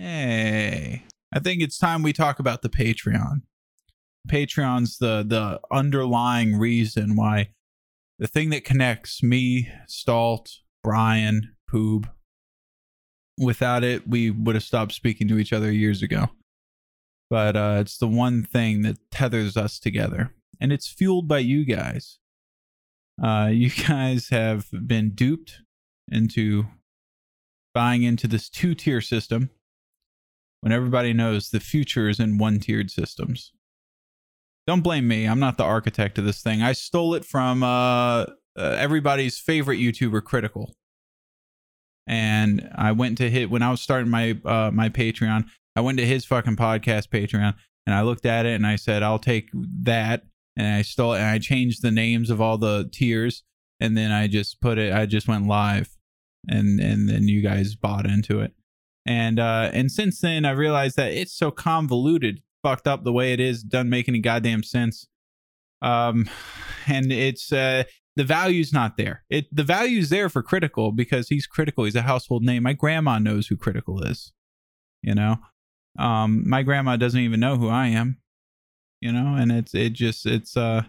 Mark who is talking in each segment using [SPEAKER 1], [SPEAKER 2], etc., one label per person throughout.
[SPEAKER 1] Hey, I think it's time we talk about the Patreon. Patreon's the the underlying reason why the thing that connects me, Stalt, Brian, Poob. Without it, we would have stopped speaking to each other years ago. But uh, it's the one thing that tethers us together, and it's fueled by you guys. Uh, you guys have been duped into buying into this two tier system when everybody knows the future is in one tiered systems. Don't blame me. I'm not the architect of this thing. I stole it from uh, uh, everybody's favorite YouTuber, Critical. And I went to hit when I was starting my uh, my Patreon. I went to his fucking podcast Patreon, and I looked at it and I said, "I'll take that." And I stole it and I changed the names of all the tiers, and then I just put it. I just went live, and and then you guys bought into it and uh and since then i realized that it's so convoluted fucked up the way it is doesn't make any goddamn sense um and it's uh the value's not there it the value's there for critical because he's critical he's a household name my grandma knows who critical is you know um my grandma doesn't even know who i am you know and it's it just it's uh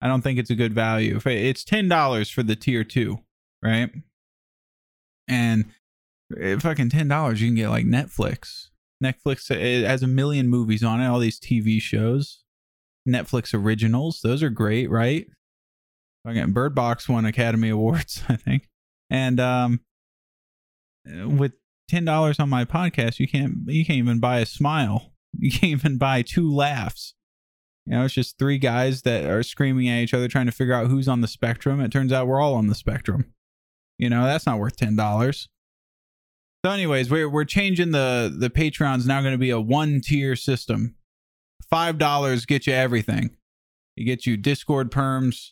[SPEAKER 1] i don't think it's a good value If it- it's ten dollars for the tier two right and eh, fucking ten dollars, you can get like Netflix. Netflix eh, has a million movies on it. All these TV shows, Netflix originals, those are great, right? Fucking Bird Box won Academy Awards, I think. And um, eh, with ten dollars on my podcast, you can't you can't even buy a smile. You can't even buy two laughs. You know, it's just three guys that are screaming at each other, trying to figure out who's on the spectrum. It turns out we're all on the spectrum. You know, that's not worth ten dollars. So, anyways, we're we're changing the the Patreon's now going to be a one tier system. Five dollars gets you everything. It gets you Discord perms.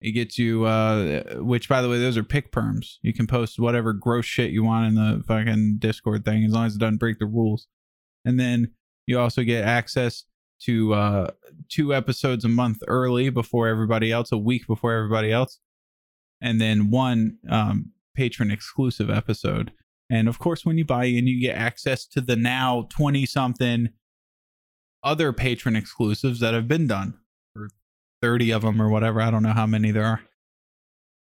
[SPEAKER 1] It gets you, uh, which by the way, those are pick perms. You can post whatever gross shit you want in the fucking Discord thing as long as it doesn't break the rules. And then you also get access to uh, two episodes a month early before everybody else, a week before everybody else, and then one um, patron exclusive episode. And of course, when you buy in, you get access to the now 20 something other patron exclusives that have been done, or 30 of them, or whatever. I don't know how many there are.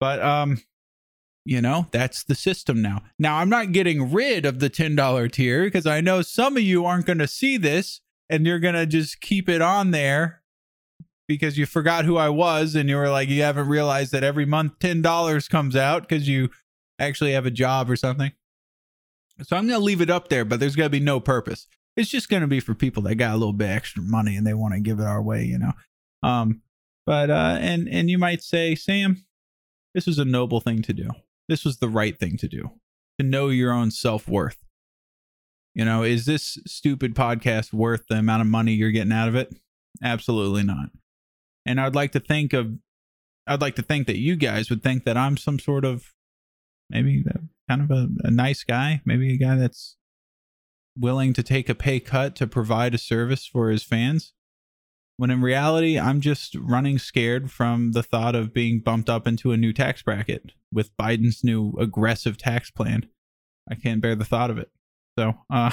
[SPEAKER 1] But, um, you know, that's the system now. Now, I'm not getting rid of the $10 tier because I know some of you aren't going to see this and you're going to just keep it on there because you forgot who I was and you were like, you haven't realized that every month $10 comes out because you actually have a job or something. So I'm going to leave it up there, but there's going to be no purpose. It's just going to be for people that got a little bit extra money and they want to give it our way, you know. Um, but uh, and and you might say, Sam, this was a noble thing to do. This was the right thing to do. To know your own self worth. You know, is this stupid podcast worth the amount of money you're getting out of it? Absolutely not. And I'd like to think of, I'd like to think that you guys would think that I'm some sort of, maybe that kind of a, a nice guy, maybe a guy that's willing to take a pay cut to provide a service for his fans. When in reality, I'm just running scared from the thought of being bumped up into a new tax bracket with Biden's new aggressive tax plan. I can't bear the thought of it. So, uh,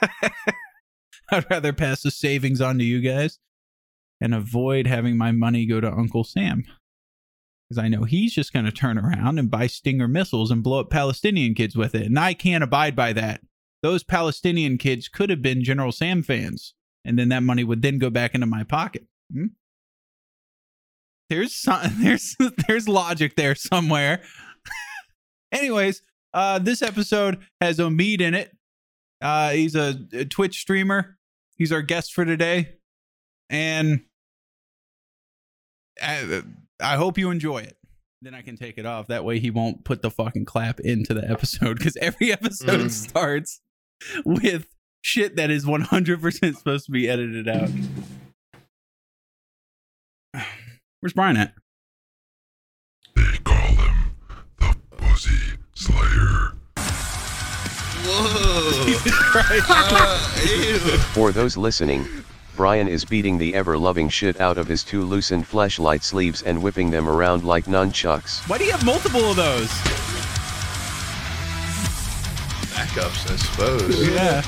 [SPEAKER 1] I'd rather pass the savings on to you guys and avoid having my money go to Uncle Sam because I know he's just going to turn around and buy Stinger missiles and blow up Palestinian kids with it. And I can't abide by that. Those Palestinian kids could have been General Sam fans, and then that money would then go back into my pocket. Hmm? There's some, there's there's logic there somewhere. Anyways, uh, this episode has Omid in it. Uh, he's a, a Twitch streamer. He's our guest for today, and uh, I hope you enjoy it. Then I can take it off. That way he won't put the fucking clap into the episode because every episode
[SPEAKER 2] Mm.
[SPEAKER 1] starts with shit that is 100% supposed to be edited out. Where's Brian at?
[SPEAKER 3] They call him the Pussy Slayer.
[SPEAKER 2] Whoa!
[SPEAKER 4] For those listening, Brian is beating the ever loving shit out of his two loosened flashlight sleeves and whipping them around like nunchucks.
[SPEAKER 1] Why do you have multiple of those?
[SPEAKER 2] cuffs, I suppose.
[SPEAKER 1] Yeah.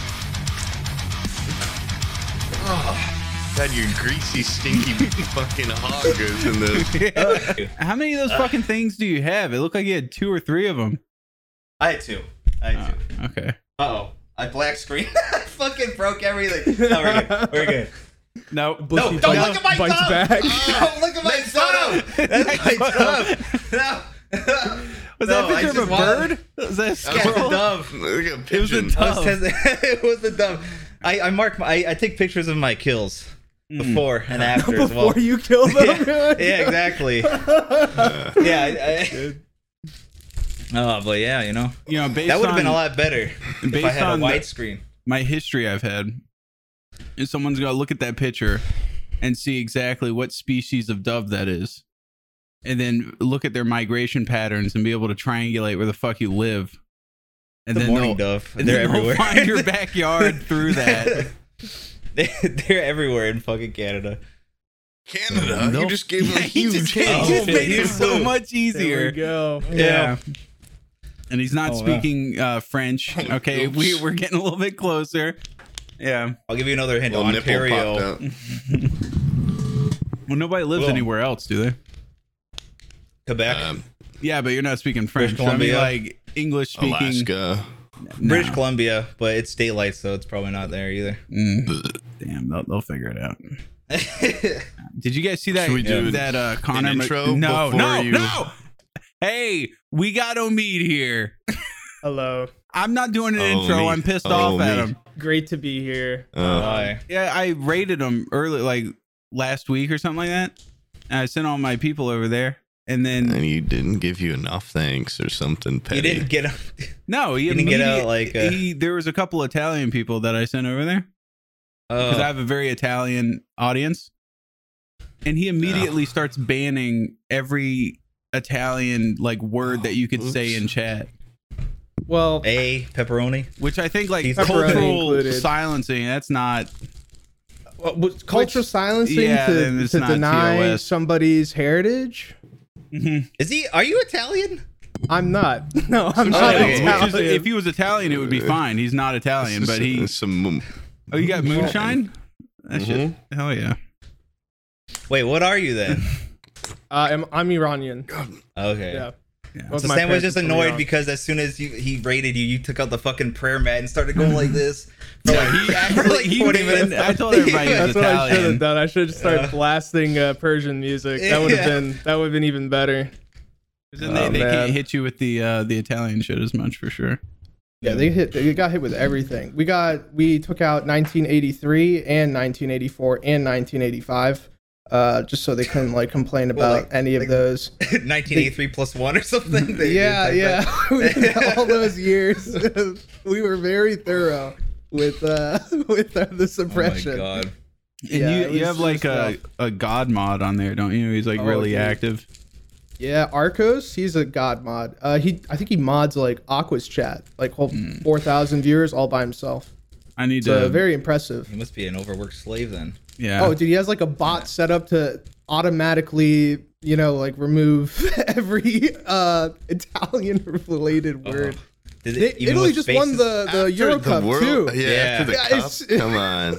[SPEAKER 2] God, your greasy, stinky fucking hog goes in this.
[SPEAKER 1] How many of those fucking things do you have? It looked like you had two or three of them.
[SPEAKER 5] I had two. I had two.
[SPEAKER 1] Okay.
[SPEAKER 5] Uh oh. I black screen. I fucking broke everything. No, we're good. We're good.
[SPEAKER 1] No.
[SPEAKER 5] No,
[SPEAKER 1] Bushy
[SPEAKER 5] don't
[SPEAKER 1] tail.
[SPEAKER 5] look at my
[SPEAKER 6] bites
[SPEAKER 5] thumb.
[SPEAKER 6] back.
[SPEAKER 5] Don't look at my thumb. That's my thumb. No.
[SPEAKER 1] Was
[SPEAKER 5] No,
[SPEAKER 1] that
[SPEAKER 5] I
[SPEAKER 1] a picture of
[SPEAKER 5] just
[SPEAKER 1] a
[SPEAKER 5] wanted-
[SPEAKER 1] bird? Was that a
[SPEAKER 2] That was a
[SPEAKER 1] squirrel?
[SPEAKER 2] dove. Look at a
[SPEAKER 1] was a
[SPEAKER 2] pigeon.
[SPEAKER 1] dove.
[SPEAKER 5] I was testing- it was the dumb. I, I mark. My, I, I take pictures of my kills
[SPEAKER 1] Hmm.
[SPEAKER 5] before and after as well.
[SPEAKER 6] Before you kill them.
[SPEAKER 5] yeah, yeah, exactly. yeah. I, I, oh, but yeah, you know
[SPEAKER 1] You know, based
[SPEAKER 5] that would have
[SPEAKER 1] on,
[SPEAKER 5] been a lot better if I
[SPEAKER 1] based
[SPEAKER 5] had a
[SPEAKER 1] on the-
[SPEAKER 5] widescreen.
[SPEAKER 1] my history I've had. And someone's gonna look at that picture and see exactly what species of dove that is. And then look at their migration patterns and be able to triangulate where the fuck you live. And
[SPEAKER 5] The
[SPEAKER 1] then
[SPEAKER 5] morning
[SPEAKER 1] they'll-
[SPEAKER 5] dove.
[SPEAKER 1] and
[SPEAKER 5] They're
[SPEAKER 1] then they'll
[SPEAKER 5] everywhere.
[SPEAKER 1] Find your backyard through that.
[SPEAKER 5] They- They're everywhere in fucking Canada.
[SPEAKER 2] Canada.
[SPEAKER 1] Nope.
[SPEAKER 2] You just gave him a
[SPEAKER 1] Yeah, he
[SPEAKER 2] huge
[SPEAKER 1] just, he
[SPEAKER 2] hint.
[SPEAKER 1] just
[SPEAKER 5] Oh,
[SPEAKER 1] made it
[SPEAKER 5] here's
[SPEAKER 1] so
[SPEAKER 5] Lou.
[SPEAKER 1] much
[SPEAKER 6] There we
[SPEAKER 1] easier.
[SPEAKER 6] go.
[SPEAKER 1] Yeah. And he's not
[SPEAKER 5] Oh, wow.
[SPEAKER 1] speaking uh, French. Okay,
[SPEAKER 2] oops.
[SPEAKER 1] we, we're getting a little bit closer. Yeah.
[SPEAKER 5] I'll give you another hint.
[SPEAKER 2] Little nipple popped
[SPEAKER 5] Ontario.
[SPEAKER 2] out.
[SPEAKER 1] Well, nobody lives
[SPEAKER 5] Well-
[SPEAKER 1] anywhere else, do they?
[SPEAKER 5] Quebec,
[SPEAKER 2] Um,
[SPEAKER 1] Yeah, but you're not speaking French. I mean,
[SPEAKER 5] Columbia.
[SPEAKER 1] like English speaking.
[SPEAKER 2] Alaska.
[SPEAKER 1] No.
[SPEAKER 5] British Columbia, but it's daylight, so it's probably not there either.
[SPEAKER 1] Mm. Damn, they'll, they'll figure it out. Did you guys see that?
[SPEAKER 2] Should we do
[SPEAKER 1] that uh, Connor
[SPEAKER 2] an
[SPEAKER 1] Mc-
[SPEAKER 2] intro
[SPEAKER 1] no,
[SPEAKER 2] before
[SPEAKER 1] no,
[SPEAKER 2] you-
[SPEAKER 1] no. Hey, we got Omid here.
[SPEAKER 6] Hello.
[SPEAKER 1] I'm not doing an
[SPEAKER 2] Oh,
[SPEAKER 1] intro.
[SPEAKER 2] Omid.
[SPEAKER 1] I'm pissed
[SPEAKER 2] Oh,
[SPEAKER 1] off at
[SPEAKER 2] Omid.
[SPEAKER 1] him.
[SPEAKER 6] Great to be here.
[SPEAKER 2] Uh,
[SPEAKER 5] Why?
[SPEAKER 1] Yeah, I rated him early, like last week or something like that. And I sent all my people over there, and then
[SPEAKER 2] and he didn't give you enough thanks or something petty.
[SPEAKER 5] You didn't get. a-
[SPEAKER 1] no, he
[SPEAKER 5] Didn't get out,
[SPEAKER 1] immediate-
[SPEAKER 5] like, uh,
[SPEAKER 1] he. There was a couple Italian people that I sent over there. because I
[SPEAKER 5] Oh,
[SPEAKER 1] have a very Italian audience. And he immediately
[SPEAKER 5] Oh.
[SPEAKER 1] starts banning every Italian like word that you could say in chat,
[SPEAKER 6] Well,
[SPEAKER 5] a pepperoni.
[SPEAKER 1] which I think like
[SPEAKER 5] He's
[SPEAKER 6] pepperoni
[SPEAKER 1] cultural
[SPEAKER 6] included.
[SPEAKER 1] silencing. That's not
[SPEAKER 6] uh, was cultural silencing
[SPEAKER 1] yeah, then
[SPEAKER 6] to,
[SPEAKER 1] it's
[SPEAKER 6] to
[SPEAKER 1] not
[SPEAKER 6] deny
[SPEAKER 1] TOS.
[SPEAKER 6] somebody's heritage?
[SPEAKER 5] Is he? Are you Italian?
[SPEAKER 6] I'm not. No, I'm not
[SPEAKER 5] Oh,
[SPEAKER 1] Which is-
[SPEAKER 6] Italian.
[SPEAKER 1] if he was Italian, it would be fine. He's not Italian, but he.
[SPEAKER 2] some
[SPEAKER 1] Oh, you got moonshine? That shit.
[SPEAKER 5] Mm-hmm.
[SPEAKER 1] Hell yeah.
[SPEAKER 5] Wait, what are you then?
[SPEAKER 6] uh, I'm, I'm Iranian.
[SPEAKER 5] Okay.
[SPEAKER 6] Yeah. Both
[SPEAKER 5] So
[SPEAKER 6] my
[SPEAKER 5] Sam was
[SPEAKER 6] parents
[SPEAKER 5] just
[SPEAKER 6] are from
[SPEAKER 5] annoyed
[SPEAKER 6] Iran.
[SPEAKER 5] because as soon as you, he raided you, you took out the fucking prayer mat and started going like this. For like,
[SPEAKER 1] He
[SPEAKER 5] for
[SPEAKER 1] actually.
[SPEAKER 5] like
[SPEAKER 1] He
[SPEAKER 5] 40
[SPEAKER 1] banned-
[SPEAKER 5] minutes.
[SPEAKER 1] I told everybody he was
[SPEAKER 6] That's what I should have
[SPEAKER 1] Italian.
[SPEAKER 6] done. I should have started blasting uh, Persian music. That would have
[SPEAKER 5] Yeah.
[SPEAKER 6] been that would have been even better.
[SPEAKER 1] 'Cause Then they,
[SPEAKER 6] Oh,
[SPEAKER 1] they can't
[SPEAKER 6] man.
[SPEAKER 1] hit you with the uh, the Italian shit as much for sure.
[SPEAKER 6] Yeah, they hit. They got hit with everything. We got. We took out 1983 and 1984 and 1985, uh, just so they couldn't like complain about
[SPEAKER 5] Well, like-
[SPEAKER 6] any of
[SPEAKER 5] like-
[SPEAKER 6] those.
[SPEAKER 5] 1983 plus one or something. They- Oh
[SPEAKER 6] yeah,
[SPEAKER 5] they-
[SPEAKER 6] yeah. We did all those years, we were very thorough with uh, with uh, the
[SPEAKER 5] Oh my
[SPEAKER 6] suppression.
[SPEAKER 5] god.
[SPEAKER 1] And
[SPEAKER 6] Yeah, it
[SPEAKER 1] you, you
[SPEAKER 6] was
[SPEAKER 1] have like
[SPEAKER 6] just
[SPEAKER 1] a, a god mod on there, don't you? He's like
[SPEAKER 6] Oh,
[SPEAKER 1] really
[SPEAKER 6] dude.
[SPEAKER 1] active.
[SPEAKER 6] Yeah, Arcos, he's a god mod. Uh, he, I think he mods like Aqua's chat, like whole 4,000 viewers all by himself.
[SPEAKER 1] I need
[SPEAKER 6] So
[SPEAKER 1] to.
[SPEAKER 6] very impressive.
[SPEAKER 5] He must be an overworked slave then.
[SPEAKER 1] yeah.
[SPEAKER 6] Oh, dude, he has like a bot set up to automatically, you know, like remove every uh, Italian-related word.
[SPEAKER 5] Did
[SPEAKER 6] They-
[SPEAKER 5] even
[SPEAKER 6] Italy
[SPEAKER 5] with
[SPEAKER 6] just won
[SPEAKER 5] faces?
[SPEAKER 6] the the Euro Cup too.
[SPEAKER 2] Yeah,
[SPEAKER 5] Yeah.
[SPEAKER 2] after the
[SPEAKER 6] Yeah,
[SPEAKER 2] cup?
[SPEAKER 6] it's-
[SPEAKER 2] Come on.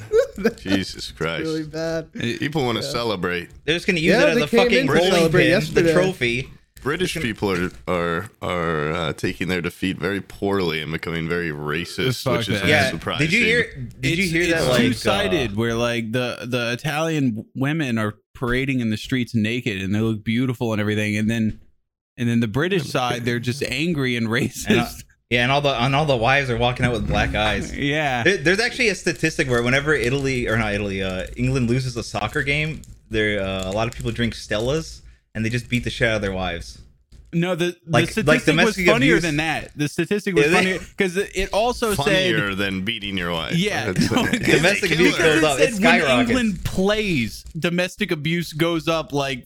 [SPEAKER 2] Jesus Christ.
[SPEAKER 6] Really bad.
[SPEAKER 2] People want to celebrate.
[SPEAKER 5] They're just gonna use
[SPEAKER 6] Yeah,
[SPEAKER 5] it as
[SPEAKER 6] they
[SPEAKER 5] a
[SPEAKER 6] came
[SPEAKER 5] fucking
[SPEAKER 6] in to
[SPEAKER 5] bowling
[SPEAKER 6] celebrate
[SPEAKER 5] pin,
[SPEAKER 6] yesterday.
[SPEAKER 5] the trophy.
[SPEAKER 2] British people are are are uh, taking their defeat very poorly and becoming very racist,
[SPEAKER 1] Fuck
[SPEAKER 2] which is
[SPEAKER 1] that.
[SPEAKER 5] Yeah.
[SPEAKER 2] surprising.
[SPEAKER 5] Did you hear? Did you
[SPEAKER 1] It's-
[SPEAKER 5] hear
[SPEAKER 1] it's
[SPEAKER 5] that? Like
[SPEAKER 1] two-sided,
[SPEAKER 5] uh,
[SPEAKER 1] where like the the Italian women are parading in the streets naked, and they look beautiful and everything, and then and then the British side, they're just angry and
[SPEAKER 5] and, uh,
[SPEAKER 1] racist.
[SPEAKER 5] yeah, and all the and all the wives are walking out with black eyes.
[SPEAKER 1] yeah.
[SPEAKER 5] There, there's actually a statistic where whenever Italy or not Italy, uh, England loses a soccer game, there uh, a lot of people drink Stellas and they just beat the shit out of their wives.
[SPEAKER 1] No, the,
[SPEAKER 5] Like-
[SPEAKER 1] the statistic
[SPEAKER 5] like
[SPEAKER 1] was
[SPEAKER 5] domestic
[SPEAKER 1] funnier
[SPEAKER 5] abuse-
[SPEAKER 1] than that. The statistic was
[SPEAKER 5] Yeah, they-
[SPEAKER 1] funnier because it also said
[SPEAKER 2] funnier than beating your wife?
[SPEAKER 1] Yeah,
[SPEAKER 2] That's-
[SPEAKER 1] no,
[SPEAKER 2] It's
[SPEAKER 5] domestic abuse
[SPEAKER 2] killer.
[SPEAKER 1] Because
[SPEAKER 5] goes up.
[SPEAKER 1] it
[SPEAKER 5] It
[SPEAKER 1] said when
[SPEAKER 5] skyrockets.
[SPEAKER 1] England plays, domestic abuse goes up like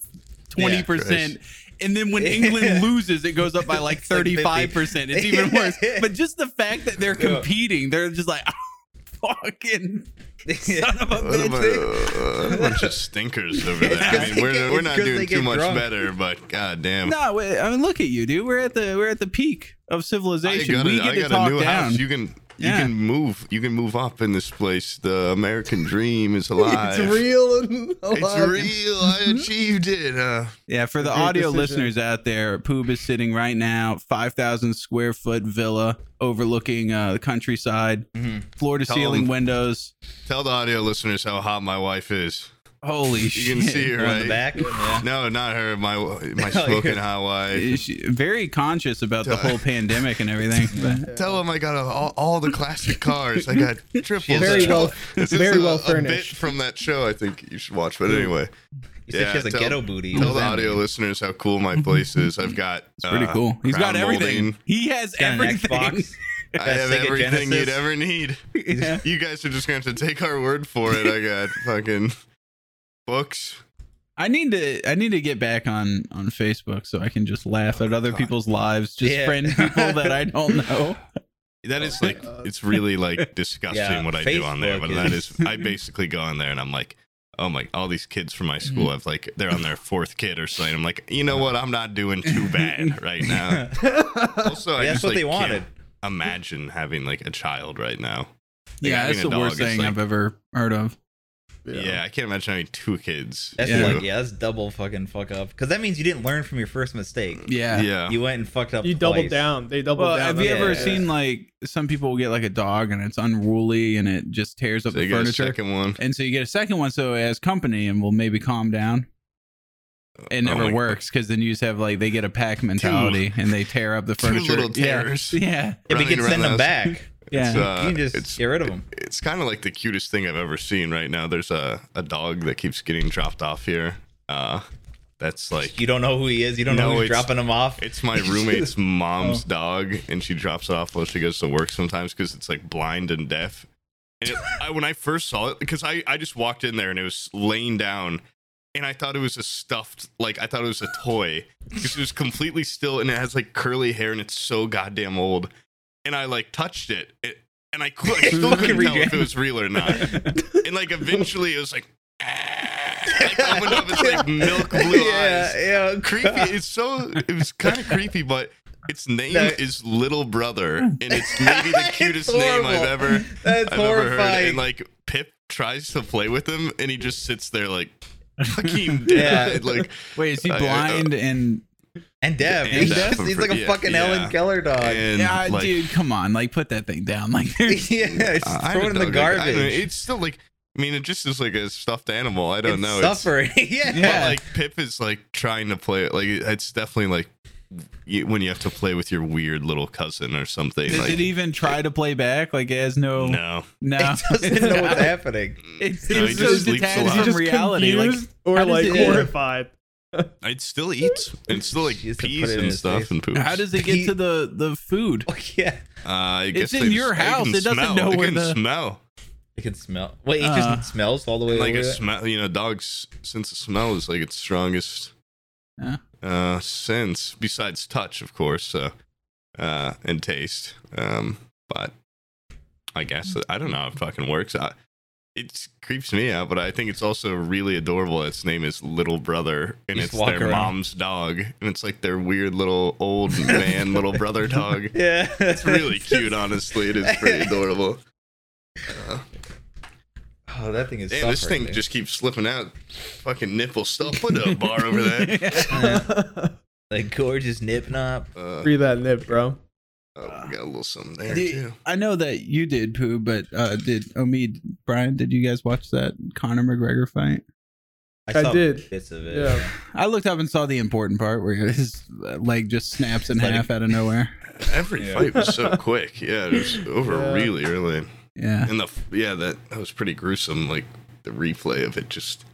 [SPEAKER 1] twenty percent, and then when England loses, it goes up by like
[SPEAKER 5] It's like
[SPEAKER 1] thirty five percent. It's even worse. But just the fact that they're competing, they're just like, fucking
[SPEAKER 5] Yeah.
[SPEAKER 1] son of a
[SPEAKER 2] What a
[SPEAKER 1] bitch.
[SPEAKER 2] bu- a bunch of stinkers over there. I mean, we're, we're
[SPEAKER 5] It's
[SPEAKER 2] not
[SPEAKER 5] good they
[SPEAKER 2] doing too
[SPEAKER 5] get
[SPEAKER 2] much
[SPEAKER 5] drunk.
[SPEAKER 2] better, but goddamn.
[SPEAKER 1] No, wait, I mean, look at you, dude. We're at the we're at the peak of
[SPEAKER 2] I
[SPEAKER 1] civilization.
[SPEAKER 2] got,
[SPEAKER 1] we
[SPEAKER 2] a,
[SPEAKER 1] get
[SPEAKER 2] I
[SPEAKER 1] to
[SPEAKER 2] got
[SPEAKER 1] talk
[SPEAKER 2] a new
[SPEAKER 1] down.
[SPEAKER 2] house. You can you
[SPEAKER 1] Yeah.
[SPEAKER 2] can move you can move up in this place. The American dream is alive.
[SPEAKER 6] It's real and
[SPEAKER 2] It's
[SPEAKER 6] alive.
[SPEAKER 2] real. I achieved it. Uh,
[SPEAKER 1] yeah, for the
[SPEAKER 6] Great
[SPEAKER 1] audio
[SPEAKER 6] decision.
[SPEAKER 1] listeners out there, Poob is sitting right now, five thousand square foot villa overlooking uh, the countryside,
[SPEAKER 2] Mm-hmm.
[SPEAKER 5] Mhm.
[SPEAKER 1] floor to
[SPEAKER 2] Tell
[SPEAKER 1] ceiling
[SPEAKER 2] 'em.
[SPEAKER 1] windows.
[SPEAKER 2] tell the audio listeners how hot my wife is.
[SPEAKER 1] Holy shit!
[SPEAKER 2] You can see her
[SPEAKER 5] One in
[SPEAKER 2] right.
[SPEAKER 5] the back. Yeah.
[SPEAKER 2] No, not her. My my
[SPEAKER 5] Oh,
[SPEAKER 2] smoking
[SPEAKER 5] yeah.
[SPEAKER 2] hot wife.
[SPEAKER 1] Uh, she- very conscious about the whole pandemic and everything. But
[SPEAKER 2] Tell him I got a, all, all the classic cars. I got triples.
[SPEAKER 5] has
[SPEAKER 6] Very
[SPEAKER 5] a-
[SPEAKER 6] well,
[SPEAKER 2] This is
[SPEAKER 6] very
[SPEAKER 2] a-
[SPEAKER 6] well
[SPEAKER 2] A bit
[SPEAKER 6] furnished.
[SPEAKER 2] from that show, I think you should watch. But anyway,
[SPEAKER 5] You said
[SPEAKER 2] Yeah,
[SPEAKER 5] she has a
[SPEAKER 2] tell-
[SPEAKER 5] ghetto booty. What
[SPEAKER 2] tell
[SPEAKER 5] does
[SPEAKER 2] the
[SPEAKER 5] that
[SPEAKER 2] audio
[SPEAKER 5] mean?
[SPEAKER 2] listeners how cool my place is. I've got
[SPEAKER 1] it's pretty
[SPEAKER 2] uh,
[SPEAKER 1] cool. He's got
[SPEAKER 2] crown
[SPEAKER 1] everything.
[SPEAKER 2] molding.
[SPEAKER 1] He has
[SPEAKER 5] Got an
[SPEAKER 1] everything.
[SPEAKER 5] Xbox.
[SPEAKER 2] I have
[SPEAKER 5] Sega
[SPEAKER 2] everything
[SPEAKER 5] Genesis.
[SPEAKER 2] you'd ever need.
[SPEAKER 1] Yeah.
[SPEAKER 2] You guys are just gonna have to take our word for it. I got fucking books.
[SPEAKER 1] I need to I need to get back on on Facebook so I can just laugh at other people's lives, just
[SPEAKER 5] Yeah.
[SPEAKER 1] friend people that I don't know.
[SPEAKER 2] That is like it's really like disgusting
[SPEAKER 5] Yeah,
[SPEAKER 2] what I do on there. But
[SPEAKER 5] Facebook
[SPEAKER 2] that is I basically go on there and I'm like, oh my, all these kids from my school have like they're on their fourth kid or something. I'm like, you know what? I'm not doing too bad right now. Also, I
[SPEAKER 5] Yeah,
[SPEAKER 2] just
[SPEAKER 5] that's what
[SPEAKER 2] like,
[SPEAKER 5] they wanted.
[SPEAKER 2] Can't imagine having like a child right now. Like,
[SPEAKER 1] yeah,
[SPEAKER 2] having
[SPEAKER 1] that's
[SPEAKER 2] a
[SPEAKER 1] the
[SPEAKER 2] dog
[SPEAKER 1] worst
[SPEAKER 2] is,
[SPEAKER 1] thing
[SPEAKER 2] like-
[SPEAKER 1] I've ever heard of.
[SPEAKER 2] Yeah. I can't imagine having two kids.
[SPEAKER 5] That's
[SPEAKER 1] Yeah.
[SPEAKER 5] like yeah, that's double fucking fuck up. Because that means you didn't learn from your first mistake.
[SPEAKER 1] Yeah.
[SPEAKER 2] yeah.
[SPEAKER 5] You went and fucked up.
[SPEAKER 6] You doubled
[SPEAKER 5] twice.
[SPEAKER 6] down. They doubled
[SPEAKER 1] Well,
[SPEAKER 6] down.
[SPEAKER 1] have you
[SPEAKER 6] on
[SPEAKER 1] ever
[SPEAKER 6] that.
[SPEAKER 5] Yeah.
[SPEAKER 1] seen like some people get like a dog and it's unruly and it just tears up
[SPEAKER 2] so
[SPEAKER 1] the
[SPEAKER 2] you got a
[SPEAKER 1] furniture?
[SPEAKER 2] second one.
[SPEAKER 1] And so you get a second one so it has company and will maybe calm down. It never
[SPEAKER 2] Oh, my God.
[SPEAKER 1] works because then you just have like they get a pack mentality and they tear up the
[SPEAKER 2] two
[SPEAKER 1] furniture.
[SPEAKER 2] little
[SPEAKER 1] Yeah.
[SPEAKER 2] terrors.
[SPEAKER 1] Yeah.
[SPEAKER 5] Yeah, but you
[SPEAKER 2] running
[SPEAKER 5] can
[SPEAKER 2] around
[SPEAKER 5] send
[SPEAKER 2] the
[SPEAKER 5] them
[SPEAKER 2] house.
[SPEAKER 5] back.
[SPEAKER 1] Yeah.
[SPEAKER 2] It's, uh,
[SPEAKER 5] you can just
[SPEAKER 2] it's-
[SPEAKER 5] get rid of them.
[SPEAKER 2] It's kind of like the cutest thing I've ever seen right now. There's a, a dog that keeps getting dropped off here. Uh, that's like,
[SPEAKER 5] you don't know who he is. You don't
[SPEAKER 2] No,
[SPEAKER 5] know who's
[SPEAKER 2] it's-
[SPEAKER 5] dropping him off. Oh.
[SPEAKER 2] it's my roommate's mom's dog, and she drops it off while she goes to work sometimes because it's like blind and deaf. And it, I, when I first saw it, because I, I just walked in there and it was laying down, and I thought it was a stuffed, like, I thought it was a toy because it was completely still and it has like curly hair and it's so goddamn old. And I like touched it, it and I, cou- I still couldn't tell if it was real or not. And like, eventually it was like, like opened up its like milk blue eyes
[SPEAKER 5] yeah, yeah.
[SPEAKER 2] creepy. It's so it was kind of creepy, but its name
[SPEAKER 5] No.
[SPEAKER 2] is Little Brother, and it's maybe the
[SPEAKER 5] It's
[SPEAKER 2] cutest name I've
[SPEAKER 5] horrible.
[SPEAKER 2] ever
[SPEAKER 5] That's
[SPEAKER 2] I've ever heard.
[SPEAKER 5] horrifying.
[SPEAKER 2] And like Pip tries to play with him, and he just sits there like fucking
[SPEAKER 5] Yeah.
[SPEAKER 2] dead. Like
[SPEAKER 1] Wait, is he
[SPEAKER 2] I- uh, I-
[SPEAKER 1] blind and
[SPEAKER 5] and Dev,
[SPEAKER 2] And
[SPEAKER 5] he's,
[SPEAKER 2] Dev,
[SPEAKER 5] just, he's like a
[SPEAKER 2] yeah,
[SPEAKER 5] fucking
[SPEAKER 2] yeah.
[SPEAKER 5] Ellen Keller dog.
[SPEAKER 2] and
[SPEAKER 1] Yeah,
[SPEAKER 2] like,
[SPEAKER 1] dude, come on. Like put that thing down. Like there's
[SPEAKER 5] yeah, it's just
[SPEAKER 2] I- I
[SPEAKER 5] thrown in the
[SPEAKER 2] don't know, like, I don't know,
[SPEAKER 5] garbage.
[SPEAKER 2] it's still like I mean, it just is like a stuffed animal. I don't
[SPEAKER 5] It's
[SPEAKER 2] know. It's,
[SPEAKER 5] suffering. yeah.
[SPEAKER 2] but
[SPEAKER 1] Yeah.
[SPEAKER 2] like Pip is like trying to play it. Like it's definitely like you, when you have to play with your weird little cousin or something.
[SPEAKER 1] Does
[SPEAKER 2] like
[SPEAKER 1] it even try to play back? Like it has no, no,
[SPEAKER 2] no.
[SPEAKER 5] It doesn't know what's happening.
[SPEAKER 1] It
[SPEAKER 2] No,
[SPEAKER 1] seems
[SPEAKER 2] Mm. he
[SPEAKER 1] so
[SPEAKER 2] just sleeps a
[SPEAKER 1] detached
[SPEAKER 2] lot.
[SPEAKER 1] from
[SPEAKER 2] Just
[SPEAKER 1] reality. Like,
[SPEAKER 6] confused or
[SPEAKER 1] how does
[SPEAKER 6] like
[SPEAKER 1] it- yeah.
[SPEAKER 6] horrified.
[SPEAKER 2] It still eats and still like
[SPEAKER 5] She used to put
[SPEAKER 2] pees
[SPEAKER 5] it in
[SPEAKER 2] and
[SPEAKER 5] his
[SPEAKER 2] stuff
[SPEAKER 5] face.
[SPEAKER 2] and poops.
[SPEAKER 1] how does it get
[SPEAKER 5] He-
[SPEAKER 1] to the the food?
[SPEAKER 5] Oh, yeah,
[SPEAKER 2] Uh, I
[SPEAKER 1] It's
[SPEAKER 2] guess
[SPEAKER 1] in
[SPEAKER 2] they
[SPEAKER 1] your
[SPEAKER 2] just- they
[SPEAKER 1] house.
[SPEAKER 2] can
[SPEAKER 1] It doesn't
[SPEAKER 2] smell.
[SPEAKER 1] know
[SPEAKER 2] They
[SPEAKER 1] where
[SPEAKER 2] can
[SPEAKER 1] the-
[SPEAKER 2] smell.
[SPEAKER 5] it can smell. Wait, it
[SPEAKER 1] Uh,
[SPEAKER 5] just smells all the way.
[SPEAKER 2] Like
[SPEAKER 5] over
[SPEAKER 2] a
[SPEAKER 5] there?
[SPEAKER 2] smell, you know, dog's sense of smell is like its strongest
[SPEAKER 1] Yeah.
[SPEAKER 2] uh, sense, besides touch, of course, so, uh, and taste. Um, but I guess I don't know how it fucking works. I, it creeps me out, but I think it's also really adorable. Its name is Little Brother, and
[SPEAKER 5] Just
[SPEAKER 2] it's
[SPEAKER 5] walk
[SPEAKER 2] their
[SPEAKER 5] around.
[SPEAKER 2] mom's dog, and it's like their weird little old man little brother dog.
[SPEAKER 5] yeah,
[SPEAKER 2] It's really cute, honestly. It is pretty adorable.
[SPEAKER 5] Oh, that thing is.
[SPEAKER 2] Damn, this
[SPEAKER 5] suffering,
[SPEAKER 2] thing
[SPEAKER 5] dude.
[SPEAKER 2] just keeps slipping out. Fucking nipple stuff. Put a bar over there.
[SPEAKER 5] like gorgeous nip nop.
[SPEAKER 2] Uh,
[SPEAKER 6] Free that nip, bro.
[SPEAKER 2] oh, we got a little something there
[SPEAKER 1] Dude,
[SPEAKER 2] too.
[SPEAKER 1] I know that you did poo, but uh, did Omid Brian? Did you guys watch that Conor McGregor fight?
[SPEAKER 6] I
[SPEAKER 5] saw
[SPEAKER 6] did.
[SPEAKER 5] bits of it.
[SPEAKER 6] Yeah.
[SPEAKER 1] I looked up and saw the important part where his uh, leg just snaps in
[SPEAKER 5] It's like-
[SPEAKER 1] half out of nowhere.
[SPEAKER 2] Every fight was so quick. Yeah, it was over
[SPEAKER 6] Yeah.
[SPEAKER 2] really early.
[SPEAKER 1] Yeah,
[SPEAKER 2] And the yeah, that that was pretty gruesome. Like the replay of it just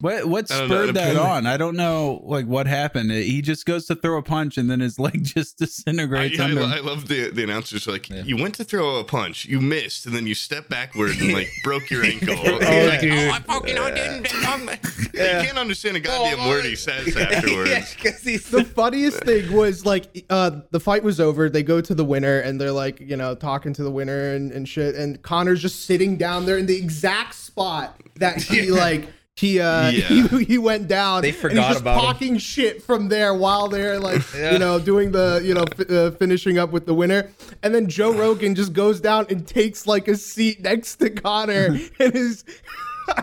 [SPEAKER 1] What what
[SPEAKER 2] I don't know,
[SPEAKER 1] spurred that
[SPEAKER 2] apparently-
[SPEAKER 1] on? I don't know. Like what happened? He just goes to throw a punch and then his leg just
[SPEAKER 2] I,
[SPEAKER 1] disintegrates
[SPEAKER 2] I,
[SPEAKER 1] under.
[SPEAKER 2] lo-
[SPEAKER 1] him.
[SPEAKER 2] I love the the announcers like
[SPEAKER 5] Yeah.
[SPEAKER 2] you went to throw a punch, you missed, and then you stepped backward and like broke your ankle.
[SPEAKER 5] Oh,
[SPEAKER 2] He's like,
[SPEAKER 5] dude.
[SPEAKER 2] "Oh, I fucking I didn't. um,"
[SPEAKER 5] Yeah.
[SPEAKER 2] You can't understand a goddamn word he says afterwards.
[SPEAKER 5] yeah, because he's
[SPEAKER 6] the funniest thing was like uh, the fight was over. They go to the winner and they're like, you know, talking to the winner and, and shit. And Connor's just sitting down there in the exact spot that he like he uh
[SPEAKER 2] Yeah.
[SPEAKER 6] he, he went down.
[SPEAKER 5] They
[SPEAKER 6] and he's
[SPEAKER 5] forgot
[SPEAKER 6] just
[SPEAKER 5] about him.
[SPEAKER 6] talking shit from there while they're like
[SPEAKER 5] Yeah.
[SPEAKER 6] you know doing the you know f- uh, finishing up with the winner. And then Joe Rogan just goes down and takes like a seat next to Connor and his.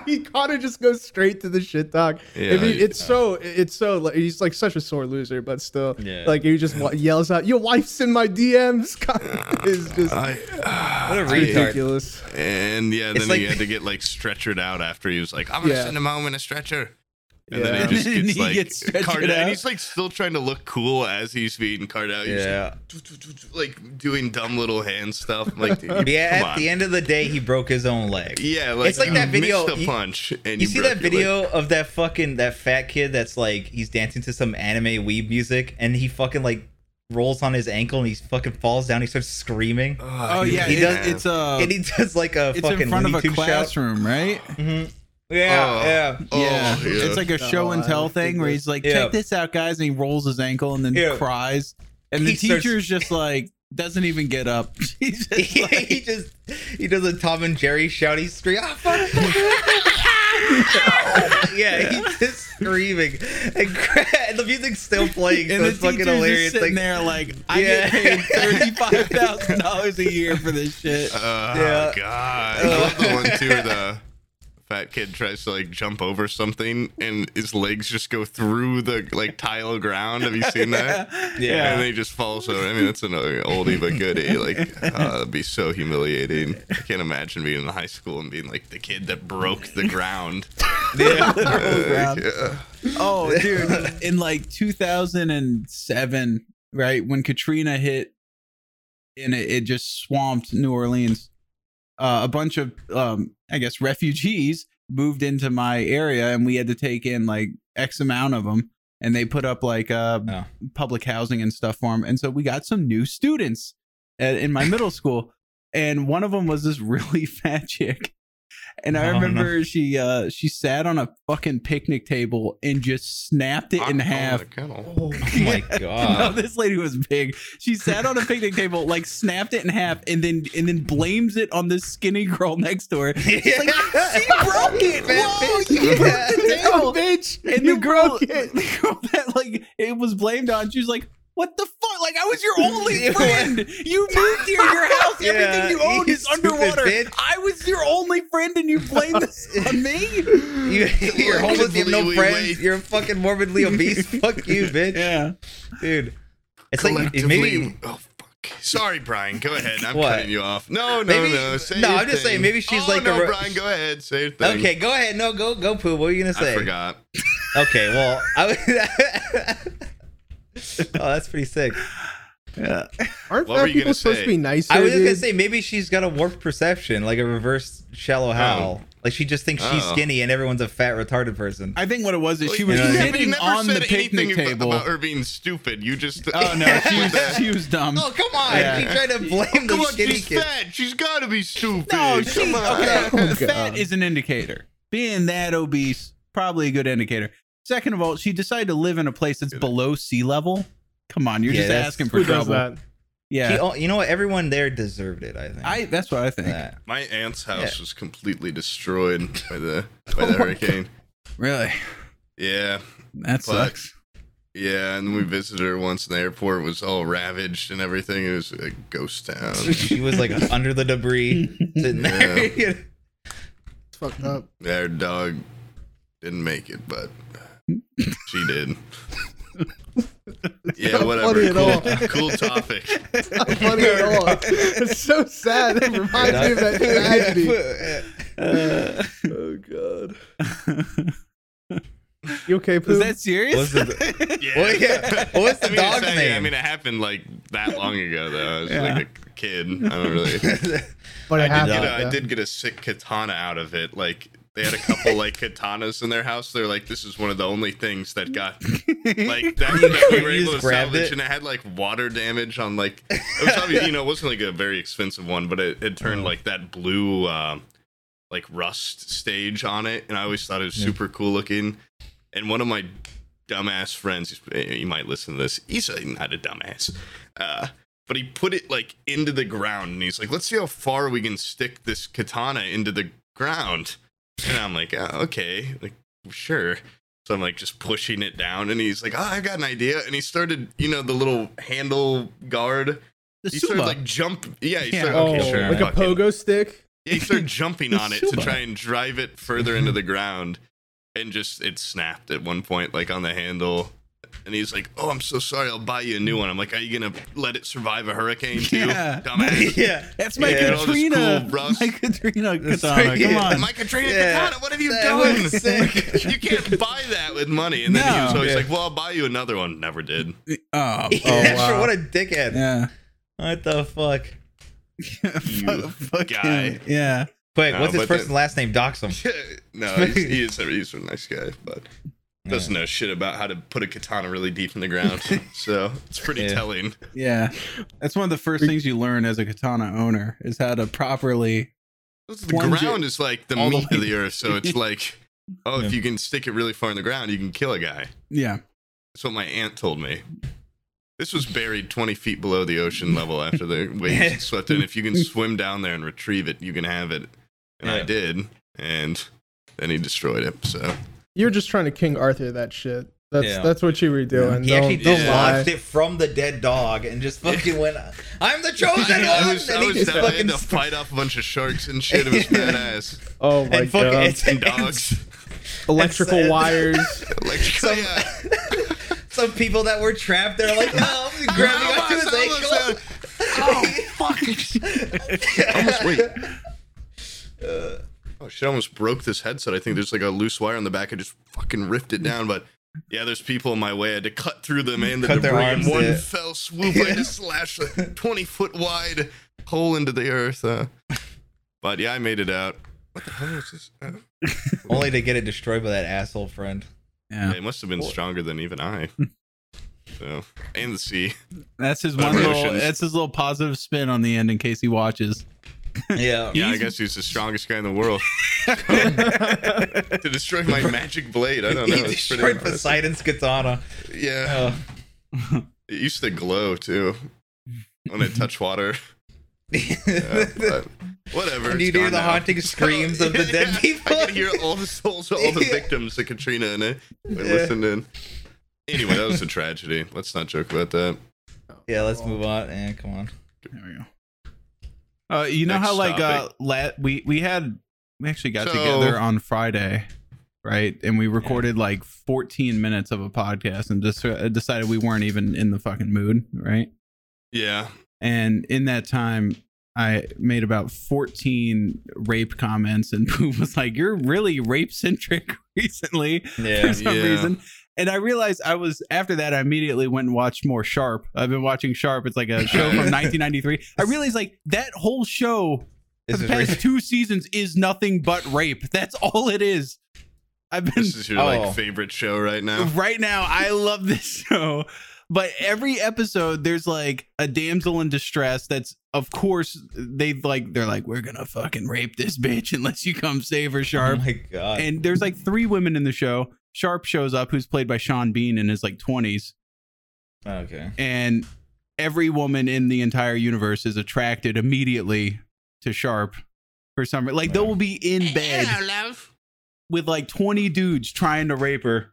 [SPEAKER 6] He Connor just goes straight to the shit talk.
[SPEAKER 2] Yeah,
[SPEAKER 6] If he-
[SPEAKER 2] he-
[SPEAKER 6] it's so it's so like he's like such a sore loser, but still,
[SPEAKER 5] Yeah.
[SPEAKER 6] like he just wa- yells out, "Your wife's in my DMs." is just
[SPEAKER 2] I,
[SPEAKER 5] what a retard.
[SPEAKER 6] ridiculous.
[SPEAKER 2] and yeah,
[SPEAKER 5] It's
[SPEAKER 2] then
[SPEAKER 5] like-
[SPEAKER 2] he had to get like stretchered out after he was like, I'm gonna
[SPEAKER 6] Yeah.
[SPEAKER 2] send him home in a stretcher. And
[SPEAKER 6] Yeah.
[SPEAKER 2] then he just
[SPEAKER 1] And
[SPEAKER 2] gets
[SPEAKER 1] he
[SPEAKER 2] like
[SPEAKER 1] gets stretchered
[SPEAKER 2] carded out.
[SPEAKER 1] out.
[SPEAKER 2] And he's like still trying to look cool as he's being carded out. He's just,
[SPEAKER 5] Yeah.
[SPEAKER 2] like doing dumb little hand stuff. I'm Like, dude, you-
[SPEAKER 5] Yeah,
[SPEAKER 2] come
[SPEAKER 5] at
[SPEAKER 2] on.
[SPEAKER 5] the end of the day, he broke his own leg.
[SPEAKER 2] Yeah, like
[SPEAKER 5] It's like
[SPEAKER 2] you
[SPEAKER 5] that video-
[SPEAKER 2] Missed a
[SPEAKER 5] you-
[SPEAKER 2] punch, and
[SPEAKER 5] You see
[SPEAKER 2] broke
[SPEAKER 5] that
[SPEAKER 2] your leg.
[SPEAKER 5] video of that fucking that fat kid that's like he's dancing to some anime weeb music and he fucking like rolls on his ankle and he fucking falls down. He starts screaming
[SPEAKER 1] oh yeah,
[SPEAKER 5] he
[SPEAKER 1] it-
[SPEAKER 5] does-
[SPEAKER 1] it's uh,
[SPEAKER 5] and he does like a
[SPEAKER 1] it's
[SPEAKER 5] fucking
[SPEAKER 1] in front of
[SPEAKER 5] Looney
[SPEAKER 1] a
[SPEAKER 5] Tunes shout. Mm-hmm.
[SPEAKER 1] classroom, right?
[SPEAKER 5] Yeah,
[SPEAKER 2] Oh.
[SPEAKER 5] yeah.
[SPEAKER 2] Oh,
[SPEAKER 1] yeah.
[SPEAKER 2] yeah.
[SPEAKER 1] it's like a show and
[SPEAKER 6] Oh, I
[SPEAKER 1] tell
[SPEAKER 6] don't
[SPEAKER 1] thing
[SPEAKER 6] think
[SPEAKER 1] where
[SPEAKER 6] that-
[SPEAKER 1] he's like,
[SPEAKER 5] Yeah.
[SPEAKER 1] "Check this out, guys," and he rolls his ankle and then
[SPEAKER 5] Yeah.
[SPEAKER 1] cries, and the
[SPEAKER 5] He starts-
[SPEAKER 1] teacher's just like doesn't even get up. He's just like,
[SPEAKER 5] he just he does a Tom and Jerry shouty scream. Ah, fuck. yeah, he's just screaming, and, cra- and the music's still playing, so
[SPEAKER 1] and the
[SPEAKER 5] it's fucking
[SPEAKER 1] teacher's just
[SPEAKER 5] hilarious.
[SPEAKER 1] sitting
[SPEAKER 5] Like,
[SPEAKER 1] there like, "I
[SPEAKER 5] Yeah.
[SPEAKER 1] get paid thirty five thousand dollars a year for this shit."
[SPEAKER 2] Oh
[SPEAKER 5] Yeah.
[SPEAKER 2] god! I love the one too where the fat kid tries to like jump over something, and his legs just go through the like tile ground. Have you seen that?
[SPEAKER 5] Yeah.
[SPEAKER 2] And then he just falls over. I mean, that's an oldie but goodie. Like, uh, that'd be so humiliating. I can't imagine being in high school and being like the kid that broke the ground.
[SPEAKER 1] ground.
[SPEAKER 2] yeah.
[SPEAKER 1] Oh, dude! In like 2007, right when Katrina hit, and it, it just swamped New Orleans. Uh, a bunch of, um, I guess, refugees moved into my area, and we had to take in like X amount of them, and they put up like uh,
[SPEAKER 5] Oh.
[SPEAKER 1] public housing and stuff for them. And so we got some new students at, in my middle school, and one of them was this really fat chick. And I
[SPEAKER 5] Oh, no.
[SPEAKER 1] remember she uh she sat on a fucking picnic table and just snapped it in
[SPEAKER 2] Oh,
[SPEAKER 1] half.
[SPEAKER 2] the kennel.
[SPEAKER 5] oh my
[SPEAKER 1] No,
[SPEAKER 5] god!
[SPEAKER 1] this lady was big. She sat on a picnic table, like snapped it in half, and then and then blames it on this skinny girl next to her. She's like, she broke it,
[SPEAKER 5] Fat
[SPEAKER 1] Whoa,
[SPEAKER 5] bitch."
[SPEAKER 1] you broke the
[SPEAKER 6] Damn,
[SPEAKER 1] table,
[SPEAKER 6] bitch!
[SPEAKER 1] and
[SPEAKER 6] you
[SPEAKER 1] the girl,
[SPEAKER 6] broke it.
[SPEAKER 1] the girl that like it was blamed on, she was like, "What the fuck? Like I was your only friend. You moved here, your house,
[SPEAKER 5] Yeah,
[SPEAKER 1] everything you own
[SPEAKER 5] you
[SPEAKER 1] is
[SPEAKER 5] stupid
[SPEAKER 1] underwater.
[SPEAKER 5] bitch.
[SPEAKER 1] I was your only friend, and you blame this on me."
[SPEAKER 5] You, you're homeless, you have no
[SPEAKER 2] Collectively, we
[SPEAKER 5] friends,
[SPEAKER 2] wait.
[SPEAKER 5] you're fucking morbidly obese. Fuck you, bitch,
[SPEAKER 1] Yeah,
[SPEAKER 5] dude. It's like
[SPEAKER 2] Collectively.
[SPEAKER 5] maybe.
[SPEAKER 2] oh, fuck. Sorry, Brian. Go ahead. I'm
[SPEAKER 5] What?
[SPEAKER 2] cutting you off. No, no,
[SPEAKER 5] Maybe-
[SPEAKER 2] no. Say
[SPEAKER 5] no,
[SPEAKER 2] your
[SPEAKER 5] I'm just
[SPEAKER 2] thing.
[SPEAKER 5] saying, maybe she's
[SPEAKER 2] Oh,
[SPEAKER 5] like a
[SPEAKER 2] no,
[SPEAKER 5] ro-
[SPEAKER 2] Brian. Go ahead. Say your thing.
[SPEAKER 5] Okay, go ahead. No, go, go, poo. What were you gonna
[SPEAKER 2] I
[SPEAKER 5] say?
[SPEAKER 2] forgot.
[SPEAKER 5] Okay, well, I was. oh, that's pretty sick.
[SPEAKER 1] yeah.
[SPEAKER 6] Aren't
[SPEAKER 2] What were
[SPEAKER 6] fat
[SPEAKER 2] you gonna
[SPEAKER 6] people supposed
[SPEAKER 2] say?
[SPEAKER 6] to be nicer?
[SPEAKER 5] I was just gonna
[SPEAKER 6] dude?
[SPEAKER 5] say maybe she's got a warped perception, like a reverse shallow hal. Like she just thinks she's
[SPEAKER 2] Oh.
[SPEAKER 5] skinny and everyone's a fat retarded person.
[SPEAKER 1] I think what it was is she
[SPEAKER 2] You
[SPEAKER 1] was
[SPEAKER 5] Yeah.
[SPEAKER 2] never- you
[SPEAKER 1] sitting
[SPEAKER 2] never
[SPEAKER 1] on
[SPEAKER 2] said
[SPEAKER 1] the
[SPEAKER 2] anything
[SPEAKER 1] picnic
[SPEAKER 2] ab-
[SPEAKER 1] table.
[SPEAKER 2] About her being stupid. You just.
[SPEAKER 1] Oh no, she was she was dumb.
[SPEAKER 5] oh come on!
[SPEAKER 1] Yeah.
[SPEAKER 5] She tried to blame
[SPEAKER 2] Come
[SPEAKER 5] the
[SPEAKER 2] on,
[SPEAKER 5] skinny
[SPEAKER 2] she's
[SPEAKER 5] kid.
[SPEAKER 2] fat. She's got to be stupid.
[SPEAKER 1] No, she
[SPEAKER 2] Come on.
[SPEAKER 1] okay.
[SPEAKER 6] Oh,
[SPEAKER 1] fat
[SPEAKER 6] God.
[SPEAKER 1] is an indicator. Being that obese, probably a good indicator. Second of all, she decided to live in a place that's below sea level. Come on, you're
[SPEAKER 5] Yeah,
[SPEAKER 1] just
[SPEAKER 5] that's-
[SPEAKER 1] asking for
[SPEAKER 6] who does
[SPEAKER 1] trouble.
[SPEAKER 6] that?
[SPEAKER 1] Yeah,
[SPEAKER 5] She- oh, you know what? Everyone there deserved it. I think.
[SPEAKER 1] I. That's what I think.
[SPEAKER 5] That.
[SPEAKER 2] My aunt's house
[SPEAKER 5] Yeah.
[SPEAKER 2] was completely destroyed by the by the hurricane.
[SPEAKER 1] Really,
[SPEAKER 2] Yeah,
[SPEAKER 1] that
[SPEAKER 2] But-
[SPEAKER 1] sucks.
[SPEAKER 2] yeah. And we visited her once, and the airport was all ravaged and everything. It was a ghost town.
[SPEAKER 5] She was like under the debris, sitting there.
[SPEAKER 6] It's fucked up.
[SPEAKER 2] Our dog didn't make it, but she did. yeah,
[SPEAKER 6] Not funny
[SPEAKER 2] whatever.
[SPEAKER 6] at
[SPEAKER 2] Cool,
[SPEAKER 6] all.
[SPEAKER 2] cool topic.
[SPEAKER 6] Not funny at all. It's so sad. It reminds me of that tragedy. Oh god. You okay,
[SPEAKER 1] Is
[SPEAKER 6] Pooh?
[SPEAKER 1] that serious?
[SPEAKER 5] What's the,
[SPEAKER 2] Yeah.
[SPEAKER 5] well, yeah. What's the
[SPEAKER 2] I mean,
[SPEAKER 5] dog's
[SPEAKER 2] it's- I mean-
[SPEAKER 5] name?
[SPEAKER 2] I mean, it happened like that long ago, though. I was
[SPEAKER 1] Yeah.
[SPEAKER 2] like a kid. I don't really. I did,
[SPEAKER 6] But it
[SPEAKER 2] get
[SPEAKER 6] happened.
[SPEAKER 2] a, I
[SPEAKER 6] yeah.
[SPEAKER 2] did get a sick katana out of it. Like They had a couple like katanas in their house. They're like, this is one of the only things that got like that, that we were
[SPEAKER 5] You
[SPEAKER 2] able to
[SPEAKER 5] just grabbed
[SPEAKER 2] salvage,
[SPEAKER 5] it?
[SPEAKER 2] and it had like water damage on like it was obviously you know it wasn't like a very expensive one, but it, it
[SPEAKER 5] Oh.
[SPEAKER 2] turned like that blue uh, like rust stage on it, and I always thought it was super cool looking. And one of my dumbass friends, he's- eh, you might listen to this. He's uh, not a dumbass. Uh, but he put it like into the ground and he's like, let's see how far we can stick this katana into the ground. And I'm like, oh, okay, like, sure. So I'm like just pushing it down and he's like, oh, I've got an idea. And he started, you know, the little handle guard.
[SPEAKER 1] The
[SPEAKER 2] He
[SPEAKER 1] Suba.
[SPEAKER 2] started like jump. Yeah, he
[SPEAKER 1] Yeah.
[SPEAKER 2] started,
[SPEAKER 6] Oh,
[SPEAKER 2] okay, sure.
[SPEAKER 6] like a
[SPEAKER 2] fuck it.
[SPEAKER 6] pogo stick.
[SPEAKER 2] Yeah, he started jumping
[SPEAKER 1] The
[SPEAKER 2] on it to
[SPEAKER 1] Suba.
[SPEAKER 2] try and drive it further into the ground, and just it snapped at one point, like on the handle. And he's like, "Oh, I'm so sorry. I'll buy you a new one." I'm like, "Are you gonna let it survive a hurricane too,
[SPEAKER 1] Yeah.
[SPEAKER 2] dumbass?"
[SPEAKER 5] yeah.
[SPEAKER 1] That's my
[SPEAKER 2] Yeah, all this
[SPEAKER 1] Katrina.
[SPEAKER 2] cool rust.
[SPEAKER 1] my Katrina
[SPEAKER 5] That's
[SPEAKER 1] katana.
[SPEAKER 5] right,
[SPEAKER 1] Come
[SPEAKER 5] yeah.
[SPEAKER 1] on.
[SPEAKER 2] My Katrina
[SPEAKER 5] Yeah.
[SPEAKER 2] Katana, what have you
[SPEAKER 5] That
[SPEAKER 2] done?
[SPEAKER 5] was sick.
[SPEAKER 2] you can't buy that with money. And then he
[SPEAKER 1] No.
[SPEAKER 2] was always
[SPEAKER 5] Yeah.
[SPEAKER 2] like, "Well, I'll buy you another one." Never did.
[SPEAKER 1] Oh, oh
[SPEAKER 5] yeah,
[SPEAKER 1] wow.
[SPEAKER 5] sure, what a dickhead.
[SPEAKER 1] yeah.
[SPEAKER 5] What the fuck?
[SPEAKER 1] Fuck- fuck
[SPEAKER 2] guy.
[SPEAKER 1] him. Yeah.
[SPEAKER 5] Quick,
[SPEAKER 2] No,
[SPEAKER 5] what's his
[SPEAKER 2] but
[SPEAKER 5] first
[SPEAKER 2] the-
[SPEAKER 5] and last name? Dox him.
[SPEAKER 2] no, he's, he is, he's a nice guy, but doesn't know shit about how to put a katana really deep in the ground. so it's pretty
[SPEAKER 5] Yeah.
[SPEAKER 2] telling.
[SPEAKER 1] Yeah. That's one of the first things you learn as a katana owner is how to properly
[SPEAKER 2] The
[SPEAKER 1] plunge
[SPEAKER 2] ground
[SPEAKER 1] it
[SPEAKER 2] is like the
[SPEAKER 1] all the
[SPEAKER 2] meat
[SPEAKER 1] way-
[SPEAKER 2] of the earth, so it's like, oh, if you can stick it really far in the ground, you can kill a guy.
[SPEAKER 1] Yeah.
[SPEAKER 2] That's what my aunt told me. This was buried 20 feet below the ocean level after the waves had swept in. If you can swim down there and retrieve it, you can have it. And I
[SPEAKER 5] Yeah.
[SPEAKER 2] did, and then he destroyed it. So
[SPEAKER 6] You're just trying to King Arthur that shit. That's
[SPEAKER 5] Yeah.
[SPEAKER 6] that's what you were doing.
[SPEAKER 5] He actually
[SPEAKER 6] Don't- don't lie.
[SPEAKER 5] dislodged it from the dead dog and just fucking went, I'm the chosen
[SPEAKER 2] I, I
[SPEAKER 5] one!
[SPEAKER 2] was,
[SPEAKER 5] and
[SPEAKER 2] I
[SPEAKER 5] he
[SPEAKER 2] was
[SPEAKER 5] just
[SPEAKER 2] down I had
[SPEAKER 5] fucking
[SPEAKER 2] to fight off a bunch of sharks and shit. It was badass.
[SPEAKER 6] Oh my
[SPEAKER 5] and fucking
[SPEAKER 6] god!
[SPEAKER 5] it's,
[SPEAKER 2] And
[SPEAKER 5] it's-
[SPEAKER 2] dogs.
[SPEAKER 6] Electrical
[SPEAKER 5] it's-
[SPEAKER 6] wires.
[SPEAKER 2] Like,
[SPEAKER 5] Some-
[SPEAKER 2] yeah.
[SPEAKER 5] Some people that were trapped, they're like, no, I'm grabbing
[SPEAKER 2] Oh,
[SPEAKER 5] onto his
[SPEAKER 2] I was- I
[SPEAKER 5] ankle.
[SPEAKER 2] was- almost wait. oh shit! I almost broke this headset. I think there's like a loose wire on the back. I just fucking ripped it down. But yeah, there's people in my way. I had to cut through them and the
[SPEAKER 5] Cut their
[SPEAKER 2] debris in
[SPEAKER 5] arms,
[SPEAKER 2] one
[SPEAKER 5] yeah.
[SPEAKER 2] fell swoop. I just slashed a 20 foot wide hole into the earth. Uh, but yeah, I made it out. What the hell is this? Uh,
[SPEAKER 5] Only to get it destroyed by that asshole friend.
[SPEAKER 1] Yeah.
[SPEAKER 2] It must have been stronger than even I.
[SPEAKER 5] Hmm.
[SPEAKER 2] So and the sea.
[SPEAKER 1] That's his
[SPEAKER 2] But
[SPEAKER 1] one little
[SPEAKER 2] emotions.
[SPEAKER 1] that's his little positive spin on the end in case he watches.
[SPEAKER 5] Yeah.
[SPEAKER 2] Yeah, I
[SPEAKER 1] He's-
[SPEAKER 2] guess he's the strongest guy in the world. to destroy my magic blade, I don't know. It's
[SPEAKER 5] He
[SPEAKER 2] pretty
[SPEAKER 5] destroyed
[SPEAKER 2] impressive.
[SPEAKER 5] Poseidon's katana.
[SPEAKER 2] Yeah,
[SPEAKER 5] Oh.
[SPEAKER 2] it used to glow too when it touched water. Yeah, but whatever.
[SPEAKER 5] And
[SPEAKER 2] it's
[SPEAKER 5] you
[SPEAKER 2] gone
[SPEAKER 5] hear the
[SPEAKER 2] now.
[SPEAKER 5] haunting screams of the dead people.
[SPEAKER 2] I can hear all the souls of all the
[SPEAKER 5] Yeah.
[SPEAKER 2] victims of Katrina and it. We're listening. Anyway, that was a tragedy. Let's not joke about that.
[SPEAKER 5] Yeah, let's move on. And come on.
[SPEAKER 1] There we go. Uh, you know
[SPEAKER 2] Next
[SPEAKER 1] how like uh,
[SPEAKER 2] topic.
[SPEAKER 1] la- we we had we actually got
[SPEAKER 2] So-
[SPEAKER 1] together on Friday, right? And we recorded like 14 minutes of a podcast and just uh, decided we weren't even in the fucking mood, right?
[SPEAKER 2] Yeah.
[SPEAKER 1] And in that time, I made about 14 rape comments, and Boom was like, "You're really rape centric recently." for
[SPEAKER 5] Yeah.
[SPEAKER 1] some
[SPEAKER 2] Yeah.
[SPEAKER 1] reason. And I realized I was after that. I immediately went and watched more Sharp. I've been watching Sharp. It's like a show from 1993. I realized like that whole show for
[SPEAKER 5] This
[SPEAKER 1] the
[SPEAKER 5] is
[SPEAKER 1] past
[SPEAKER 5] really-
[SPEAKER 1] two seasons is nothing but rape. That's all it is. I've been
[SPEAKER 2] This is your
[SPEAKER 5] Oh.
[SPEAKER 2] like favorite show right now.
[SPEAKER 1] right now. I love this show, but every episode there's like a damsel in distress. That's of course they like they're like we're gonna fucking rape this bitch unless you come save her,
[SPEAKER 5] Oh
[SPEAKER 1] Sharp
[SPEAKER 5] my god.
[SPEAKER 1] and there's like three women in the show. Sharp shows up, who's played by Sean Bean in his like 20s,
[SPEAKER 5] okay.
[SPEAKER 1] and every woman in the entire universe is attracted immediately to Sharp for some reason. Like they will be in bed with like 20 dudes trying to rape her.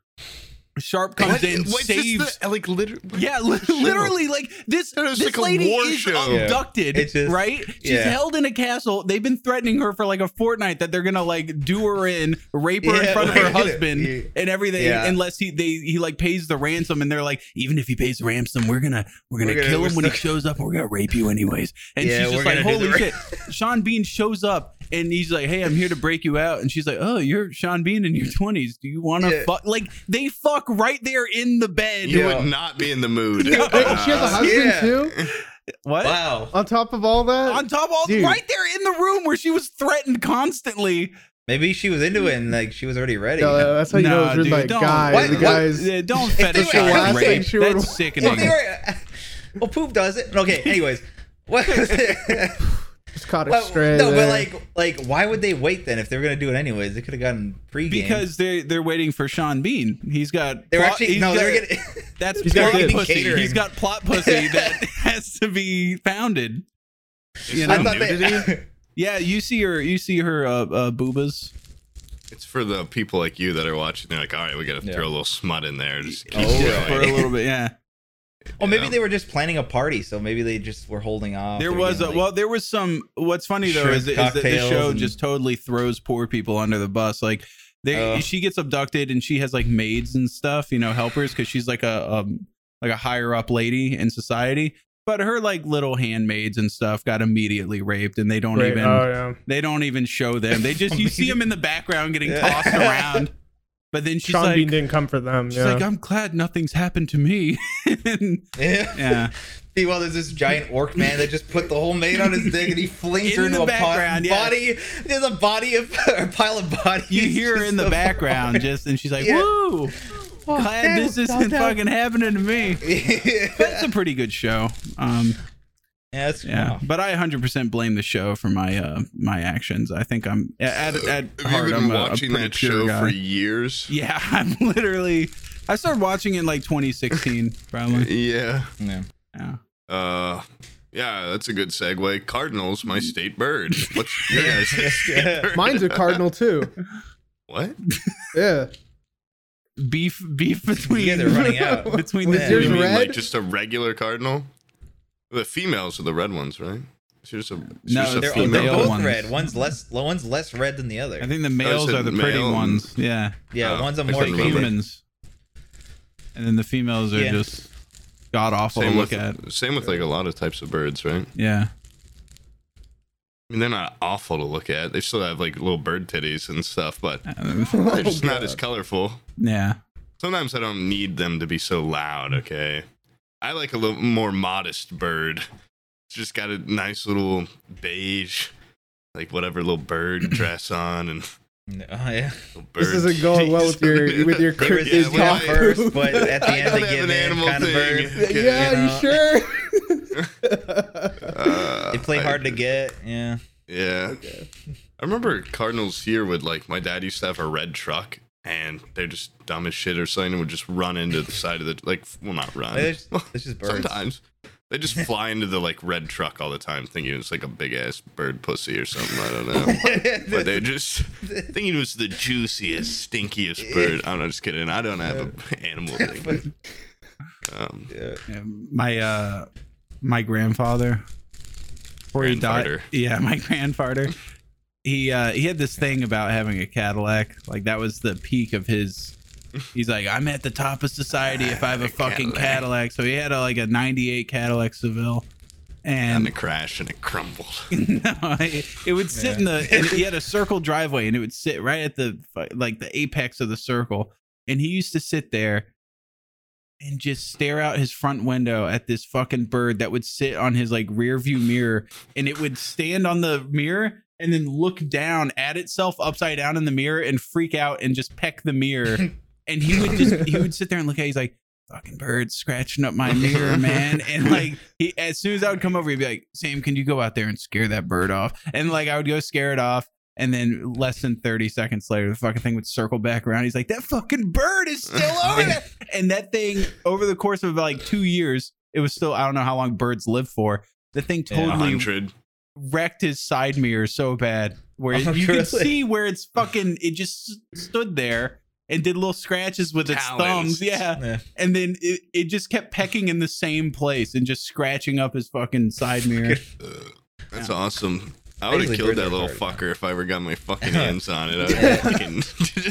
[SPEAKER 1] Sharp comes
[SPEAKER 2] What-
[SPEAKER 1] in,
[SPEAKER 2] wait, this is
[SPEAKER 1] saves.
[SPEAKER 2] the- like literally.
[SPEAKER 1] yeah, li- literally, like this.
[SPEAKER 2] That is
[SPEAKER 1] This
[SPEAKER 2] like a
[SPEAKER 1] lady
[SPEAKER 2] war
[SPEAKER 1] is
[SPEAKER 2] show.
[SPEAKER 5] Yeah.
[SPEAKER 1] abducted,
[SPEAKER 5] It's just-
[SPEAKER 1] right? She's
[SPEAKER 5] yeah.
[SPEAKER 1] held in a castle. They've been threatening her for like a fortnight that they're gonna like do her in, rape her in
[SPEAKER 5] Yeah,
[SPEAKER 1] front of her
[SPEAKER 5] right.
[SPEAKER 1] husband,
[SPEAKER 5] Yeah.
[SPEAKER 1] and everything.
[SPEAKER 5] Yeah.
[SPEAKER 1] Unless he they he like pays the ransom, and they're like, even if he pays the ransom, we're gonna we're gonna,
[SPEAKER 5] We're gonna-
[SPEAKER 1] kill
[SPEAKER 5] we're
[SPEAKER 1] him when he
[SPEAKER 5] still-
[SPEAKER 1] shows up, and we're gonna rape you anyways. And
[SPEAKER 5] Yeah,
[SPEAKER 1] she's
[SPEAKER 5] we're
[SPEAKER 1] just like,
[SPEAKER 5] gonna do
[SPEAKER 1] holy
[SPEAKER 5] the
[SPEAKER 1] shit! Sean Bean shows up. And he's like, "Hey, I'm here to break you out." And she's like, "Oh, you're Sean Bean in your 20s. Do you want to
[SPEAKER 5] Yeah.
[SPEAKER 1] fuck?" Like they fuck right there in the bed.
[SPEAKER 2] You
[SPEAKER 5] Yeah.
[SPEAKER 2] would not be in the mood. Uh,
[SPEAKER 6] Wait, she has a husband
[SPEAKER 5] Yeah.
[SPEAKER 6] too.
[SPEAKER 1] What?
[SPEAKER 5] Wow.
[SPEAKER 6] On top of all that,
[SPEAKER 1] on top of all
[SPEAKER 6] Dude.
[SPEAKER 1] right there in the room where she was threatened constantly
[SPEAKER 5] Maybe she was into it and like she was already ready.
[SPEAKER 6] No,
[SPEAKER 2] uh,
[SPEAKER 6] that's how you know it was written
[SPEAKER 1] dude,
[SPEAKER 6] by
[SPEAKER 1] don't.
[SPEAKER 6] a guy.
[SPEAKER 5] What-
[SPEAKER 6] the
[SPEAKER 5] what-
[SPEAKER 6] guys.
[SPEAKER 1] Yeah, don't
[SPEAKER 5] If they were
[SPEAKER 1] fetishize
[SPEAKER 5] asking,
[SPEAKER 1] rape.
[SPEAKER 6] she
[SPEAKER 1] That's
[SPEAKER 2] uh,
[SPEAKER 6] would-
[SPEAKER 5] Well, they
[SPEAKER 1] sickening.
[SPEAKER 5] were- well, poop does it. Okay. Anyways, what?
[SPEAKER 6] Just caught it
[SPEAKER 5] well,
[SPEAKER 6] straight.
[SPEAKER 5] no,
[SPEAKER 6] there.
[SPEAKER 5] but like, like, why would they wait then if they were gonna do it anyways? They could have gotten pregame.
[SPEAKER 1] Because they they're waiting for Sean Bean. He's got
[SPEAKER 5] they were
[SPEAKER 1] plot-
[SPEAKER 5] actually
[SPEAKER 1] he's
[SPEAKER 5] no, they were
[SPEAKER 1] got-
[SPEAKER 5] getting.
[SPEAKER 1] That's
[SPEAKER 6] He's got
[SPEAKER 1] plot
[SPEAKER 6] good
[SPEAKER 1] pussy.
[SPEAKER 5] catering.
[SPEAKER 1] He's got plot pussy that has to be founded. You
[SPEAKER 5] I
[SPEAKER 1] know?
[SPEAKER 5] thought they.
[SPEAKER 1] Yeah, you see her. You see her uh, uh, boobas.
[SPEAKER 2] It's for the people like you that are watching. They're like, all right, we got to
[SPEAKER 5] Yeah.
[SPEAKER 2] throw a little smut in there. Just keep
[SPEAKER 5] Oh,
[SPEAKER 2] going.
[SPEAKER 1] for a little bit. Yeah,
[SPEAKER 5] Oh, maybe
[SPEAKER 2] Yeah.
[SPEAKER 5] they were just planning a party, so maybe they just were holding off.
[SPEAKER 1] there
[SPEAKER 5] They were
[SPEAKER 1] was a,
[SPEAKER 5] getting,
[SPEAKER 1] well, there was some. What's funny though
[SPEAKER 5] shrimp
[SPEAKER 1] is, is that this
[SPEAKER 5] cocktails
[SPEAKER 1] show
[SPEAKER 5] and-
[SPEAKER 1] just totally throws poor people under the bus. Like, they
[SPEAKER 5] Oh.
[SPEAKER 1] she gets abducted and she has like maids and stuff, you know, helpers because she's like a um like a higher up lady in society. But her like little handmaids and stuff got immediately raped, and they don't
[SPEAKER 7] Right,
[SPEAKER 1] even
[SPEAKER 7] oh, yeah.
[SPEAKER 1] They don't even show them. They just you see them in the background getting
[SPEAKER 5] Yeah.
[SPEAKER 1] tossed around. But then she's
[SPEAKER 7] Sean
[SPEAKER 1] like,
[SPEAKER 7] Bean didn't come for them.
[SPEAKER 1] she's
[SPEAKER 7] yeah.
[SPEAKER 1] like, I'm glad nothing's happened to me. And,
[SPEAKER 5] Yeah.
[SPEAKER 1] yeah,
[SPEAKER 5] Meanwhile, there's this giant orc man that just put the whole maid on his dick and he flings
[SPEAKER 1] In
[SPEAKER 5] her
[SPEAKER 1] the
[SPEAKER 5] into a pot-
[SPEAKER 1] background, yeah.
[SPEAKER 5] body. There's a body of a pile of bodies.
[SPEAKER 1] you hear her in
[SPEAKER 5] just
[SPEAKER 1] the
[SPEAKER 5] so far.
[SPEAKER 1] background just, and she's like,
[SPEAKER 5] Yeah.
[SPEAKER 1] "Woo, glad
[SPEAKER 5] damn,
[SPEAKER 1] this isn't
[SPEAKER 5] damn.
[SPEAKER 1] fucking happening to me."
[SPEAKER 5] yeah,
[SPEAKER 1] That's a pretty good show. Um,
[SPEAKER 5] that's
[SPEAKER 1] yeah, but I 100% blame the show for my uh my actions. I think I'm at at, at
[SPEAKER 2] Have
[SPEAKER 1] heart
[SPEAKER 2] you been
[SPEAKER 1] I'm a, a
[SPEAKER 2] watching
[SPEAKER 1] pretty
[SPEAKER 2] that
[SPEAKER 1] pure
[SPEAKER 2] show
[SPEAKER 1] guy.
[SPEAKER 2] for years?
[SPEAKER 1] Yeah, I'm literally. I started watching it in like 2016, probably.
[SPEAKER 2] Yeah.
[SPEAKER 5] Yeah.
[SPEAKER 1] Yeah.
[SPEAKER 2] Uh, yeah, that's a good segue. Cardinals, my state bird. What's your guys' state bird?
[SPEAKER 6] Mine's a cardinal too.
[SPEAKER 2] What?
[SPEAKER 6] Yeah.
[SPEAKER 1] beef beef between
[SPEAKER 5] guys are running out.
[SPEAKER 1] between
[SPEAKER 6] Wait,
[SPEAKER 1] the
[SPEAKER 6] Yours
[SPEAKER 2] You mean
[SPEAKER 1] two.
[SPEAKER 6] red?
[SPEAKER 2] like just a regular cardinal? The females are the red ones, right? She's a, she's
[SPEAKER 1] No,
[SPEAKER 2] just a
[SPEAKER 5] They're,
[SPEAKER 1] female
[SPEAKER 5] they're both
[SPEAKER 1] ones.
[SPEAKER 5] red. One's less. One's less red than the other.
[SPEAKER 1] I think uh, the males
[SPEAKER 2] said
[SPEAKER 1] are the
[SPEAKER 2] male
[SPEAKER 1] pretty
[SPEAKER 2] and-
[SPEAKER 1] ones. Yeah,
[SPEAKER 5] yeah,
[SPEAKER 2] Oh,
[SPEAKER 5] one's a
[SPEAKER 2] I
[SPEAKER 5] more
[SPEAKER 2] think
[SPEAKER 5] human.
[SPEAKER 1] humans. And then the females are
[SPEAKER 5] Yeah.
[SPEAKER 1] just god awful to
[SPEAKER 2] Same
[SPEAKER 1] look
[SPEAKER 2] with,
[SPEAKER 1] at.
[SPEAKER 2] same with like a lot of types of birds, right?
[SPEAKER 1] Yeah,
[SPEAKER 2] I mean, they're not awful to look at. They still have like little bird titties and stuff, but
[SPEAKER 1] Um,
[SPEAKER 6] Oh,
[SPEAKER 2] they're just not as colorful.
[SPEAKER 1] yeah.
[SPEAKER 2] Sometimes I don't need them to be so loud, okay? I like a little more modest bird. It's just got a nice little beige, like whatever little bird dress on and
[SPEAKER 5] No, Oh, yeah.
[SPEAKER 2] little bird.
[SPEAKER 6] This isn't going well with your with your
[SPEAKER 5] They were
[SPEAKER 6] cryptid
[SPEAKER 2] Yeah, well,
[SPEAKER 6] talk.
[SPEAKER 5] talk
[SPEAKER 2] I-
[SPEAKER 5] first, but at the
[SPEAKER 2] I
[SPEAKER 5] end
[SPEAKER 2] don't
[SPEAKER 5] they
[SPEAKER 2] have
[SPEAKER 5] give
[SPEAKER 2] an
[SPEAKER 5] in.
[SPEAKER 2] animal
[SPEAKER 5] Kind of
[SPEAKER 2] thing.
[SPEAKER 5] bird.
[SPEAKER 6] Yeah,
[SPEAKER 5] You
[SPEAKER 6] you,
[SPEAKER 5] know.
[SPEAKER 6] sure?
[SPEAKER 2] Uh,
[SPEAKER 5] They play
[SPEAKER 2] I-
[SPEAKER 5] hard to get. Yeah.
[SPEAKER 2] Yeah. I remember Cardinals here would like my dad used to have a red truck and they're just dumb as shit or something and would just run into the side of the like well not run.
[SPEAKER 5] They're just- It's just birds.
[SPEAKER 2] Sometimes they just fly into the like red truck all the time, thinking it's like a big ass bird pussy or something. I don't know. but they just thinking it was the juiciest, stinkiest bird. I'm not just kidding. I don't have an animal thing. Um,
[SPEAKER 1] Yeah, My uh, my grandfather before he died.
[SPEAKER 2] Grandfather.
[SPEAKER 1] Yeah, my grandfather. He uh, he had this thing about having a Cadillac. Like that was the peak of his. He's like, I'm at the top of society if I have a fucking
[SPEAKER 2] Cadillac.
[SPEAKER 1] Cadillac. So he had a, like a '98 Cadillac Seville,
[SPEAKER 2] and
[SPEAKER 1] and
[SPEAKER 2] it crashed and it crumbled.
[SPEAKER 1] no, it, it would sit in the. And he had a circle driveway, and it would sit right at the fu- like the apex of the circle. And he used to sit there and just stare out his front window at this fucking bird that would sit on his like rear view mirror, and it would stand on the mirror and then look down at itself upside down in the mirror and freak out and just peck the mirror. and he would just he would sit there and look at. It, he's like. Fucking bird scratching up my mirror, man. And like he as soon as I would come over, he'd be like, Sam, can you go out there and scare that bird off? And like I would go scare it off. And then less than 30 seconds later, the fucking thing would circle back around. He's like, that fucking bird is still over there. And that thing, over the course of like two years, it was still, I don't know how long birds live for. The thing
[SPEAKER 5] Yeah,
[SPEAKER 2] A
[SPEAKER 1] totally
[SPEAKER 2] hundred.
[SPEAKER 1] wrecked his side mirror so bad where
[SPEAKER 5] Oh,
[SPEAKER 1] you could
[SPEAKER 5] really?
[SPEAKER 1] see where it's fucking, it just s- stood there and did little scratches with its
[SPEAKER 2] Talons.
[SPEAKER 1] thumbs. Yeah
[SPEAKER 5] Yeah.
[SPEAKER 1] and then it, it just kept pecking in the same place and just scratching up his fucking side mirror.
[SPEAKER 2] That's awesome. I
[SPEAKER 5] They
[SPEAKER 2] would have
[SPEAKER 5] usually
[SPEAKER 2] killed
[SPEAKER 5] birds
[SPEAKER 2] that
[SPEAKER 5] are
[SPEAKER 2] little
[SPEAKER 5] hard,
[SPEAKER 2] fucker if I ever got my fucking hands on it. I would have fucking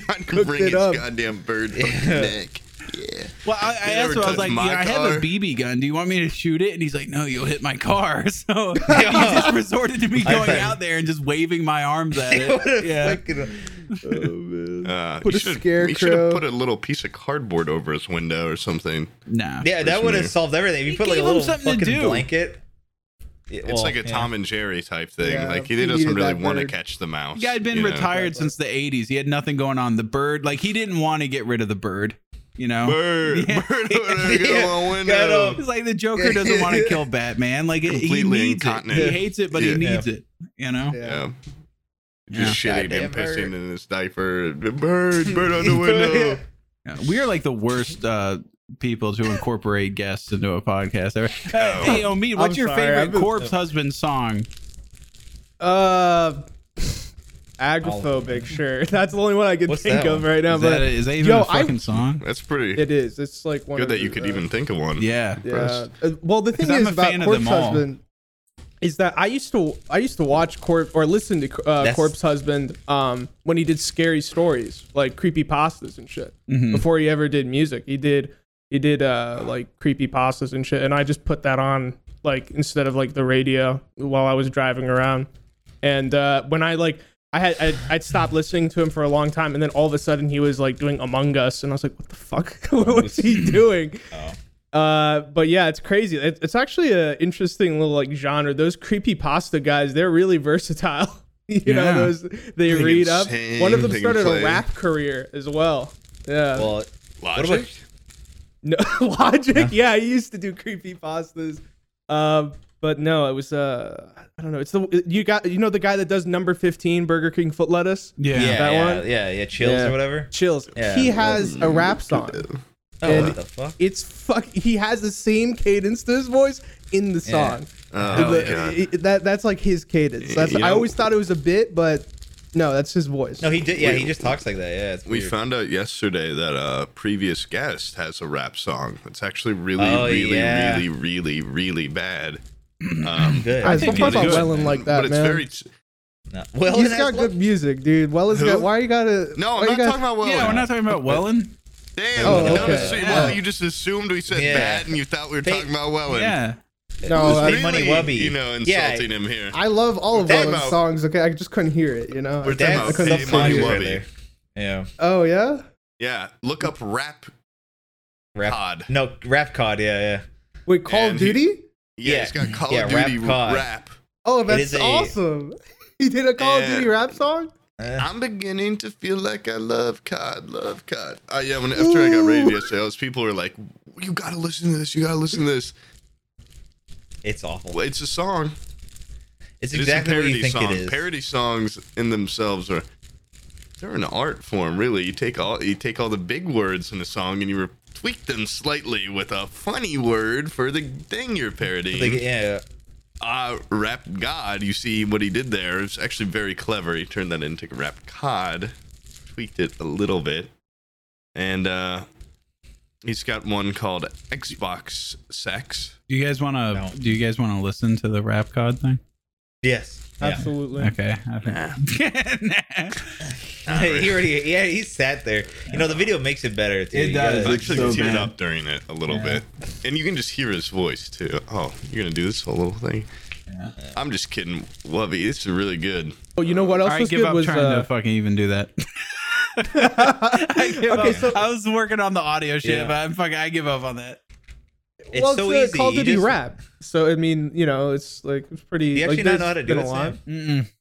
[SPEAKER 2] I could
[SPEAKER 6] Cooked
[SPEAKER 2] bring
[SPEAKER 6] it
[SPEAKER 2] its
[SPEAKER 6] up.
[SPEAKER 2] goddamn bird fucking
[SPEAKER 5] Yeah.
[SPEAKER 2] neck. Yeah.
[SPEAKER 1] Well, I, I
[SPEAKER 2] You
[SPEAKER 1] asked
[SPEAKER 2] never
[SPEAKER 1] him, I was
[SPEAKER 2] touched
[SPEAKER 1] like,
[SPEAKER 2] my
[SPEAKER 1] yeah, I have
[SPEAKER 2] car?"
[SPEAKER 1] a BB gun. Do you want me to shoot it? And he's like, no, you'll hit my car. So he just resorted to me
[SPEAKER 5] I
[SPEAKER 1] going
[SPEAKER 5] bet.
[SPEAKER 1] out there and just waving my arms at
[SPEAKER 5] What a
[SPEAKER 1] it. yeah.
[SPEAKER 5] fucking-
[SPEAKER 2] Uh,
[SPEAKER 6] Oh, Put
[SPEAKER 2] you
[SPEAKER 6] a
[SPEAKER 2] should- You should
[SPEAKER 6] scarecrow.
[SPEAKER 2] have put a little piece of cardboard over his window or something.
[SPEAKER 1] Nah.
[SPEAKER 5] Yeah,
[SPEAKER 2] Person
[SPEAKER 5] that would
[SPEAKER 2] there.
[SPEAKER 5] have solved everything. If you
[SPEAKER 1] He
[SPEAKER 5] put like a
[SPEAKER 1] gave him
[SPEAKER 5] little
[SPEAKER 1] something to
[SPEAKER 5] fucking
[SPEAKER 1] do.
[SPEAKER 5] blanket. It-
[SPEAKER 2] It's
[SPEAKER 5] well,
[SPEAKER 2] like a
[SPEAKER 5] yeah.
[SPEAKER 2] Tom and Jerry type thing.
[SPEAKER 6] Yeah,
[SPEAKER 2] like he,
[SPEAKER 6] he
[SPEAKER 2] doesn't
[SPEAKER 6] needed
[SPEAKER 2] really
[SPEAKER 6] that
[SPEAKER 2] want to
[SPEAKER 6] bird.
[SPEAKER 2] catch the mouse.
[SPEAKER 1] Yeah, had been
[SPEAKER 2] you know?
[SPEAKER 1] retired since the 80s. He had nothing going on. The bird, like, he didn't want to get rid of the bird, you know?
[SPEAKER 2] Bird,
[SPEAKER 1] Yeah.
[SPEAKER 2] bird over there, get
[SPEAKER 5] Yeah,
[SPEAKER 2] him a window.
[SPEAKER 5] got him.
[SPEAKER 1] It's like the Joker doesn't want to kill Batman. Like, it, he
[SPEAKER 2] Completely
[SPEAKER 1] needs it.
[SPEAKER 2] incontinent.
[SPEAKER 1] He hates it, but
[SPEAKER 2] Yeah.
[SPEAKER 1] he needs it, you know?
[SPEAKER 6] Yeah.
[SPEAKER 2] Yeah. Just shitting
[SPEAKER 5] Goddamn
[SPEAKER 2] and pissing
[SPEAKER 5] bird.
[SPEAKER 2] in his diaper. Bird, bird on the window.
[SPEAKER 1] Yeah, We are like the worst uh, people to incorporate guests into a podcast ever.
[SPEAKER 2] Oh.
[SPEAKER 1] Hey, Omid, what's
[SPEAKER 6] I'm
[SPEAKER 1] your
[SPEAKER 6] sorry, I
[SPEAKER 1] favorite
[SPEAKER 6] moved
[SPEAKER 1] Corpse
[SPEAKER 6] up.
[SPEAKER 1] Husband song?
[SPEAKER 6] Uh, agrophobic. Sure, that's the only one I can
[SPEAKER 5] What's
[SPEAKER 6] think
[SPEAKER 5] that
[SPEAKER 6] of
[SPEAKER 5] one?
[SPEAKER 6] right now.
[SPEAKER 1] Is
[SPEAKER 6] but
[SPEAKER 1] that, is that even
[SPEAKER 6] Yo,
[SPEAKER 1] a
[SPEAKER 6] I-
[SPEAKER 1] fucking song?
[SPEAKER 2] That's pretty
[SPEAKER 6] it is. It's like one
[SPEAKER 2] good
[SPEAKER 6] of
[SPEAKER 2] that you
[SPEAKER 6] the,
[SPEAKER 2] could
[SPEAKER 6] uh,
[SPEAKER 2] even think of one.
[SPEAKER 1] Yeah.
[SPEAKER 6] Yeah.
[SPEAKER 2] impressed.
[SPEAKER 6] Uh, Well, the thing
[SPEAKER 1] Because I'm
[SPEAKER 6] is
[SPEAKER 1] a fan
[SPEAKER 6] about
[SPEAKER 1] of them
[SPEAKER 6] Corpse
[SPEAKER 1] all.
[SPEAKER 6] Husband is that I used to I used to watch Corp or listen to uh,
[SPEAKER 5] That's-
[SPEAKER 6] Corpse Husband um, when he did scary stories like creepy pastas and shit. Before he ever did music, he did he did uh, like creepy pastas and shit, and I just put that on like instead of like the radio while I was driving around. And uh, when I like I had I'd, I'd stopped listening to him for a long time, and then all of a sudden he was like doing Among Us, and I was like, what the fuck? what was he doing? Uh, but yeah, it's crazy. It, it's actually an interesting little like genre. Those creepy pasta guys, they're really versatile. you
[SPEAKER 1] Yeah.
[SPEAKER 6] know, those they
[SPEAKER 2] can
[SPEAKER 6] read up.
[SPEAKER 2] sing,
[SPEAKER 6] One of them
[SPEAKER 2] they can
[SPEAKER 6] started
[SPEAKER 2] play.
[SPEAKER 6] a rap career as well. Yeah.
[SPEAKER 5] Well,
[SPEAKER 2] Logic?
[SPEAKER 5] What about-
[SPEAKER 6] no, Logic. Yeah, he used to do creepy pastas. Um, but no, it was uh, I don't know. It's the you got you know the guy that does number fifteen Burger King foot lettuce.
[SPEAKER 1] Yeah.
[SPEAKER 5] yeah,
[SPEAKER 6] that
[SPEAKER 5] yeah,
[SPEAKER 6] one?
[SPEAKER 5] yeah, yeah, chills
[SPEAKER 6] Yeah.
[SPEAKER 5] or whatever.
[SPEAKER 6] Chills.
[SPEAKER 5] Yeah.
[SPEAKER 6] he has a rap song.
[SPEAKER 5] Oh,
[SPEAKER 6] And-
[SPEAKER 5] what the fuck?
[SPEAKER 6] It's fuck. He has the same cadence to his voice in the
[SPEAKER 5] Yeah.
[SPEAKER 6] song.
[SPEAKER 2] Oh,
[SPEAKER 6] The-
[SPEAKER 2] God.
[SPEAKER 6] it- it- that that's like his cadence. That's
[SPEAKER 2] You
[SPEAKER 6] I
[SPEAKER 2] know-
[SPEAKER 6] always thought it was a bit, but no, that's his voice.
[SPEAKER 5] No, he did. Yeah, he just talks like that. Yeah, it's
[SPEAKER 2] We
[SPEAKER 5] weird.
[SPEAKER 2] found out yesterday that a previous guest has a rap song. It's actually really,
[SPEAKER 5] Oh,
[SPEAKER 2] really,
[SPEAKER 5] yeah.
[SPEAKER 2] really, really, really bad. Um,
[SPEAKER 5] good.
[SPEAKER 6] I think
[SPEAKER 2] it's
[SPEAKER 6] about
[SPEAKER 2] good,
[SPEAKER 6] Wellen like that,
[SPEAKER 2] but it's
[SPEAKER 6] man.
[SPEAKER 2] very.
[SPEAKER 5] No. Well,
[SPEAKER 6] He's
[SPEAKER 5] then
[SPEAKER 6] got
[SPEAKER 5] that's
[SPEAKER 6] good
[SPEAKER 5] lo-
[SPEAKER 6] music, dude. Well, has
[SPEAKER 2] Who?
[SPEAKER 6] got. Why you gotta?
[SPEAKER 2] No, I'm
[SPEAKER 6] why you
[SPEAKER 2] not
[SPEAKER 6] gotta-
[SPEAKER 2] talking about Wellen.
[SPEAKER 1] Yeah, we're not talking about Wellen.
[SPEAKER 2] Damn,
[SPEAKER 6] Oh,
[SPEAKER 2] you don't
[SPEAKER 6] okay.
[SPEAKER 2] assume-
[SPEAKER 1] Yeah.
[SPEAKER 2] well, you just assumed we said
[SPEAKER 5] Yeah.
[SPEAKER 2] bad, and you thought we were talking about Wellen.
[SPEAKER 1] Yeah.
[SPEAKER 6] No,
[SPEAKER 2] Really,
[SPEAKER 6] I,
[SPEAKER 5] Big Money Wubby.
[SPEAKER 2] You know,
[SPEAKER 5] Yeah.
[SPEAKER 2] insulting him here.
[SPEAKER 6] I love all of
[SPEAKER 2] We're talking
[SPEAKER 6] Wellen's
[SPEAKER 2] about-
[SPEAKER 6] songs. Okay, I just couldn't hear it. You know.
[SPEAKER 2] We're talking
[SPEAKER 6] I
[SPEAKER 5] That's
[SPEAKER 2] about
[SPEAKER 6] couldn't
[SPEAKER 5] some
[SPEAKER 2] Big Money
[SPEAKER 6] fucking
[SPEAKER 5] money
[SPEAKER 6] hear it.
[SPEAKER 5] right
[SPEAKER 2] Wubby.
[SPEAKER 5] there. Yeah.
[SPEAKER 6] Oh yeah.
[SPEAKER 2] Yeah, look up rap.
[SPEAKER 5] Rap.
[SPEAKER 2] Cod.
[SPEAKER 5] No, rap cod. Yeah,
[SPEAKER 6] Wait, Call
[SPEAKER 2] And
[SPEAKER 6] of
[SPEAKER 2] he-
[SPEAKER 6] Duty.
[SPEAKER 2] Yeah,
[SPEAKER 5] Yeah.
[SPEAKER 2] it's got Call
[SPEAKER 5] Yeah,
[SPEAKER 2] of
[SPEAKER 5] rap
[SPEAKER 2] Duty
[SPEAKER 5] cod.
[SPEAKER 2] rap.
[SPEAKER 6] oh,
[SPEAKER 5] is
[SPEAKER 6] that's
[SPEAKER 5] a-
[SPEAKER 6] awesome. he did a Call
[SPEAKER 2] And-
[SPEAKER 6] of Duty rap song.
[SPEAKER 5] yeah. Uh,
[SPEAKER 2] I'm beginning to feel like I love COD, love COD. Uh, yeah, when, after I got raided yesterday, all those people were like, "You gotta listen to this. You gotta listen to this."
[SPEAKER 5] Eh, it's awful.
[SPEAKER 2] Well, it's a song.
[SPEAKER 5] It's
[SPEAKER 2] It is
[SPEAKER 5] exactly
[SPEAKER 2] a
[SPEAKER 5] what
[SPEAKER 2] parody
[SPEAKER 5] you think
[SPEAKER 2] song.
[SPEAKER 5] it is.
[SPEAKER 2] Parody songs in themselves are they're an art form, really. You take all you take all the big words in a song and you re- tweak them slightly with a funny word for the thing you're
[SPEAKER 5] Like,
[SPEAKER 2] parodying.
[SPEAKER 5] yeah.
[SPEAKER 2] Ah, rap god. You see what he did there? It's actually very clever. He turned that into rap cod, tweaked it a little bit, and uh, he's got one called Xbox Sex.
[SPEAKER 1] Do you guys want to?
[SPEAKER 5] No.
[SPEAKER 1] Do you guys want to listen to the rap cod thing?
[SPEAKER 5] Yes. Yeah.
[SPEAKER 6] Absolutely.
[SPEAKER 1] Okay. I think.
[SPEAKER 5] he already. Yeah, he sat there. You know, the video makes it better. Too.
[SPEAKER 1] It
[SPEAKER 5] You
[SPEAKER 1] does.
[SPEAKER 5] gotta-
[SPEAKER 1] It's
[SPEAKER 2] I actually
[SPEAKER 1] so
[SPEAKER 2] teared
[SPEAKER 1] bad.
[SPEAKER 2] up during it a little bit, and you can just hear his voice too. Oh, you're gonna do this whole little thing? I'm just kidding, Lovey. This is really good.
[SPEAKER 6] Oh, you know what
[SPEAKER 1] All
[SPEAKER 6] else
[SPEAKER 1] right,
[SPEAKER 6] was
[SPEAKER 1] give
[SPEAKER 6] good
[SPEAKER 1] up
[SPEAKER 6] was
[SPEAKER 1] trying
[SPEAKER 6] uh,
[SPEAKER 1] to fucking even do that. I give
[SPEAKER 6] Okay,
[SPEAKER 1] up.
[SPEAKER 6] so-
[SPEAKER 1] I was working on the audio shit,
[SPEAKER 5] Yeah.
[SPEAKER 1] but I'm fucking. I give up on that.
[SPEAKER 5] It's
[SPEAKER 6] well,
[SPEAKER 5] so
[SPEAKER 6] it's, uh,
[SPEAKER 5] easy.
[SPEAKER 6] Call of
[SPEAKER 5] You
[SPEAKER 6] Duty
[SPEAKER 5] just-
[SPEAKER 6] rap. So I mean, you know, it's like it's pretty.
[SPEAKER 5] You
[SPEAKER 6] like,
[SPEAKER 5] actually not
[SPEAKER 6] there's
[SPEAKER 5] know how to do
[SPEAKER 6] been
[SPEAKER 5] it,
[SPEAKER 6] a lot.
[SPEAKER 5] Sam.
[SPEAKER 1] Mm-mm.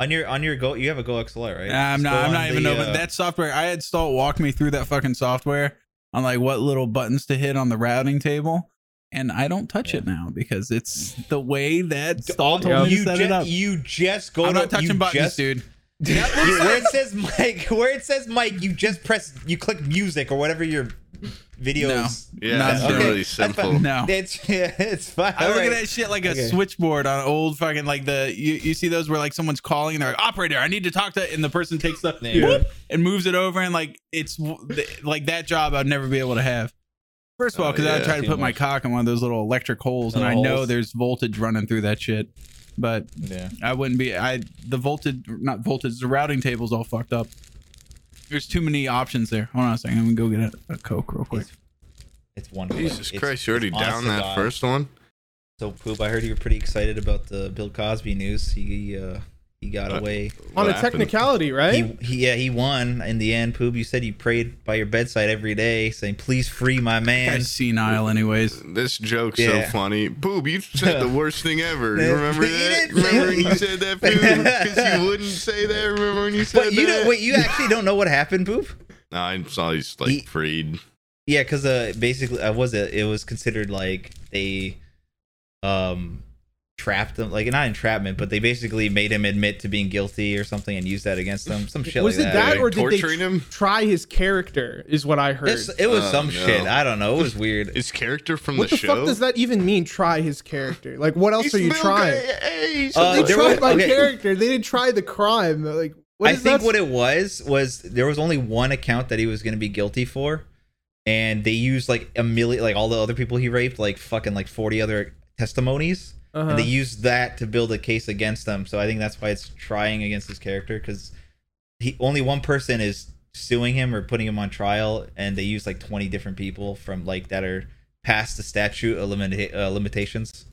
[SPEAKER 5] On your on your go, you have a Go XLR, right?
[SPEAKER 1] I'm
[SPEAKER 5] Just
[SPEAKER 1] not.
[SPEAKER 5] go
[SPEAKER 1] I'm
[SPEAKER 5] on
[SPEAKER 1] not even
[SPEAKER 5] the,
[SPEAKER 1] open.
[SPEAKER 5] uh,
[SPEAKER 1] That software. I had Stalt walk me through that fucking software on like what little buttons to hit on the routing table, and I don't touch it now because it's the way that Stalt told me to
[SPEAKER 5] You
[SPEAKER 1] set it up.
[SPEAKER 5] just, you just go.
[SPEAKER 1] I'm
[SPEAKER 5] to,
[SPEAKER 1] not touching
[SPEAKER 5] you
[SPEAKER 1] buttons,
[SPEAKER 5] just,
[SPEAKER 1] dude.
[SPEAKER 5] you- where it says Mike, where it says Mike, you just press, you click music or whatever your videos.
[SPEAKER 2] Yeah,
[SPEAKER 1] Not
[SPEAKER 2] it's
[SPEAKER 1] doing it.
[SPEAKER 2] really
[SPEAKER 5] That's fine.
[SPEAKER 2] simple.
[SPEAKER 1] No.
[SPEAKER 5] It's yeah, it's fine.
[SPEAKER 1] I look
[SPEAKER 5] Alright.
[SPEAKER 1] at that shit like a
[SPEAKER 5] Okay.
[SPEAKER 1] switchboard on old fucking like the you, you see those where like someone's calling and they're like operator I need to talk to and the person takes the
[SPEAKER 5] Yeah.
[SPEAKER 1] whoop and moves it over and like it's w- th- like that job I'd never be able to have. First of all,
[SPEAKER 2] Oh,
[SPEAKER 1] because I
[SPEAKER 2] yeah.
[SPEAKER 1] would try to
[SPEAKER 5] Too
[SPEAKER 1] put my
[SPEAKER 5] much.
[SPEAKER 1] cock in one of those little electric holes and
[SPEAKER 5] Little
[SPEAKER 1] I know
[SPEAKER 5] holes.
[SPEAKER 1] there's voltage running through that shit, but
[SPEAKER 5] Yeah.
[SPEAKER 1] I wouldn't be I the voltage not voltage the routing table's all fucked up. There's too many options there. Hold on a second, I'm gonna go get a, a coke real quick.
[SPEAKER 5] It's one.
[SPEAKER 2] Jesus
[SPEAKER 5] it's,
[SPEAKER 2] Christ, you already
[SPEAKER 5] it's honest
[SPEAKER 2] down
[SPEAKER 5] to
[SPEAKER 2] that
[SPEAKER 5] God.
[SPEAKER 2] first one.
[SPEAKER 5] So poop. I heard you were pretty excited about the Bill Cosby news. He uh, He got
[SPEAKER 2] Uh,
[SPEAKER 5] away.
[SPEAKER 6] on
[SPEAKER 2] What
[SPEAKER 6] a
[SPEAKER 2] happened?
[SPEAKER 6] technicality, right?
[SPEAKER 5] He, he yeah he won in the end. Poob, you said you prayed by your bedside every day, saying, "Please free my man."
[SPEAKER 1] Guy's senile, anyways.
[SPEAKER 2] This joke's
[SPEAKER 5] Yeah.
[SPEAKER 2] so funny. Boob, you said the worst thing ever. You
[SPEAKER 5] Yeah.
[SPEAKER 2] remember
[SPEAKER 5] You
[SPEAKER 2] that?
[SPEAKER 5] didn't say
[SPEAKER 2] Remember when
[SPEAKER 5] that.
[SPEAKER 2] you said that, Boob? Because you wouldn't say that. Remember when you said
[SPEAKER 5] But you
[SPEAKER 2] that?
[SPEAKER 5] don't. Wait, you actually don't know what happened, Poob?
[SPEAKER 2] No, I saw he's like
[SPEAKER 5] He-
[SPEAKER 2] freed.
[SPEAKER 5] Yeah, because uh, basically, I was it. It was considered like they, um, trapped them. Like not entrapment, but they basically made him admit to being guilty or something and used that against them. Some shit
[SPEAKER 6] was
[SPEAKER 5] like
[SPEAKER 6] it
[SPEAKER 5] that.
[SPEAKER 6] that,
[SPEAKER 2] Like
[SPEAKER 6] or did they
[SPEAKER 2] torturing him?
[SPEAKER 6] try his character? Is what I heard.
[SPEAKER 5] It's- it was
[SPEAKER 2] Oh,
[SPEAKER 5] some
[SPEAKER 2] no.
[SPEAKER 5] shit. I don't know. It was weird.
[SPEAKER 2] His character from
[SPEAKER 6] what
[SPEAKER 2] the,
[SPEAKER 6] the,
[SPEAKER 2] show.
[SPEAKER 6] fuck does that even mean? Try his character? Like, what else
[SPEAKER 2] He's
[SPEAKER 6] are you
[SPEAKER 2] Bill
[SPEAKER 6] trying?
[SPEAKER 2] Gray. Hey, he's
[SPEAKER 5] Uh,
[SPEAKER 6] They
[SPEAKER 2] a-
[SPEAKER 5] there
[SPEAKER 6] tried
[SPEAKER 5] was-
[SPEAKER 6] my
[SPEAKER 5] okay.
[SPEAKER 6] character. They didn't try the crime. Like, what
[SPEAKER 5] I
[SPEAKER 6] is
[SPEAKER 5] think
[SPEAKER 6] that?
[SPEAKER 5] what it was was there was only one account that he was going to be guilty for, and they used like a million, like all the other people he raped, like fucking like forty other testimonies.
[SPEAKER 6] Uh-huh.
[SPEAKER 5] and they used that to build a case against them. So I think that's why it's trying against his character because he only one person is suing him or putting him on trial, and they use like twenty different people from like that are past the statute of limita- uh, limitations.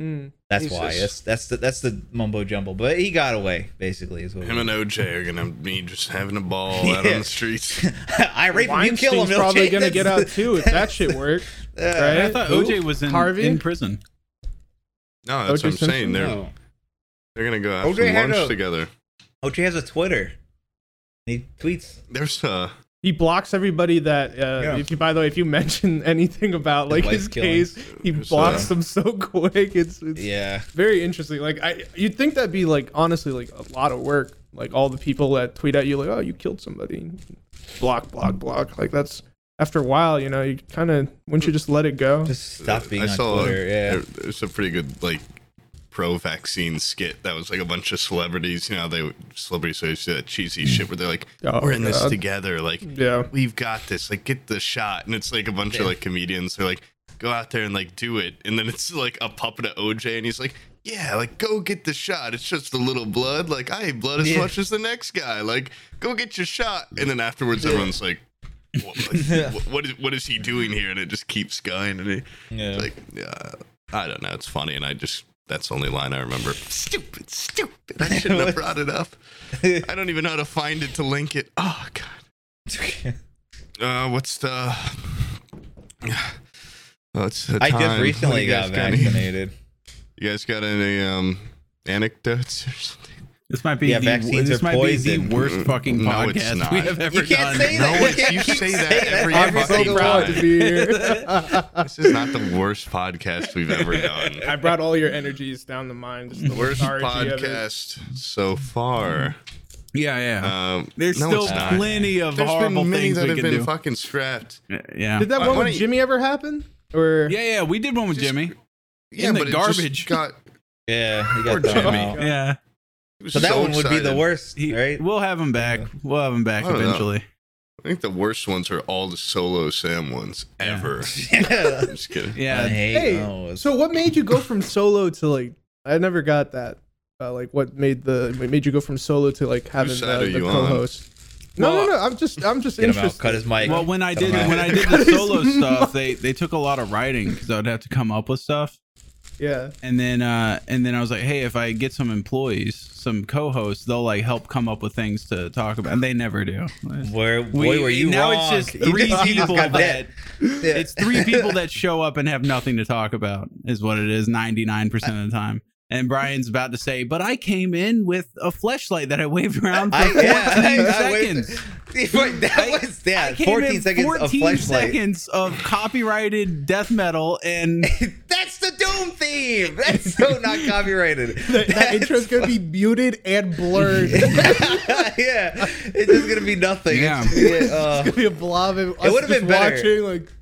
[SPEAKER 6] Mm.
[SPEAKER 5] That's why
[SPEAKER 2] Jesus.
[SPEAKER 5] that's that's the that's the mumbo jumbo. But he got away basically. Is what
[SPEAKER 2] Him and OJ are gonna be just having a ball out
[SPEAKER 5] Yeah.
[SPEAKER 2] on the streets.
[SPEAKER 5] I rape him, you kill him.
[SPEAKER 6] Weinstein's
[SPEAKER 5] they'll
[SPEAKER 6] probably
[SPEAKER 5] change-
[SPEAKER 6] gonna get out
[SPEAKER 5] that's-
[SPEAKER 6] too if that shit worked.
[SPEAKER 5] Uh,
[SPEAKER 1] I
[SPEAKER 6] Right?
[SPEAKER 1] thought
[SPEAKER 6] Who?
[SPEAKER 1] OJ was in,
[SPEAKER 6] Harvey?
[SPEAKER 1] in prison.
[SPEAKER 2] No, that's
[SPEAKER 6] O.J.
[SPEAKER 2] what I'm saying.
[SPEAKER 6] Simpson?
[SPEAKER 2] They're
[SPEAKER 5] no.
[SPEAKER 2] they're gonna go have
[SPEAKER 5] O.J.
[SPEAKER 2] some
[SPEAKER 5] had
[SPEAKER 2] lunch
[SPEAKER 5] a-
[SPEAKER 2] together.
[SPEAKER 5] OJ has a Twitter. He tweets.
[SPEAKER 2] There's uh
[SPEAKER 6] He blocks everybody that. Uh,
[SPEAKER 5] Yeah.
[SPEAKER 6] If you, by the way, if you mention anything about like
[SPEAKER 5] Wife
[SPEAKER 6] his
[SPEAKER 5] killings.
[SPEAKER 6] case, he
[SPEAKER 2] It's,
[SPEAKER 6] blocks
[SPEAKER 2] uh,
[SPEAKER 6] them so quick. It's, it's
[SPEAKER 5] Yeah.
[SPEAKER 6] very interesting. Like, I you'd think that'd be like honestly like a lot of work. Like all the people that tweet at you like, oh, you killed somebody, block, block, block. Like that's after a while, you know, you kind of wouldn't you just let it go?
[SPEAKER 5] Just stop being
[SPEAKER 2] I
[SPEAKER 5] on
[SPEAKER 2] saw
[SPEAKER 5] Twitter. yeah.
[SPEAKER 2] there- there's a pretty good like pro vaccine skit that was like a bunch of celebrities. You know, they celebrities always do that
[SPEAKER 5] Mm.
[SPEAKER 2] cheesy shit where they're like,
[SPEAKER 6] Oh,
[SPEAKER 2] "We're in this
[SPEAKER 6] God.
[SPEAKER 2] together." Like,
[SPEAKER 6] yeah.
[SPEAKER 2] we've got this. Like, get the shot. And it's like a bunch of like comedians. They're like, go out there and like do it. And then it's like a puppet of OJ, and he's like, yeah, like go get the shot. It's just a little blood. Like I hate blood as
[SPEAKER 5] Yeah.
[SPEAKER 2] much as the next guy. Like go get your shot. And then afterwards, everyone's like. What, like, what- what is what is he doing here? And it just keeps going. And he,
[SPEAKER 5] Yeah.
[SPEAKER 2] like, yeah, I don't know. It's funny, and I just that's the only line I remember. Stupid, stupid. I shouldn't have brought it up. I don't even know how to find it to link it. Oh god. Uh, what's the? What's the
[SPEAKER 5] I
[SPEAKER 2] time?
[SPEAKER 5] just
[SPEAKER 2] What do
[SPEAKER 5] recently
[SPEAKER 2] you
[SPEAKER 5] got
[SPEAKER 2] guys got any-
[SPEAKER 5] vaccinated.
[SPEAKER 2] You guys got any um anecdotes or something?
[SPEAKER 1] This might be
[SPEAKER 5] Yeah,
[SPEAKER 1] the,
[SPEAKER 5] vaccines
[SPEAKER 1] this
[SPEAKER 5] are
[SPEAKER 1] might
[SPEAKER 5] poison.
[SPEAKER 1] be the worst fucking
[SPEAKER 2] No, it's
[SPEAKER 1] podcast
[SPEAKER 2] not.
[SPEAKER 1] we have ever
[SPEAKER 5] You can't
[SPEAKER 1] done.
[SPEAKER 5] say
[SPEAKER 2] No,
[SPEAKER 5] that.
[SPEAKER 2] it's- you say that every
[SPEAKER 6] I'm so
[SPEAKER 2] fucking
[SPEAKER 6] proud to
[SPEAKER 2] time.
[SPEAKER 6] be here.
[SPEAKER 5] Uh,
[SPEAKER 2] This is not the worst podcast we've ever done.
[SPEAKER 6] I brought all your energies down the mine. Just the
[SPEAKER 2] Worst
[SPEAKER 6] lethargy of it.
[SPEAKER 2] podcast so far.
[SPEAKER 1] Yeah, yeah.
[SPEAKER 2] Um,
[SPEAKER 1] Uh, There's
[SPEAKER 2] no,
[SPEAKER 1] still
[SPEAKER 2] it's not.
[SPEAKER 1] plenty of
[SPEAKER 2] There's
[SPEAKER 1] horrible
[SPEAKER 2] been many
[SPEAKER 1] things
[SPEAKER 2] that
[SPEAKER 1] we
[SPEAKER 2] have
[SPEAKER 1] can
[SPEAKER 2] been
[SPEAKER 1] do.
[SPEAKER 2] fucking strapped.
[SPEAKER 1] yeah.
[SPEAKER 6] Did that
[SPEAKER 2] Uh,
[SPEAKER 6] one
[SPEAKER 2] why
[SPEAKER 6] with
[SPEAKER 2] don't
[SPEAKER 6] Jimmy ever happen? Or
[SPEAKER 1] yeah, yeah. We did one with Jimmy.
[SPEAKER 2] Yeah,
[SPEAKER 1] In the
[SPEAKER 2] but it just
[SPEAKER 1] garbage.
[SPEAKER 2] got
[SPEAKER 5] Yeah, you
[SPEAKER 2] Poor
[SPEAKER 5] got that
[SPEAKER 2] Jimmy.
[SPEAKER 5] out.
[SPEAKER 1] Yeah.
[SPEAKER 2] he was
[SPEAKER 5] So that one would be the
[SPEAKER 2] excited.
[SPEAKER 5] worst,
[SPEAKER 1] He,
[SPEAKER 5] right?
[SPEAKER 1] We'll have him back. We'll have him back
[SPEAKER 2] I don't know.
[SPEAKER 1] eventually.
[SPEAKER 2] I think the worst ones are all the solo Sam ones
[SPEAKER 1] Yeah.
[SPEAKER 2] ever.
[SPEAKER 5] yeah.
[SPEAKER 2] I'm just kidding.
[SPEAKER 1] Yeah.
[SPEAKER 6] hey,
[SPEAKER 5] those.
[SPEAKER 6] so what made you go from solo to like? I never got that. Uh, like, what made the what made you go from solo to like having
[SPEAKER 2] side
[SPEAKER 6] the,
[SPEAKER 2] are
[SPEAKER 6] the
[SPEAKER 2] you on?
[SPEAKER 6] co-host? No,
[SPEAKER 1] Well,
[SPEAKER 6] no, no. I'm just, I'm just
[SPEAKER 5] Get him out.
[SPEAKER 6] interested.
[SPEAKER 5] Cut his mic.
[SPEAKER 1] Well, when I
[SPEAKER 5] Cut him
[SPEAKER 1] did
[SPEAKER 5] out.
[SPEAKER 1] when I did
[SPEAKER 6] Cut
[SPEAKER 1] the
[SPEAKER 6] his
[SPEAKER 1] solo stuff,
[SPEAKER 6] mouth.
[SPEAKER 1] they they took a lot of writing because I would have to come up with stuff.
[SPEAKER 6] Yeah.
[SPEAKER 1] And then uh and then I was like, hey, if I get some employees, some co-hosts, they'll like help come up with things to talk about. And they never do.
[SPEAKER 5] where
[SPEAKER 1] We-
[SPEAKER 5] boy, were you
[SPEAKER 1] now
[SPEAKER 5] wrong?
[SPEAKER 1] it's just
[SPEAKER 5] You
[SPEAKER 1] three
[SPEAKER 5] just- you just
[SPEAKER 1] people
[SPEAKER 5] got
[SPEAKER 1] that
[SPEAKER 5] Yeah.
[SPEAKER 1] it's three people that show up and have nothing to talk about is what it is 99% of the time. And Brian's about to say, but I came in with a fleshlight that I waved around for
[SPEAKER 5] I,
[SPEAKER 1] 14
[SPEAKER 5] yeah, I- I waited-
[SPEAKER 1] seconds.
[SPEAKER 5] Wait, that was
[SPEAKER 1] I
[SPEAKER 5] yeah,
[SPEAKER 1] came
[SPEAKER 5] 14
[SPEAKER 1] in
[SPEAKER 5] seconds
[SPEAKER 1] 14
[SPEAKER 5] of flashlight.
[SPEAKER 1] seconds of copyrighted death metal and
[SPEAKER 5] That's the Doom theme. That's so not copyrighted.
[SPEAKER 6] That, that
[SPEAKER 5] That's
[SPEAKER 6] intro's gonna be muted and blurred. It's
[SPEAKER 5] yeah, it's just gonna be nothing. It's- uh,
[SPEAKER 6] gonna be a blob. Of us
[SPEAKER 5] would've
[SPEAKER 6] just
[SPEAKER 5] been better.
[SPEAKER 6] watching like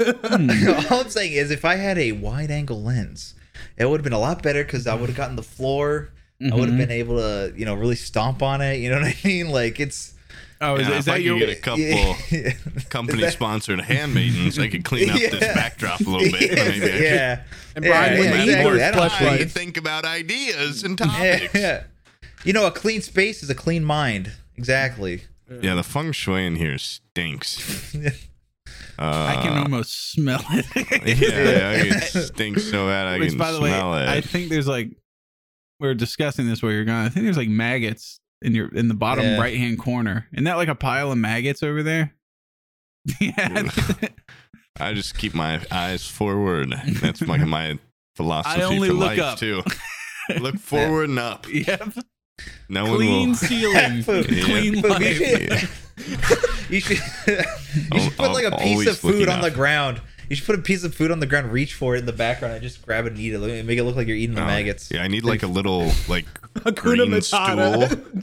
[SPEAKER 5] uh, all I'm saying is, if I had a wide angle lens, it would have been a lot better because I would have gotten the floor. I
[SPEAKER 1] Mm-hmm.
[SPEAKER 5] would have been able to, you know, really stomp on it. You know what I mean? Like it's
[SPEAKER 1] oh, is,
[SPEAKER 2] Yeah,
[SPEAKER 1] is
[SPEAKER 2] if
[SPEAKER 1] that
[SPEAKER 2] I could
[SPEAKER 1] your
[SPEAKER 2] get a couple Oh,
[SPEAKER 5] yeah,
[SPEAKER 2] company sponsored handmaidens, I could clean up
[SPEAKER 5] Yeah.
[SPEAKER 2] this backdrop a little bit.
[SPEAKER 5] yeah,
[SPEAKER 2] Maybe I could-
[SPEAKER 5] yeah.
[SPEAKER 6] And
[SPEAKER 5] Yeah,
[SPEAKER 6] Brian
[SPEAKER 5] yeah,
[SPEAKER 6] would
[SPEAKER 2] maybe
[SPEAKER 6] be
[SPEAKER 2] more
[SPEAKER 5] exactly. I don't-
[SPEAKER 2] time to
[SPEAKER 6] flashlight.
[SPEAKER 2] think about ideas and
[SPEAKER 5] yeah,
[SPEAKER 2] topics. Yeah,
[SPEAKER 5] yeah. You know, a clean space is a clean mind. Exactly.
[SPEAKER 2] the feng shui in here stinks. Uh,
[SPEAKER 1] I can almost smell it.
[SPEAKER 2] Yeah, yeah, it stinks so bad I
[SPEAKER 1] Which,
[SPEAKER 2] can
[SPEAKER 1] by the way,
[SPEAKER 2] smell it.
[SPEAKER 1] I think there's like, we were discussing this while you're gone. I think there's like maggots in your in the bottom
[SPEAKER 5] Yeah.
[SPEAKER 1] right hand corner. Isn't that like a pile of maggots over there? yeah.
[SPEAKER 2] I just keep my eyes forward. That's my my philosophy
[SPEAKER 1] only
[SPEAKER 2] for
[SPEAKER 1] look
[SPEAKER 2] life
[SPEAKER 1] up.
[SPEAKER 2] too. Look forward and up.
[SPEAKER 1] yep.
[SPEAKER 2] No one
[SPEAKER 1] Clean
[SPEAKER 2] will.
[SPEAKER 1] ceiling.
[SPEAKER 5] Food.
[SPEAKER 1] Clean
[SPEAKER 5] Food.
[SPEAKER 1] life.
[SPEAKER 2] Yeah.
[SPEAKER 5] You should, you
[SPEAKER 2] Al-
[SPEAKER 5] should put like a
[SPEAKER 2] al-
[SPEAKER 5] piece
[SPEAKER 2] always
[SPEAKER 5] of
[SPEAKER 2] looking
[SPEAKER 5] food on the
[SPEAKER 2] up.
[SPEAKER 5] ground. You should put a piece of food on the ground, reach for it in the background, and just grab it and eat it. Look- Make it look like you're eating the
[SPEAKER 2] No.
[SPEAKER 5] maggots.
[SPEAKER 2] Oh, Yeah, I need like a little like
[SPEAKER 6] Hakuna
[SPEAKER 2] green
[SPEAKER 6] Matata.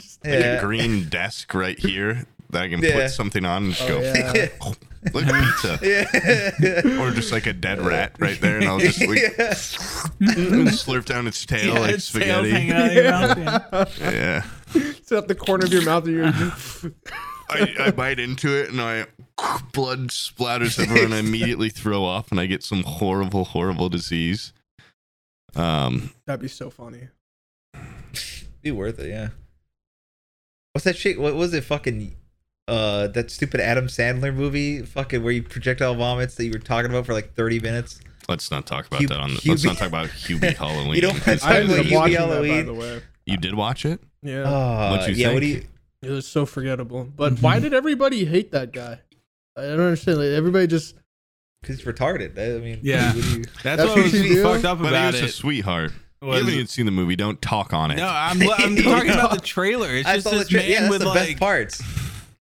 [SPEAKER 2] stool, like a green desk right here that I can
[SPEAKER 5] Yeah.
[SPEAKER 2] put something on
[SPEAKER 1] Oh,
[SPEAKER 2] and just go.
[SPEAKER 6] yeah.
[SPEAKER 2] Look pizza.
[SPEAKER 5] yeah.
[SPEAKER 2] Or just like a dead rat right there, and I'll just like
[SPEAKER 5] Yeah.
[SPEAKER 2] slurp down its tail
[SPEAKER 1] Yeah,
[SPEAKER 2] like
[SPEAKER 1] its tail's
[SPEAKER 2] spaghetti.
[SPEAKER 1] hanging out of your mouth, yeah.
[SPEAKER 2] Yeah,
[SPEAKER 6] Sit up the corner of your mouth. And you're
[SPEAKER 2] I, I bite into it, and I blood splatters everywhere, and I immediately throw up, and I get some horrible, horrible disease. Um,
[SPEAKER 6] that'd be so funny.
[SPEAKER 5] be worth it, yeah. What's that shit? What was it? Fucking uh, that stupid Adam Sandler movie, fucking where you projectile vomits that you were talking about for like thirty minutes.
[SPEAKER 2] let's not talk about
[SPEAKER 5] Hub-
[SPEAKER 2] that on. The, let's
[SPEAKER 5] Hubie-
[SPEAKER 2] not talk about Hubie Halloween.
[SPEAKER 5] You don't wanna
[SPEAKER 2] It's
[SPEAKER 5] talk
[SPEAKER 6] I
[SPEAKER 5] Sounds
[SPEAKER 6] ended
[SPEAKER 5] like
[SPEAKER 6] up
[SPEAKER 5] you
[SPEAKER 2] crazy.
[SPEAKER 6] watching
[SPEAKER 5] Halloween.
[SPEAKER 6] that, by the way.
[SPEAKER 2] you did watch it?
[SPEAKER 6] Yeah,
[SPEAKER 5] E. Uh, mm-hmm.
[SPEAKER 2] What'd you
[SPEAKER 5] yeah. What do
[SPEAKER 2] think?
[SPEAKER 5] you?
[SPEAKER 6] it was so forgettable. But why did everybody hate that guy? I don't understand. Like, everybody just
[SPEAKER 5] Because he's retarded. I mean,
[SPEAKER 1] Yeah.
[SPEAKER 5] what do you-
[SPEAKER 1] That's,
[SPEAKER 6] That's
[SPEAKER 1] what
[SPEAKER 6] what
[SPEAKER 1] was
[SPEAKER 6] you do?
[SPEAKER 1] fucked up
[SPEAKER 2] But he
[SPEAKER 1] about
[SPEAKER 2] was a
[SPEAKER 1] it.
[SPEAKER 2] sweetheart. You
[SPEAKER 1] was-
[SPEAKER 2] haven't even seen the movie. Don't talk on it.
[SPEAKER 1] no, I'm, I'm talking about the trailer. It's
[SPEAKER 5] I
[SPEAKER 1] just
[SPEAKER 5] saw the
[SPEAKER 1] this
[SPEAKER 5] tra-
[SPEAKER 1] man
[SPEAKER 5] yeah, that's
[SPEAKER 1] with
[SPEAKER 5] the
[SPEAKER 1] like
[SPEAKER 5] best parts.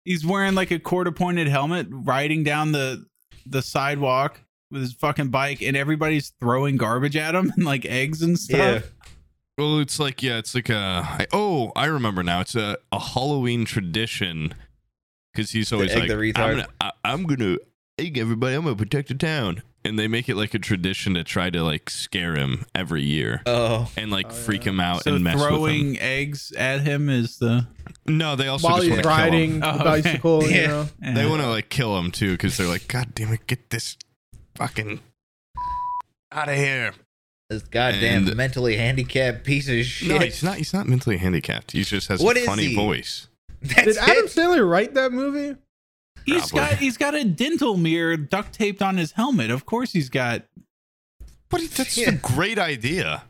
[SPEAKER 1] he's wearing like a court-appointed helmet, riding down the the sidewalk with his fucking bike, and everybody's throwing garbage at him and like eggs and stuff.
[SPEAKER 5] Yeah.
[SPEAKER 2] Well, it's like yeah, it's like a I, oh, I remember now. It's a, a Halloween tradition because he's always
[SPEAKER 5] egg
[SPEAKER 2] like,
[SPEAKER 5] the
[SPEAKER 2] I'm
[SPEAKER 5] retard.
[SPEAKER 2] gonna, I, I'm gonna egg everybody. I'm gonna protect the town, and they make it like a tradition to try to like scare him every year
[SPEAKER 5] Oh,
[SPEAKER 2] and like
[SPEAKER 6] Oh,
[SPEAKER 2] freak
[SPEAKER 6] yeah.
[SPEAKER 2] him out
[SPEAKER 1] So
[SPEAKER 2] and mess with him.
[SPEAKER 1] throwing eggs at him is the
[SPEAKER 2] No, they also
[SPEAKER 6] while
[SPEAKER 2] just
[SPEAKER 6] he's
[SPEAKER 2] want to kill him.
[SPEAKER 6] riding
[SPEAKER 1] kill him.
[SPEAKER 6] a
[SPEAKER 1] Oh, okay.
[SPEAKER 6] bicycle, you
[SPEAKER 5] Yeah.
[SPEAKER 6] know.
[SPEAKER 1] eh.
[SPEAKER 2] They want to like kill him too because they're like, God damn it, get this fucking out of here.
[SPEAKER 5] this goddamn
[SPEAKER 2] And-
[SPEAKER 5] mentally handicapped piece of shit.
[SPEAKER 2] No, he's not. He's not mentally handicapped. He just has
[SPEAKER 5] What
[SPEAKER 2] a
[SPEAKER 5] is
[SPEAKER 2] funny
[SPEAKER 5] he?
[SPEAKER 2] voice.
[SPEAKER 5] That's
[SPEAKER 6] Did Adam
[SPEAKER 5] it.
[SPEAKER 6] Sandler write that movie?
[SPEAKER 1] He's
[SPEAKER 2] Probably.
[SPEAKER 1] got he's got a dental mirror duct taped on his helmet. Of course he's got
[SPEAKER 2] But it- that's
[SPEAKER 5] Yeah.
[SPEAKER 2] a great idea.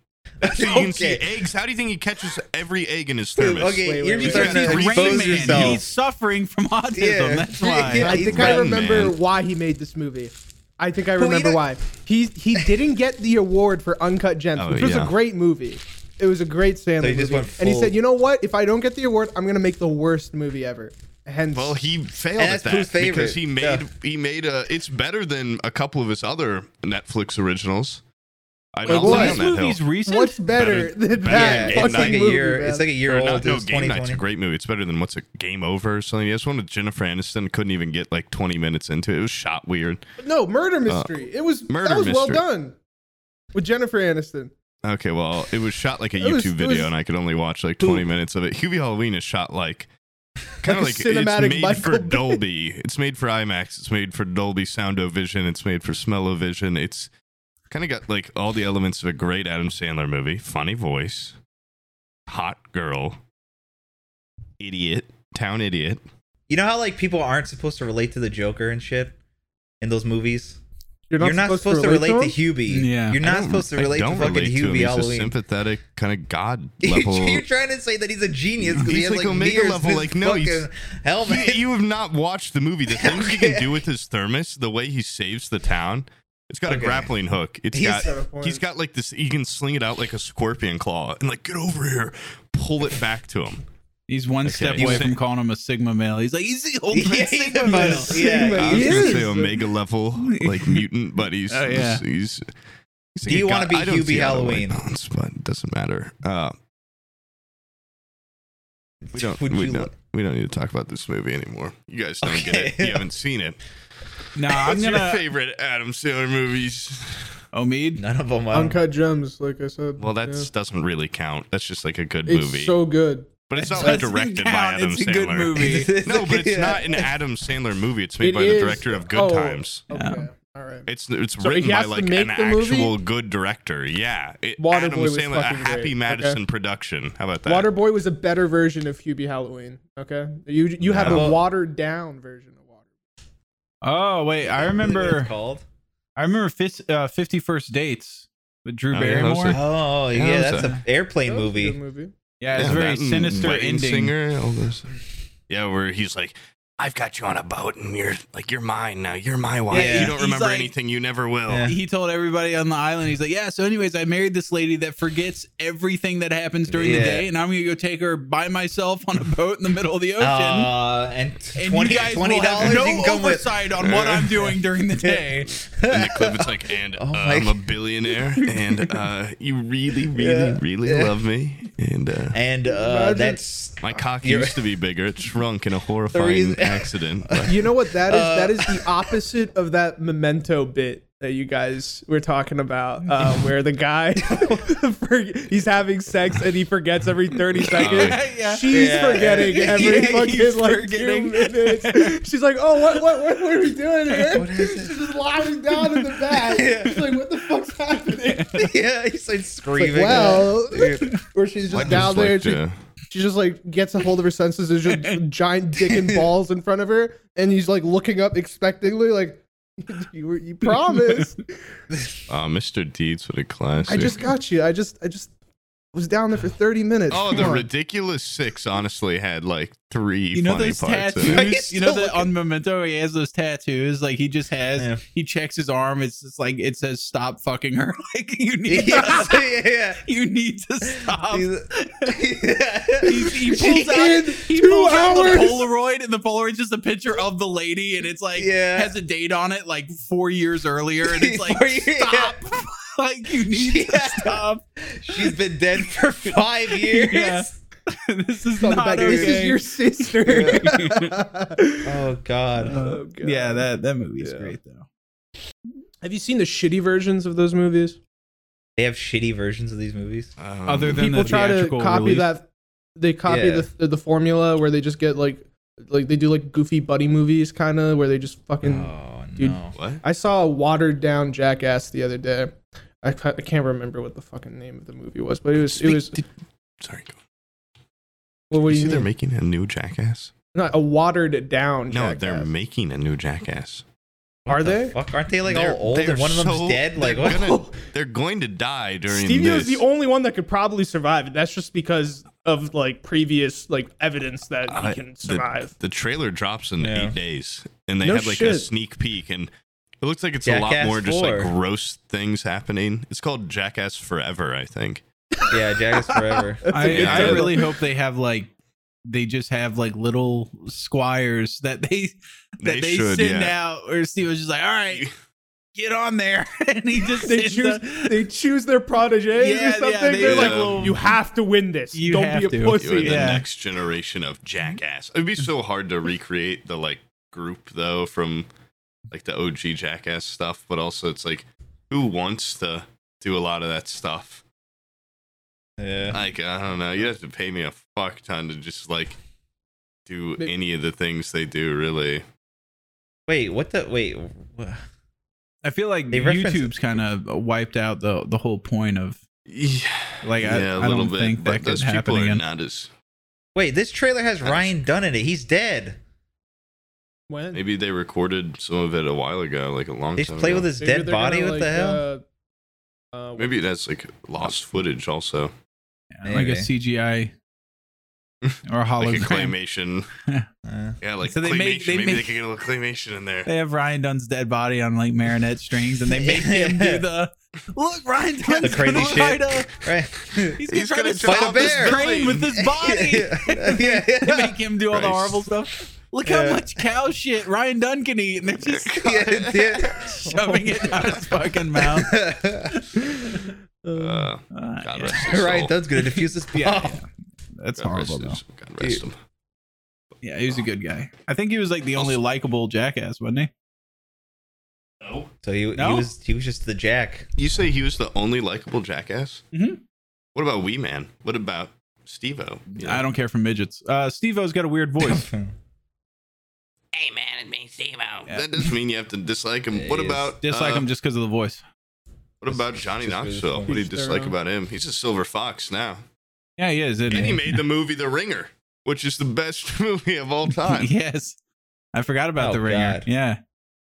[SPEAKER 2] So you can see
[SPEAKER 5] Okay.
[SPEAKER 2] eggs. How do you think he catches every egg in his thermos?
[SPEAKER 5] Okay,
[SPEAKER 6] Wait, wait,
[SPEAKER 5] you're just
[SPEAKER 6] wait.
[SPEAKER 2] He's
[SPEAKER 5] starting to
[SPEAKER 2] got a
[SPEAKER 1] Rain
[SPEAKER 5] expose
[SPEAKER 1] Man.
[SPEAKER 5] yourself.
[SPEAKER 1] He's suffering from autism.
[SPEAKER 5] Yeah.
[SPEAKER 1] That's why.
[SPEAKER 5] Yeah,
[SPEAKER 6] I
[SPEAKER 5] he's
[SPEAKER 6] think I
[SPEAKER 2] Rain
[SPEAKER 6] remember
[SPEAKER 2] Man.
[SPEAKER 6] why he made this movie. I think I
[SPEAKER 5] Well, he
[SPEAKER 6] remember
[SPEAKER 5] did-
[SPEAKER 6] why. He he didn't get the award for Uncut Gems,
[SPEAKER 2] Oh,
[SPEAKER 6] which was
[SPEAKER 2] yeah.
[SPEAKER 6] a great movie. It was a great Sandler
[SPEAKER 5] So he just
[SPEAKER 6] movie.
[SPEAKER 5] went
[SPEAKER 6] and he
[SPEAKER 5] full-
[SPEAKER 6] said, "You know what? If I don't get the award, I'm gonna make the worst movie ever." Hence,
[SPEAKER 2] Well, he failed
[SPEAKER 5] And
[SPEAKER 2] at
[SPEAKER 5] that's
[SPEAKER 2] that
[SPEAKER 5] Pooh's favorite.
[SPEAKER 2] because he made
[SPEAKER 5] Yeah.
[SPEAKER 2] he made a. It's better than a couple of his other Netflix originals. I
[SPEAKER 6] Wait,
[SPEAKER 2] don't die
[SPEAKER 6] what?
[SPEAKER 1] Well,
[SPEAKER 2] on
[SPEAKER 1] this
[SPEAKER 6] This
[SPEAKER 2] that hill.
[SPEAKER 1] movie's recent.
[SPEAKER 6] what's better,
[SPEAKER 2] Better-
[SPEAKER 6] than
[SPEAKER 2] better
[SPEAKER 5] Yeah,
[SPEAKER 6] that
[SPEAKER 2] than
[SPEAKER 5] it's
[SPEAKER 6] fucking
[SPEAKER 2] Game
[SPEAKER 5] like a
[SPEAKER 2] Night.
[SPEAKER 6] movie?
[SPEAKER 5] year.
[SPEAKER 6] man?
[SPEAKER 5] It's like a year
[SPEAKER 2] Or
[SPEAKER 5] old.
[SPEAKER 2] not, no,
[SPEAKER 5] it's
[SPEAKER 2] Game Night's a
[SPEAKER 5] 2020.
[SPEAKER 2] great movie. It's better than what's a Game Over or something. That's one with Jennifer Aniston. Couldn't even get like 20 minutes into it. It was shot weird.
[SPEAKER 6] no murder mystery. it was
[SPEAKER 2] Murder
[SPEAKER 6] that was well
[SPEAKER 2] Mystery.
[SPEAKER 6] done with Jennifer Aniston.
[SPEAKER 2] Okay, well, it was shot like a
[SPEAKER 6] It
[SPEAKER 2] YouTube
[SPEAKER 6] was- it
[SPEAKER 2] video,
[SPEAKER 6] was-
[SPEAKER 2] and I could only watch like 20 minutes of it. Hubie Halloween is shot like kind of like,
[SPEAKER 6] Like a cinematic
[SPEAKER 2] it's made
[SPEAKER 6] Michael
[SPEAKER 2] for
[SPEAKER 6] Bay.
[SPEAKER 2] Dolby. It's made for IMAX. It's made for Dolby Sound-O-Vision. It's made for Smell-O-Vision. It's kind of got like all the elements of a great Adam Sandler movie: funny voice, hot girl, idiot, town idiot.
[SPEAKER 5] You know how like people aren't supposed to relate to the Joker and shit in those movies.
[SPEAKER 6] You're not, supposed, to relate,
[SPEAKER 5] to,
[SPEAKER 6] him?
[SPEAKER 5] Hubie.
[SPEAKER 1] Yeah.
[SPEAKER 5] You're
[SPEAKER 2] I
[SPEAKER 5] not
[SPEAKER 2] don't-
[SPEAKER 5] supposed to
[SPEAKER 2] I
[SPEAKER 5] relate to
[SPEAKER 2] don't
[SPEAKER 5] fucking
[SPEAKER 2] relate to him.
[SPEAKER 5] Hubie
[SPEAKER 2] He's a
[SPEAKER 5] Halloween.
[SPEAKER 2] sympathetic kind of god level.
[SPEAKER 5] You're trying to say that he's a genius because
[SPEAKER 2] He's
[SPEAKER 5] he has
[SPEAKER 2] like
[SPEAKER 5] like,
[SPEAKER 2] Omega
[SPEAKER 5] mirrors in
[SPEAKER 2] level,
[SPEAKER 5] his
[SPEAKER 2] like, no, he's-
[SPEAKER 5] fucking helmet.
[SPEAKER 2] you, you have not watched the movie. The things he
[SPEAKER 5] Okay.
[SPEAKER 2] can do with his thermos, the way he saves the town. It's got a
[SPEAKER 5] Okay.
[SPEAKER 2] grappling hook. It's
[SPEAKER 5] He's
[SPEAKER 2] got
[SPEAKER 6] got a point.
[SPEAKER 2] he's got like this. He can sling it out like a scorpion claw and like get over here, pull it back to him.
[SPEAKER 1] He's one
[SPEAKER 2] Okay.
[SPEAKER 1] step
[SPEAKER 2] You
[SPEAKER 1] away
[SPEAKER 2] said-
[SPEAKER 1] from calling him a Sigma male. He's like, he's the old
[SPEAKER 5] Yeah,
[SPEAKER 1] man
[SPEAKER 5] he's
[SPEAKER 1] Sigma
[SPEAKER 5] the
[SPEAKER 1] male.
[SPEAKER 5] most- yeah.
[SPEAKER 2] I
[SPEAKER 6] Sigma.
[SPEAKER 2] was
[SPEAKER 6] He
[SPEAKER 2] gonna
[SPEAKER 6] is.
[SPEAKER 2] say omega level like mutant, but he's
[SPEAKER 1] Oh, yeah.
[SPEAKER 2] he's. he's
[SPEAKER 5] Do you
[SPEAKER 2] a
[SPEAKER 5] wanna
[SPEAKER 2] god-
[SPEAKER 5] be
[SPEAKER 2] I don't
[SPEAKER 5] Hubie
[SPEAKER 2] see how the white
[SPEAKER 5] Halloween?
[SPEAKER 2] balance, but it doesn't matter. Uh, we don't.
[SPEAKER 5] Would
[SPEAKER 2] we
[SPEAKER 5] you
[SPEAKER 2] don't.
[SPEAKER 5] like-
[SPEAKER 2] we don't need to talk about this movie anymore. You guys don't get it.
[SPEAKER 5] Okay.
[SPEAKER 2] You haven't seen it.
[SPEAKER 1] Nah, Uh, I'm
[SPEAKER 2] What's your
[SPEAKER 1] gonna
[SPEAKER 2] favorite Adam Sandler movies?
[SPEAKER 1] Omid.
[SPEAKER 5] None of them. I don't-
[SPEAKER 6] Uncut Gems, like I said.
[SPEAKER 2] Well, that doesn't really count. That's just like a good
[SPEAKER 6] yeah. it's
[SPEAKER 2] movie,
[SPEAKER 6] so good.
[SPEAKER 2] but it's not
[SPEAKER 1] Doesn't
[SPEAKER 2] like directed by
[SPEAKER 1] count.
[SPEAKER 2] Adam
[SPEAKER 1] It's
[SPEAKER 2] Sandler.
[SPEAKER 1] a good movie.
[SPEAKER 2] No, but it's
[SPEAKER 5] Yeah.
[SPEAKER 2] not an Adam Sandler movie. It's made
[SPEAKER 6] It
[SPEAKER 2] by the
[SPEAKER 6] is-
[SPEAKER 2] director of Good
[SPEAKER 6] oh,
[SPEAKER 2] Times.
[SPEAKER 6] Okay,
[SPEAKER 1] Yeah.
[SPEAKER 6] all right.
[SPEAKER 2] It's it's
[SPEAKER 6] So
[SPEAKER 2] written
[SPEAKER 6] he
[SPEAKER 2] by
[SPEAKER 6] has to
[SPEAKER 2] like
[SPEAKER 6] make
[SPEAKER 2] an
[SPEAKER 6] the movie?
[SPEAKER 2] actual good director. Yeah, it,
[SPEAKER 6] Waterboy
[SPEAKER 2] Adam
[SPEAKER 6] was
[SPEAKER 2] Sandler, a
[SPEAKER 6] fucking
[SPEAKER 2] Happy
[SPEAKER 6] great.
[SPEAKER 2] Madison
[SPEAKER 6] Okay.
[SPEAKER 2] production. How about that?
[SPEAKER 6] Waterboy was a better version of Hubie Halloween. Okay, you you have
[SPEAKER 2] No.
[SPEAKER 6] a watered down version of Water.
[SPEAKER 1] Oh wait, I
[SPEAKER 5] Is that what it's
[SPEAKER 1] remember.
[SPEAKER 5] called.
[SPEAKER 1] I remember fifty uh, 51st dates. with Drew
[SPEAKER 2] Oh, yeah, that was
[SPEAKER 1] Barrymore.
[SPEAKER 2] a-
[SPEAKER 5] Oh
[SPEAKER 2] Yeah,
[SPEAKER 5] yeah,
[SPEAKER 2] that was
[SPEAKER 5] that's an airplane
[SPEAKER 6] That was a good
[SPEAKER 5] movie.
[SPEAKER 6] movie.
[SPEAKER 1] yeah, it's
[SPEAKER 2] Yeah,
[SPEAKER 1] very
[SPEAKER 2] that and
[SPEAKER 1] sinister
[SPEAKER 2] Wedding
[SPEAKER 1] ending.
[SPEAKER 2] Singer, all those. Yeah, where he's like, "I've got you on a boat, and you're like, you're mine now. You're my wife.
[SPEAKER 5] Yeah.
[SPEAKER 2] You don't
[SPEAKER 1] He's
[SPEAKER 2] remember
[SPEAKER 1] like-
[SPEAKER 2] anything. You never will."
[SPEAKER 5] Yeah.
[SPEAKER 1] He told everybody on the island, he's like, Yeah, so, anyways, I married this lady that forgets everything that happens during the
[SPEAKER 5] Yeah.
[SPEAKER 1] day, and I'm going to go take her by myself on a boat in the middle of the ocean.
[SPEAKER 5] Uh, and
[SPEAKER 1] and
[SPEAKER 5] twenty
[SPEAKER 1] you guys
[SPEAKER 5] twenty
[SPEAKER 1] will have
[SPEAKER 5] dollars
[SPEAKER 1] no
[SPEAKER 5] you can come with.
[SPEAKER 1] oversight on what I'm doing during the day.
[SPEAKER 2] In the clip, it's like, "And
[SPEAKER 5] Oh
[SPEAKER 2] uh,
[SPEAKER 5] my-
[SPEAKER 2] I'm a billionaire, and uh, you really, really,
[SPEAKER 5] Yeah.
[SPEAKER 2] really
[SPEAKER 5] Yeah.
[SPEAKER 2] love me, and uh,
[SPEAKER 5] And uh,
[SPEAKER 6] Imagine-
[SPEAKER 5] that's
[SPEAKER 2] my
[SPEAKER 6] uh,
[SPEAKER 2] cock
[SPEAKER 5] You're-
[SPEAKER 2] used to be bigger. It shrunk in a horrifying
[SPEAKER 5] reason-
[SPEAKER 2] accident." But
[SPEAKER 6] You know what that is?
[SPEAKER 5] Uh,
[SPEAKER 6] that is the opposite of that memento bit that you guys were talking about, uh, where the guy for- he's having sex and he forgets every thirty seconds.
[SPEAKER 1] Yeah.
[SPEAKER 6] She's
[SPEAKER 5] Yeah.
[SPEAKER 6] forgetting
[SPEAKER 1] Yeah,
[SPEAKER 6] every
[SPEAKER 1] he's
[SPEAKER 6] fucking like
[SPEAKER 1] forgetting.
[SPEAKER 6] two minutes. She's like, "Oh, what, what, what, what are we doing here?" She's just lying down in the bed. She's like, "what the fuck's happening?
[SPEAKER 5] yeah, he's like
[SPEAKER 6] Like,
[SPEAKER 5] screaming.
[SPEAKER 6] well, or she's just
[SPEAKER 2] I
[SPEAKER 6] down
[SPEAKER 2] just
[SPEAKER 6] there.
[SPEAKER 2] like
[SPEAKER 6] she-
[SPEAKER 2] to-
[SPEAKER 6] she just like gets a hold of her senses. There's just a giant dick and balls in front of her, and he's like looking up expectantly, like, "You were, you promised.
[SPEAKER 2] uh, Mr. Deeds, what a classic!
[SPEAKER 6] I just got you. I just, I just was down there for 30 minutes.
[SPEAKER 2] Oh,
[SPEAKER 6] Come
[SPEAKER 2] the
[SPEAKER 6] on."
[SPEAKER 2] ridiculous six honestly had like three
[SPEAKER 1] You know
[SPEAKER 2] funny
[SPEAKER 1] those
[SPEAKER 2] parts. in it.
[SPEAKER 1] tattoos. You know
[SPEAKER 5] still
[SPEAKER 1] that on Memento he has those tattoos. Like he just has.
[SPEAKER 5] Yeah.
[SPEAKER 1] He checks his arm. It's just like it says "Stop fucking her." Like you need.
[SPEAKER 5] yeah, yeah.
[SPEAKER 1] You need to stop.
[SPEAKER 5] He's-
[SPEAKER 1] He's- um, he
[SPEAKER 5] She
[SPEAKER 1] pulls out.
[SPEAKER 5] did
[SPEAKER 1] He
[SPEAKER 6] two
[SPEAKER 1] pulls out the
[SPEAKER 6] hours.
[SPEAKER 1] Polaroid, and the Polaroid's just a picture of the lady, and it's like
[SPEAKER 5] Yeah.
[SPEAKER 1] has a date on it, like four years earlier, and it's like
[SPEAKER 5] Four years,
[SPEAKER 1] stop. like you need
[SPEAKER 5] Yeah.
[SPEAKER 1] to stop.
[SPEAKER 5] She's been dead for five years.
[SPEAKER 1] Yeah. this is
[SPEAKER 6] It's on the
[SPEAKER 1] not
[SPEAKER 6] back.
[SPEAKER 1] okay.
[SPEAKER 6] This is your sister.
[SPEAKER 5] Oh God.
[SPEAKER 1] Uh,
[SPEAKER 6] Oh, God.
[SPEAKER 1] yeah, that that movie's
[SPEAKER 6] Yeah.
[SPEAKER 1] great though.
[SPEAKER 6] Have you seen the shitty versions of those movies?
[SPEAKER 5] They have shitty versions of these movies.
[SPEAKER 2] Um,
[SPEAKER 1] Other than
[SPEAKER 6] People
[SPEAKER 1] the
[SPEAKER 6] try to
[SPEAKER 1] theatrical
[SPEAKER 6] copy
[SPEAKER 1] release.
[SPEAKER 6] that. They copy
[SPEAKER 5] Yeah.
[SPEAKER 6] the the formula where they just get like, like they do like goofy buddy movies kind of where they just fucking
[SPEAKER 5] Oh
[SPEAKER 6] Dude.
[SPEAKER 5] no.
[SPEAKER 2] what?
[SPEAKER 6] I saw a watered down Jackass the other day. I, ca- I can't remember what the fucking name of the movie was, but it was it was.
[SPEAKER 2] Did- sorry. Go.
[SPEAKER 6] Well, what
[SPEAKER 2] You
[SPEAKER 6] do
[SPEAKER 2] see,
[SPEAKER 6] you
[SPEAKER 2] they're
[SPEAKER 6] mean?
[SPEAKER 2] making a new Jackass.
[SPEAKER 6] Not a watered down.
[SPEAKER 2] No, they're
[SPEAKER 6] Jackass.
[SPEAKER 2] making a new Jackass.
[SPEAKER 6] Are
[SPEAKER 5] The
[SPEAKER 6] they?
[SPEAKER 5] Fuck, aren't they like
[SPEAKER 2] They're-
[SPEAKER 5] all old
[SPEAKER 2] they're
[SPEAKER 5] and one of them's
[SPEAKER 2] so-
[SPEAKER 5] dead? Like
[SPEAKER 2] they're
[SPEAKER 5] what?
[SPEAKER 2] Gonna, they're going to die during
[SPEAKER 6] Stevie
[SPEAKER 2] this.
[SPEAKER 6] was the only one that could probably survive. That's just because of like previous like evidence that
[SPEAKER 2] Uh,
[SPEAKER 6] he can
[SPEAKER 2] the-
[SPEAKER 6] survive.
[SPEAKER 2] The trailer drops in
[SPEAKER 5] Yeah.
[SPEAKER 2] eight days, and they
[SPEAKER 6] No
[SPEAKER 2] had like a
[SPEAKER 6] shit.
[SPEAKER 2] sneak peek, and it looks like it's a lot
[SPEAKER 5] Jackass
[SPEAKER 2] more just like
[SPEAKER 5] 4.
[SPEAKER 2] gross things happening. It's called Jackass Forever, I think.
[SPEAKER 5] yeah, Jackass Forever.
[SPEAKER 6] That's a
[SPEAKER 1] I,
[SPEAKER 6] good
[SPEAKER 1] I
[SPEAKER 6] title.
[SPEAKER 1] really hope they have like they just have like little squires that they that
[SPEAKER 2] They
[SPEAKER 1] they,
[SPEAKER 2] should,
[SPEAKER 1] send
[SPEAKER 2] yeah.
[SPEAKER 1] out or Steve was just like, all right, get on there. And he just
[SPEAKER 6] They
[SPEAKER 1] sends
[SPEAKER 6] choose
[SPEAKER 1] the-
[SPEAKER 6] they choose their proteges
[SPEAKER 1] Yeah, yeah,
[SPEAKER 6] or something.
[SPEAKER 1] they-
[SPEAKER 6] they, are like,
[SPEAKER 2] Yeah.
[SPEAKER 6] you have to win this.
[SPEAKER 1] You
[SPEAKER 6] Don't
[SPEAKER 1] have
[SPEAKER 6] be a
[SPEAKER 1] to.
[SPEAKER 2] You are
[SPEAKER 6] pussy.
[SPEAKER 2] the
[SPEAKER 1] Yeah.
[SPEAKER 2] next generation of Jackass. It'd be so hard to recreate the like group though from like the OG Jackass stuff, but also it's like who wants to do a lot of that stuff?
[SPEAKER 5] Yeah.
[SPEAKER 2] Like I don't know. You have to pay me a fuck ton to just like do
[SPEAKER 6] Maybe-
[SPEAKER 2] any of the things they do. Really,
[SPEAKER 5] Wait, what the? Wait. wha-
[SPEAKER 1] I feel like
[SPEAKER 5] They reference-
[SPEAKER 1] YouTube's kind of wiped out the the whole point of
[SPEAKER 2] yeah,
[SPEAKER 1] like I I,
[SPEAKER 2] a
[SPEAKER 1] I don't think that
[SPEAKER 2] but
[SPEAKER 1] could
[SPEAKER 2] those people
[SPEAKER 1] happen
[SPEAKER 2] are
[SPEAKER 1] again.
[SPEAKER 2] not as
[SPEAKER 5] Wait, this trailer has Ryan Dunn in it. He's dead.
[SPEAKER 6] When?
[SPEAKER 2] maybe they recorded some of it a while ago, like a long
[SPEAKER 5] They
[SPEAKER 2] time.
[SPEAKER 5] just play
[SPEAKER 2] ago.
[SPEAKER 5] with his
[SPEAKER 6] Maybe
[SPEAKER 5] dead
[SPEAKER 6] they're gonna,
[SPEAKER 5] body. What the
[SPEAKER 6] like,
[SPEAKER 5] hell?
[SPEAKER 6] uh, uh, what-
[SPEAKER 2] Maybe that's like lost footage also,
[SPEAKER 1] Yeah, like a
[SPEAKER 5] Maybe.
[SPEAKER 1] CGI or a
[SPEAKER 2] like a
[SPEAKER 1] hologram.
[SPEAKER 2] claymation.
[SPEAKER 5] Uh,
[SPEAKER 2] Yeah, like
[SPEAKER 1] So they
[SPEAKER 2] claymation.
[SPEAKER 1] make- they
[SPEAKER 2] Maybe they
[SPEAKER 1] make-
[SPEAKER 2] could get a little claymation in there.
[SPEAKER 1] they have Ryan Dunn's dead body on like marionette strings, and they make him do the look. Ryan Dunn's
[SPEAKER 5] The crazy
[SPEAKER 1] gonna
[SPEAKER 5] shit.
[SPEAKER 1] try to-
[SPEAKER 5] right.
[SPEAKER 1] He's,
[SPEAKER 2] He's
[SPEAKER 1] gonna, try
[SPEAKER 2] gonna
[SPEAKER 1] to
[SPEAKER 2] fight
[SPEAKER 1] stop
[SPEAKER 2] a
[SPEAKER 1] this
[SPEAKER 5] bear.
[SPEAKER 1] crane with his body.
[SPEAKER 5] yeah.
[SPEAKER 1] They make him do all the
[SPEAKER 2] Christ.
[SPEAKER 1] horrible stuff. Look how
[SPEAKER 5] Yeah.
[SPEAKER 1] much cow shit Ryan Dunn can eat, and they're just
[SPEAKER 5] yeah,
[SPEAKER 1] shoving it out his fucking mouth.
[SPEAKER 5] yeah.
[SPEAKER 2] Uh,
[SPEAKER 1] Uh,
[SPEAKER 2] God
[SPEAKER 1] yeah.
[SPEAKER 2] rest his
[SPEAKER 5] Right,
[SPEAKER 2] soul.
[SPEAKER 5] that's gonna defuse this bomb.
[SPEAKER 1] Yeah, That's
[SPEAKER 2] God rest
[SPEAKER 1] horrible.
[SPEAKER 2] his-
[SPEAKER 1] Though.
[SPEAKER 2] God rest him.
[SPEAKER 1] Yeah, he was a good guy. I think he was like the only likable jackass, wasn't he?
[SPEAKER 5] So he,
[SPEAKER 1] No?
[SPEAKER 5] he was he was just the Jack.
[SPEAKER 2] You say he was the only likable jackass?
[SPEAKER 1] Mhm.
[SPEAKER 2] What about Wee Man? What about Steve O?
[SPEAKER 1] I don't care for midgets. Uh, Steve-O's got a weird voice.
[SPEAKER 7] Hey man, it's me, Stevo.
[SPEAKER 1] Yeah.
[SPEAKER 2] That doesn't mean you have to dislike him. What
[SPEAKER 5] Yes.
[SPEAKER 2] about
[SPEAKER 1] Dislike
[SPEAKER 2] uh,
[SPEAKER 1] him just because of the voice.
[SPEAKER 2] What about Johnny
[SPEAKER 5] Just really
[SPEAKER 2] Knoxville? What do you
[SPEAKER 6] He's their
[SPEAKER 2] dislike
[SPEAKER 6] own.
[SPEAKER 2] about him? He's a silver fox now,
[SPEAKER 1] Yeah, he is. Isn't
[SPEAKER 2] and
[SPEAKER 1] he?
[SPEAKER 2] he made the movie The Ringer, which is the best movie of all time.
[SPEAKER 1] yes, I forgot about
[SPEAKER 5] Oh,
[SPEAKER 1] the ringer.
[SPEAKER 5] God.
[SPEAKER 1] Yeah,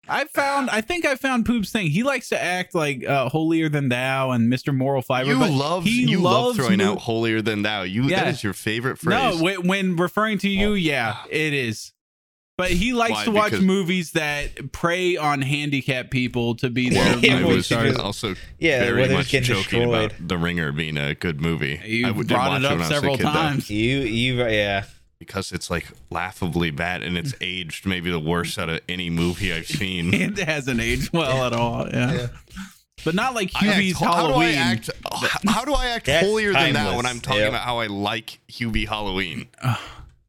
[SPEAKER 1] I found. I think I found Poop's thing. He likes to act like uh, holier than thou and Mr. Moral Fiber.
[SPEAKER 2] you
[SPEAKER 1] but
[SPEAKER 2] love
[SPEAKER 1] he
[SPEAKER 2] you love
[SPEAKER 1] loves
[SPEAKER 2] throwing
[SPEAKER 1] mo-
[SPEAKER 2] out holier than thou. You
[SPEAKER 1] Yeah.
[SPEAKER 2] that is your favorite
[SPEAKER 1] No,
[SPEAKER 2] phrase.
[SPEAKER 1] when, when referring to you, yeah, it is. But he likes
[SPEAKER 2] Why?
[SPEAKER 1] to watch
[SPEAKER 2] Because-
[SPEAKER 1] movies that prey on handicapped people to be their
[SPEAKER 5] Yeah,
[SPEAKER 2] I
[SPEAKER 5] well,
[SPEAKER 1] movie
[SPEAKER 2] was
[SPEAKER 5] she
[SPEAKER 1] stars.
[SPEAKER 5] just-
[SPEAKER 2] also
[SPEAKER 5] Yeah,
[SPEAKER 2] very
[SPEAKER 5] where they're
[SPEAKER 2] much
[SPEAKER 5] just getting
[SPEAKER 2] joking
[SPEAKER 5] destroyed.
[SPEAKER 2] about The Ringer being a good movie.
[SPEAKER 1] You
[SPEAKER 2] w- did
[SPEAKER 1] brought it
[SPEAKER 2] watch when
[SPEAKER 1] up
[SPEAKER 2] I was a
[SPEAKER 1] several
[SPEAKER 2] kid, though,
[SPEAKER 1] times.
[SPEAKER 5] You, you, yeah.
[SPEAKER 2] because it's like laughably bad and it's aged maybe the worst out of any movie I've seen.
[SPEAKER 1] It hasn't aged well at all. Yeah. But not like
[SPEAKER 2] I act-
[SPEAKER 1] Hubie's
[SPEAKER 2] how do I
[SPEAKER 1] Halloween.
[SPEAKER 2] act? How, how do I act
[SPEAKER 5] That's
[SPEAKER 2] holier than thou when
[SPEAKER 5] timeless.
[SPEAKER 2] I'm talking
[SPEAKER 5] Yep.
[SPEAKER 2] about how I like Hubie Halloween?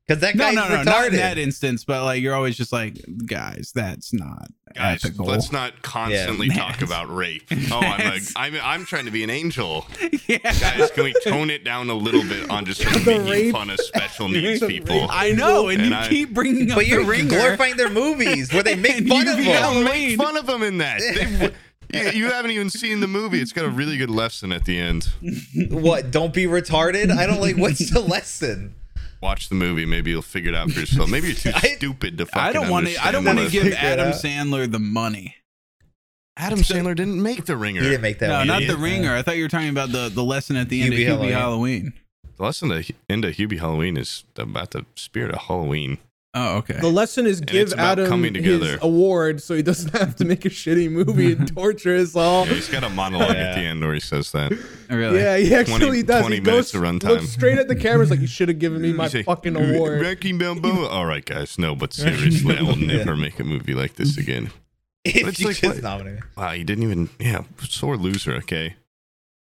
[SPEAKER 5] Because that
[SPEAKER 1] no,
[SPEAKER 5] guy's
[SPEAKER 1] no, no, not in
[SPEAKER 5] retarded.
[SPEAKER 1] that instance. But like, you're always just like, guys, that's not
[SPEAKER 2] Guys,
[SPEAKER 1] ethical.
[SPEAKER 2] let's not constantly
[SPEAKER 1] Yeah.
[SPEAKER 2] talk about rape. Oh, I'm a,
[SPEAKER 1] Yes.
[SPEAKER 2] I'm I'm trying to be an angel.
[SPEAKER 1] yeah.
[SPEAKER 2] Guys, can we tone it down a little bit on just sort of
[SPEAKER 6] The
[SPEAKER 2] making
[SPEAKER 6] rape.
[SPEAKER 2] fun of special needs
[SPEAKER 6] The
[SPEAKER 2] people?
[SPEAKER 6] rape.
[SPEAKER 1] I know, and,
[SPEAKER 2] And
[SPEAKER 1] you
[SPEAKER 2] I-
[SPEAKER 1] keep bringing up
[SPEAKER 5] But you're
[SPEAKER 1] the ringer.
[SPEAKER 5] glorifying their movies where they make
[SPEAKER 1] And
[SPEAKER 5] fun
[SPEAKER 1] you
[SPEAKER 5] of
[SPEAKER 1] be
[SPEAKER 5] them.
[SPEAKER 1] out-
[SPEAKER 2] Don't
[SPEAKER 1] Halloween.
[SPEAKER 2] make fun of them in that. They- you, you haven't even seen the movie. It's got a really good lesson at the end.
[SPEAKER 5] What? Don't be retarded. I don't like. What's the lesson?
[SPEAKER 2] Watch the movie. Maybe you'll figure it out for yourself. Maybe you're too
[SPEAKER 5] I-
[SPEAKER 2] stupid to fucking.
[SPEAKER 1] I don't want to. I don't
[SPEAKER 2] understand
[SPEAKER 1] want to
[SPEAKER 2] this.
[SPEAKER 1] give
[SPEAKER 5] Figure it
[SPEAKER 1] Adam
[SPEAKER 5] out.
[SPEAKER 1] Sandler the money.
[SPEAKER 2] Adam Sandler didn't make The Ringer.
[SPEAKER 5] You didn't make that.
[SPEAKER 1] No,
[SPEAKER 5] one.
[SPEAKER 1] not
[SPEAKER 5] did
[SPEAKER 1] the
[SPEAKER 5] you?
[SPEAKER 1] ringer. I thought you were talking about the the lesson at the end
[SPEAKER 5] Hubie
[SPEAKER 1] of Hubie
[SPEAKER 5] Halloween.
[SPEAKER 1] Halloween.
[SPEAKER 2] The lesson to end of Hubie Halloween is about the spirit of Halloween.
[SPEAKER 1] Oh, okay.
[SPEAKER 6] The lesson is
[SPEAKER 2] it's
[SPEAKER 6] give
[SPEAKER 2] about
[SPEAKER 6] Adam
[SPEAKER 2] coming together.
[SPEAKER 6] his award so he doesn't have to make a shitty movie and torture us all.
[SPEAKER 2] Yeah, he's got a monologue at the
[SPEAKER 5] Yeah.
[SPEAKER 2] end where he says that.
[SPEAKER 1] Really?
[SPEAKER 6] Yeah, he actually
[SPEAKER 2] 20
[SPEAKER 6] does.
[SPEAKER 2] 20
[SPEAKER 6] he
[SPEAKER 2] minutes
[SPEAKER 6] goes
[SPEAKER 2] of runtime.
[SPEAKER 6] looks straight at the cameras like you should have given me my
[SPEAKER 2] You say,
[SPEAKER 6] fucking
[SPEAKER 2] "Uh,
[SPEAKER 6] award.
[SPEAKER 2] Rocky Balboa. All right, guys. No, but seriously, I will never make a movie like this again. But it's
[SPEAKER 5] If you
[SPEAKER 2] like,
[SPEAKER 5] just
[SPEAKER 2] what-
[SPEAKER 5] nominated.
[SPEAKER 2] Wow, you didn't even. Yeah, sore loser. Okay,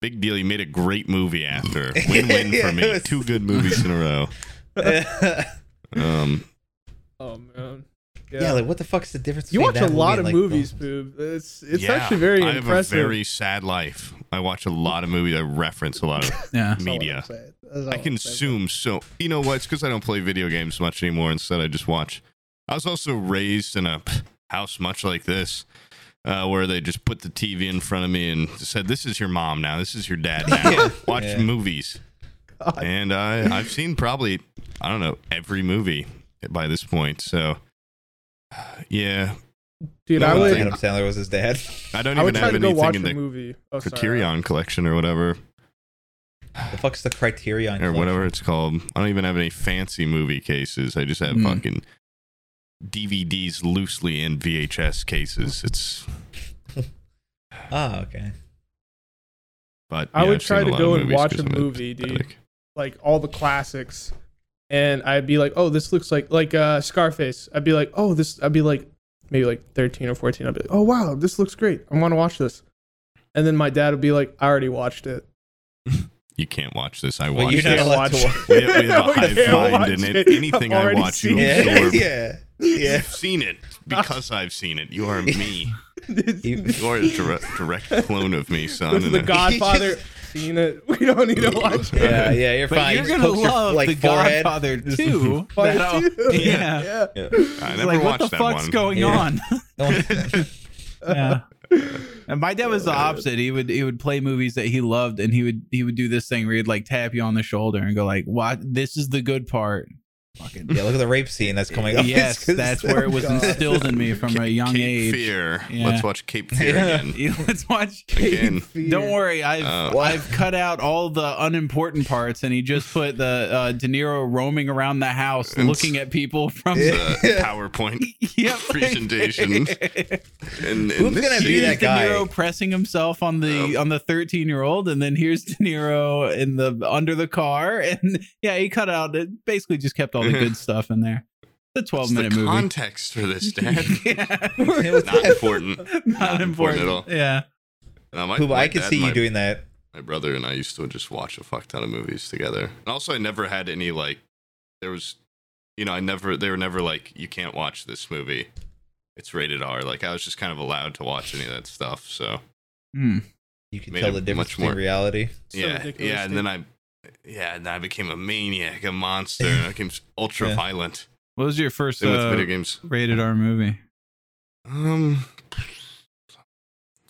[SPEAKER 2] big deal. You made a great movie after. Win-win
[SPEAKER 5] Yeah,
[SPEAKER 2] for
[SPEAKER 5] it
[SPEAKER 2] me.
[SPEAKER 5] was-
[SPEAKER 2] Two good movies in a row.
[SPEAKER 5] yeah.
[SPEAKER 2] Um,
[SPEAKER 6] Oh man.
[SPEAKER 5] like what the fuck's the difference?
[SPEAKER 6] you
[SPEAKER 5] between
[SPEAKER 6] watch a
[SPEAKER 5] that movie
[SPEAKER 6] lot
[SPEAKER 5] and,
[SPEAKER 6] of
[SPEAKER 5] like,
[SPEAKER 6] movies,
[SPEAKER 5] those-
[SPEAKER 6] Poob. It's it's
[SPEAKER 2] yeah,
[SPEAKER 6] actually very
[SPEAKER 2] I
[SPEAKER 6] impressive.
[SPEAKER 2] have a very sad life. I watch a lot of movies. I reference a lot of
[SPEAKER 1] Yeah.
[SPEAKER 6] That's all Oh, I'm
[SPEAKER 2] media.
[SPEAKER 6] saying. Oh, That's all
[SPEAKER 2] I
[SPEAKER 6] I'm saying.
[SPEAKER 2] consume so. You know what? It's because I don't play video games much anymore. Instead, I just watch. I was also raised in a house much like this, uh, where they just put the TV in front of me and said, "This is your mom now. This is your dad now. Watch
[SPEAKER 5] Yeah.
[SPEAKER 2] movies."
[SPEAKER 6] God.
[SPEAKER 2] And I, I've seen probably I don't know every movie by this point. So yeah,
[SPEAKER 6] Dude,
[SPEAKER 2] No,
[SPEAKER 6] I
[SPEAKER 2] I
[SPEAKER 6] would
[SPEAKER 5] Adam Sandler was his dad.
[SPEAKER 2] I don't
[SPEAKER 6] I would
[SPEAKER 2] even
[SPEAKER 6] try
[SPEAKER 2] have
[SPEAKER 6] to go
[SPEAKER 2] anything
[SPEAKER 6] watch
[SPEAKER 2] in
[SPEAKER 6] a
[SPEAKER 2] the
[SPEAKER 6] movie. Oh, sorry.
[SPEAKER 2] Criterion collection or whatever.
[SPEAKER 5] the fuck's the Criterion?
[SPEAKER 2] or
[SPEAKER 5] Collection?
[SPEAKER 2] whatever it's called. I don't even have any fancy movie cases. I just have
[SPEAKER 6] Hmm.
[SPEAKER 1] Mm.
[SPEAKER 2] fucking DVDs loosely in VHS cases. It's
[SPEAKER 5] Oh, okay.
[SPEAKER 2] but
[SPEAKER 6] I
[SPEAKER 2] yeah,
[SPEAKER 6] would
[SPEAKER 2] I've seen
[SPEAKER 6] try
[SPEAKER 2] a
[SPEAKER 6] to
[SPEAKER 2] lot
[SPEAKER 6] go
[SPEAKER 2] of
[SPEAKER 6] and
[SPEAKER 2] movies
[SPEAKER 6] watch
[SPEAKER 2] 'cause
[SPEAKER 6] a
[SPEAKER 2] I'm
[SPEAKER 6] movie, dude.
[SPEAKER 2] pathetic.
[SPEAKER 6] like all the classics and I'd be like, "Oh, this looks like like uh Scarface." I'd be like, "Oh, this I'd be like maybe like 13 or 14. I'd be like, "Oh, wow, this looks great. I want to watch this." And then my dad would be like, "I already watched it."
[SPEAKER 2] You can't watch this. I
[SPEAKER 5] Well,
[SPEAKER 2] watched
[SPEAKER 5] you're not
[SPEAKER 2] this.
[SPEAKER 5] allowed to
[SPEAKER 6] Watch-
[SPEAKER 5] watch.
[SPEAKER 2] We have, we have a
[SPEAKER 6] We
[SPEAKER 2] high
[SPEAKER 6] can't
[SPEAKER 2] mind
[SPEAKER 6] watch
[SPEAKER 2] in it.
[SPEAKER 6] it.
[SPEAKER 2] Anything
[SPEAKER 6] I've
[SPEAKER 2] I
[SPEAKER 6] already
[SPEAKER 2] watch, you
[SPEAKER 6] seen it.
[SPEAKER 5] Yeah,
[SPEAKER 2] absorb.
[SPEAKER 5] yeah, yeah.
[SPEAKER 2] You've seen it because I've seen it. You are me.
[SPEAKER 5] You-
[SPEAKER 2] You are a direct, direct clone of me, son.
[SPEAKER 6] This is
[SPEAKER 2] and
[SPEAKER 6] the
[SPEAKER 2] I-
[SPEAKER 6] Godfather. Seen it. We don't need to watch it.
[SPEAKER 5] yeah, yeah, you're
[SPEAKER 1] But
[SPEAKER 5] fine.
[SPEAKER 1] you're
[SPEAKER 5] You just
[SPEAKER 1] gonna
[SPEAKER 5] poke your,
[SPEAKER 1] love
[SPEAKER 5] like
[SPEAKER 1] The
[SPEAKER 5] forehead.
[SPEAKER 1] Godfather too.
[SPEAKER 6] Part two.
[SPEAKER 1] yeah.
[SPEAKER 6] yeah.
[SPEAKER 2] I
[SPEAKER 1] It's
[SPEAKER 2] never
[SPEAKER 1] like what
[SPEAKER 2] watched
[SPEAKER 1] the
[SPEAKER 2] that
[SPEAKER 1] fuck's
[SPEAKER 2] one.
[SPEAKER 1] going
[SPEAKER 5] Yeah.
[SPEAKER 1] on?
[SPEAKER 5] Oh,
[SPEAKER 1] yeah. And my dad was the opposite. He would he would play movies that he loved, and he would he would do this thing where he'd like tap you on the shoulder and go like, "What? This is the good part." Fucking
[SPEAKER 5] yeah, look at the rape scene that's coming up.
[SPEAKER 1] yes, that's where it was
[SPEAKER 6] God.
[SPEAKER 1] instilled in me from a young
[SPEAKER 2] Cape
[SPEAKER 1] age.
[SPEAKER 2] Fear.
[SPEAKER 1] Yeah.
[SPEAKER 2] Let's watch Cape Fear
[SPEAKER 5] Yeah.
[SPEAKER 2] again.
[SPEAKER 1] Yeah, Let's watch.
[SPEAKER 2] Again.
[SPEAKER 1] Don't worry, I've
[SPEAKER 2] Oh.
[SPEAKER 1] I've cut out all the unimportant parts, and he just put the uh, De Niro roaming around the house,
[SPEAKER 2] And-
[SPEAKER 1] looking at people from.
[SPEAKER 5] Yeah.
[SPEAKER 2] The PowerPoint
[SPEAKER 1] Yep.
[SPEAKER 2] presentation. And, and
[SPEAKER 5] Who's
[SPEAKER 2] this
[SPEAKER 5] gonna be
[SPEAKER 2] scene-
[SPEAKER 1] Here's
[SPEAKER 5] that
[SPEAKER 1] De
[SPEAKER 5] guy.
[SPEAKER 1] Niro pressing himself on the on the thirteen year old, and then here's De Niro in the under the car, and yeah, he cut out. It basically just kept all the good stuff in there. The twelve
[SPEAKER 2] What's
[SPEAKER 1] minute
[SPEAKER 2] the
[SPEAKER 1] movie.
[SPEAKER 2] context for this, Dad?
[SPEAKER 1] yeah.
[SPEAKER 2] Not important.
[SPEAKER 1] Not,
[SPEAKER 2] Not important
[SPEAKER 1] important.
[SPEAKER 2] at all.
[SPEAKER 1] Yeah.
[SPEAKER 2] No, my-
[SPEAKER 5] Pooh,
[SPEAKER 2] my
[SPEAKER 5] I could
[SPEAKER 2] dad,
[SPEAKER 5] see
[SPEAKER 2] my,
[SPEAKER 5] you doing that.
[SPEAKER 2] My brother and I used to just watch a fuck ton of movies together. And also, I never had any like. There was, you know, I never. They were never like, you can't watch this movie. It's rated R. Like I was just kind of allowed to watch any of that stuff. So
[SPEAKER 1] Hmm.
[SPEAKER 5] You can
[SPEAKER 2] Made
[SPEAKER 5] tell
[SPEAKER 2] it
[SPEAKER 5] the
[SPEAKER 2] much
[SPEAKER 5] difference
[SPEAKER 2] more-
[SPEAKER 5] between reality.
[SPEAKER 6] So
[SPEAKER 2] yeah,
[SPEAKER 6] ridiculous,
[SPEAKER 2] yeah, and then I, yeah, and then I became a maniac, a monster. and I became ultra
[SPEAKER 5] Yeah.
[SPEAKER 2] violent.
[SPEAKER 1] What was your first
[SPEAKER 2] Same with
[SPEAKER 1] uh,
[SPEAKER 2] video games.
[SPEAKER 1] rated R movie?
[SPEAKER 2] Um,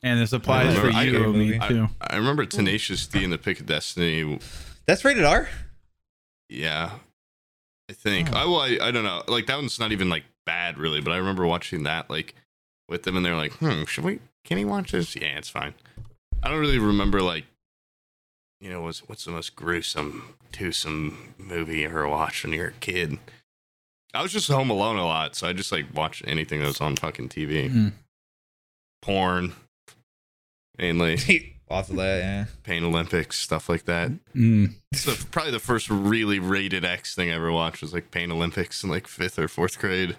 [SPEAKER 1] And this applies
[SPEAKER 2] remember.
[SPEAKER 1] for
[SPEAKER 2] I
[SPEAKER 1] you,
[SPEAKER 5] don't-
[SPEAKER 1] me
[SPEAKER 5] I-
[SPEAKER 1] too.
[SPEAKER 2] I remember Tenacious D and the Pick of Destiny
[SPEAKER 5] That's rated R.
[SPEAKER 2] Yeah, I think. I well, I, I don't know. Like that one's not even like bad really, but I remember watching that like with them, and they're like, "Hmm, should we? Can he watch this? Yeah, it's fine." I don't really remember like, you know, what's what's the most gruesome twosome movie you ever watched when you were a kid. I was just home alone a lot, so I just like watched anything that was on fucking TV,
[SPEAKER 1] Mm.
[SPEAKER 2] porn, mainly
[SPEAKER 5] Lots of that, yeah.
[SPEAKER 2] Pain Olympics stuff like that.
[SPEAKER 1] Mm.
[SPEAKER 2] It's the, probably the first really rated X thing I ever watched was like Pain Olympics in like fifth or fourth grade.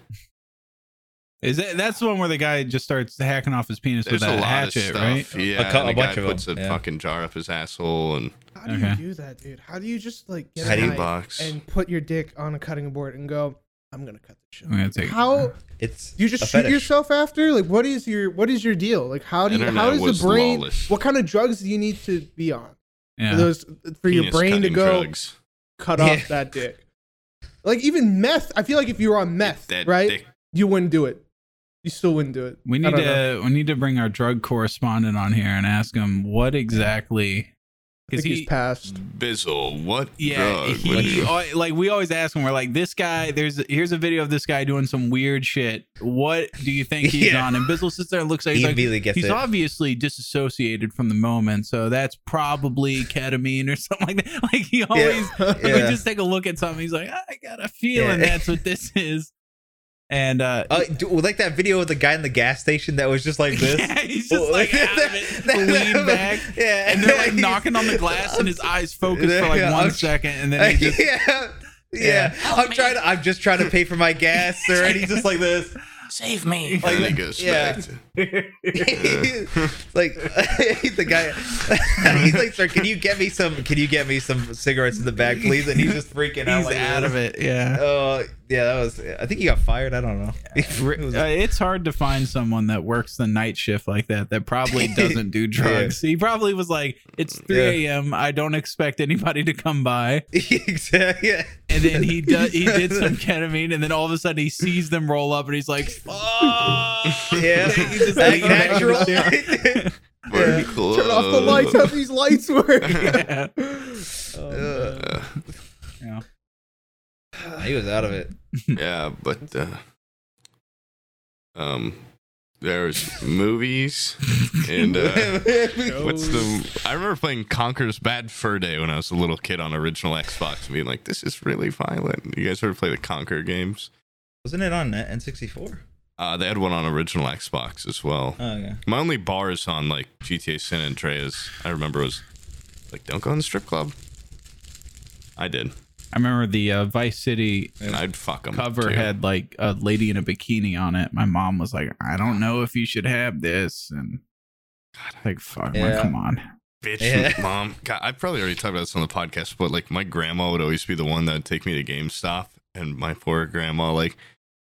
[SPEAKER 1] Is that that's the one where the guy just starts hacking off his penis
[SPEAKER 2] There's
[SPEAKER 1] with
[SPEAKER 2] a
[SPEAKER 1] that
[SPEAKER 2] lot
[SPEAKER 1] hatchet,
[SPEAKER 2] of stuff.
[SPEAKER 1] right?
[SPEAKER 2] Yeah,
[SPEAKER 5] cou-
[SPEAKER 2] and
[SPEAKER 5] a
[SPEAKER 2] the guy
[SPEAKER 5] bunch of
[SPEAKER 2] puts
[SPEAKER 5] them,
[SPEAKER 2] a
[SPEAKER 5] yeah.
[SPEAKER 2] fucking jar up his asshole and
[SPEAKER 6] How do
[SPEAKER 1] Okay.
[SPEAKER 6] you do that, dude? How do you just like get a
[SPEAKER 5] Cutting
[SPEAKER 6] knife
[SPEAKER 2] box.
[SPEAKER 6] and put your dick on a cutting board and go, I'm gonna cut the shit.
[SPEAKER 1] I'm gonna take it.
[SPEAKER 6] How
[SPEAKER 5] It's
[SPEAKER 6] you just
[SPEAKER 5] a
[SPEAKER 6] shoot
[SPEAKER 5] fetish.
[SPEAKER 6] yourself after? Like, what is your what is your deal? Like, how do you,
[SPEAKER 2] Internet
[SPEAKER 6] how does
[SPEAKER 2] was
[SPEAKER 6] the brain?
[SPEAKER 2] lawless.
[SPEAKER 6] What kind of drugs do you need to be on
[SPEAKER 1] Yeah.
[SPEAKER 6] for those for your
[SPEAKER 2] penis
[SPEAKER 6] brain to
[SPEAKER 2] cutting
[SPEAKER 6] go
[SPEAKER 2] drugs.
[SPEAKER 6] cut
[SPEAKER 5] Yeah.
[SPEAKER 6] off that dick? Like even meth, I feel like if you were on meth,
[SPEAKER 2] That
[SPEAKER 6] right,
[SPEAKER 2] dick-
[SPEAKER 6] you wouldn't do it. You still wouldn't do it.
[SPEAKER 1] We
[SPEAKER 6] I
[SPEAKER 1] need
[SPEAKER 6] don't know.
[SPEAKER 1] to we need to bring our drug correspondent on here and ask him what exactly
[SPEAKER 6] I
[SPEAKER 1] because
[SPEAKER 6] think he's
[SPEAKER 1] he
[SPEAKER 6] passed.
[SPEAKER 2] Bizzle, what
[SPEAKER 1] yeah
[SPEAKER 2] drug would
[SPEAKER 1] he
[SPEAKER 2] you-
[SPEAKER 1] al- like we always ask him we're like this guy there's here's a video of this guy doing some weird shit what do you think he's
[SPEAKER 5] Yeah.
[SPEAKER 1] on and Bizzle sits there and looks like
[SPEAKER 5] he
[SPEAKER 1] he's like
[SPEAKER 5] immediately gets
[SPEAKER 1] he's
[SPEAKER 5] it.
[SPEAKER 1] obviously disassociated from the moment so that's probably ketamine or something like that like he always like,
[SPEAKER 5] Yeah.
[SPEAKER 1] we just take a look at something he's like I got a feeling
[SPEAKER 5] Yeah.
[SPEAKER 1] that's what this is and uh
[SPEAKER 5] Uh, do, like that video of the guy in the gas station that was just like this.
[SPEAKER 1] yeah, he's just like out of it, lean back
[SPEAKER 5] Yeah,
[SPEAKER 1] and they're like
[SPEAKER 5] he's-
[SPEAKER 1] knocking on the glass and his eyes focus for like
[SPEAKER 5] Yeah,
[SPEAKER 1] one
[SPEAKER 5] I'm-
[SPEAKER 1] second and then he just
[SPEAKER 5] yeah, yeah. I'm trying. To, I'm just trying to pay for my gas, sir. And he's just like this.
[SPEAKER 7] Save me.
[SPEAKER 2] and then he goes
[SPEAKER 5] yeah.
[SPEAKER 2] back to-
[SPEAKER 5] like he's the guy. he's like, sir, can you get me some? Can you get me some cigarettes in the bag, please? And he's just freaking out.
[SPEAKER 1] he's
[SPEAKER 5] like
[SPEAKER 1] out of it yeah
[SPEAKER 5] Oh yeah, that was. I think he got fired. I don't know. It was-
[SPEAKER 1] Uh, it's hard to find someone that works the night shift like that that probably doesn't do drugs he probably was like it's 3 a.m i don't expect anybody to come by
[SPEAKER 5] exactly. Yeah.
[SPEAKER 1] and then he does he did some ketamine and then all of a sudden he sees them roll up and he's like
[SPEAKER 5] Oh, Yeah.
[SPEAKER 1] He's just
[SPEAKER 5] Like
[SPEAKER 1] like,
[SPEAKER 5] natural.
[SPEAKER 2] We're
[SPEAKER 6] Yeah. Turn off the lights. How
[SPEAKER 2] close.
[SPEAKER 6] these lights work?
[SPEAKER 1] yeah.
[SPEAKER 5] Uh,
[SPEAKER 2] Uh,
[SPEAKER 5] he was out of it.
[SPEAKER 2] yeah, but uh, um, there's movies and uh, what's the? I remember playing Conker's Bad Fur Day when I was a little kid on original Xbox, and being like, "This is really violent." You guys ever play the Conker games?
[SPEAKER 5] Wasn't it on N64?
[SPEAKER 2] Uh, they had one on original Xbox as well.
[SPEAKER 5] Oh yeah.
[SPEAKER 2] My only bars on like GTA San Andreas, I remember was like, "Don't go in the strip club." I did,
[SPEAKER 1] i remember the uh, vice city
[SPEAKER 2] and I'd fuck them.
[SPEAKER 1] cover had like a lady in a bikini on it. My mom was like, "I don't know if you should have this," and like, "Fuck, man,
[SPEAKER 5] Yeah.
[SPEAKER 1] come on."
[SPEAKER 2] bitch,
[SPEAKER 5] Yeah.
[SPEAKER 2] mom. God, I probably already talked about this on the podcast, but like my grandma would always be the one that would take me to GameStop, and my poor grandma, like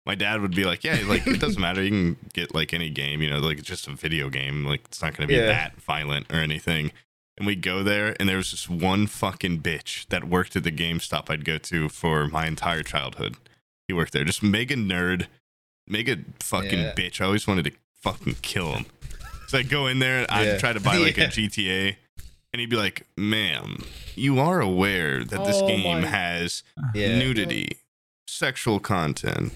[SPEAKER 2] my dad would be like, "Yeah, like it doesn't matter. You can get like any game, you know, like it's just a video game. Like it's not gonna be
[SPEAKER 5] Yeah.
[SPEAKER 2] that violent or anything." And we go there, and there was this one fucking bitch that worked at the GameStop I'd go to for my entire childhood. He worked there, just mega nerd, mega fucking
[SPEAKER 5] Yeah.
[SPEAKER 2] bitch. I always wanted to fucking kill him. So I go in there and I
[SPEAKER 5] Yeah.
[SPEAKER 2] try to buy like
[SPEAKER 5] Yeah.
[SPEAKER 2] a GTA, and he'd be like, "Ma'am, you are aware that this
[SPEAKER 6] Oh
[SPEAKER 2] game
[SPEAKER 6] my-
[SPEAKER 2] has
[SPEAKER 5] Yeah.
[SPEAKER 2] nudity, sexual content,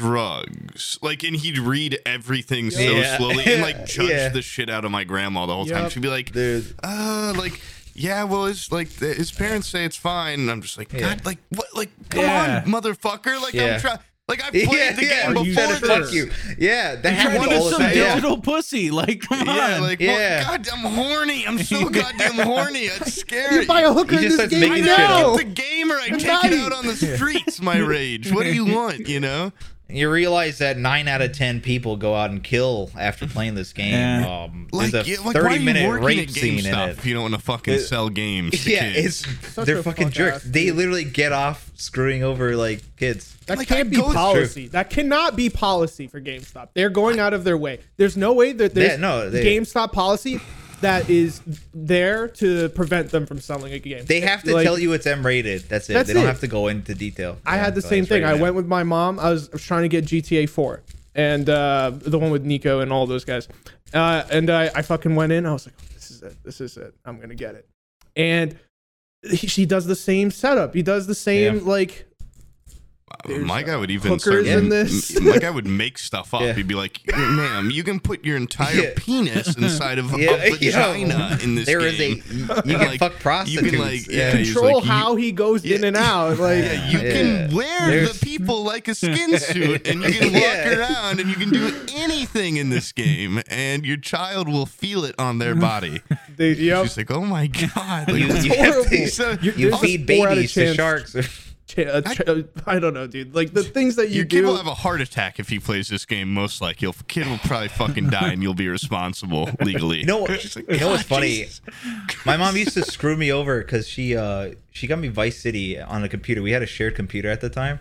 [SPEAKER 2] drugs." Like, and he'd read everything so
[SPEAKER 5] Yeah.
[SPEAKER 2] slowly and like judge
[SPEAKER 5] Yeah.
[SPEAKER 2] the shit out of my grandma the whole time.
[SPEAKER 6] Yup.
[SPEAKER 2] She'd be like,
[SPEAKER 5] There's
[SPEAKER 2] "Uh, like." Yeah, well, it's like th- his parents say it's fine, and I'm just like, God,
[SPEAKER 5] Yeah.
[SPEAKER 2] like what, like come
[SPEAKER 1] Yeah.
[SPEAKER 2] on, motherfucker, like
[SPEAKER 5] Yeah.
[SPEAKER 2] I'm trying, like I played the game
[SPEAKER 5] I'm trying
[SPEAKER 2] before
[SPEAKER 5] to
[SPEAKER 2] this.
[SPEAKER 5] fuck you. Yeah, that
[SPEAKER 1] You
[SPEAKER 5] happened
[SPEAKER 1] wanted
[SPEAKER 5] all the
[SPEAKER 1] some
[SPEAKER 5] time. Yeah.
[SPEAKER 1] digital pussy, like, come
[SPEAKER 2] Yeah,
[SPEAKER 1] on.
[SPEAKER 2] like,
[SPEAKER 5] Yeah.
[SPEAKER 2] Well, God, I'm horny. I'm so goddamn horny. It's scary.
[SPEAKER 6] You buy a hooker
[SPEAKER 5] He
[SPEAKER 6] in
[SPEAKER 5] just
[SPEAKER 6] this
[SPEAKER 5] starts
[SPEAKER 6] game
[SPEAKER 5] making shit
[SPEAKER 6] now.
[SPEAKER 5] up.
[SPEAKER 2] It's a gamer. I take
[SPEAKER 6] Naughty.
[SPEAKER 2] it out on the streets. My rage. What do you want? You know?
[SPEAKER 5] You realize that nine out of ten people go out and kill after playing this game.
[SPEAKER 1] Yeah.
[SPEAKER 5] Um,
[SPEAKER 2] Like,
[SPEAKER 5] there's a
[SPEAKER 2] yeah, like why are you
[SPEAKER 5] thirty-minute
[SPEAKER 2] working
[SPEAKER 5] rape
[SPEAKER 2] at
[SPEAKER 5] scene in
[SPEAKER 2] GameStop
[SPEAKER 5] it.
[SPEAKER 2] if you don't want to fucking
[SPEAKER 5] It-
[SPEAKER 2] sell games? To
[SPEAKER 5] Yeah,
[SPEAKER 2] kids?
[SPEAKER 5] it's
[SPEAKER 6] Such
[SPEAKER 5] they're
[SPEAKER 6] a
[SPEAKER 5] fucking
[SPEAKER 6] fuck
[SPEAKER 5] jerks.
[SPEAKER 6] ass,
[SPEAKER 5] They
[SPEAKER 6] dude.
[SPEAKER 5] literally get off screwing over like kids.
[SPEAKER 6] That
[SPEAKER 2] Like,
[SPEAKER 6] can't
[SPEAKER 2] I
[SPEAKER 6] be
[SPEAKER 2] go- It's
[SPEAKER 6] policy. That cannot be policy for GameStop. They're going out of their way. There's no way that there's
[SPEAKER 5] Yeah, no, they-
[SPEAKER 6] GameStop policy that is there to prevent them from selling a game.
[SPEAKER 5] They have to
[SPEAKER 6] Like,
[SPEAKER 5] tell you it's M rated. That's it.
[SPEAKER 6] That's
[SPEAKER 5] they don't
[SPEAKER 6] it.
[SPEAKER 5] have to go into detail.
[SPEAKER 6] I
[SPEAKER 5] Yeah,
[SPEAKER 6] had the
[SPEAKER 5] so
[SPEAKER 6] same
[SPEAKER 5] it's
[SPEAKER 6] thing.
[SPEAKER 5] rated
[SPEAKER 6] I
[SPEAKER 5] M.
[SPEAKER 6] went with my mom. I was, I was trying to get GTA 4 and uh, the one with Nico and all those guys. Uh, and I, I fucking went in. I was like, "Oh, this is it. This is it. I'm gonna get it. And he, she does the same setup. He does the same like There's,
[SPEAKER 2] my
[SPEAKER 6] uh,
[SPEAKER 2] guy would even
[SPEAKER 6] hookers
[SPEAKER 2] start,
[SPEAKER 5] in
[SPEAKER 6] this.
[SPEAKER 2] m- my guy would make stuff up.
[SPEAKER 5] Yeah.
[SPEAKER 2] He'd be like, "Ma'am, you can put your entire
[SPEAKER 5] Yeah.
[SPEAKER 2] penis inside of
[SPEAKER 5] Yeah,
[SPEAKER 2] a
[SPEAKER 5] yo.
[SPEAKER 2] vagina in this
[SPEAKER 5] There
[SPEAKER 2] game."
[SPEAKER 5] is a you
[SPEAKER 2] You
[SPEAKER 5] can
[SPEAKER 2] like-
[SPEAKER 5] fuck prostitutes.
[SPEAKER 2] like,
[SPEAKER 5] yeah.
[SPEAKER 2] yeah, he's
[SPEAKER 6] Control
[SPEAKER 2] like, you-
[SPEAKER 6] how he goes in
[SPEAKER 2] Yeah.
[SPEAKER 6] and out. Like
[SPEAKER 2] Yeah, you
[SPEAKER 5] Yeah.
[SPEAKER 2] can wear
[SPEAKER 5] There's-
[SPEAKER 2] the people like a skin suit, and you can walk
[SPEAKER 5] Yeah.
[SPEAKER 2] around, and you can do anything in this game, and your child will feel it on their body.
[SPEAKER 6] they, yep.
[SPEAKER 2] She's like, "Oh my god!" Like,
[SPEAKER 5] You,
[SPEAKER 2] that's
[SPEAKER 5] you have
[SPEAKER 6] horrible.
[SPEAKER 5] to,
[SPEAKER 2] so-
[SPEAKER 6] You-
[SPEAKER 5] you
[SPEAKER 6] there's
[SPEAKER 5] feed
[SPEAKER 6] a four out of
[SPEAKER 5] babies to
[SPEAKER 6] chance-
[SPEAKER 5] sharks.
[SPEAKER 6] cha- a cha- I don't know, dude. Like the things that you
[SPEAKER 2] your kid
[SPEAKER 6] do.
[SPEAKER 2] will have a heart attack if he plays this game. Most like, your kid will probably fucking die, and you'll be responsible legally.
[SPEAKER 5] You know what-
[SPEAKER 2] She's like,
[SPEAKER 5] you know what's
[SPEAKER 2] "God,
[SPEAKER 5] funny?
[SPEAKER 2] Jesus."
[SPEAKER 5] My mom used to screw me over because she uh she got me Vice City on a computer. We had a shared computer at the time,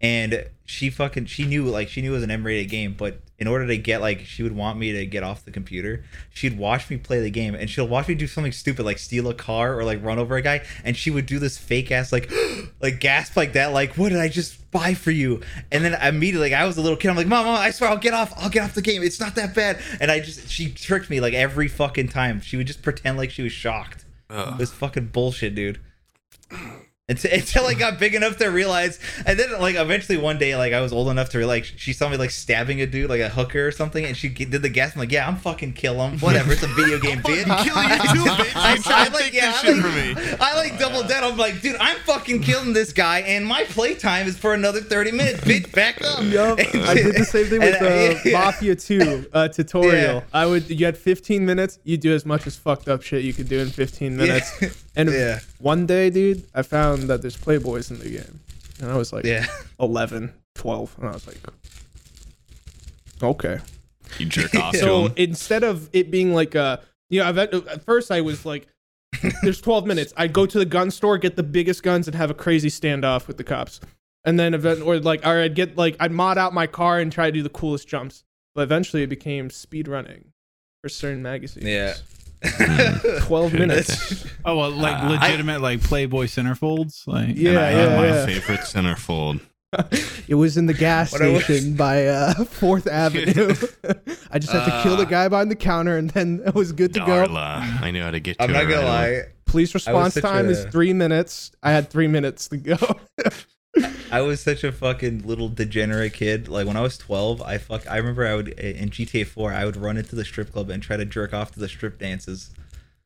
[SPEAKER 5] and she fucking she knew like she knew it was an M-rated game, but in order to get like she would want me to get off the computer, she'd watch me play the game, and she'll watch me do something stupid like steal a car or like run over a guy, and she would do this fake ass like like gasp like that like what did I just buy for you? And then immediately like I was a little kid, I'm like mom, mom, I swear I'll get off, I'll get off the game. It's not that bad. And I just she tricked me like every fucking time. She would just pretend like she was shocked. It was fucking bullshit, dude. Until, until I got big enough to realize, and then like eventually one day, like I was old enough to realize she saw me like stabbing a dude, like a hooker or something, and she did the gas. I'm like, yeah, I'm fucking kill him, whatever. It's a video game, bitch.
[SPEAKER 2] Fucking kill you too, bitch.
[SPEAKER 5] I,
[SPEAKER 2] You tried
[SPEAKER 5] I
[SPEAKER 2] to
[SPEAKER 5] like,
[SPEAKER 2] take
[SPEAKER 5] yeah,
[SPEAKER 2] this
[SPEAKER 5] I
[SPEAKER 2] shit
[SPEAKER 5] like,
[SPEAKER 2] from me.
[SPEAKER 5] I like double dead. I'm like, dude, I'm fucking killing this guy, and my playtime is for another 30 minutes. Bitch, back up.
[SPEAKER 6] Yup, I did the same thing with
[SPEAKER 5] And, uh,
[SPEAKER 6] uh, Mafia 2 uh, tutorial.
[SPEAKER 5] Yeah.
[SPEAKER 6] I would you had 15 minutes, you do as much as fucked up shit you could do in 15 minutes.
[SPEAKER 5] Yeah.
[SPEAKER 6] And
[SPEAKER 5] Yeah.
[SPEAKER 6] one day, dude, I found that there's Playboys in the game. And I was like
[SPEAKER 5] Yeah.
[SPEAKER 6] 11, 12, and I was like okay.
[SPEAKER 2] You jerk off to
[SPEAKER 6] So
[SPEAKER 2] him.
[SPEAKER 6] instead of it being like a, you know, I've, at at first I was like, there's 12 minutes. I'd go to the gun store, get the biggest guns, and have a crazy standoff with the cops. And then event or like, or I'd get like, I'd mod out my car and try to do the coolest jumps. But eventually, it became speed running for certain magazines.
[SPEAKER 5] Yeah.
[SPEAKER 6] 12 minutes.
[SPEAKER 1] Oh, well, like legitimate, like Playboy centerfolds. Like,
[SPEAKER 6] Yeah,
[SPEAKER 2] and I have
[SPEAKER 6] yeah,
[SPEAKER 2] my
[SPEAKER 6] yeah.
[SPEAKER 2] favorite centerfold.
[SPEAKER 6] It was in the gas
[SPEAKER 5] What I was-
[SPEAKER 6] station by uh, Fourth Avenue. I just had to kill the
[SPEAKER 5] Ah.
[SPEAKER 6] guy behind the counter, and then I was good to go.
[SPEAKER 2] Darla. I know how to get to
[SPEAKER 5] I'm not
[SPEAKER 2] her
[SPEAKER 5] gonna
[SPEAKER 2] right
[SPEAKER 5] lie.
[SPEAKER 6] Police response
[SPEAKER 5] such
[SPEAKER 6] time is
[SPEAKER 5] a-
[SPEAKER 6] three minutes. I had three minutes to go.
[SPEAKER 5] I was such a fucking little degenerate kid. Like when I was 12, I fuck. I remember I would in GTA 4, I would run into the strip club and try to jerk off to the strip dances.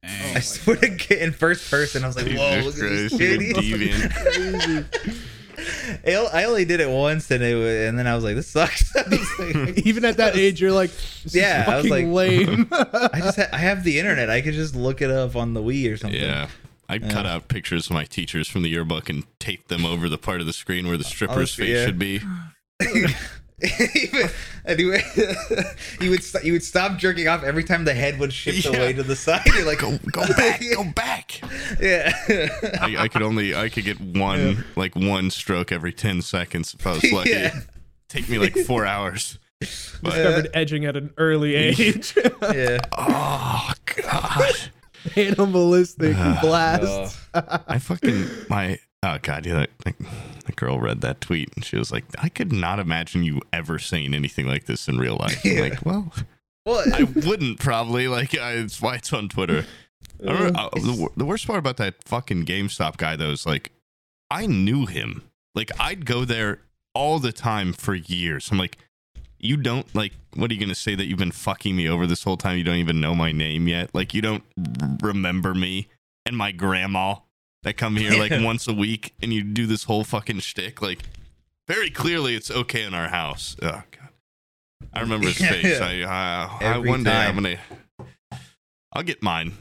[SPEAKER 5] I swear to God, in first person, I was like,
[SPEAKER 2] now.
[SPEAKER 5] "Whoa, look
[SPEAKER 2] Jesus
[SPEAKER 5] at this
[SPEAKER 2] Christ, you're a
[SPEAKER 5] titties."
[SPEAKER 2] deviant.
[SPEAKER 5] I I only did it once, and it wa- and then I was like, "This sucks." I, was like,
[SPEAKER 6] Even at that age, you're like, this
[SPEAKER 5] Yeah,
[SPEAKER 6] is
[SPEAKER 5] I was
[SPEAKER 6] fucking
[SPEAKER 5] like-
[SPEAKER 6] lame.
[SPEAKER 1] uh,
[SPEAKER 5] I just ha- I have the internet. I could just look it up on the Wii or something.
[SPEAKER 2] Yeah. I'd cut out pictures of my teachers from the yearbook and tape them over the part of the screen where the stripper's
[SPEAKER 5] Honestly,
[SPEAKER 2] face
[SPEAKER 5] yeah.
[SPEAKER 2] should be.
[SPEAKER 5] anyway, you would st- you would stop jerking off every time the head would shift
[SPEAKER 2] Yeah.
[SPEAKER 5] away to the side. You're like,
[SPEAKER 2] Go, go back, go back.
[SPEAKER 5] yeah.
[SPEAKER 2] I, I could only, I could get one, like one stroke every 10 seconds if I was lucky.
[SPEAKER 5] Yeah.
[SPEAKER 2] Take me like four hours. But,
[SPEAKER 6] Discovered edging at an early age.
[SPEAKER 5] yeah.
[SPEAKER 2] oh, God.
[SPEAKER 6] Animalistic
[SPEAKER 1] Ah,
[SPEAKER 5] Oh.
[SPEAKER 6] blast.
[SPEAKER 2] I fucking, my, oh, God. Yeah. That, that, that girl read that tweet and she was like, I could not imagine you ever saying anything like this in real life. I'm
[SPEAKER 5] Yeah.
[SPEAKER 2] like, well,
[SPEAKER 5] Well,
[SPEAKER 2] I wouldn't probably. Like, I, it's why it's on Twitter. I remember, uh, the, wor- the worst part about that fucking GameStop guy, though, is like, I knew him. Like, I'd go there all the time for years. I'm like, you don't, like, what are you going to say that you've been fucking me over this whole time? You don't even know my name yet. Like, you don't r- remember me and my grandma that come here like once a week and you do this whole fucking shtick. Like, very clearly, it's okay in our house. Oh, God. I remember his
[SPEAKER 5] Yeah.
[SPEAKER 2] face. I, I, I,
[SPEAKER 5] Every
[SPEAKER 2] one day I'm
[SPEAKER 5] time.
[SPEAKER 2] going to, I'll get mine.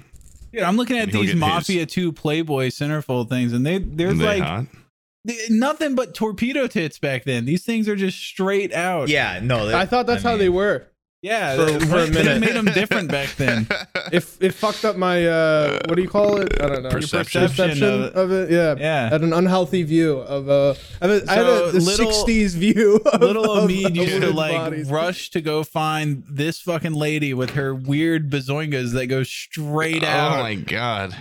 [SPEAKER 1] Dude, I'm looking at
[SPEAKER 2] And he'll
[SPEAKER 1] these
[SPEAKER 2] get his.
[SPEAKER 1] Mafia 2 Playboy centerfold things, and they there's
[SPEAKER 2] They
[SPEAKER 1] like
[SPEAKER 2] hot?
[SPEAKER 1] th- nothing but torpedo tits back then. These things are just straight out.
[SPEAKER 5] yeah. No, that-
[SPEAKER 6] I thought that's how they
[SPEAKER 5] mean,
[SPEAKER 6] were.
[SPEAKER 1] yeah.
[SPEAKER 6] For-
[SPEAKER 1] that-
[SPEAKER 6] for a
[SPEAKER 1] that
[SPEAKER 6] minute.
[SPEAKER 1] made them different back then.
[SPEAKER 6] If it fucked up my uh, what do you call it? I don't know.
[SPEAKER 2] Perception.
[SPEAKER 6] Perception
[SPEAKER 1] Perception of-
[SPEAKER 6] of, it. Yeah.
[SPEAKER 1] Yeah.
[SPEAKER 6] At an unhealthy view of uh, I, have a, I had
[SPEAKER 1] So
[SPEAKER 6] a the
[SPEAKER 1] little-
[SPEAKER 6] 60s view. Of,
[SPEAKER 1] Little
[SPEAKER 6] of,
[SPEAKER 1] Omid
[SPEAKER 6] of
[SPEAKER 1] used to
[SPEAKER 6] women's
[SPEAKER 1] like
[SPEAKER 6] bodies.
[SPEAKER 1] rush to go find this fucking lady with her weird bazoingas that go straight
[SPEAKER 2] Oh
[SPEAKER 1] out,
[SPEAKER 2] my god.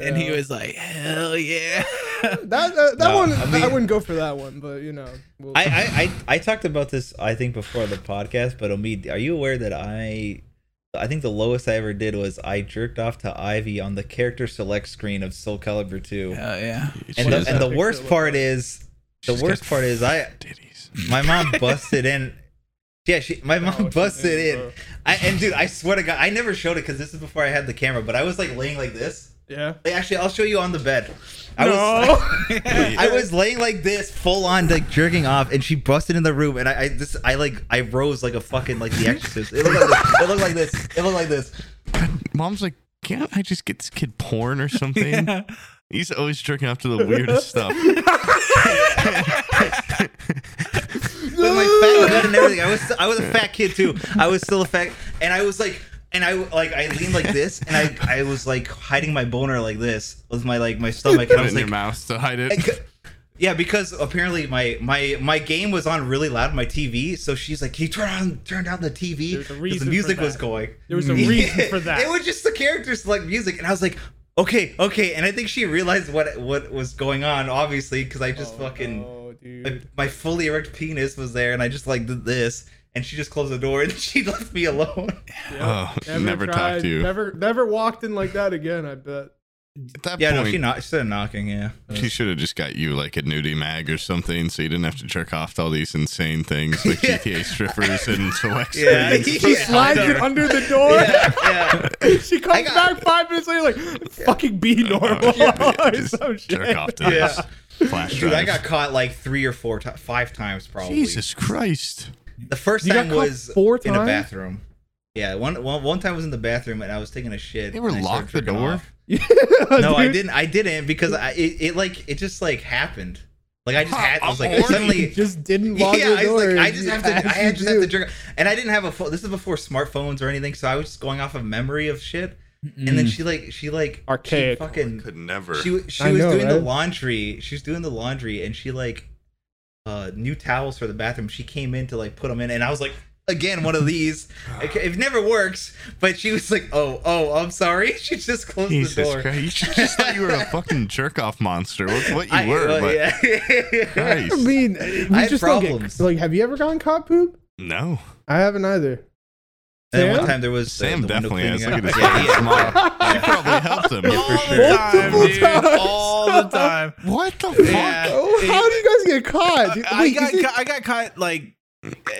[SPEAKER 1] and he was like, "Hell yeah!"
[SPEAKER 6] That uh, that
[SPEAKER 5] No,
[SPEAKER 6] one.
[SPEAKER 5] I
[SPEAKER 6] I,
[SPEAKER 5] mean-
[SPEAKER 6] wouldn't go for that one, but you know. we'll-
[SPEAKER 5] I, I, I, I talked about this I think before on the podcast, but Omid, are you aware that I I think the lowest I ever did was I jerked off to Ivy on the character select screen of Soul Calibur 2.
[SPEAKER 1] Hell yeah!
[SPEAKER 5] And the,
[SPEAKER 6] is
[SPEAKER 5] and the
[SPEAKER 6] that?
[SPEAKER 5] worst part is The
[SPEAKER 2] She's
[SPEAKER 5] worst
[SPEAKER 2] got
[SPEAKER 5] part is I
[SPEAKER 2] Ditties.
[SPEAKER 5] my mom busted in. Yeah, she, my mom busted in. I, and dude, I swear to God, I never showed it because this is before I had the camera. But I was like laying like this.
[SPEAKER 6] Yeah.
[SPEAKER 5] Like, actually, I'll show you on the bed. I was I was laying like this, full on like jerking off, and she busted in the room, and I, I this I like I rose like a fucking like The Exorcist. It looked like this. It looked like this. It looked like this.
[SPEAKER 2] Mom's like, can't I just get this kid porn or something? He's always jerking off to the weirdest stuff.
[SPEAKER 5] with my fat gut and everything. I was I was a fat kid too. I was still a fat, and I was like, and I like I leaned like this, and I I was like hiding my boner like this with my like my stomach,
[SPEAKER 2] Put
[SPEAKER 5] and I
[SPEAKER 2] it
[SPEAKER 5] was
[SPEAKER 2] in
[SPEAKER 5] like,
[SPEAKER 2] your mouth to hide
[SPEAKER 5] I
[SPEAKER 2] it.
[SPEAKER 5] cou- yeah, because apparently my my my game was on really loud on my TV, so she's like, "Can you turn on turn down the TV?"
[SPEAKER 8] There's a
[SPEAKER 5] Because
[SPEAKER 8] reason
[SPEAKER 5] the
[SPEAKER 8] for
[SPEAKER 5] music was
[SPEAKER 8] that.
[SPEAKER 5] going.
[SPEAKER 8] There was a reason for that.
[SPEAKER 5] it was just the characters like music, and I was like, "Okay, okay," and I think she realized what what was going on, obviously, because I just fucking
[SPEAKER 8] Oh,
[SPEAKER 5] my,
[SPEAKER 8] dude.
[SPEAKER 5] my fully erect penis was there, and I just like did this, and she just closed the door, and she left me alone.
[SPEAKER 2] Oh, never, talk
[SPEAKER 8] tried-
[SPEAKER 2] to you.
[SPEAKER 8] Never, never walked in like that again. I bet.
[SPEAKER 2] At that
[SPEAKER 5] Yeah, no,
[SPEAKER 2] point,
[SPEAKER 5] she not she started knocking. Yeah,
[SPEAKER 2] She should have just got you like a nudie mag or something, so you didn't have to jerk off to all these insane things like
[SPEAKER 5] Yeah.
[SPEAKER 2] GTA strippers and select
[SPEAKER 5] yeah,
[SPEAKER 2] screens.
[SPEAKER 5] yeah.
[SPEAKER 8] She slides it under the door.
[SPEAKER 5] Yeah, yeah.
[SPEAKER 8] She comes
[SPEAKER 5] got-
[SPEAKER 8] back five minutes later, like fucking be normal
[SPEAKER 2] Oh, yeah,
[SPEAKER 8] or
[SPEAKER 2] just
[SPEAKER 8] some shit.
[SPEAKER 2] jerk off to
[SPEAKER 5] Yeah.
[SPEAKER 2] this flash drive.
[SPEAKER 5] Dude, I got caught like three or four, ti five times probably.
[SPEAKER 2] Jesus Christ!
[SPEAKER 5] The first
[SPEAKER 8] You got
[SPEAKER 5] time
[SPEAKER 8] caught
[SPEAKER 5] was
[SPEAKER 8] four
[SPEAKER 5] in a
[SPEAKER 8] times?
[SPEAKER 5] bathroom. Yeah, one, one one time was in the bathroom and I was taking a shit.
[SPEAKER 2] They were
[SPEAKER 5] and I started
[SPEAKER 2] locked the
[SPEAKER 5] jerking
[SPEAKER 2] door?
[SPEAKER 5] off. no, I
[SPEAKER 8] dude.
[SPEAKER 5] didn't. I didn't because I it, it like it just like happened. Like I just had. I was
[SPEAKER 2] I'm
[SPEAKER 5] like
[SPEAKER 2] horny.
[SPEAKER 5] suddenly.
[SPEAKER 8] Just didn't lock
[SPEAKER 5] yeah,
[SPEAKER 8] your
[SPEAKER 5] I was
[SPEAKER 8] door.
[SPEAKER 5] like, I just
[SPEAKER 8] You
[SPEAKER 5] have to. I
[SPEAKER 8] you
[SPEAKER 5] had just have to
[SPEAKER 8] do.
[SPEAKER 5] jerk, and I didn't have a phone. This is before smartphones or anything, so I was just going off of memory of shit. And then she like, she like,
[SPEAKER 8] Mm. Archaic.
[SPEAKER 5] She fucking,
[SPEAKER 2] Could never.
[SPEAKER 5] she w- she
[SPEAKER 6] I
[SPEAKER 5] was
[SPEAKER 6] know,
[SPEAKER 5] doing the
[SPEAKER 6] right?
[SPEAKER 5] laundry. She was doing the laundry, and she like, uh, new towels for the bathroom. She came in to like put them in, and I was like, again, one of these. Okay, it never works. But she was like, oh, oh, I'm sorry. She just closed the
[SPEAKER 2] Jesus
[SPEAKER 5] door.
[SPEAKER 2] Christ! You should just thought you were a fucking jerk off monster. What, what you
[SPEAKER 5] I-
[SPEAKER 2] were,
[SPEAKER 5] well,
[SPEAKER 2] but
[SPEAKER 5] yeah.
[SPEAKER 6] I
[SPEAKER 2] Christ,
[SPEAKER 6] mean, we
[SPEAKER 5] I had
[SPEAKER 6] just don't get
[SPEAKER 5] problems.
[SPEAKER 6] like. Have you ever gone cop poop?
[SPEAKER 2] no.
[SPEAKER 6] I haven't either.
[SPEAKER 5] And then one
[SPEAKER 6] Sam?
[SPEAKER 5] time there was uh,
[SPEAKER 2] Sam
[SPEAKER 5] the window
[SPEAKER 2] definitely
[SPEAKER 5] cleaning
[SPEAKER 2] has.
[SPEAKER 5] up.
[SPEAKER 2] Look at his
[SPEAKER 5] Yeah, yeah.
[SPEAKER 2] She probably helped him.
[SPEAKER 5] Yeah, for
[SPEAKER 1] All the time, dude. All
[SPEAKER 5] sure.
[SPEAKER 1] the time.
[SPEAKER 2] What the fuck?
[SPEAKER 1] Yeah.
[SPEAKER 6] Oh, how do you guys get caught? Dude,
[SPEAKER 1] I
[SPEAKER 6] wait,
[SPEAKER 1] got
[SPEAKER 6] is it-
[SPEAKER 1] ca- I got caught like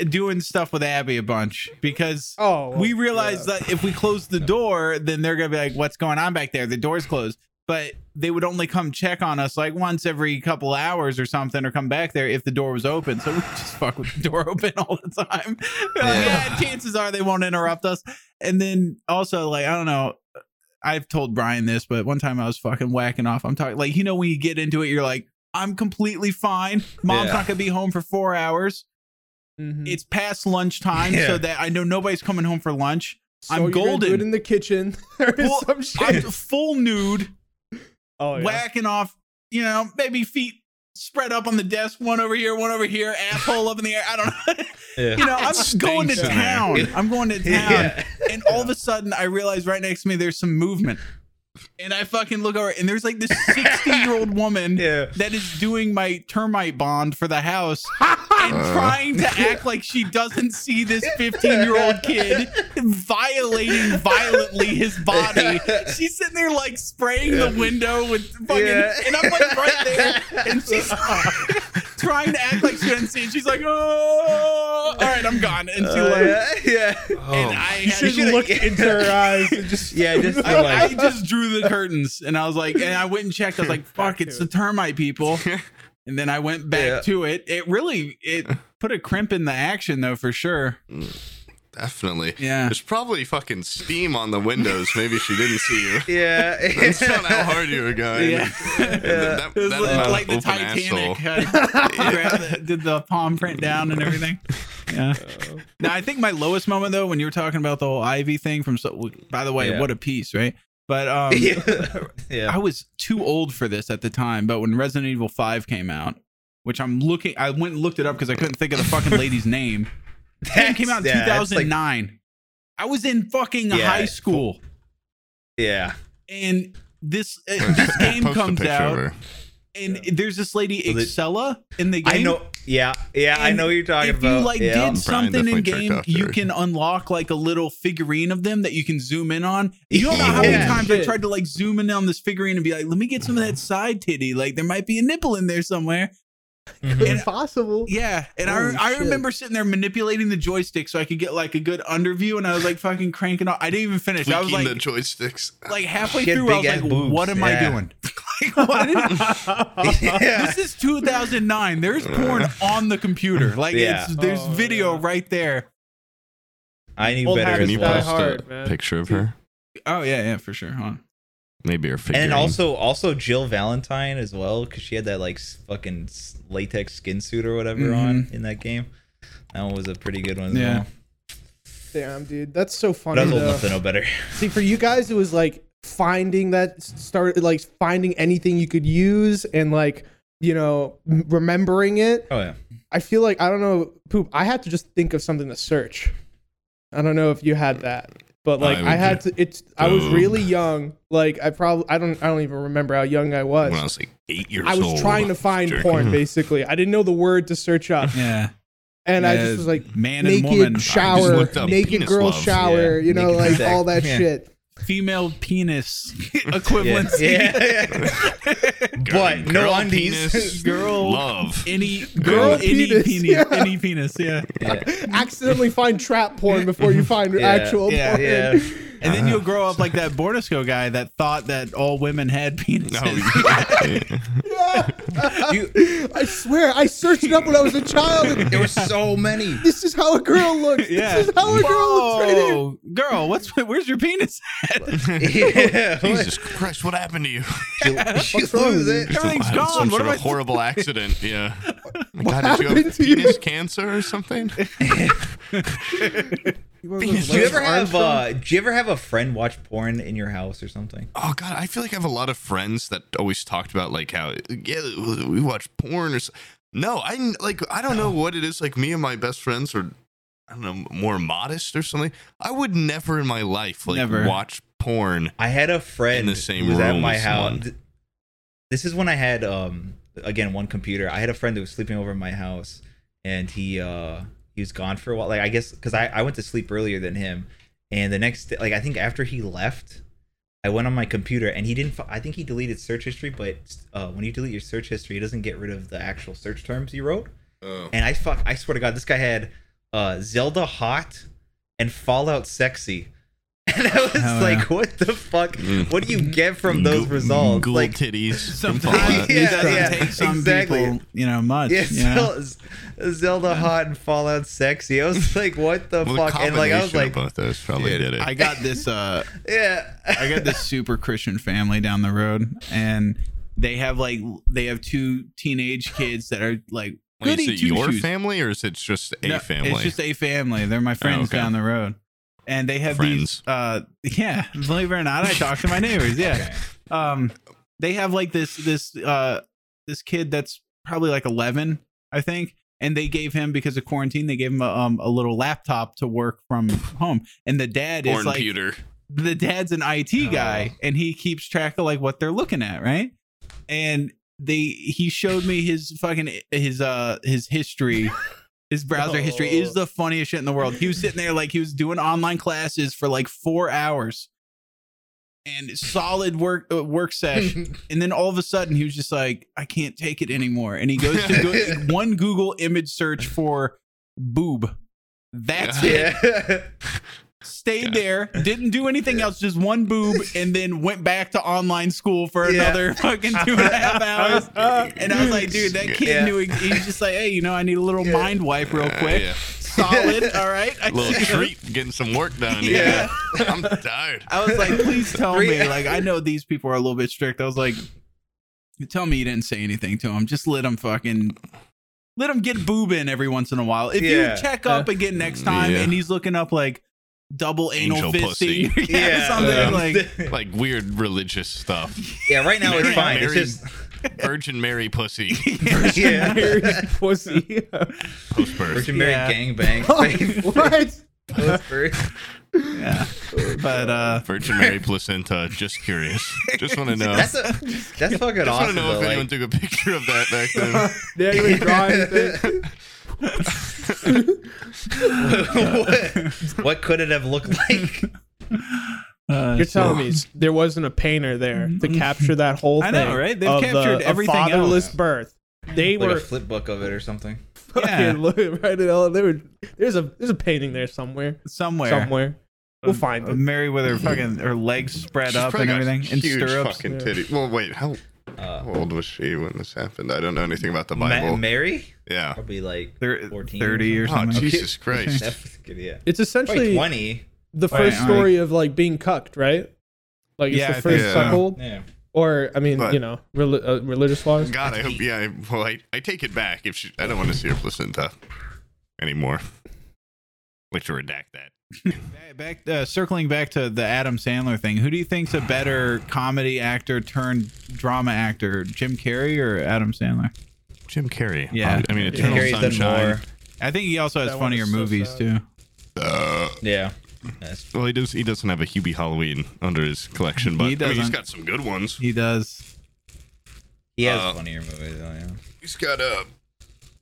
[SPEAKER 1] doing stuff with Abby a bunch because
[SPEAKER 8] Oh, well,
[SPEAKER 1] we realized that if we closed the door, then they're gonna be like, "What's going on back there? The door's closed." But they would only come check on us like once every couple hours or something, or come back there if the door was open. So we just fuck with the door open all the time. We're like,
[SPEAKER 2] Yeah.
[SPEAKER 1] yeah, chances are they won't interrupt us. And then also like I don't know, I've told Brian this, but one time I was fucking whacking off. I'm talking like you know when you get into it, you're like, I'm completely fine. Mom's
[SPEAKER 5] Yeah.
[SPEAKER 1] not gonna be home for four hours.
[SPEAKER 6] Mm.
[SPEAKER 8] mhm.
[SPEAKER 1] It's past lunchtime,
[SPEAKER 5] Yeah.
[SPEAKER 1] so that I know nobody's coming home for lunch.
[SPEAKER 6] So
[SPEAKER 1] I'm
[SPEAKER 6] you're gonna Do
[SPEAKER 1] golden.
[SPEAKER 6] it in the kitchen or
[SPEAKER 1] Well,
[SPEAKER 6] some shit.
[SPEAKER 1] I'm full nude,
[SPEAKER 8] oh, yeah.
[SPEAKER 1] whacking off. You know, maybe feet spread up on the desk, one over here, one over here, asshole up in the air. I don't know.
[SPEAKER 5] Yeah.
[SPEAKER 1] you know, I'm just going to
[SPEAKER 2] stinks in there.
[SPEAKER 1] town. I'm going to town,
[SPEAKER 5] Yeah.
[SPEAKER 1] and all of a sudden, I realize right next to me there's some movement, and I fucking look over, and there's like this 60 year old woman
[SPEAKER 5] Yeah.
[SPEAKER 1] that is doing my termite bond for the house and trying to act like she doesn't see this 15 year old kid violating violently his body. She's sitting there like spraying the window with fucking,
[SPEAKER 5] Yeah.
[SPEAKER 1] and I'm like right there, and she's trying to act like she doesn't see. it. She's like, oh, all right, I'm gone, and she left.
[SPEAKER 5] Oh, yeah, yeah.
[SPEAKER 1] And I, had-
[SPEAKER 8] You should
[SPEAKER 5] should've-
[SPEAKER 8] look into her eyes and just
[SPEAKER 5] Yeah, just
[SPEAKER 1] I, I
[SPEAKER 5] like,
[SPEAKER 1] just drew the curtains and I was like, and I went and checked. I was like, fuck, it's the termite people. And then I went back
[SPEAKER 5] Yeah.
[SPEAKER 1] to it. It really it put a crimp in the action though for sure.
[SPEAKER 2] Definitely.
[SPEAKER 1] Yeah.
[SPEAKER 2] There's probably fucking steam on the windows. Maybe she didn't see you.
[SPEAKER 5] yeah.
[SPEAKER 2] That's not how hard you were going.
[SPEAKER 1] Yeah.
[SPEAKER 2] That, that,
[SPEAKER 1] It was
[SPEAKER 2] that amount
[SPEAKER 1] like, like
[SPEAKER 2] of
[SPEAKER 1] the
[SPEAKER 2] open
[SPEAKER 1] Titanic.
[SPEAKER 2] asshole.
[SPEAKER 1] I grabbed the- did the palm print down and everything. Yeah. Now I think my lowest moment though, when you were talking about the whole Ivy thing from so. By the way,
[SPEAKER 5] Yeah.
[SPEAKER 1] what a piece, right? But um,
[SPEAKER 5] yeah.
[SPEAKER 1] I was too old for this at the time, but when Resident Evil 5 came out, which I'm looking, I went and looked it up because I couldn't think of the fucking lady's name. It came out in
[SPEAKER 5] That's- yeah, it's like-
[SPEAKER 1] 2009. I was in fucking
[SPEAKER 5] Yeah.
[SPEAKER 1] high school,
[SPEAKER 5] Yeah.
[SPEAKER 1] and this uh, this game
[SPEAKER 2] Post the
[SPEAKER 1] comes
[SPEAKER 2] picture
[SPEAKER 1] out,
[SPEAKER 2] of her.
[SPEAKER 1] and there's this lady
[SPEAKER 5] they-
[SPEAKER 1] Excella in the game.
[SPEAKER 5] I know. Yeah, yeah, I
[SPEAKER 1] And
[SPEAKER 5] know what you're talking
[SPEAKER 1] if
[SPEAKER 5] about.
[SPEAKER 1] you like
[SPEAKER 5] yeah.
[SPEAKER 1] did something
[SPEAKER 2] definitely
[SPEAKER 1] in
[SPEAKER 2] tricked
[SPEAKER 1] game,
[SPEAKER 2] out
[SPEAKER 1] you
[SPEAKER 2] there.
[SPEAKER 1] can unlock like a little figurine of them that you can zoom in on. You don't know how many
[SPEAKER 5] Yeah.
[SPEAKER 1] times I
[SPEAKER 8] Shit.
[SPEAKER 1] tried to like zoom in on this figurine and be like, "Let me get some of that side titty. Like there might be a nipple in there somewhere."
[SPEAKER 8] Mm-hmm.
[SPEAKER 6] It's possible.
[SPEAKER 1] Yeah, and
[SPEAKER 6] Holy
[SPEAKER 1] I I
[SPEAKER 6] shit.
[SPEAKER 1] remember sitting there manipulating the joystick so I could get like a good underview, and I was like fucking cranking off. I didn't even finish. I was
[SPEAKER 2] Tweaking
[SPEAKER 1] like
[SPEAKER 2] the joysticks.
[SPEAKER 1] like halfway
[SPEAKER 5] She had
[SPEAKER 1] through, I was
[SPEAKER 5] big-ass
[SPEAKER 1] like,
[SPEAKER 5] boobs.
[SPEAKER 1] "What am I
[SPEAKER 5] Yeah.
[SPEAKER 1] doing?" like, what?
[SPEAKER 5] yeah.
[SPEAKER 1] This is 2009. There's porn on the computer. Like,
[SPEAKER 5] Yeah.
[SPEAKER 1] it's, there's
[SPEAKER 8] Oh,
[SPEAKER 1] video
[SPEAKER 8] yeah.
[SPEAKER 1] right there.
[SPEAKER 5] I knew
[SPEAKER 8] Old
[SPEAKER 5] better
[SPEAKER 8] habits
[SPEAKER 2] Can
[SPEAKER 5] as
[SPEAKER 2] you
[SPEAKER 8] die
[SPEAKER 5] well.
[SPEAKER 2] post
[SPEAKER 8] hard,
[SPEAKER 2] a
[SPEAKER 8] man.
[SPEAKER 2] picture of her?
[SPEAKER 1] Oh yeah, yeah, for sure. Hold on.
[SPEAKER 2] Maybe her
[SPEAKER 5] And
[SPEAKER 2] figurine.
[SPEAKER 5] then also, also Jill Valentine as well, because she had that like s- fucking s- latex skin suit or whatever on in that game. That one was a pretty good one. As
[SPEAKER 1] Yeah.
[SPEAKER 5] well.
[SPEAKER 6] Damn, dude, that's so
[SPEAKER 5] but I was
[SPEAKER 6] funny.
[SPEAKER 5] old
[SPEAKER 6] though.
[SPEAKER 5] enough to know better.
[SPEAKER 6] See, for you guys, it was like finding that start, like finding anything you could use, and like you know m- remembering it.
[SPEAKER 5] Oh yeah,
[SPEAKER 6] I feel like I don't know, poop. I had to just think of something to search. I don't know if you had that, but like
[SPEAKER 2] I
[SPEAKER 6] I, had to. It's I was really young. Like I probably I don't I don't even remember how young I was.
[SPEAKER 1] uh,
[SPEAKER 2] when I was like eight years
[SPEAKER 6] I
[SPEAKER 2] old.
[SPEAKER 6] was trying to find
[SPEAKER 2] jerk.
[SPEAKER 6] porn basically. I didn't know the word to search up,
[SPEAKER 1] Yeah,
[SPEAKER 6] and I
[SPEAKER 1] Yeah,
[SPEAKER 6] just was like
[SPEAKER 1] man
[SPEAKER 6] naked
[SPEAKER 1] and woman,
[SPEAKER 6] shower,
[SPEAKER 2] looked up
[SPEAKER 6] naked
[SPEAKER 2] penis
[SPEAKER 6] girl
[SPEAKER 2] loves.
[SPEAKER 6] shower.
[SPEAKER 5] Yeah.
[SPEAKER 6] You know,
[SPEAKER 5] Naked
[SPEAKER 6] like
[SPEAKER 5] sex.
[SPEAKER 6] all that
[SPEAKER 5] Yeah.
[SPEAKER 6] shit.
[SPEAKER 1] female penis
[SPEAKER 5] yeah,
[SPEAKER 1] equivalency.
[SPEAKER 5] yeah. but no
[SPEAKER 2] Girl
[SPEAKER 5] undies.
[SPEAKER 2] penis,
[SPEAKER 5] girl.
[SPEAKER 2] Love.
[SPEAKER 1] Any
[SPEAKER 6] Girl
[SPEAKER 1] girl, any
[SPEAKER 6] penis,
[SPEAKER 1] penis,
[SPEAKER 6] yeah.
[SPEAKER 1] any penis. Yeah,
[SPEAKER 6] accidentally find trap porn before you find
[SPEAKER 5] Yeah,
[SPEAKER 6] actual
[SPEAKER 1] yeah,
[SPEAKER 6] porn.
[SPEAKER 5] Yeah,
[SPEAKER 1] and then you'll grow up like that Bornisco guy that thought that all women had penises.
[SPEAKER 2] No.
[SPEAKER 6] I swear, I searched it up when I was a child. and
[SPEAKER 5] there were so many.
[SPEAKER 6] this is how a girl looks.
[SPEAKER 1] Yeah.
[SPEAKER 6] This is how a girl looks right here.
[SPEAKER 1] Whoa, Oh, girl, what's where's your penis?
[SPEAKER 5] yeah,
[SPEAKER 2] Jesus Christ, what happened to you?
[SPEAKER 5] she, she
[SPEAKER 6] What's wrong with
[SPEAKER 5] loses
[SPEAKER 6] you?
[SPEAKER 5] it.
[SPEAKER 1] Everything's
[SPEAKER 2] I had
[SPEAKER 1] gone. What
[SPEAKER 2] Some sort
[SPEAKER 1] am I?
[SPEAKER 2] of horrible accident. Yeah. My God, did you
[SPEAKER 6] happened
[SPEAKER 2] have
[SPEAKER 6] to you?
[SPEAKER 2] penis cancer or something?
[SPEAKER 5] Do you ever have? Uh, do you ever have a friend watch porn in your house or something?
[SPEAKER 2] Oh God, I feel like I have a lot of friends that always talked about like how yeah we watch porn or so. no I like I don't know what it is like me and my best friends are I don't know more modest or something. I would never in my life like
[SPEAKER 1] Never.
[SPEAKER 2] watch porn.
[SPEAKER 5] I had a friend
[SPEAKER 2] In the same
[SPEAKER 5] who was at
[SPEAKER 2] room
[SPEAKER 5] my
[SPEAKER 2] as
[SPEAKER 5] house.
[SPEAKER 2] someone.
[SPEAKER 5] Th- This is when I had um again one computer. I had a friend who was sleeping over at my house, and he uh he was gone for a while. Like I guess because I I went to sleep earlier than him, and the next day, like I think after he left, I went on my computer and he didn't. fi- I think he deleted search history, but uh, when you delete your search history, it doesn't get rid of the actual search terms you wrote.
[SPEAKER 2] Oh.
[SPEAKER 5] And I fuck, I swear to God, this guy had uh, Zelda hot and Fallout sexy, and I was
[SPEAKER 1] Hell
[SPEAKER 5] like,
[SPEAKER 1] yeah. Mm.
[SPEAKER 5] what the fuck?
[SPEAKER 2] Mm.
[SPEAKER 5] What do you get from those results?
[SPEAKER 2] Ghoul
[SPEAKER 5] like,
[SPEAKER 2] titties. and all
[SPEAKER 1] Sometimes
[SPEAKER 2] that.
[SPEAKER 1] it
[SPEAKER 5] Yeah,
[SPEAKER 1] doesn't
[SPEAKER 5] yeah,
[SPEAKER 1] take some
[SPEAKER 5] exactly.
[SPEAKER 1] people, you know, much.
[SPEAKER 5] yeah,
[SPEAKER 1] you know?
[SPEAKER 5] Zel- Zelda hot and Fallout sexy. I was like, what the
[SPEAKER 2] Well, the
[SPEAKER 5] fuck? And like, I was
[SPEAKER 2] combination of
[SPEAKER 5] like,
[SPEAKER 2] both those probably
[SPEAKER 1] Dude,
[SPEAKER 2] did it.
[SPEAKER 1] I got this. Uh,
[SPEAKER 5] yeah,
[SPEAKER 1] I got this super Christian family down the road, and they have like they have two teenage kids that are like
[SPEAKER 2] Wait,
[SPEAKER 1] goody
[SPEAKER 2] is it your
[SPEAKER 1] two-shoes.
[SPEAKER 2] family or is it just a
[SPEAKER 1] No,
[SPEAKER 2] family? Oh,
[SPEAKER 1] It's just a family. They're my friends
[SPEAKER 2] okay.
[SPEAKER 1] down the road. And they have
[SPEAKER 2] Friends.
[SPEAKER 1] these uh yeah, believe it or not, I talk to my neighbors. Yeah. Um they have like this this uh this kid that's probably like 11, I think. And they gave him because of quarantine, they gave him a, um, a little laptop to work from home. And the dad is
[SPEAKER 2] porn
[SPEAKER 1] like
[SPEAKER 2] pewter.
[SPEAKER 1] the dad's an IT guy and he keeps track of like what they're looking at, right? And they he showed me his fucking his uh his history. His browser history is the funniest shit in the world. He was sitting there like he was doing online classes for like 4 hours. And solid work uh, work sesh, and then all of a sudden he was just like, "I can't take it anymore." And he goes to go- one Google image search for boob. That's it
[SPEAKER 5] yeah.
[SPEAKER 1] stayed there, didn't do anything else, just one boob, and then went back to online school for
[SPEAKER 5] Yeah.
[SPEAKER 1] another fucking two and a half hours. And I was like, dude, that kid
[SPEAKER 5] Yeah.
[SPEAKER 1] knew he's just like, hey, you know, I need a little mind wipe real
[SPEAKER 2] Uh,
[SPEAKER 1] quick.
[SPEAKER 2] yeah.
[SPEAKER 1] Solid, all right. I,
[SPEAKER 2] Little treat, getting some work done.
[SPEAKER 1] Yeah.
[SPEAKER 2] Yeah, I'm tired.
[SPEAKER 1] I was like, please tell
[SPEAKER 5] Three-
[SPEAKER 1] me. Like, I know these people are a little bit strict. I was like, you tell me you didn't say anything to him. Just let him fucking. Let him get boob in every once in a while. If
[SPEAKER 5] Yeah.
[SPEAKER 1] you check up again next time
[SPEAKER 2] Yeah.
[SPEAKER 1] and he's looking up like double anal
[SPEAKER 2] Angel
[SPEAKER 1] fisting,
[SPEAKER 2] pussy.
[SPEAKER 1] yeah, something
[SPEAKER 2] Yeah.
[SPEAKER 1] like
[SPEAKER 2] Like weird religious stuff.
[SPEAKER 5] yeah, right now it's
[SPEAKER 2] Mary-
[SPEAKER 5] fine. It's
[SPEAKER 2] Mary-
[SPEAKER 5] just
[SPEAKER 2] Virgin Mary pussy.
[SPEAKER 5] yeah.
[SPEAKER 6] pussy.
[SPEAKER 2] Post birth.
[SPEAKER 5] Virgin Mary
[SPEAKER 1] Yeah.
[SPEAKER 5] gangbang.
[SPEAKER 6] what?
[SPEAKER 1] Yeah. But uh
[SPEAKER 2] Virgin Mary placenta. Just curious. Just want to know.
[SPEAKER 5] That's a, that's fucking
[SPEAKER 2] just
[SPEAKER 5] awesome.
[SPEAKER 2] want to know if
[SPEAKER 5] though, like-
[SPEAKER 2] anyone took a picture of that back then.
[SPEAKER 6] Did anyone draw anything?
[SPEAKER 5] what, what could it have looked like?
[SPEAKER 1] uh,
[SPEAKER 6] You're telling me there wasn't a painter there to capture that whole
[SPEAKER 1] Mm-hmm. I
[SPEAKER 6] thing?
[SPEAKER 1] know, right? They've
[SPEAKER 6] of
[SPEAKER 1] captured
[SPEAKER 6] the,
[SPEAKER 1] everything
[SPEAKER 6] a fatherless
[SPEAKER 1] else.
[SPEAKER 6] birth.
[SPEAKER 8] They
[SPEAKER 5] like
[SPEAKER 8] were
[SPEAKER 5] a flip book of it or something.
[SPEAKER 1] Yeah.
[SPEAKER 8] fucking look right at all. They were there's a there's a painting there somewhere.
[SPEAKER 1] somewhere.
[SPEAKER 8] Somewhere. We'll
[SPEAKER 1] Um,
[SPEAKER 8] find it.
[SPEAKER 1] Mary with her fucking her legs spread
[SPEAKER 2] She's
[SPEAKER 1] up
[SPEAKER 2] probably
[SPEAKER 1] and
[SPEAKER 2] got
[SPEAKER 1] everything in
[SPEAKER 2] huge
[SPEAKER 1] stirrups.
[SPEAKER 2] fucking
[SPEAKER 8] Yeah.
[SPEAKER 2] titty. Well, wait, how
[SPEAKER 5] Uh,
[SPEAKER 2] how old was she when this happened? I don't know anything about the
[SPEAKER 5] Ma-
[SPEAKER 2] Bible.
[SPEAKER 5] Mary
[SPEAKER 2] yeah.
[SPEAKER 5] probably like
[SPEAKER 1] Thir-
[SPEAKER 5] 14
[SPEAKER 1] Thirty or
[SPEAKER 2] Oh,
[SPEAKER 1] something.
[SPEAKER 2] Jesus Christ.
[SPEAKER 5] definitely, yeah,
[SPEAKER 8] It's
[SPEAKER 5] probably
[SPEAKER 8] essentially
[SPEAKER 5] twenty.
[SPEAKER 8] the
[SPEAKER 1] Alright,
[SPEAKER 8] first
[SPEAKER 1] alright.
[SPEAKER 8] story of like being cucked, right? Like it's
[SPEAKER 1] Yeah, I
[SPEAKER 8] the
[SPEAKER 1] think
[SPEAKER 8] first
[SPEAKER 2] so.
[SPEAKER 8] cuckold,
[SPEAKER 5] Yeah,
[SPEAKER 8] or I mean,
[SPEAKER 2] But-
[SPEAKER 8] you know, reli- uh, religious laws.
[SPEAKER 2] God, I hope. Yeah. I, well, I, I take it back. If she, I don't want to see her placenta anymore. Like to redact that.
[SPEAKER 1] Back, back uh, circling back to the Adam Sandler thing. Who do you think's a better comedy actor turned drama actor, Jim Carrey or Adam Sandler?
[SPEAKER 2] Jim Carrey. Um,
[SPEAKER 1] Yeah.
[SPEAKER 2] I mean,
[SPEAKER 5] Jim
[SPEAKER 2] Eternal
[SPEAKER 5] Carrey's done
[SPEAKER 2] Sunshine.
[SPEAKER 5] more.
[SPEAKER 1] I think he also has
[SPEAKER 8] That one
[SPEAKER 1] funnier
[SPEAKER 8] is so
[SPEAKER 1] movies
[SPEAKER 8] sad.
[SPEAKER 1] too.
[SPEAKER 2] Uh,
[SPEAKER 5] Yeah, That's-
[SPEAKER 2] well, he does. He doesn't have a Hubie Halloween under his collection, but
[SPEAKER 1] He
[SPEAKER 2] I mean, he's
[SPEAKER 1] doesn't.
[SPEAKER 2] got some good ones.
[SPEAKER 1] He does.
[SPEAKER 5] he has
[SPEAKER 2] Uh,
[SPEAKER 5] funnier movies. Though, yeah.
[SPEAKER 2] He's got uh,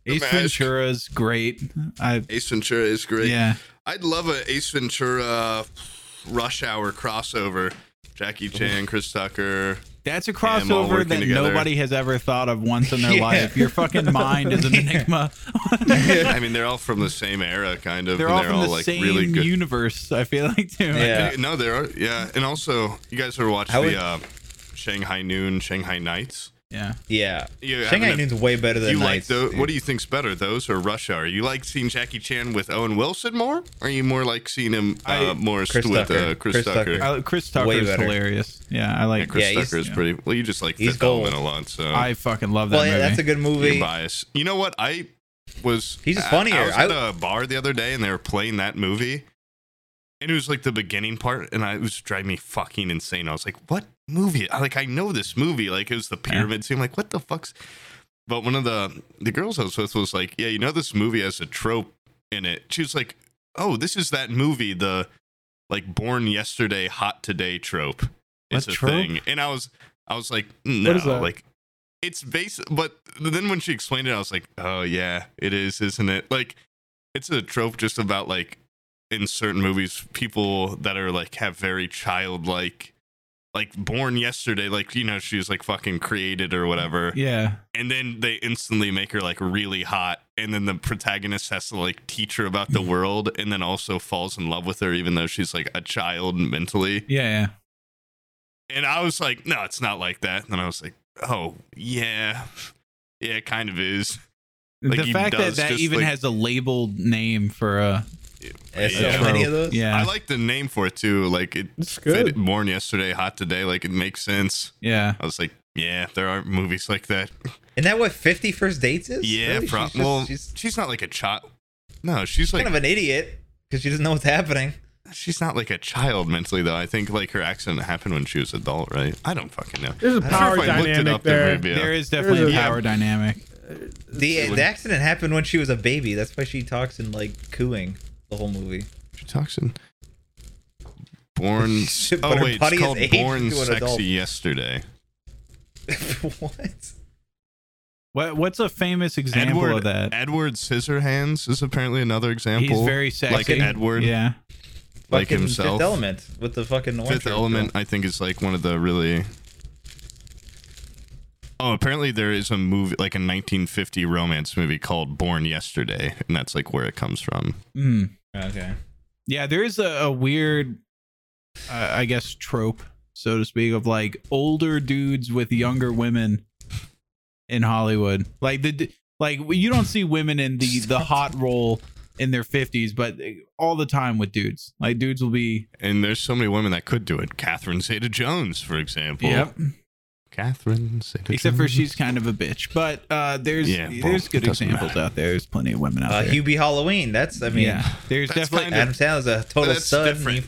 [SPEAKER 2] The
[SPEAKER 1] Ace
[SPEAKER 2] Mask.
[SPEAKER 1] Ventura's great. I
[SPEAKER 2] Ace Ventura is great.
[SPEAKER 1] yeah.
[SPEAKER 2] I'd love a Ace Ventura uh, Rush Hour crossover. Jackie Chan, Chris Tucker.
[SPEAKER 1] That's a
[SPEAKER 2] Them all
[SPEAKER 1] crossover
[SPEAKER 2] working
[SPEAKER 1] that
[SPEAKER 2] together.
[SPEAKER 1] nobody has ever thought of once in their
[SPEAKER 5] Yeah.
[SPEAKER 1] life. Your fucking mind is an enigma.
[SPEAKER 2] I mean, they're all from the same era, kind of.
[SPEAKER 1] They're
[SPEAKER 2] and
[SPEAKER 1] all from the
[SPEAKER 2] like
[SPEAKER 1] same
[SPEAKER 2] really good.
[SPEAKER 1] universe. I feel like too.
[SPEAKER 5] Yeah.
[SPEAKER 2] No, there are. Yeah, and also, you guys ever watched
[SPEAKER 5] I
[SPEAKER 2] the
[SPEAKER 5] would-
[SPEAKER 2] uh, Shanghai Noon, Shanghai Nights?
[SPEAKER 1] yeah.
[SPEAKER 5] Yeah.
[SPEAKER 2] You haven't-
[SPEAKER 5] Shanghai Noon's way better than
[SPEAKER 2] you
[SPEAKER 5] Nights,
[SPEAKER 2] like
[SPEAKER 5] dude.
[SPEAKER 2] the? What do you think's better, those or Rush Hour? You like seeing Jackie Chan with Owen Wilson more? Or are you more like seeing him uh,
[SPEAKER 1] I-
[SPEAKER 2] more
[SPEAKER 5] Chris
[SPEAKER 2] with Uh,
[SPEAKER 5] Tucker.
[SPEAKER 2] Chris,
[SPEAKER 5] Chris
[SPEAKER 2] Tucker?
[SPEAKER 5] Tucker.
[SPEAKER 1] I, Chris
[SPEAKER 5] Way
[SPEAKER 1] Tucker's
[SPEAKER 5] better.
[SPEAKER 1] hilarious. Yeah, I
[SPEAKER 2] Yeah,
[SPEAKER 1] like.
[SPEAKER 2] Chris
[SPEAKER 5] Yeah, he's-
[SPEAKER 2] Tucker is
[SPEAKER 1] yeah.
[SPEAKER 2] pretty. Well, you just like
[SPEAKER 5] He's
[SPEAKER 2] Fifth Element a
[SPEAKER 5] gold.
[SPEAKER 2] lot, so
[SPEAKER 1] I fucking love that
[SPEAKER 5] Well, yeah,
[SPEAKER 1] movie.
[SPEAKER 5] that's a good movie.
[SPEAKER 2] you're biased. You know what? I was.
[SPEAKER 5] He's just
[SPEAKER 2] I-
[SPEAKER 5] funnier.
[SPEAKER 2] I was at
[SPEAKER 5] I-
[SPEAKER 2] a bar the other day and they were playing that movie, and it was like the beginning part, and I it was driving me fucking insane. I was like, "What movie? I, like I know this movie. Like it was the pyramid scene. Like what the fuck's?" But one of the the girls I was with was like, "Yeah, you know this movie has a trope in it." She was like, "Oh, this is that movie, the like born yesterday, hot today trope." It's a
[SPEAKER 1] What trope?
[SPEAKER 2] thing, and I was I was like, "No,
[SPEAKER 8] is that?
[SPEAKER 2] like." it's base but then when she explained it i was like oh yeah it is isn't it like it's a trope just about like in certain movies people that are like have very childlike like born yesterday like you know she's like fucking created or whatever
[SPEAKER 1] yeah.
[SPEAKER 2] and then they instantly make her like really hot and then the protagonist has to like teach her about the world and then also falls in love with her even though she's like a child mentally
[SPEAKER 1] Yeah, yeah.
[SPEAKER 2] and I was like, no, it's not like that. And then I was like, oh, yeah. Yeah, it kind of is. Like,
[SPEAKER 1] the
[SPEAKER 2] he
[SPEAKER 1] fact that
[SPEAKER 2] does
[SPEAKER 1] that
[SPEAKER 2] just,
[SPEAKER 1] even
[SPEAKER 2] like-
[SPEAKER 1] has a labeled name for a,
[SPEAKER 5] There's
[SPEAKER 1] a
[SPEAKER 5] so
[SPEAKER 2] Yeah.
[SPEAKER 5] many
[SPEAKER 1] trope.
[SPEAKER 5] of those.
[SPEAKER 1] Yeah,
[SPEAKER 2] I like the name for it too. Like it
[SPEAKER 8] It's
[SPEAKER 2] fit
[SPEAKER 8] good.
[SPEAKER 2] born yesterday, hot today. Like it makes sense.
[SPEAKER 1] yeah.
[SPEAKER 2] I was like, yeah, there are movies like that.
[SPEAKER 5] Isn't that what 50 First Dates is?
[SPEAKER 2] Yeah,
[SPEAKER 5] Really?
[SPEAKER 2] pro-
[SPEAKER 5] she's, just-
[SPEAKER 2] well,
[SPEAKER 5] she's
[SPEAKER 2] she's, not like a child. No, she's like
[SPEAKER 5] kind of an idiot because she doesn't know what's happening.
[SPEAKER 2] she's not like a child mentally though. I think like her accident happened when she was adult, right? I don't fucking know.
[SPEAKER 8] There's a
[SPEAKER 2] I'm sure
[SPEAKER 8] power
[SPEAKER 2] if I looked it
[SPEAKER 8] dynamic
[SPEAKER 2] up, there
[SPEAKER 8] there.
[SPEAKER 2] would be a-
[SPEAKER 1] There is definitely
[SPEAKER 8] There's
[SPEAKER 1] a
[SPEAKER 8] a-
[SPEAKER 1] power dynamic.
[SPEAKER 5] The the accident happened when she was a baby. That's why she talks in like cooing the whole movie.
[SPEAKER 2] She talks in Born.
[SPEAKER 5] Shit, but
[SPEAKER 2] oh
[SPEAKER 5] her
[SPEAKER 2] wait,
[SPEAKER 5] body
[SPEAKER 2] it's
[SPEAKER 5] is
[SPEAKER 2] called
[SPEAKER 5] aged
[SPEAKER 2] Born
[SPEAKER 5] to an
[SPEAKER 2] Sexy
[SPEAKER 5] adult.
[SPEAKER 2] Yesterday.
[SPEAKER 5] what?
[SPEAKER 1] What What's a famous example
[SPEAKER 2] Edward,
[SPEAKER 1] of that?
[SPEAKER 2] Edward Scissorhands is apparently another example.
[SPEAKER 1] He's very sexy.
[SPEAKER 2] Like Edward,
[SPEAKER 1] Yeah.
[SPEAKER 2] like
[SPEAKER 5] Fucking
[SPEAKER 2] himself.
[SPEAKER 5] Fifth Element with the fucking orange
[SPEAKER 2] Fifth
[SPEAKER 5] girl.
[SPEAKER 2] Element, I think, is like one of the really. Oh, apparently there is a movie, like a 1950 romance movie called Born Yesterday, and that's like where it comes from.
[SPEAKER 1] Mm.
[SPEAKER 5] Oh, Okay.
[SPEAKER 1] Yeah, there is a, a weird, uh, I guess, trope, so to speak, of like older dudes with younger women in Hollywood. Like the d- like you don't see women in the the hot role in their fifties, but eh, all the time with dudes. Like dudes will be.
[SPEAKER 2] And there's so many women that could do it. Catherine Zeta-Jones, for example. Catherine Zeta-Jones.
[SPEAKER 1] Except for she's kind of a bitch, but uh, there's
[SPEAKER 2] Yeah, well,
[SPEAKER 1] there's good
[SPEAKER 2] it doesn't
[SPEAKER 1] examples
[SPEAKER 2] matter.
[SPEAKER 1] out there. There's plenty of women out
[SPEAKER 5] Uh,
[SPEAKER 1] there.
[SPEAKER 5] Hubie Halloween. That's I mean,
[SPEAKER 1] Oh, yeah, there's
[SPEAKER 2] That's
[SPEAKER 1] definitely
[SPEAKER 2] kind of-
[SPEAKER 5] Adam Sandler's a total
[SPEAKER 2] Oh, That's
[SPEAKER 5] stud.
[SPEAKER 2] different.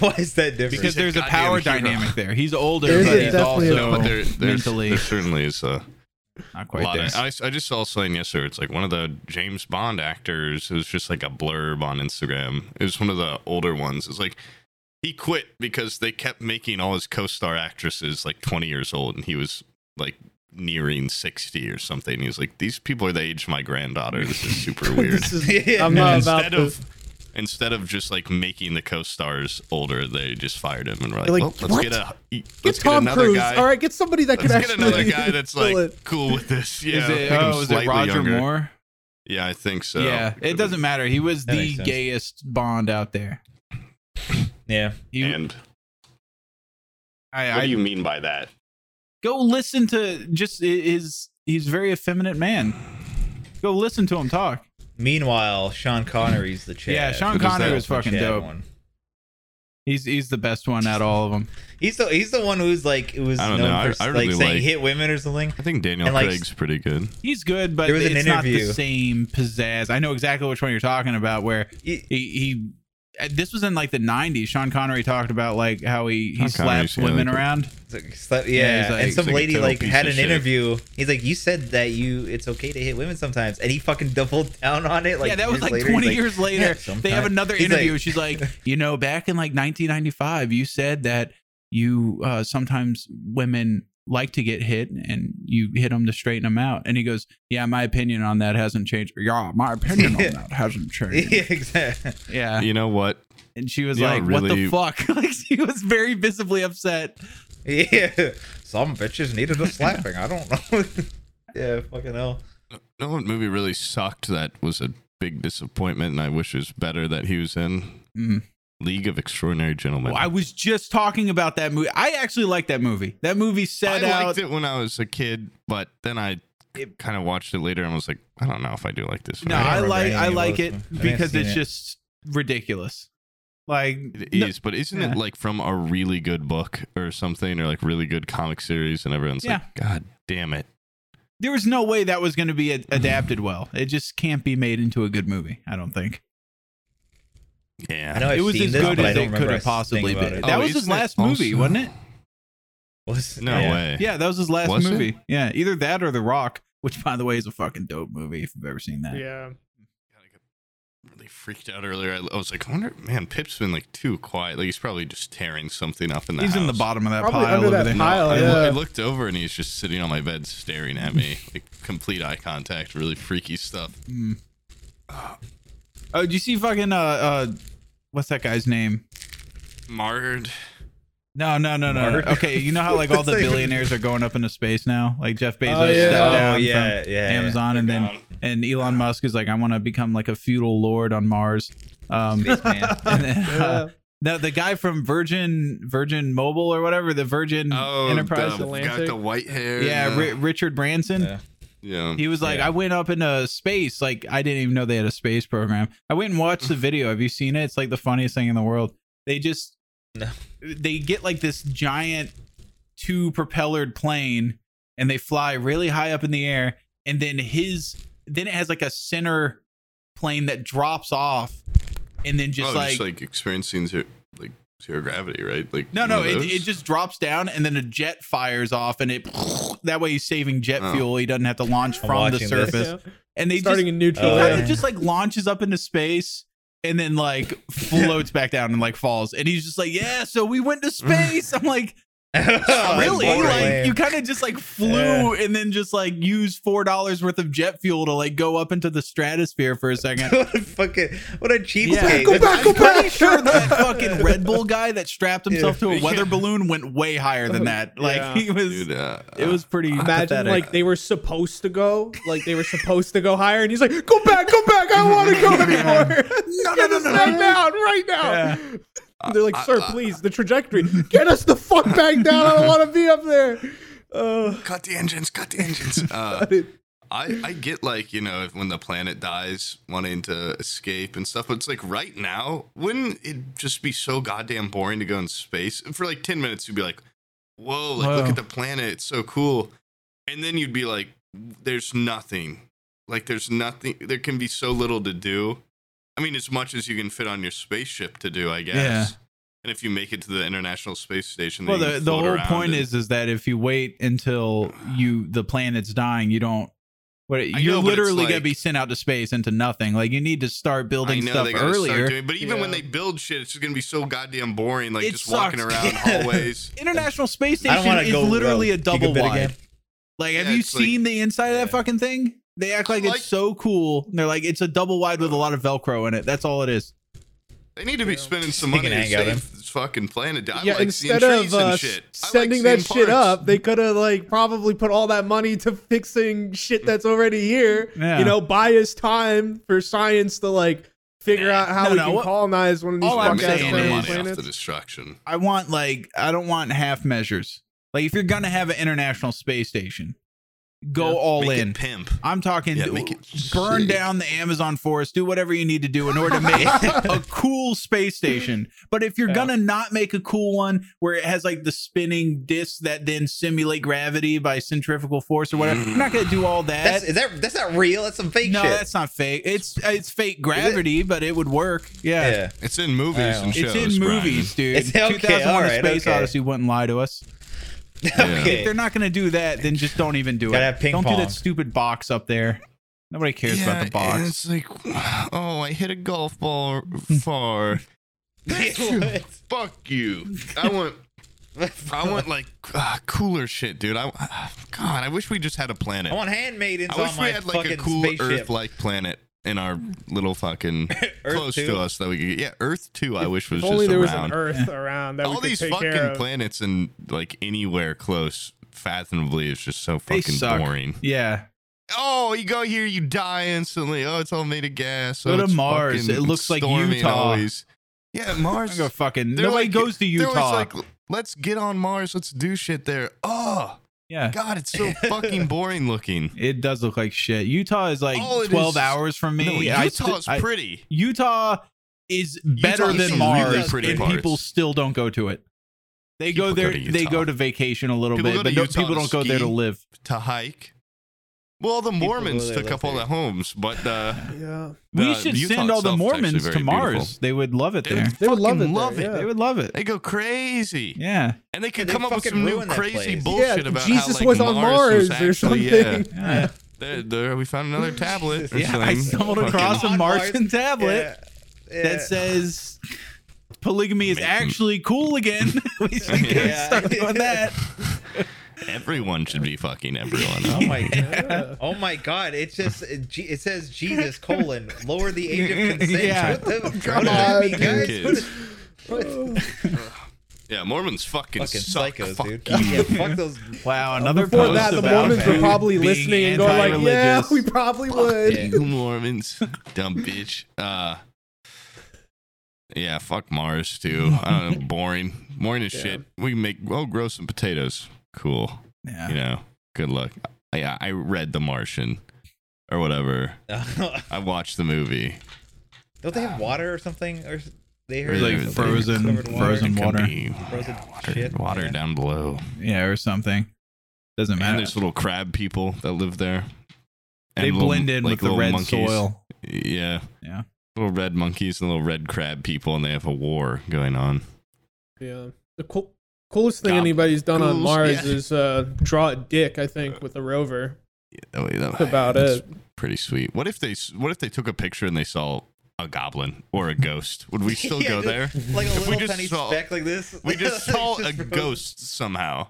[SPEAKER 5] Why is that different?
[SPEAKER 1] because
[SPEAKER 2] He's a
[SPEAKER 1] there's a
[SPEAKER 2] goddamn
[SPEAKER 1] power
[SPEAKER 2] hero.
[SPEAKER 1] dynamic there. He's older,
[SPEAKER 6] There is
[SPEAKER 1] but
[SPEAKER 6] a-
[SPEAKER 1] he's
[SPEAKER 6] definitely a-
[SPEAKER 1] also
[SPEAKER 2] No, but there, there's,
[SPEAKER 1] mentally
[SPEAKER 2] there certainly is a
[SPEAKER 1] not quite
[SPEAKER 2] lot
[SPEAKER 1] there.
[SPEAKER 2] of- uh, I, I just saw something yesterday. It's like one of the James Bond actors. It was just like a blurb on Instagram. It was one of the older ones. It's like he quit because they kept making all his co-star actresses like 20 years old, and he was like nearing 60 or something. He was like, "These people are the age of my granddaughter. This is super weird."
[SPEAKER 8] This is-
[SPEAKER 5] Yeah.
[SPEAKER 8] I'm not about
[SPEAKER 2] instead
[SPEAKER 8] this.
[SPEAKER 2] of instead of just like making the co-stars older, they just fired him and were like,
[SPEAKER 6] They're like,
[SPEAKER 2] well, let's
[SPEAKER 6] "What?
[SPEAKER 2] get a e, let's
[SPEAKER 6] Get
[SPEAKER 2] get,
[SPEAKER 6] Tom
[SPEAKER 2] another
[SPEAKER 6] Cruise.
[SPEAKER 2] guy.
[SPEAKER 6] All right, get somebody that
[SPEAKER 2] Let's
[SPEAKER 6] can
[SPEAKER 2] get
[SPEAKER 6] actually
[SPEAKER 2] another guy that's
[SPEAKER 6] fill
[SPEAKER 2] like
[SPEAKER 6] it.
[SPEAKER 2] cool with this. Yeah,
[SPEAKER 1] is
[SPEAKER 2] make
[SPEAKER 1] it,
[SPEAKER 2] him
[SPEAKER 1] oh, is it
[SPEAKER 2] slightly
[SPEAKER 1] Roger
[SPEAKER 2] younger.
[SPEAKER 1] Moore?
[SPEAKER 2] Yeah, I think so.
[SPEAKER 1] yeah, it doesn't matter. He was
[SPEAKER 5] That
[SPEAKER 1] the
[SPEAKER 5] makes sense.
[SPEAKER 1] gayest Bond out there.
[SPEAKER 5] Yeah.
[SPEAKER 1] He,
[SPEAKER 2] and
[SPEAKER 1] I,
[SPEAKER 2] what
[SPEAKER 1] I
[SPEAKER 2] do you mean by that?
[SPEAKER 1] go listen to just hi- his. He's a very effeminate man. Go listen to him talk.
[SPEAKER 5] Meanwhile, Sean Connery's the Chad.
[SPEAKER 1] Yeah, Sean
[SPEAKER 2] Who does
[SPEAKER 1] Connery
[SPEAKER 2] that?
[SPEAKER 1] was
[SPEAKER 5] The
[SPEAKER 1] fucking
[SPEAKER 5] Chad
[SPEAKER 1] dope.
[SPEAKER 5] one.
[SPEAKER 1] He's he's the best one out of all of them.
[SPEAKER 5] He's the he's the one who's like it was
[SPEAKER 2] I don't
[SPEAKER 5] known
[SPEAKER 2] know. I-
[SPEAKER 5] for
[SPEAKER 2] I really
[SPEAKER 5] like saying
[SPEAKER 2] like-
[SPEAKER 5] hit women or something.
[SPEAKER 2] I think Daniel
[SPEAKER 5] And, like,
[SPEAKER 2] Craig's pretty good.
[SPEAKER 1] He's good, but
[SPEAKER 5] There was an
[SPEAKER 1] it's not
[SPEAKER 5] interview.
[SPEAKER 1] the same pizzazz. I know exactly which one you're talking about. Where
[SPEAKER 5] He-
[SPEAKER 1] he, he uh, this was in like the 90s. Sean Connery talked about like how he he
[SPEAKER 2] Sean Connery's
[SPEAKER 1] slaps
[SPEAKER 2] the other
[SPEAKER 1] women
[SPEAKER 2] guy.
[SPEAKER 1] around.
[SPEAKER 5] It's like, slut-
[SPEAKER 1] Yeah,
[SPEAKER 5] yeah,
[SPEAKER 1] he's like-
[SPEAKER 5] and some
[SPEAKER 2] he's like a
[SPEAKER 5] lady
[SPEAKER 2] total
[SPEAKER 5] like
[SPEAKER 2] piece
[SPEAKER 5] had
[SPEAKER 2] of
[SPEAKER 5] an
[SPEAKER 2] shit.
[SPEAKER 5] interview. He's like, you said that you it's okay to hit women sometimes, and he fucking doubled down on it. Like
[SPEAKER 1] yeah, that was
[SPEAKER 5] years
[SPEAKER 1] like
[SPEAKER 5] later. He's
[SPEAKER 1] 20
[SPEAKER 5] like,
[SPEAKER 1] years later. they
[SPEAKER 5] "Yeah,
[SPEAKER 1] have
[SPEAKER 5] sometimes."
[SPEAKER 1] another
[SPEAKER 5] He's
[SPEAKER 1] interview.
[SPEAKER 5] like-
[SPEAKER 1] She's like, you know, back in like 1995, you said that you uh, sometimes women like to get hit and you hit them to straighten them out. And he goes, yeah, my opinion on that hasn't changed. Yeah, my opinion on that hasn't
[SPEAKER 5] yeah,
[SPEAKER 1] changed.
[SPEAKER 5] exactly.
[SPEAKER 1] Yeah.
[SPEAKER 2] You know what?
[SPEAKER 1] And she was
[SPEAKER 2] Yeah,
[SPEAKER 1] like,
[SPEAKER 2] really-
[SPEAKER 1] what the fuck? like, she was very visibly upset.
[SPEAKER 5] Yeah, some bitches needed a slapping. I don't know. yeah, fucking hell.
[SPEAKER 2] You know what movie really sucked that was a big disappointment and I wish it was better that he was in?
[SPEAKER 1] Mm.
[SPEAKER 2] League of Extraordinary Gentlemen.
[SPEAKER 1] Well, I was just talking about that movie. I actually like that movie. That movie set
[SPEAKER 2] I
[SPEAKER 1] out.
[SPEAKER 2] liked it when I was a kid, but then I kind of watched it later and was like, I don't know if I do like this.
[SPEAKER 1] No,
[SPEAKER 2] movie.
[SPEAKER 1] I
[SPEAKER 5] remember
[SPEAKER 1] like
[SPEAKER 5] any
[SPEAKER 1] I
[SPEAKER 5] of
[SPEAKER 1] like
[SPEAKER 5] those.
[SPEAKER 1] it
[SPEAKER 5] I think I've
[SPEAKER 1] because
[SPEAKER 5] seen
[SPEAKER 1] it's
[SPEAKER 5] it.
[SPEAKER 1] just ridiculous. Like
[SPEAKER 2] It
[SPEAKER 1] no-
[SPEAKER 2] is, but isn't
[SPEAKER 1] yeah.
[SPEAKER 2] it like from a really good book or something, or like really good comic series, and everyone's like, God damn it!
[SPEAKER 1] there was no way that was going to be ad- adapted well. It just can't be made into a good movie. I don't think
[SPEAKER 2] Yeah,
[SPEAKER 5] I know I've
[SPEAKER 1] it was
[SPEAKER 5] seen
[SPEAKER 1] as
[SPEAKER 5] this,
[SPEAKER 1] good
[SPEAKER 5] but I
[SPEAKER 1] as
[SPEAKER 5] don't
[SPEAKER 1] it
[SPEAKER 5] remember
[SPEAKER 1] could
[SPEAKER 5] a
[SPEAKER 1] have
[SPEAKER 5] thing
[SPEAKER 1] possibly
[SPEAKER 5] about
[SPEAKER 1] been.
[SPEAKER 5] it.
[SPEAKER 1] That
[SPEAKER 2] Oh,
[SPEAKER 1] was his
[SPEAKER 2] isn't it
[SPEAKER 1] last movie,
[SPEAKER 2] also-
[SPEAKER 1] wasn't it?
[SPEAKER 5] Was
[SPEAKER 2] no
[SPEAKER 5] yeah.
[SPEAKER 2] way.
[SPEAKER 1] Yeah, that was his last
[SPEAKER 2] Was it?
[SPEAKER 1] movie. Yeah, either that or The Rock, which by the way is a fucking dope movie if you've ever seen that.
[SPEAKER 8] Yeah.
[SPEAKER 2] really freaked out earlier. I, I was like, I wonder, man, Pip's been like too quiet. Like he's probably just tearing something up in the
[SPEAKER 1] He's
[SPEAKER 2] house.
[SPEAKER 1] in the bottom of that
[SPEAKER 6] Probably
[SPEAKER 1] pile
[SPEAKER 6] under
[SPEAKER 1] over
[SPEAKER 6] that
[SPEAKER 1] there.
[SPEAKER 6] pile. Kyle,
[SPEAKER 2] I,
[SPEAKER 6] yeah.
[SPEAKER 2] I looked over and he's just sitting on my bed staring at me, like complete eye contact, really freaky stuff.
[SPEAKER 1] Hmm. Oh, did you see fucking uh uh what's that guy's name?
[SPEAKER 2] Marred.
[SPEAKER 1] No, no, no, no.
[SPEAKER 5] Mark?
[SPEAKER 1] Okay, you know how like all the
[SPEAKER 5] It's like-
[SPEAKER 1] billionaires are going up into space now? Like Jeff Bezos
[SPEAKER 6] Oh, yeah.
[SPEAKER 1] stepped
[SPEAKER 5] Oh,
[SPEAKER 1] down
[SPEAKER 5] yeah,
[SPEAKER 1] from
[SPEAKER 5] yeah, yeah.
[SPEAKER 1] Amazon and then and Elon Musk is like, I want to become like a feudal lord on Mars. Um
[SPEAKER 5] Man.
[SPEAKER 1] and then, uh, no, the guy from Virgin Virgin Mobile or whatever, the Virgin
[SPEAKER 2] Oh,
[SPEAKER 1] Enterprise.
[SPEAKER 2] the, got
[SPEAKER 8] Atlantic.
[SPEAKER 2] the white hair.
[SPEAKER 1] yeah, Ri- Richard Branson.
[SPEAKER 5] Yeah.
[SPEAKER 2] yeah.
[SPEAKER 1] He was like, I went up into space. Like, I didn't even know they had a space program. I went and watched the video. Have you seen it? It's like the funniest thing in the world. They just,
[SPEAKER 5] No.
[SPEAKER 1] they get like this giant two propellered plane and they fly really high up in the air. And then his, then it has like a center plane that drops off and then just
[SPEAKER 2] oh,
[SPEAKER 1] like,
[SPEAKER 2] just like experiencing zero, like zero gravity, right? Like
[SPEAKER 1] no,
[SPEAKER 2] one
[SPEAKER 1] no,
[SPEAKER 2] of
[SPEAKER 1] it,
[SPEAKER 2] those?
[SPEAKER 1] it just drops down and then a jet fires off and it, that way he's saving jet
[SPEAKER 2] Oh.
[SPEAKER 1] fuel. He doesn't have to launch
[SPEAKER 5] I'm
[SPEAKER 1] from the
[SPEAKER 5] watching this.
[SPEAKER 1] surface.
[SPEAKER 8] Yeah.
[SPEAKER 1] And they just,
[SPEAKER 8] Starting in neutral.
[SPEAKER 5] Oh,
[SPEAKER 1] He
[SPEAKER 8] yeah.
[SPEAKER 1] kind of just like launches up into space and then like floats back down and like falls. And he's just like, yeah, so we went to space. I'm like, really?
[SPEAKER 5] Oh, Boring.
[SPEAKER 1] Like you kind of just like flew and then just like used four dollars worth of jet fuel to like go up into the stratosphere for a second.
[SPEAKER 5] what a fucking what a cheapskate.
[SPEAKER 1] Yeah.
[SPEAKER 6] Go
[SPEAKER 5] That's-
[SPEAKER 6] back, go back.
[SPEAKER 1] Sure, that fucking Red Bull guy that strapped himself to a
[SPEAKER 2] Yeah.
[SPEAKER 1] weather balloon went way higher than that. Like
[SPEAKER 8] Yeah.
[SPEAKER 1] he was,
[SPEAKER 2] Dude, uh,
[SPEAKER 1] it was pretty.
[SPEAKER 8] Imagine
[SPEAKER 1] pathetic.
[SPEAKER 8] like they were supposed to go, like they were supposed to go higher, and he's like, "Go back, go back! I don't want to go anymore. Get us back down right now!" And they're like,
[SPEAKER 2] Uh,
[SPEAKER 8] "Sir, please, the trajectory. Get us the fuck back down. I don't want to be up there." Uh,
[SPEAKER 2] cut the engines, cut the engines. Uh, I I get like you know if- when the planet dies, wanting to escape and stuff, but it's like right now, wouldn't it just be so goddamn boring to go in space for like ten minutes? You'd be like, whoa, like look
[SPEAKER 1] Wow.
[SPEAKER 2] at the planet, it's so cool, and then you'd be like, there's nothing, like there's nothing, there can be so little to do. I mean, as much as you can fit on your spaceship to do, I guess.
[SPEAKER 1] Yeah.
[SPEAKER 2] And if you make it to the International Space Station, then
[SPEAKER 1] Well,
[SPEAKER 2] you
[SPEAKER 1] the,
[SPEAKER 2] can
[SPEAKER 1] the
[SPEAKER 2] float
[SPEAKER 1] whole
[SPEAKER 2] around
[SPEAKER 1] point
[SPEAKER 2] and-
[SPEAKER 1] is is that if you wait until you the planet's dying, you don't. What
[SPEAKER 2] I
[SPEAKER 1] you're
[SPEAKER 2] know, but it's
[SPEAKER 1] literally gonna
[SPEAKER 2] like-
[SPEAKER 1] be sent out to space into nothing. Like you need to start building stuff
[SPEAKER 2] they gotta start
[SPEAKER 1] earlier.
[SPEAKER 2] doing- but even when they build shit, it's just gonna be so goddamn boring. Like
[SPEAKER 1] It
[SPEAKER 2] just walking
[SPEAKER 1] sucks.
[SPEAKER 2] around hallways.
[SPEAKER 1] International Space
[SPEAKER 5] I don't
[SPEAKER 1] Station
[SPEAKER 5] wanna
[SPEAKER 1] is
[SPEAKER 5] go uh,
[SPEAKER 1] literally
[SPEAKER 5] low.
[SPEAKER 1] a
[SPEAKER 5] Gigabit
[SPEAKER 1] double
[SPEAKER 5] again.
[SPEAKER 1] wide. Like, have
[SPEAKER 2] Yeah,
[SPEAKER 1] you
[SPEAKER 2] it's like-
[SPEAKER 1] seen the inside of that fucking thing? They act like,
[SPEAKER 2] Like-
[SPEAKER 1] it's so cool. And they're like, it's a double wide with a lot of Velcro in it. That's all it is.
[SPEAKER 2] They need to be spending some
[SPEAKER 5] You
[SPEAKER 2] money
[SPEAKER 5] can
[SPEAKER 2] to
[SPEAKER 5] hang out
[SPEAKER 2] save
[SPEAKER 1] eh?
[SPEAKER 5] him.
[SPEAKER 2] this fucking planet. dude. I
[SPEAKER 8] yeah,
[SPEAKER 2] like seeing
[SPEAKER 8] instead
[SPEAKER 2] trees
[SPEAKER 8] of uh,
[SPEAKER 2] and
[SPEAKER 8] s-
[SPEAKER 2] shit. I like
[SPEAKER 8] sending that
[SPEAKER 2] seeing
[SPEAKER 8] shit
[SPEAKER 2] parks.
[SPEAKER 8] up, they could have like probably put all that money to fixing shit that's already here.
[SPEAKER 1] Yeah.
[SPEAKER 8] You know, buy us time for science to like figure out how
[SPEAKER 1] No,
[SPEAKER 8] we
[SPEAKER 1] no,
[SPEAKER 8] can
[SPEAKER 1] what-
[SPEAKER 8] colonize one of these
[SPEAKER 1] all I'm
[SPEAKER 8] fuck
[SPEAKER 2] I'm
[SPEAKER 8] ass
[SPEAKER 1] saying
[SPEAKER 2] saying the
[SPEAKER 1] is-
[SPEAKER 8] planet-
[SPEAKER 2] money off the
[SPEAKER 8] planets.
[SPEAKER 2] destruction.
[SPEAKER 1] I want like I don't want half measures. Like if you're gonna have an international space station, go all
[SPEAKER 2] Make it
[SPEAKER 1] in.
[SPEAKER 2] pimp.
[SPEAKER 1] I'm talking
[SPEAKER 2] Yeah, make it
[SPEAKER 1] burn
[SPEAKER 2] sick.
[SPEAKER 1] down the Amazon forest, do whatever you need to do in order to make a cool space station. But if you're gonna not make a cool one where it has like the spinning discs that then simulate gravity by centrifugal force or whatever, you're not gonna do all that.
[SPEAKER 5] That's is that that's not real. That's some fake
[SPEAKER 1] no,
[SPEAKER 5] shit.
[SPEAKER 1] that's not fake. It's it's fake gravity, but it would work. Yeah.
[SPEAKER 5] yeah.
[SPEAKER 2] It's in movies
[SPEAKER 5] Wow.
[SPEAKER 2] and shows.
[SPEAKER 1] It's in
[SPEAKER 2] Brian.
[SPEAKER 1] movies, dude.
[SPEAKER 5] It's- okay,
[SPEAKER 1] 2001
[SPEAKER 5] all
[SPEAKER 1] A
[SPEAKER 5] right,
[SPEAKER 1] Space
[SPEAKER 5] okay.
[SPEAKER 1] Odyssey wouldn't lie to us.
[SPEAKER 2] Yeah.
[SPEAKER 5] Okay.
[SPEAKER 1] If they're not going to do that, then just don't even do
[SPEAKER 5] Gotta
[SPEAKER 1] it.
[SPEAKER 5] have ping
[SPEAKER 1] don't do
[SPEAKER 5] pong.
[SPEAKER 1] that stupid box up there. Nobody cares about the
[SPEAKER 2] and
[SPEAKER 1] box.
[SPEAKER 2] It's like, oh, I hit a golf ball far.
[SPEAKER 5] What?
[SPEAKER 2] Fuck you. I want. I want like uh, cooler shit, dude. I God, I wish we just had a planet.
[SPEAKER 5] I want handmaidens
[SPEAKER 2] I wish
[SPEAKER 5] on
[SPEAKER 2] we
[SPEAKER 5] my
[SPEAKER 2] had like
[SPEAKER 5] fucking
[SPEAKER 2] a cool
[SPEAKER 5] spaceship.
[SPEAKER 2] Earth-like planet in our little fucking
[SPEAKER 5] Earth
[SPEAKER 2] close
[SPEAKER 5] too?
[SPEAKER 2] to us that we could. Yeah, Earth too. I wish was
[SPEAKER 8] If
[SPEAKER 2] just
[SPEAKER 8] only there was an
[SPEAKER 2] around.
[SPEAKER 8] Earth around that
[SPEAKER 2] All
[SPEAKER 8] we could
[SPEAKER 2] these
[SPEAKER 8] take care
[SPEAKER 2] fucking
[SPEAKER 8] of.
[SPEAKER 2] planets and like anywhere close, fathomably, is just so
[SPEAKER 1] They
[SPEAKER 2] fucking
[SPEAKER 1] suck.
[SPEAKER 2] boring.
[SPEAKER 1] Yeah.
[SPEAKER 2] Oh, you go here, you die instantly. Oh, it's all made of gas.
[SPEAKER 1] Go
[SPEAKER 2] oh,
[SPEAKER 1] to
[SPEAKER 2] it's
[SPEAKER 1] Mars.
[SPEAKER 2] fucking
[SPEAKER 1] It looks like
[SPEAKER 2] stormy and
[SPEAKER 1] Utah.
[SPEAKER 2] always- Yeah,
[SPEAKER 1] I'm
[SPEAKER 2] Mars.
[SPEAKER 1] gonna fucking.
[SPEAKER 2] They're
[SPEAKER 1] Nobody
[SPEAKER 2] like-
[SPEAKER 1] goes to
[SPEAKER 2] they're
[SPEAKER 1] Utah.
[SPEAKER 2] always like, let's get on Mars. Let's do shit there. Oh
[SPEAKER 1] yeah.
[SPEAKER 2] God, it's so fucking boring looking.
[SPEAKER 1] It does look like shit. Utah is like
[SPEAKER 2] All it is
[SPEAKER 1] 12
[SPEAKER 2] is-
[SPEAKER 1] hours from me.
[SPEAKER 2] no,
[SPEAKER 1] I
[SPEAKER 2] Utah's
[SPEAKER 1] sti- I-
[SPEAKER 2] pretty.
[SPEAKER 1] Utah is better
[SPEAKER 2] Utah's
[SPEAKER 1] than
[SPEAKER 2] really
[SPEAKER 1] Mars,
[SPEAKER 2] pretty
[SPEAKER 1] and
[SPEAKER 2] parts.
[SPEAKER 1] people still don't go to it. They go
[SPEAKER 2] People go
[SPEAKER 1] there.
[SPEAKER 2] to
[SPEAKER 1] they
[SPEAKER 2] Utah.
[SPEAKER 1] go to vacation a little
[SPEAKER 2] People go
[SPEAKER 1] bit, but
[SPEAKER 2] to
[SPEAKER 1] no,
[SPEAKER 2] Utah
[SPEAKER 1] people
[SPEAKER 2] to
[SPEAKER 1] don't go there to
[SPEAKER 2] ski.
[SPEAKER 1] live.
[SPEAKER 2] to hike. Well, the Mormons
[SPEAKER 5] really
[SPEAKER 2] took
[SPEAKER 5] love
[SPEAKER 2] up all
[SPEAKER 5] it.
[SPEAKER 2] the homes, but uh,
[SPEAKER 8] Yeah.
[SPEAKER 1] We
[SPEAKER 2] Uh,
[SPEAKER 1] should
[SPEAKER 2] Utah
[SPEAKER 1] send all the
[SPEAKER 2] itself is actually
[SPEAKER 1] Mormons
[SPEAKER 2] very
[SPEAKER 1] to Mars.
[SPEAKER 2] beautiful.
[SPEAKER 1] They would love it
[SPEAKER 2] They
[SPEAKER 1] there.
[SPEAKER 2] would
[SPEAKER 6] They would love it.
[SPEAKER 2] fucking love
[SPEAKER 6] there,
[SPEAKER 2] it.
[SPEAKER 6] yeah.
[SPEAKER 1] They would love it.
[SPEAKER 2] they go crazy.
[SPEAKER 1] Yeah.
[SPEAKER 2] And they could
[SPEAKER 5] Yeah, they
[SPEAKER 2] come up with
[SPEAKER 5] fucking
[SPEAKER 2] some new
[SPEAKER 5] ruined that
[SPEAKER 2] crazy
[SPEAKER 5] place.
[SPEAKER 2] bullshit
[SPEAKER 6] Yeah,
[SPEAKER 2] about
[SPEAKER 6] Jesus
[SPEAKER 2] how like,
[SPEAKER 6] was on
[SPEAKER 2] Mars, was
[SPEAKER 6] Mars or
[SPEAKER 2] actually-
[SPEAKER 6] something.
[SPEAKER 2] Yeah,
[SPEAKER 1] Yeah.
[SPEAKER 2] there, there, we found another tablet. or
[SPEAKER 1] Yeah, I
[SPEAKER 2] something.
[SPEAKER 1] stumbled
[SPEAKER 2] Fucking-
[SPEAKER 1] across a
[SPEAKER 5] On Mars.
[SPEAKER 1] Martian tablet
[SPEAKER 5] Yeah.
[SPEAKER 1] that says polygamy is
[SPEAKER 2] Maybe.
[SPEAKER 1] actually cool again. we should get
[SPEAKER 5] Yeah.
[SPEAKER 1] start doing that.
[SPEAKER 2] Everyone should be fucking everyone.
[SPEAKER 5] Oh my god! Oh my god! It just it, G- it says Jesus colon lower the age of consent.
[SPEAKER 1] Yeah.
[SPEAKER 5] What the, what
[SPEAKER 2] Come
[SPEAKER 5] does that
[SPEAKER 6] on,
[SPEAKER 5] mean,
[SPEAKER 6] dude.
[SPEAKER 5] guys? What is- what-
[SPEAKER 2] Yeah, Mormons fucking,
[SPEAKER 5] fucking
[SPEAKER 2] suck.
[SPEAKER 5] psychos,
[SPEAKER 2] Fuck
[SPEAKER 5] dude.
[SPEAKER 2] you.
[SPEAKER 5] Yeah, fuck those.
[SPEAKER 1] Wow, another
[SPEAKER 8] Before
[SPEAKER 1] post
[SPEAKER 8] that, the
[SPEAKER 1] about
[SPEAKER 8] Mormons were
[SPEAKER 1] being
[SPEAKER 8] probably listening and going like, "Yeah,
[SPEAKER 1] anti-religious.
[SPEAKER 8] we probably would."
[SPEAKER 5] yeah.
[SPEAKER 2] You Mormons, dumb bitch. Uh, yeah, fuck Mars too. I don't know, boring, boring as shit. We can make well, grow some potatoes. Cool,
[SPEAKER 1] Yeah.
[SPEAKER 2] you know. Good luck. Yeah, I read The Martian or whatever. I watched the movie.
[SPEAKER 5] Don't they have water or something? Or s- they heard
[SPEAKER 2] It's like
[SPEAKER 5] something
[SPEAKER 1] frozen-
[SPEAKER 5] covered water.
[SPEAKER 1] frozen
[SPEAKER 2] It could
[SPEAKER 1] water.
[SPEAKER 2] be
[SPEAKER 5] Frozen
[SPEAKER 2] water,
[SPEAKER 5] shit,
[SPEAKER 2] water
[SPEAKER 5] yeah.
[SPEAKER 2] down below.
[SPEAKER 1] Yeah, or something. Doesn't
[SPEAKER 2] And
[SPEAKER 1] matter.
[SPEAKER 2] there's little crab people that live there. And
[SPEAKER 1] They
[SPEAKER 2] little,
[SPEAKER 1] blend in
[SPEAKER 2] like,
[SPEAKER 1] with the
[SPEAKER 2] little
[SPEAKER 1] red
[SPEAKER 2] monkeys.
[SPEAKER 1] soil.
[SPEAKER 2] Yeah.
[SPEAKER 1] Yeah.
[SPEAKER 2] Little red monkeys and little red crab people, and they have a war going on.
[SPEAKER 8] Yeah. The cool, coolest thing
[SPEAKER 2] Gob-
[SPEAKER 8] anybody's done on
[SPEAKER 2] ghouls,
[SPEAKER 8] Mars
[SPEAKER 2] yeah.
[SPEAKER 8] is uh, draw a dick, I think, with a rover.
[SPEAKER 2] That way- that-
[SPEAKER 8] That's about
[SPEAKER 2] Oh, that's
[SPEAKER 8] it.
[SPEAKER 2] Pretty sweet. What if they s- What if they took a picture and they saw a goblin or a ghost? Would we still
[SPEAKER 5] Yeah,
[SPEAKER 2] go
[SPEAKER 5] just
[SPEAKER 2] there?
[SPEAKER 5] Like a
[SPEAKER 2] If we
[SPEAKER 5] little
[SPEAKER 2] just
[SPEAKER 5] tiny
[SPEAKER 2] saw-
[SPEAKER 5] speck like this.
[SPEAKER 2] We just
[SPEAKER 5] It's
[SPEAKER 2] saw a
[SPEAKER 5] frozen.
[SPEAKER 2] ghost somehow.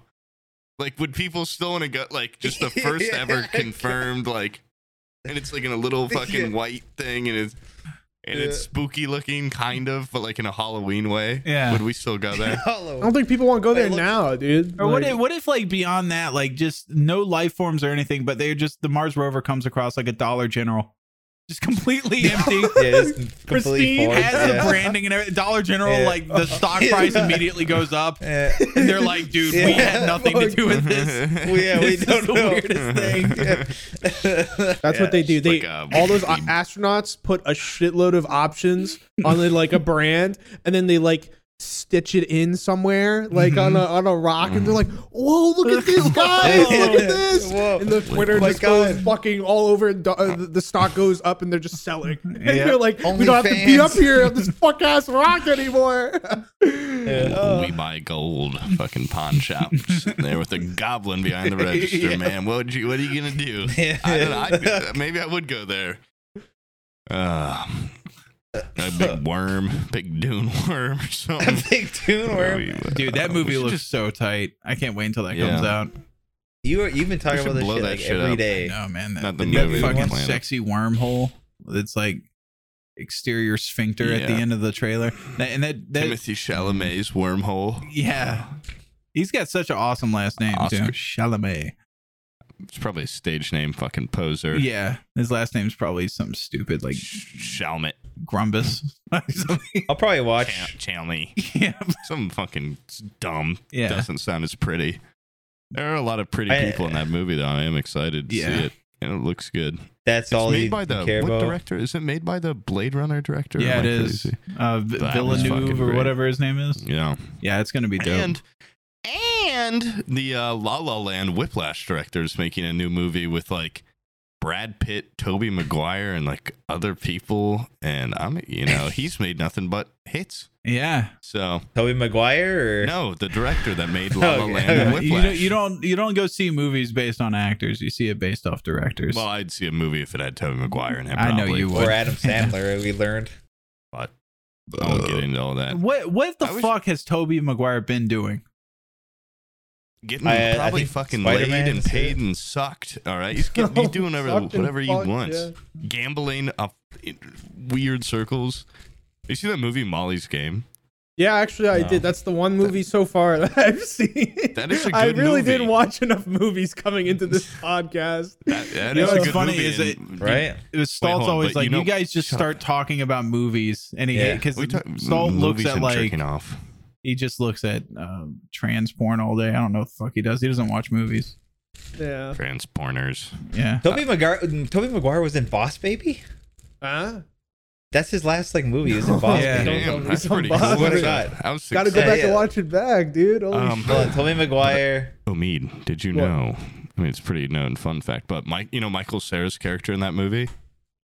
[SPEAKER 2] Like, would people still want to go? Like, just the first
[SPEAKER 5] Yeah.
[SPEAKER 2] ever confirmed like, and it's like in a little fucking
[SPEAKER 5] Yeah.
[SPEAKER 2] white thing, and it's and it's
[SPEAKER 5] Yeah.
[SPEAKER 2] spooky looking, kind of, but like in a Halloween way.
[SPEAKER 1] Yeah.
[SPEAKER 2] Would we still go there?
[SPEAKER 8] I
[SPEAKER 5] Hollow.
[SPEAKER 8] don't think people want to go
[SPEAKER 5] Hey,
[SPEAKER 8] there
[SPEAKER 5] look-
[SPEAKER 8] now, dude.
[SPEAKER 1] Or what
[SPEAKER 8] Like,
[SPEAKER 1] if, what if like beyond that, like just no life forms or anything, but they're just the Mars rover comes across like a Dollar General, just completely empty.
[SPEAKER 5] Yeah, just completely
[SPEAKER 8] Pristine
[SPEAKER 5] forged,
[SPEAKER 1] Has
[SPEAKER 5] yeah.
[SPEAKER 1] the branding and everything. Dollar General,
[SPEAKER 5] Yeah.
[SPEAKER 1] like the stock
[SPEAKER 5] Yeah.
[SPEAKER 1] price immediately goes up,
[SPEAKER 5] Yeah.
[SPEAKER 1] and they're like, "Dude, we had
[SPEAKER 5] Yeah.
[SPEAKER 1] nothing to do with this."
[SPEAKER 5] Well, yeah, we
[SPEAKER 1] This is
[SPEAKER 5] don't
[SPEAKER 1] the
[SPEAKER 5] know.
[SPEAKER 1] weirdest thing.
[SPEAKER 8] That's
[SPEAKER 5] Yeah.
[SPEAKER 8] what they do. They
[SPEAKER 2] like a-
[SPEAKER 8] all those a- astronauts put a shitload of options on the, like a brand, and then they like stitch it in somewhere, like on a on a rock, and they're like, "Whoa, look at this guys! look at this!"
[SPEAKER 5] Whoa.
[SPEAKER 8] And the Twitter
[SPEAKER 5] my
[SPEAKER 8] just goes
[SPEAKER 5] God.
[SPEAKER 8] fucking all over. And do- uh, the- the stock goes up, and they're just selling. And
[SPEAKER 1] Yeah.
[SPEAKER 8] they're like, "We don't have to be
[SPEAKER 5] OnlyFans.
[SPEAKER 8] up here on this fuck ass rock anymore."
[SPEAKER 1] Oh.
[SPEAKER 2] we buy gold, fucking pawn shops. there with the goblin behind the register, man. What would you? What are you gonna do? I don't know. I'd do that. Maybe I would go there. Uh, a big worm, big dune worm, or
[SPEAKER 5] A
[SPEAKER 2] something.
[SPEAKER 5] big tune worm.
[SPEAKER 1] Dude, that
[SPEAKER 2] Uh, We
[SPEAKER 1] movie
[SPEAKER 2] should
[SPEAKER 1] looks
[SPEAKER 2] just-
[SPEAKER 1] so tight. I can't wait until that
[SPEAKER 2] Yeah.
[SPEAKER 1] comes out.
[SPEAKER 5] You are, you've been talking
[SPEAKER 2] We should
[SPEAKER 5] about this
[SPEAKER 2] blow
[SPEAKER 5] shit
[SPEAKER 2] that
[SPEAKER 5] like
[SPEAKER 2] shit
[SPEAKER 5] every
[SPEAKER 2] up.
[SPEAKER 5] day.
[SPEAKER 1] No man, that,
[SPEAKER 2] Not the
[SPEAKER 1] that
[SPEAKER 2] movie, the
[SPEAKER 1] fucking
[SPEAKER 2] planet.
[SPEAKER 1] sexy wormhole. It's like exterior sphincter at the
[SPEAKER 2] Yeah.
[SPEAKER 1] end of the trailer. That- And that, that
[SPEAKER 2] Timothy Chalamet's wormhole.
[SPEAKER 1] yeah, he's got such an awesome last name too,
[SPEAKER 2] Oscar.
[SPEAKER 1] Chalamet.
[SPEAKER 2] It's probably a stage name, fucking poser.
[SPEAKER 1] Yeah, his last name's probably something stupid like
[SPEAKER 2] Sh- Chalmette.
[SPEAKER 1] Grumbus.
[SPEAKER 5] I'll probably watch.
[SPEAKER 2] Ch- Chalmy.
[SPEAKER 1] yeah,
[SPEAKER 2] Some fucking s- dumb.
[SPEAKER 1] Yeah.
[SPEAKER 2] Doesn't sound as pretty. There are a lot of pretty
[SPEAKER 5] I-
[SPEAKER 2] people in that movie, though. I am excited to
[SPEAKER 1] Yeah.
[SPEAKER 2] see it. And it looks good.
[SPEAKER 5] That's
[SPEAKER 2] It's
[SPEAKER 5] all you
[SPEAKER 2] made by the
[SPEAKER 5] care
[SPEAKER 2] what
[SPEAKER 5] about.
[SPEAKER 2] director? Is it made by the Blade Runner director?
[SPEAKER 1] yeah,
[SPEAKER 2] Am
[SPEAKER 1] it
[SPEAKER 2] I
[SPEAKER 1] is.
[SPEAKER 2] crazy?
[SPEAKER 1] Uh, v-
[SPEAKER 2] That was fucking
[SPEAKER 1] Villeneuve or
[SPEAKER 2] great.
[SPEAKER 1] whatever his name is.
[SPEAKER 2] Yeah.
[SPEAKER 1] Yeah, it's gonna be dope.
[SPEAKER 2] And and the uh, La La Land Whiplash director is making a new movie with like Brad Pitt, Toby Maguire, and like other people. And I'm, you know, he's made nothing but hits.
[SPEAKER 1] yeah,
[SPEAKER 2] So
[SPEAKER 5] Toby Maguire or
[SPEAKER 2] no, the director that made La La
[SPEAKER 5] Okay.
[SPEAKER 2] Land and
[SPEAKER 1] Yeah, you,
[SPEAKER 2] Whiplash.
[SPEAKER 1] don't, you don't you don't go see movies based on actors. You see it based off directors.
[SPEAKER 2] Well, I'd see a movie if it had Toby Maguire in it.
[SPEAKER 1] I know
[SPEAKER 2] Probably,
[SPEAKER 1] you
[SPEAKER 5] or
[SPEAKER 1] would.
[SPEAKER 5] Adam Sandler. we learned.
[SPEAKER 2] But I won't get into all that.
[SPEAKER 1] what what the
[SPEAKER 2] I wish-
[SPEAKER 1] fuck has Toby Maguire been doing?
[SPEAKER 2] Getting
[SPEAKER 5] I- I
[SPEAKER 2] probably
[SPEAKER 5] think
[SPEAKER 2] fucking
[SPEAKER 5] Spider-Man
[SPEAKER 2] laid and
[SPEAKER 5] is it.
[SPEAKER 2] paid and sucked. All right, he's, getting, he's doing whatever,
[SPEAKER 6] Sucked and
[SPEAKER 2] whatever he
[SPEAKER 6] fucked,
[SPEAKER 2] wants.
[SPEAKER 6] yeah.
[SPEAKER 2] gambling up in weird circles. You see that movie Molly's Game?
[SPEAKER 8] Yeah, actually, I
[SPEAKER 2] No.
[SPEAKER 8] did. That's the one movie so far that I've seen.
[SPEAKER 2] That is a
[SPEAKER 8] I
[SPEAKER 2] good
[SPEAKER 8] really
[SPEAKER 2] movie.
[SPEAKER 8] didn't watch enough movies coming into this podcast.
[SPEAKER 2] That, that
[SPEAKER 1] You
[SPEAKER 2] is
[SPEAKER 1] know
[SPEAKER 2] a
[SPEAKER 1] what's
[SPEAKER 2] good
[SPEAKER 1] funny
[SPEAKER 2] movie,
[SPEAKER 1] is
[SPEAKER 2] and-
[SPEAKER 5] Right?
[SPEAKER 1] It was Stalt's
[SPEAKER 2] hold on,
[SPEAKER 1] always
[SPEAKER 2] but
[SPEAKER 1] like, you,
[SPEAKER 2] you know-
[SPEAKER 1] guys just
[SPEAKER 2] Shut
[SPEAKER 1] start talking about movies, and he
[SPEAKER 5] Yeah.
[SPEAKER 1] because
[SPEAKER 2] We talk,
[SPEAKER 1] Stalt looks
[SPEAKER 2] movies
[SPEAKER 1] at
[SPEAKER 2] and
[SPEAKER 1] like
[SPEAKER 2] jerking off.
[SPEAKER 1] he just looks at um, trans porn all day. I don't know what the fuck he does. He doesn't watch movies.
[SPEAKER 8] Yeah.
[SPEAKER 2] Transporters.
[SPEAKER 1] Yeah,
[SPEAKER 5] Toby Maguire. Toby Maguire was in Boss Baby.
[SPEAKER 8] Huh?
[SPEAKER 5] That's his last like movie. He was in Boss
[SPEAKER 1] Yeah.
[SPEAKER 5] Baby.
[SPEAKER 2] Damn,
[SPEAKER 8] go-
[SPEAKER 2] that's
[SPEAKER 8] don't
[SPEAKER 2] pretty
[SPEAKER 8] go-
[SPEAKER 2] cool.
[SPEAKER 8] I
[SPEAKER 5] swear to
[SPEAKER 2] That's
[SPEAKER 5] God.
[SPEAKER 2] a- I was
[SPEAKER 8] Gotta go
[SPEAKER 5] Yeah,
[SPEAKER 8] back and
[SPEAKER 5] yeah.
[SPEAKER 8] watch it back, dude. Holy
[SPEAKER 2] Um,
[SPEAKER 8] shit.
[SPEAKER 5] Hold on, Toby Maguire.
[SPEAKER 2] Omid, did you
[SPEAKER 8] What?
[SPEAKER 2] know? I mean, it's a pretty known fun fact, but Mike, you know Michael Sarah's character in that movie?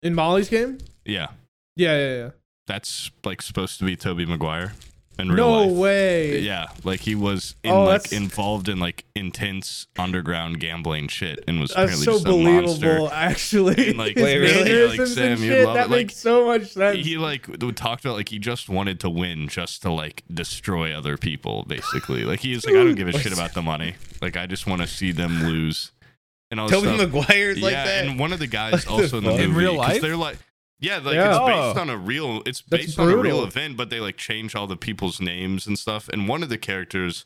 [SPEAKER 8] In Molly's game?
[SPEAKER 2] Yeah,
[SPEAKER 8] Yeah, yeah, yeah.
[SPEAKER 2] that's like supposed to be Toby Maguire in real
[SPEAKER 8] No
[SPEAKER 2] life.
[SPEAKER 8] way.
[SPEAKER 2] Yeah, like he was in,
[SPEAKER 8] Oh,
[SPEAKER 2] like
[SPEAKER 8] that's-
[SPEAKER 2] involved in like intense underground gambling shit, and was
[SPEAKER 8] That's
[SPEAKER 2] apparently
[SPEAKER 8] so
[SPEAKER 2] just a monster.
[SPEAKER 8] believable, actually.
[SPEAKER 2] And, like,
[SPEAKER 8] His
[SPEAKER 5] Wait, really? Yeah,
[SPEAKER 2] like,
[SPEAKER 8] mannerisms
[SPEAKER 2] Sam,
[SPEAKER 8] and
[SPEAKER 2] you'd
[SPEAKER 8] shit,
[SPEAKER 2] love
[SPEAKER 8] that
[SPEAKER 2] it, like,
[SPEAKER 8] makes so much sense.
[SPEAKER 2] he like w- talked about like he just wanted to win just to like destroy other people basically like he was like i don't give a shit about the money like i just want to see them lose and all this
[SPEAKER 5] Toby
[SPEAKER 2] stuff.
[SPEAKER 5] Maguire's like
[SPEAKER 2] yeah,
[SPEAKER 5] that.
[SPEAKER 2] and one of the guys
[SPEAKER 5] What the
[SPEAKER 2] also in the
[SPEAKER 5] fuck?
[SPEAKER 2] movie
[SPEAKER 1] In real
[SPEAKER 2] 'cause
[SPEAKER 1] life?
[SPEAKER 2] they're like yeah like
[SPEAKER 8] Yeah.
[SPEAKER 2] it's
[SPEAKER 1] Oh.
[SPEAKER 2] based on a real it's
[SPEAKER 8] That's
[SPEAKER 2] based on a real
[SPEAKER 8] brutal.
[SPEAKER 2] event but they like change all the people's names and stuff and one of the characters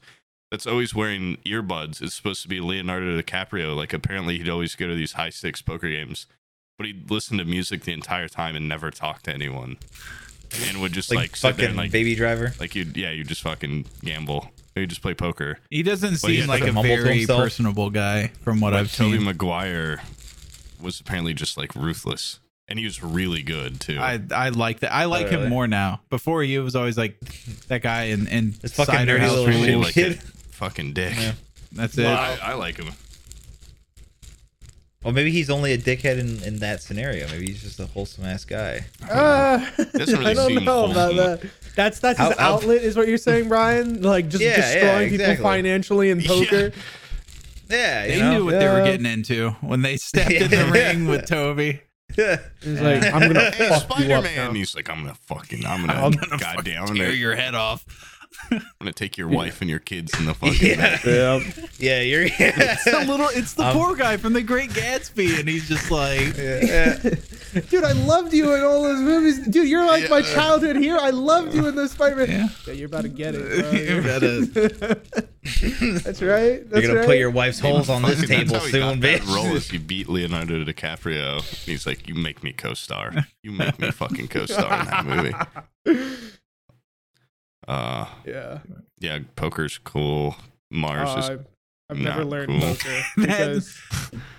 [SPEAKER 2] that's always wearing earbuds is supposed to be leonardo dicaprio like apparently he'd always go to these high stakes poker games but he'd listen to music the entire time and never talk to anyone and would just
[SPEAKER 5] like,
[SPEAKER 2] like, sit there
[SPEAKER 5] fucking
[SPEAKER 2] and like
[SPEAKER 5] Baby Driver.
[SPEAKER 2] like you'd yeah you just fucking gamble you just play poker
[SPEAKER 1] he doesn't
[SPEAKER 2] Well, he
[SPEAKER 1] seem
[SPEAKER 2] just
[SPEAKER 1] like
[SPEAKER 2] kinda
[SPEAKER 1] a
[SPEAKER 5] mumbled to
[SPEAKER 1] very
[SPEAKER 5] himself.
[SPEAKER 1] personable guy from what
[SPEAKER 2] But
[SPEAKER 1] I've
[SPEAKER 2] Toby
[SPEAKER 1] seen.
[SPEAKER 2] Maguire was apparently just like ruthless, and he was really good too.
[SPEAKER 1] I I like that. I like him
[SPEAKER 5] Really?
[SPEAKER 1] more now. Before he was always like that guy in in
[SPEAKER 5] This fucking
[SPEAKER 1] cider
[SPEAKER 2] I
[SPEAKER 5] nerdy
[SPEAKER 1] house
[SPEAKER 5] little
[SPEAKER 2] really
[SPEAKER 1] rules.
[SPEAKER 5] shit.
[SPEAKER 2] like that fucking dick.
[SPEAKER 5] Yeah.
[SPEAKER 1] That's it.
[SPEAKER 2] I, I like him.
[SPEAKER 5] Well, maybe he's only a dickhead in, in that scenario. Maybe he's just a wholesome ass guy.
[SPEAKER 8] Uh,
[SPEAKER 2] Doesn't really
[SPEAKER 8] I don't
[SPEAKER 2] seem
[SPEAKER 8] know about
[SPEAKER 2] wholesome.
[SPEAKER 8] that. That's that's his
[SPEAKER 5] How- how-
[SPEAKER 8] outlet, is what you're saying, Brian? Like just
[SPEAKER 5] Yeah, yeah,
[SPEAKER 8] destroying
[SPEAKER 5] exactly.
[SPEAKER 8] people financially in poker.
[SPEAKER 5] Yeah, you
[SPEAKER 1] They
[SPEAKER 5] know?
[SPEAKER 1] knew what they were
[SPEAKER 8] Yeah.
[SPEAKER 1] getting into when they stepped in the
[SPEAKER 5] Yeah.
[SPEAKER 1] ring with Toby.
[SPEAKER 8] He's like, I'm gonna
[SPEAKER 2] Hey,
[SPEAKER 8] fuck you
[SPEAKER 2] Spider
[SPEAKER 8] up
[SPEAKER 2] Man!
[SPEAKER 8] now.
[SPEAKER 2] He's like, I'm gonna fucking, I'm gonna,
[SPEAKER 1] I'm gonna
[SPEAKER 2] goddamn, I'm
[SPEAKER 1] fucking
[SPEAKER 2] gonna,
[SPEAKER 1] tear
[SPEAKER 2] I'm
[SPEAKER 1] your head off.
[SPEAKER 2] gonna take your wife and your kids in the fucking
[SPEAKER 5] Yeah.
[SPEAKER 2] back.
[SPEAKER 5] yeah, you're.
[SPEAKER 1] It's the little, it's the
[SPEAKER 5] Um,
[SPEAKER 1] poor guy from The Great Gatsby, and he's just like,
[SPEAKER 5] yeah.
[SPEAKER 8] Dude, I loved you in all those movies. Dude, you're like my
[SPEAKER 2] Yeah.
[SPEAKER 8] childhood hero. I loved you in those Spider-Man.
[SPEAKER 1] Yeah.
[SPEAKER 8] Yeah. you're about to get
[SPEAKER 1] You
[SPEAKER 8] it.
[SPEAKER 1] better-
[SPEAKER 8] Bro. That's right. That's
[SPEAKER 5] You're gonna
[SPEAKER 8] right.
[SPEAKER 5] put your wife's holes on this
[SPEAKER 2] Fucking,
[SPEAKER 5] table
[SPEAKER 2] that's how he got
[SPEAKER 5] soon,
[SPEAKER 2] that
[SPEAKER 5] bitch.
[SPEAKER 2] Role is he beat Leonardo DiCaprio. And he's like, you make me co-star. You make me fucking co-star in that movie. Uh,
[SPEAKER 8] yeah.
[SPEAKER 2] yeah, poker's cool. Mars is
[SPEAKER 8] Uh, I've never
[SPEAKER 2] not
[SPEAKER 8] learned
[SPEAKER 2] cool.
[SPEAKER 8] poker because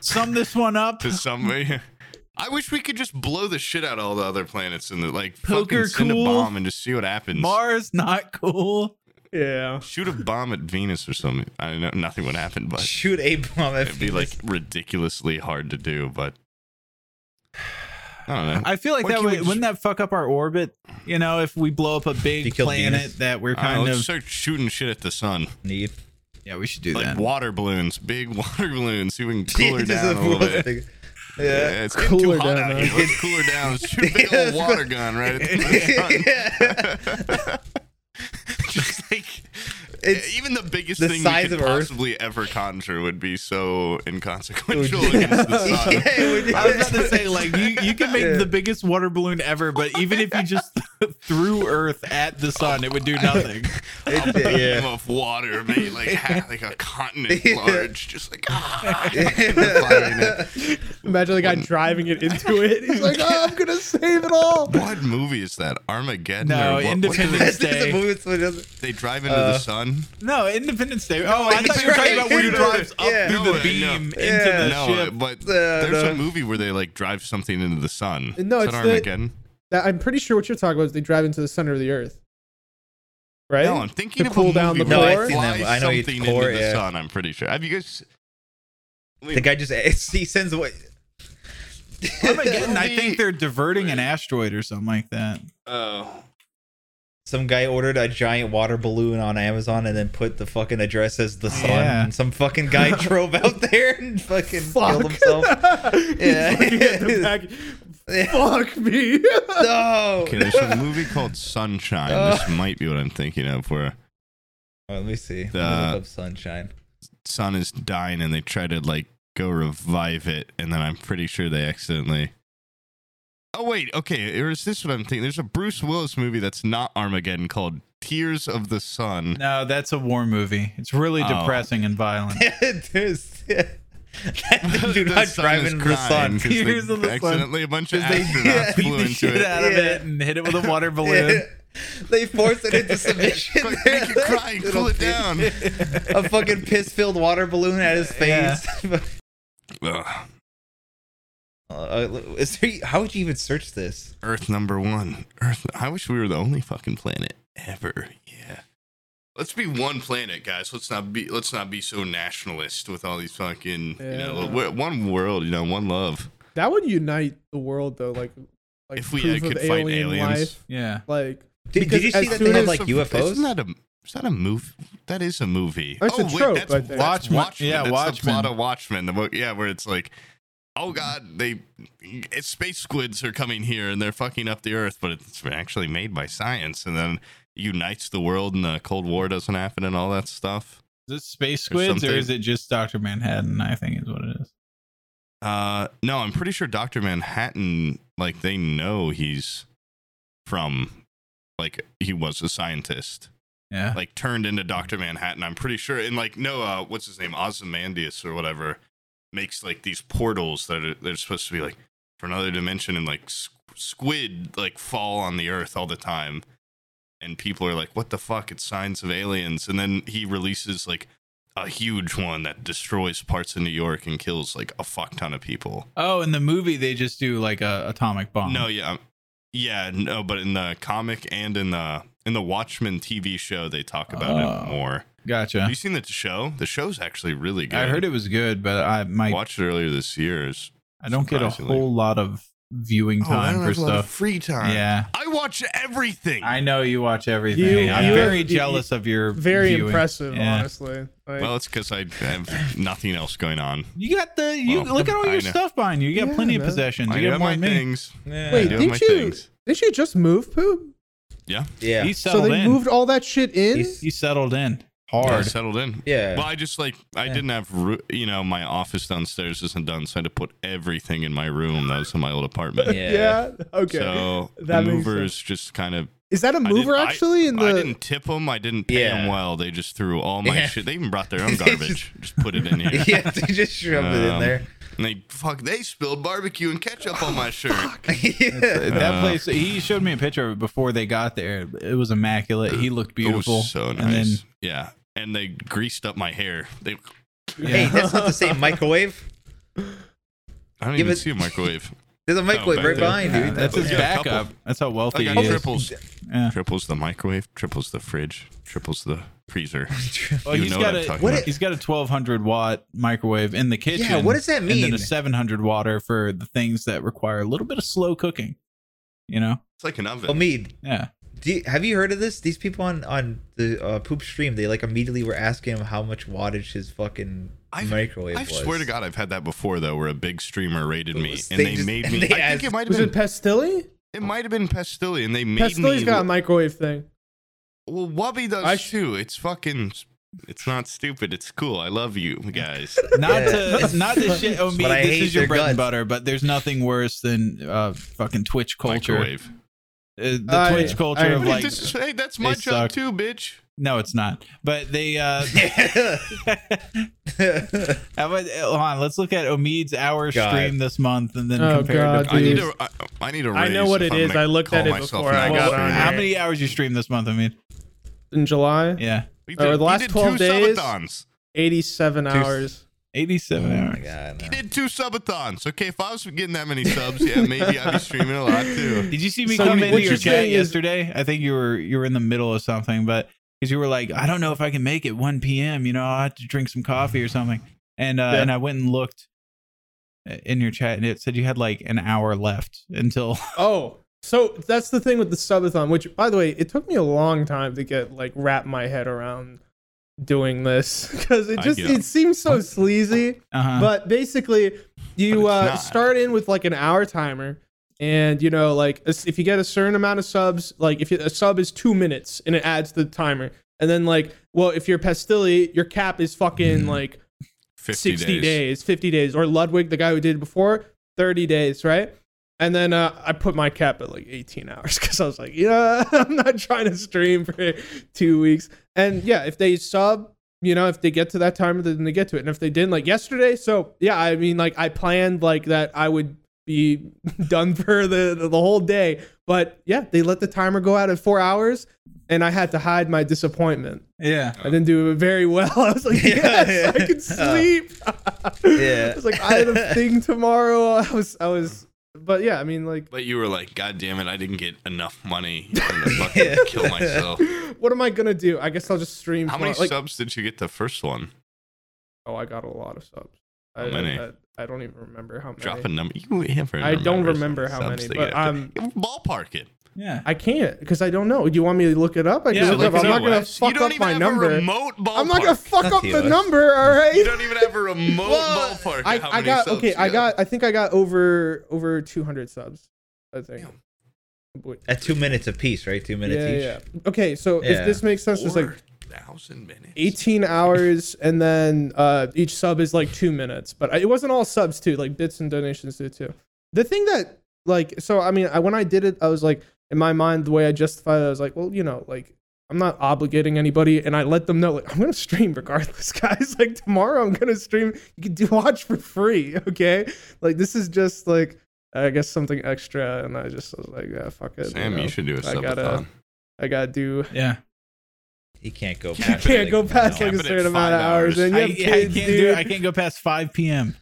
[SPEAKER 1] sum this one up.
[SPEAKER 2] to some way. I wish we could just blow the shit out of all the other planets and like
[SPEAKER 1] Poker
[SPEAKER 2] fucking send
[SPEAKER 1] cool.
[SPEAKER 2] a bomb and just see what happens.
[SPEAKER 1] Mars not cool.
[SPEAKER 8] yeah.
[SPEAKER 2] Shoot a bomb at Venus or something. I know nothing would happen, but
[SPEAKER 5] Shoot a bomb.
[SPEAKER 2] it'd be like ridiculously hard to do. But I don't know.
[SPEAKER 1] I feel like
[SPEAKER 2] Why
[SPEAKER 1] that
[SPEAKER 2] can't we
[SPEAKER 1] would,
[SPEAKER 2] just-
[SPEAKER 1] wouldn't that fuck up our orbit? You know, if we blow up a
[SPEAKER 5] You
[SPEAKER 1] big
[SPEAKER 5] killed
[SPEAKER 1] planet
[SPEAKER 5] Venus.
[SPEAKER 1] that we're
[SPEAKER 2] I don't know,
[SPEAKER 1] kind
[SPEAKER 2] let's
[SPEAKER 1] of
[SPEAKER 2] start shooting shit at the sun,
[SPEAKER 5] need.
[SPEAKER 1] yeah, we should do
[SPEAKER 2] like
[SPEAKER 1] that.
[SPEAKER 2] water balloons, big water balloons. See if we can cool her
[SPEAKER 5] Just
[SPEAKER 2] down a little bit.
[SPEAKER 5] thing.
[SPEAKER 2] Yeah,
[SPEAKER 5] Yeah.
[SPEAKER 2] it's getting
[SPEAKER 8] Cool her
[SPEAKER 2] too
[SPEAKER 8] down,
[SPEAKER 2] hot out
[SPEAKER 8] huh?
[SPEAKER 2] here. Let's cool her down. Let's Shoot a big old water gun right at the sun.
[SPEAKER 5] Yeah.
[SPEAKER 2] just like
[SPEAKER 5] It's-
[SPEAKER 2] E, Even the biggest
[SPEAKER 5] the
[SPEAKER 2] thing we
[SPEAKER 5] size
[SPEAKER 2] could
[SPEAKER 5] of Earth.
[SPEAKER 2] possibly ever conjure would be so inconsequential
[SPEAKER 5] It would-
[SPEAKER 2] against the sun.
[SPEAKER 5] Yeah, it would-
[SPEAKER 1] I was about to say, like, you, you can make
[SPEAKER 5] Yeah.
[SPEAKER 1] the biggest water balloon ever, but even if you just threw Earth at the sun, it would do nothing.
[SPEAKER 5] it-
[SPEAKER 2] Dam of water made like ha- like a continent
[SPEAKER 5] Yeah.
[SPEAKER 2] large, just like ah.
[SPEAKER 5] yeah.
[SPEAKER 8] Imagine the guy driving it into it. He's like, oh, I'm gonna save it all.
[SPEAKER 2] What movie is that? Armageddon?
[SPEAKER 1] No,
[SPEAKER 2] or what-
[SPEAKER 1] Independence-
[SPEAKER 2] what-
[SPEAKER 5] That's just a movie with someone else.
[SPEAKER 2] they drive into
[SPEAKER 5] Uh,
[SPEAKER 2] the sun.
[SPEAKER 1] No, Independence Day. Oh, I thought you were
[SPEAKER 5] right.
[SPEAKER 1] talking about where he drives up
[SPEAKER 5] Yeah.
[SPEAKER 1] through
[SPEAKER 2] No,
[SPEAKER 1] the
[SPEAKER 2] uh,
[SPEAKER 1] beam
[SPEAKER 2] no.
[SPEAKER 1] into
[SPEAKER 5] Yeah.
[SPEAKER 1] the
[SPEAKER 2] no, uh,
[SPEAKER 1] ship.
[SPEAKER 2] but
[SPEAKER 5] Uh,
[SPEAKER 2] there's
[SPEAKER 5] no.
[SPEAKER 2] a movie where they like drive something into the sun.
[SPEAKER 6] No,
[SPEAKER 2] Is
[SPEAKER 6] it's
[SPEAKER 2] that
[SPEAKER 6] the-
[SPEAKER 2] Armageddon.
[SPEAKER 8] That- I'm pretty sure what you're talking about is they drive into the center of the earth. Right?
[SPEAKER 2] No, I'm thinking
[SPEAKER 8] To
[SPEAKER 2] of
[SPEAKER 8] cool
[SPEAKER 2] a movie
[SPEAKER 8] down the
[SPEAKER 2] where they
[SPEAKER 5] core? No, I've seen
[SPEAKER 2] fly
[SPEAKER 5] that one. I know it's
[SPEAKER 2] something
[SPEAKER 5] core,
[SPEAKER 2] into the
[SPEAKER 5] yeah.
[SPEAKER 2] sun. I'm pretty sure. Have you guys?
[SPEAKER 5] The guy just he sends away.
[SPEAKER 1] Armageddon, I think they're diverting an asteroid or something like that.
[SPEAKER 2] Oh,
[SPEAKER 5] Some guy ordered a giant water balloon on Amazon and then put the fucking address as the sun.
[SPEAKER 1] Yeah.
[SPEAKER 5] And some fucking guy drove out there and fucking killed himself. Yeah.
[SPEAKER 8] yeah. Fuck me.
[SPEAKER 5] no.
[SPEAKER 2] okay. There's a movie called Sunshine.
[SPEAKER 5] Uh.
[SPEAKER 2] this might be what I'm thinking of, where
[SPEAKER 5] Oh, let me see. Let me
[SPEAKER 2] Uh,
[SPEAKER 5] look up sunshine.
[SPEAKER 2] sun is dying and they try to like go revive it, and then I'm pretty sure they accidentally. Oh wait, okay. Or is this what I'm thinking? There's a Bruce Willis movie that's not Armageddon called Tears of the Sun.
[SPEAKER 1] No, that's a war movie. It's really
[SPEAKER 2] Oh.
[SPEAKER 1] depressing and violent.
[SPEAKER 5] There's- Do
[SPEAKER 2] The
[SPEAKER 5] not
[SPEAKER 2] sun
[SPEAKER 5] drive
[SPEAKER 2] is
[SPEAKER 5] into the
[SPEAKER 2] crying
[SPEAKER 5] sun.
[SPEAKER 2] 'cause
[SPEAKER 1] Tears
[SPEAKER 2] they
[SPEAKER 1] of the sun.
[SPEAKER 2] accidentally a bunch of
[SPEAKER 5] 'Cause they-
[SPEAKER 2] astronauts
[SPEAKER 5] yeah.
[SPEAKER 1] Beat
[SPEAKER 2] flew
[SPEAKER 1] the
[SPEAKER 2] into
[SPEAKER 1] shit
[SPEAKER 2] it.
[SPEAKER 1] out of
[SPEAKER 5] Yeah.
[SPEAKER 1] it and hit it with a water balloon.
[SPEAKER 5] Yeah. They forced it into submission.
[SPEAKER 2] Quick, Make it cry, cool it down.
[SPEAKER 5] A fucking piss-filled water balloon at his
[SPEAKER 1] Yeah.
[SPEAKER 5] face.
[SPEAKER 2] Ugh,
[SPEAKER 5] Uh, is there, how would you even search this?
[SPEAKER 2] Earth number one. Earth. I wish we were the only fucking planet ever. Yeah. Let's be one planet, guys. Let's not be. Let's not be so nationalist with all these fucking. You know,
[SPEAKER 8] Yeah.
[SPEAKER 2] we're- one world. You know, one love.
[SPEAKER 8] That would unite the world though, like like
[SPEAKER 2] If we, uh,
[SPEAKER 8] proof
[SPEAKER 2] could
[SPEAKER 8] of
[SPEAKER 2] fight
[SPEAKER 8] alien
[SPEAKER 2] aliens.
[SPEAKER 8] life.
[SPEAKER 1] Yeah.
[SPEAKER 8] Like
[SPEAKER 5] Did, did
[SPEAKER 8] Because
[SPEAKER 5] you see
[SPEAKER 8] as
[SPEAKER 5] that
[SPEAKER 8] soon
[SPEAKER 5] they have
[SPEAKER 8] as-
[SPEAKER 5] like UFOs?
[SPEAKER 2] Isn't that a? Is that a movie? That is a movie. Oh,
[SPEAKER 8] That's a trope,
[SPEAKER 2] that's,
[SPEAKER 8] I think.
[SPEAKER 2] that's
[SPEAKER 1] Watchmen.
[SPEAKER 2] Watchmen.
[SPEAKER 1] Yeah,
[SPEAKER 2] that's
[SPEAKER 1] Watchmen.
[SPEAKER 2] The plot of Watchmen. The mo- yeah, where it's like, oh god, they it's space squids are coming here and they're fucking up the Earth, but it's actually made by science, and then unites the world, and the Cold War doesn't happen, and all that stuff.
[SPEAKER 1] Is it Space Squids or,
[SPEAKER 2] something.
[SPEAKER 1] is it just Dr. Manhattan? I think is what it is.
[SPEAKER 2] Uh, no, I'm pretty sure Doctor Manhattan, like they know he's from, like he was a scientist.
[SPEAKER 1] Yeah.
[SPEAKER 2] like turned into Doctor Manhattan. I'm pretty sure. And like, no, uh, what's his name, Ozymandias or whatever, makes like these portals that are they're supposed to be like for another dimension, and like s- squid like fall on the Earth all the time, and people are like, "What the fuck? It's signs of aliens." And then he releases like a huge one that destroys parts of New York and kills like a fuck ton of people.
[SPEAKER 1] Oh, in the movie they just do like a atomic bomb.
[SPEAKER 2] No, yeah, um, yeah, no, but in the comic and in the in the Watchmen TV show, they talk about
[SPEAKER 1] Oh.
[SPEAKER 2] it more.
[SPEAKER 1] Gotcha.
[SPEAKER 2] Have you seen the show? The show's actually really good.
[SPEAKER 1] I heard it was good, but I
[SPEAKER 2] I
[SPEAKER 1] my
[SPEAKER 2] watched it earlier this year. It's-
[SPEAKER 1] I don't get a
[SPEAKER 2] surprisingly.
[SPEAKER 1] whole lot of
[SPEAKER 2] Oh,
[SPEAKER 1] viewing time for stuff.
[SPEAKER 2] free time.
[SPEAKER 1] Yeah.
[SPEAKER 2] I watch everything.
[SPEAKER 1] I know you watch everything.
[SPEAKER 8] You-
[SPEAKER 1] I'm
[SPEAKER 8] you-
[SPEAKER 1] very
[SPEAKER 8] you-
[SPEAKER 1] jealous of your
[SPEAKER 8] very
[SPEAKER 1] viewing.
[SPEAKER 8] impressive,
[SPEAKER 1] Yeah.
[SPEAKER 8] honestly. Like,
[SPEAKER 2] well, it's because I have nothing else going on.
[SPEAKER 1] You got the you
[SPEAKER 2] Well,
[SPEAKER 1] look at all
[SPEAKER 2] I
[SPEAKER 1] your
[SPEAKER 2] know.
[SPEAKER 1] stuff behind you. You got
[SPEAKER 8] Yeah,
[SPEAKER 1] plenty of
[SPEAKER 8] man.
[SPEAKER 1] possessions.
[SPEAKER 2] I
[SPEAKER 1] You
[SPEAKER 2] do
[SPEAKER 1] got more
[SPEAKER 2] my
[SPEAKER 1] than me.
[SPEAKER 2] things.
[SPEAKER 5] Yeah.
[SPEAKER 8] Wait,
[SPEAKER 2] doing my
[SPEAKER 8] didn't you
[SPEAKER 2] things.
[SPEAKER 8] didn't you just move, Poop?
[SPEAKER 5] yeah.
[SPEAKER 1] He
[SPEAKER 8] So
[SPEAKER 1] settled
[SPEAKER 8] they
[SPEAKER 1] in.
[SPEAKER 8] moved all that shit in?
[SPEAKER 1] He- he settled in
[SPEAKER 2] I
[SPEAKER 1] hard.
[SPEAKER 2] settled in.
[SPEAKER 5] yeah.
[SPEAKER 2] Well, I just like I didn't have ru- you know my office downstairs isn't done, so I had to put everything in my room that was in my old apartment.
[SPEAKER 5] Yeah.
[SPEAKER 8] yeah. Okay.
[SPEAKER 2] So the
[SPEAKER 8] That makes
[SPEAKER 2] movers just kind of
[SPEAKER 8] Is that a
[SPEAKER 2] I didn't-
[SPEAKER 8] mover
[SPEAKER 2] I-
[SPEAKER 8] actually? in the
[SPEAKER 2] I didn't tip them. I didn't pay
[SPEAKER 5] Yeah.
[SPEAKER 2] them well. They just threw all my
[SPEAKER 5] Yeah.
[SPEAKER 2] shit. They even brought their own
[SPEAKER 5] They
[SPEAKER 2] garbage. just put it in here.
[SPEAKER 5] yeah, they just shoved it in
[SPEAKER 2] Um,
[SPEAKER 5] there.
[SPEAKER 2] And they fuck. They spilled barbecue and ketchup on my shirt.
[SPEAKER 5] yeah.
[SPEAKER 1] that
[SPEAKER 2] Uh,
[SPEAKER 1] place he showed me a picture of it before they got there it was immaculate he looked
[SPEAKER 2] It
[SPEAKER 1] beautiful
[SPEAKER 2] was so nice.
[SPEAKER 1] and then
[SPEAKER 2] yeah. And they greased up my hair. They
[SPEAKER 5] Hey,
[SPEAKER 1] yeah.
[SPEAKER 5] that's not the same microwave.
[SPEAKER 2] I don't
[SPEAKER 5] Give
[SPEAKER 2] even
[SPEAKER 5] it-
[SPEAKER 2] see a microwave.
[SPEAKER 5] There's a microwave
[SPEAKER 2] back
[SPEAKER 5] right
[SPEAKER 2] there.
[SPEAKER 5] behind
[SPEAKER 1] Yeah,
[SPEAKER 5] you.
[SPEAKER 1] that's his
[SPEAKER 2] Yeah, a couple.
[SPEAKER 1] backup that's how
[SPEAKER 2] I
[SPEAKER 1] wealthy
[SPEAKER 2] got
[SPEAKER 1] he is
[SPEAKER 2] triples.
[SPEAKER 1] yeah.
[SPEAKER 2] Triples the microwave. Triples the fridge. Triples the freezer.
[SPEAKER 1] well,
[SPEAKER 2] You
[SPEAKER 1] he's
[SPEAKER 2] know
[SPEAKER 1] got
[SPEAKER 2] what I'm
[SPEAKER 1] a
[SPEAKER 2] talking
[SPEAKER 1] what
[SPEAKER 2] about.
[SPEAKER 1] he's got a 1200 watt microwave in the kitchen
[SPEAKER 5] Yeah, what does that
[SPEAKER 1] and then
[SPEAKER 5] mean?
[SPEAKER 1] a 700 water for the things that require a little bit of slow cooking you know
[SPEAKER 2] It's like an oven.
[SPEAKER 5] Omid,
[SPEAKER 1] yeah
[SPEAKER 5] do you, have you heard of this? These people on on the uh, poop stream, they like immediately were asking him how much wattage his fucking
[SPEAKER 2] I've-
[SPEAKER 5] microwave
[SPEAKER 2] I
[SPEAKER 5] was.
[SPEAKER 2] swear to God, I've had that before though, where a big streamer rated me
[SPEAKER 5] was-
[SPEAKER 2] and
[SPEAKER 5] they
[SPEAKER 2] they,
[SPEAKER 5] just-
[SPEAKER 2] made
[SPEAKER 5] and
[SPEAKER 2] me.
[SPEAKER 5] they
[SPEAKER 2] I
[SPEAKER 5] asked-
[SPEAKER 2] think it might
[SPEAKER 8] was
[SPEAKER 2] have
[SPEAKER 8] it
[SPEAKER 2] been.
[SPEAKER 8] Pastilli?
[SPEAKER 2] it might have been Pastilli, and they made
[SPEAKER 8] Pastilli's
[SPEAKER 2] me.
[SPEAKER 8] got a microwave thing.
[SPEAKER 2] Well, Wubby does
[SPEAKER 6] I sh-
[SPEAKER 2] too. It's fucking. It's not stupid. It's cool. I love you guys.
[SPEAKER 1] Not
[SPEAKER 5] Yeah.
[SPEAKER 1] to not to shit on me.
[SPEAKER 5] But I
[SPEAKER 1] This
[SPEAKER 5] hate
[SPEAKER 1] is your
[SPEAKER 5] their
[SPEAKER 1] bread and
[SPEAKER 5] guts.
[SPEAKER 1] butter, but there's nothing worse than uh, fucking Twitch culture. Uh,
[SPEAKER 2] Microwave.
[SPEAKER 1] the
[SPEAKER 9] I-
[SPEAKER 1] Twitch culture
[SPEAKER 9] I-
[SPEAKER 1] of
[SPEAKER 2] Hey,
[SPEAKER 1] like,
[SPEAKER 2] this is- hey, that's my
[SPEAKER 1] they
[SPEAKER 2] job
[SPEAKER 1] suck.
[SPEAKER 2] too, bitch.
[SPEAKER 1] no, it's not. But they, uh, how about, hold on, let's look at Omid's hour
[SPEAKER 5] God.
[SPEAKER 1] stream this month and then
[SPEAKER 6] Oh,
[SPEAKER 1] compare
[SPEAKER 6] God,
[SPEAKER 1] to
[SPEAKER 2] I need
[SPEAKER 6] Dude.
[SPEAKER 2] a. I, I need a raise
[SPEAKER 6] I know what
[SPEAKER 2] if
[SPEAKER 6] it
[SPEAKER 2] I'm
[SPEAKER 6] is.
[SPEAKER 2] gonna
[SPEAKER 6] I looked
[SPEAKER 2] call
[SPEAKER 6] at it
[SPEAKER 2] myself
[SPEAKER 6] before
[SPEAKER 2] an
[SPEAKER 6] I
[SPEAKER 2] actor.
[SPEAKER 6] hold on.
[SPEAKER 1] How many hours you stream this month? I mean,
[SPEAKER 6] in July.
[SPEAKER 1] yeah,
[SPEAKER 2] We
[SPEAKER 6] Or the
[SPEAKER 2] we
[SPEAKER 6] last 12 days?
[SPEAKER 2] subathons.
[SPEAKER 6] 87 hours.
[SPEAKER 1] 87
[SPEAKER 5] Mm.
[SPEAKER 1] hours.
[SPEAKER 5] Oh God,
[SPEAKER 2] He
[SPEAKER 5] no.
[SPEAKER 2] did two subathons. Okay, if I was getting that many subs, yeah, maybe I'd be streaming a lot too.
[SPEAKER 1] Did you see me
[SPEAKER 6] So
[SPEAKER 1] come
[SPEAKER 6] you-
[SPEAKER 1] into
[SPEAKER 6] what
[SPEAKER 1] your
[SPEAKER 6] you're
[SPEAKER 1] chat
[SPEAKER 6] saying is-
[SPEAKER 1] yesterday? I think you were you were in the middle of something, but because you were like, I don't know if I can make it 1 p.m. You know, I have to drink some coffee or something. And uh,
[SPEAKER 6] Yeah.
[SPEAKER 1] and I went and looked uh, in your chat, and it said you had like an hour left until.
[SPEAKER 6] Oh, so that's the thing with the subathon, which, by the way, it took me a long time to get like wrap my head around doing this because it
[SPEAKER 2] I
[SPEAKER 6] just
[SPEAKER 2] get
[SPEAKER 6] it seems so sleazy.
[SPEAKER 1] Uh-huh.
[SPEAKER 6] but basically you
[SPEAKER 2] But it's
[SPEAKER 6] uh,
[SPEAKER 2] not.
[SPEAKER 6] start in with like an hour timer and you know like as- if you get a certain amount of subs like if you, a sub is two minutes and it adds to the timer and then like well if you're pastilli your cap is fucking
[SPEAKER 2] Hmm.
[SPEAKER 6] like
[SPEAKER 2] 50
[SPEAKER 6] 60 days. 50 days or ludwig the guy who did it before 30 days right and then uh, i put my cap at like 18 hours because i was like yeah i'm not trying to stream for two weeks and yeah if they sub you know if they get to that time then they get to it and if they didn't like yesterday so yeah i mean like i planned like that i would be done for the the whole day but yeah they let the timer go out at four hours and i had to hide my disappointment
[SPEAKER 1] yeah.
[SPEAKER 6] I didn't do very well. I was like,
[SPEAKER 5] Yeah,
[SPEAKER 6] yes,
[SPEAKER 5] yeah.
[SPEAKER 6] I can sleep.
[SPEAKER 5] Yeah.
[SPEAKER 6] I was like, I had a thing tomorrow. I was, I was, but yeah, I mean, like,
[SPEAKER 2] But you were like, God damn it, I didn't get enough money to fucking kill myself.
[SPEAKER 6] what am I gonna do? I guess I'll just stream.
[SPEAKER 2] How many
[SPEAKER 6] tomorrow. like,
[SPEAKER 2] subs did you get the first one?
[SPEAKER 6] Oh, I got a lot of subs.
[SPEAKER 2] How
[SPEAKER 6] I,
[SPEAKER 2] many?
[SPEAKER 6] I, I don't even remember how many.
[SPEAKER 2] Drop a number. You never
[SPEAKER 6] I don't
[SPEAKER 2] remember
[SPEAKER 6] remember how
[SPEAKER 2] subs
[SPEAKER 6] many,
[SPEAKER 2] they
[SPEAKER 6] but,
[SPEAKER 2] get.
[SPEAKER 6] um,
[SPEAKER 2] ballpark it.
[SPEAKER 1] Yeah.
[SPEAKER 6] I can't because I don't know. Do you want me to look it up? I can
[SPEAKER 1] Yeah,
[SPEAKER 6] look it
[SPEAKER 1] look
[SPEAKER 6] up. I'm
[SPEAKER 1] it
[SPEAKER 6] not
[SPEAKER 1] up.
[SPEAKER 6] gonna
[SPEAKER 1] You
[SPEAKER 6] fuck
[SPEAKER 2] don't
[SPEAKER 6] up
[SPEAKER 2] even
[SPEAKER 6] my
[SPEAKER 2] have
[SPEAKER 6] number.
[SPEAKER 2] A remote ballpark.
[SPEAKER 6] I'm not gonna fuck
[SPEAKER 5] Fuck
[SPEAKER 6] up
[SPEAKER 5] you,
[SPEAKER 6] the
[SPEAKER 5] Alex.
[SPEAKER 6] number. All
[SPEAKER 2] You
[SPEAKER 6] right.
[SPEAKER 2] don't even have a remote
[SPEAKER 6] Well,
[SPEAKER 2] ballpark.
[SPEAKER 6] I,
[SPEAKER 2] how
[SPEAKER 6] I
[SPEAKER 2] many
[SPEAKER 6] got
[SPEAKER 2] subs
[SPEAKER 6] okay.
[SPEAKER 2] you
[SPEAKER 6] I got. I think I got over over 200 subs. I think. Wait.
[SPEAKER 5] At two minutes a piece, right? Two minutes each.
[SPEAKER 6] yeah, yeah. Okay, so
[SPEAKER 5] Yeah.
[SPEAKER 6] if this makes sense, it's like
[SPEAKER 2] Four thousand minutes.
[SPEAKER 6] 18 hours, and then uh, each sub is like two minutes. But I- it wasn't all subs too; like bits and donations did too. The thing that, like, so I mean, I, when I did it, I was like, in my mind, the way I justified it, I was like, well, you know, like I'm not obligating anybody, and I let them know, like, I'm gonna stream regardless, guys. Like tomorrow, I'm gonna stream. You can do watch for free, okay? Like this is just like. I guess something extra, and I just was like, yeah, fuck it.
[SPEAKER 2] Sam,
[SPEAKER 6] know.
[SPEAKER 2] you should do a
[SPEAKER 6] I
[SPEAKER 2] subathon.
[SPEAKER 6] gotta- I gotta do
[SPEAKER 1] Yeah.
[SPEAKER 5] He can't go.
[SPEAKER 6] You
[SPEAKER 5] Past
[SPEAKER 6] can't go past
[SPEAKER 5] no.
[SPEAKER 6] like a
[SPEAKER 2] Cabinet
[SPEAKER 6] certain amount of
[SPEAKER 2] five
[SPEAKER 6] hours,
[SPEAKER 2] hours.
[SPEAKER 6] and
[SPEAKER 1] I,
[SPEAKER 6] you
[SPEAKER 1] I
[SPEAKER 6] have kids,
[SPEAKER 1] can't
[SPEAKER 6] dude.
[SPEAKER 1] do. I can't go past 5 p.m.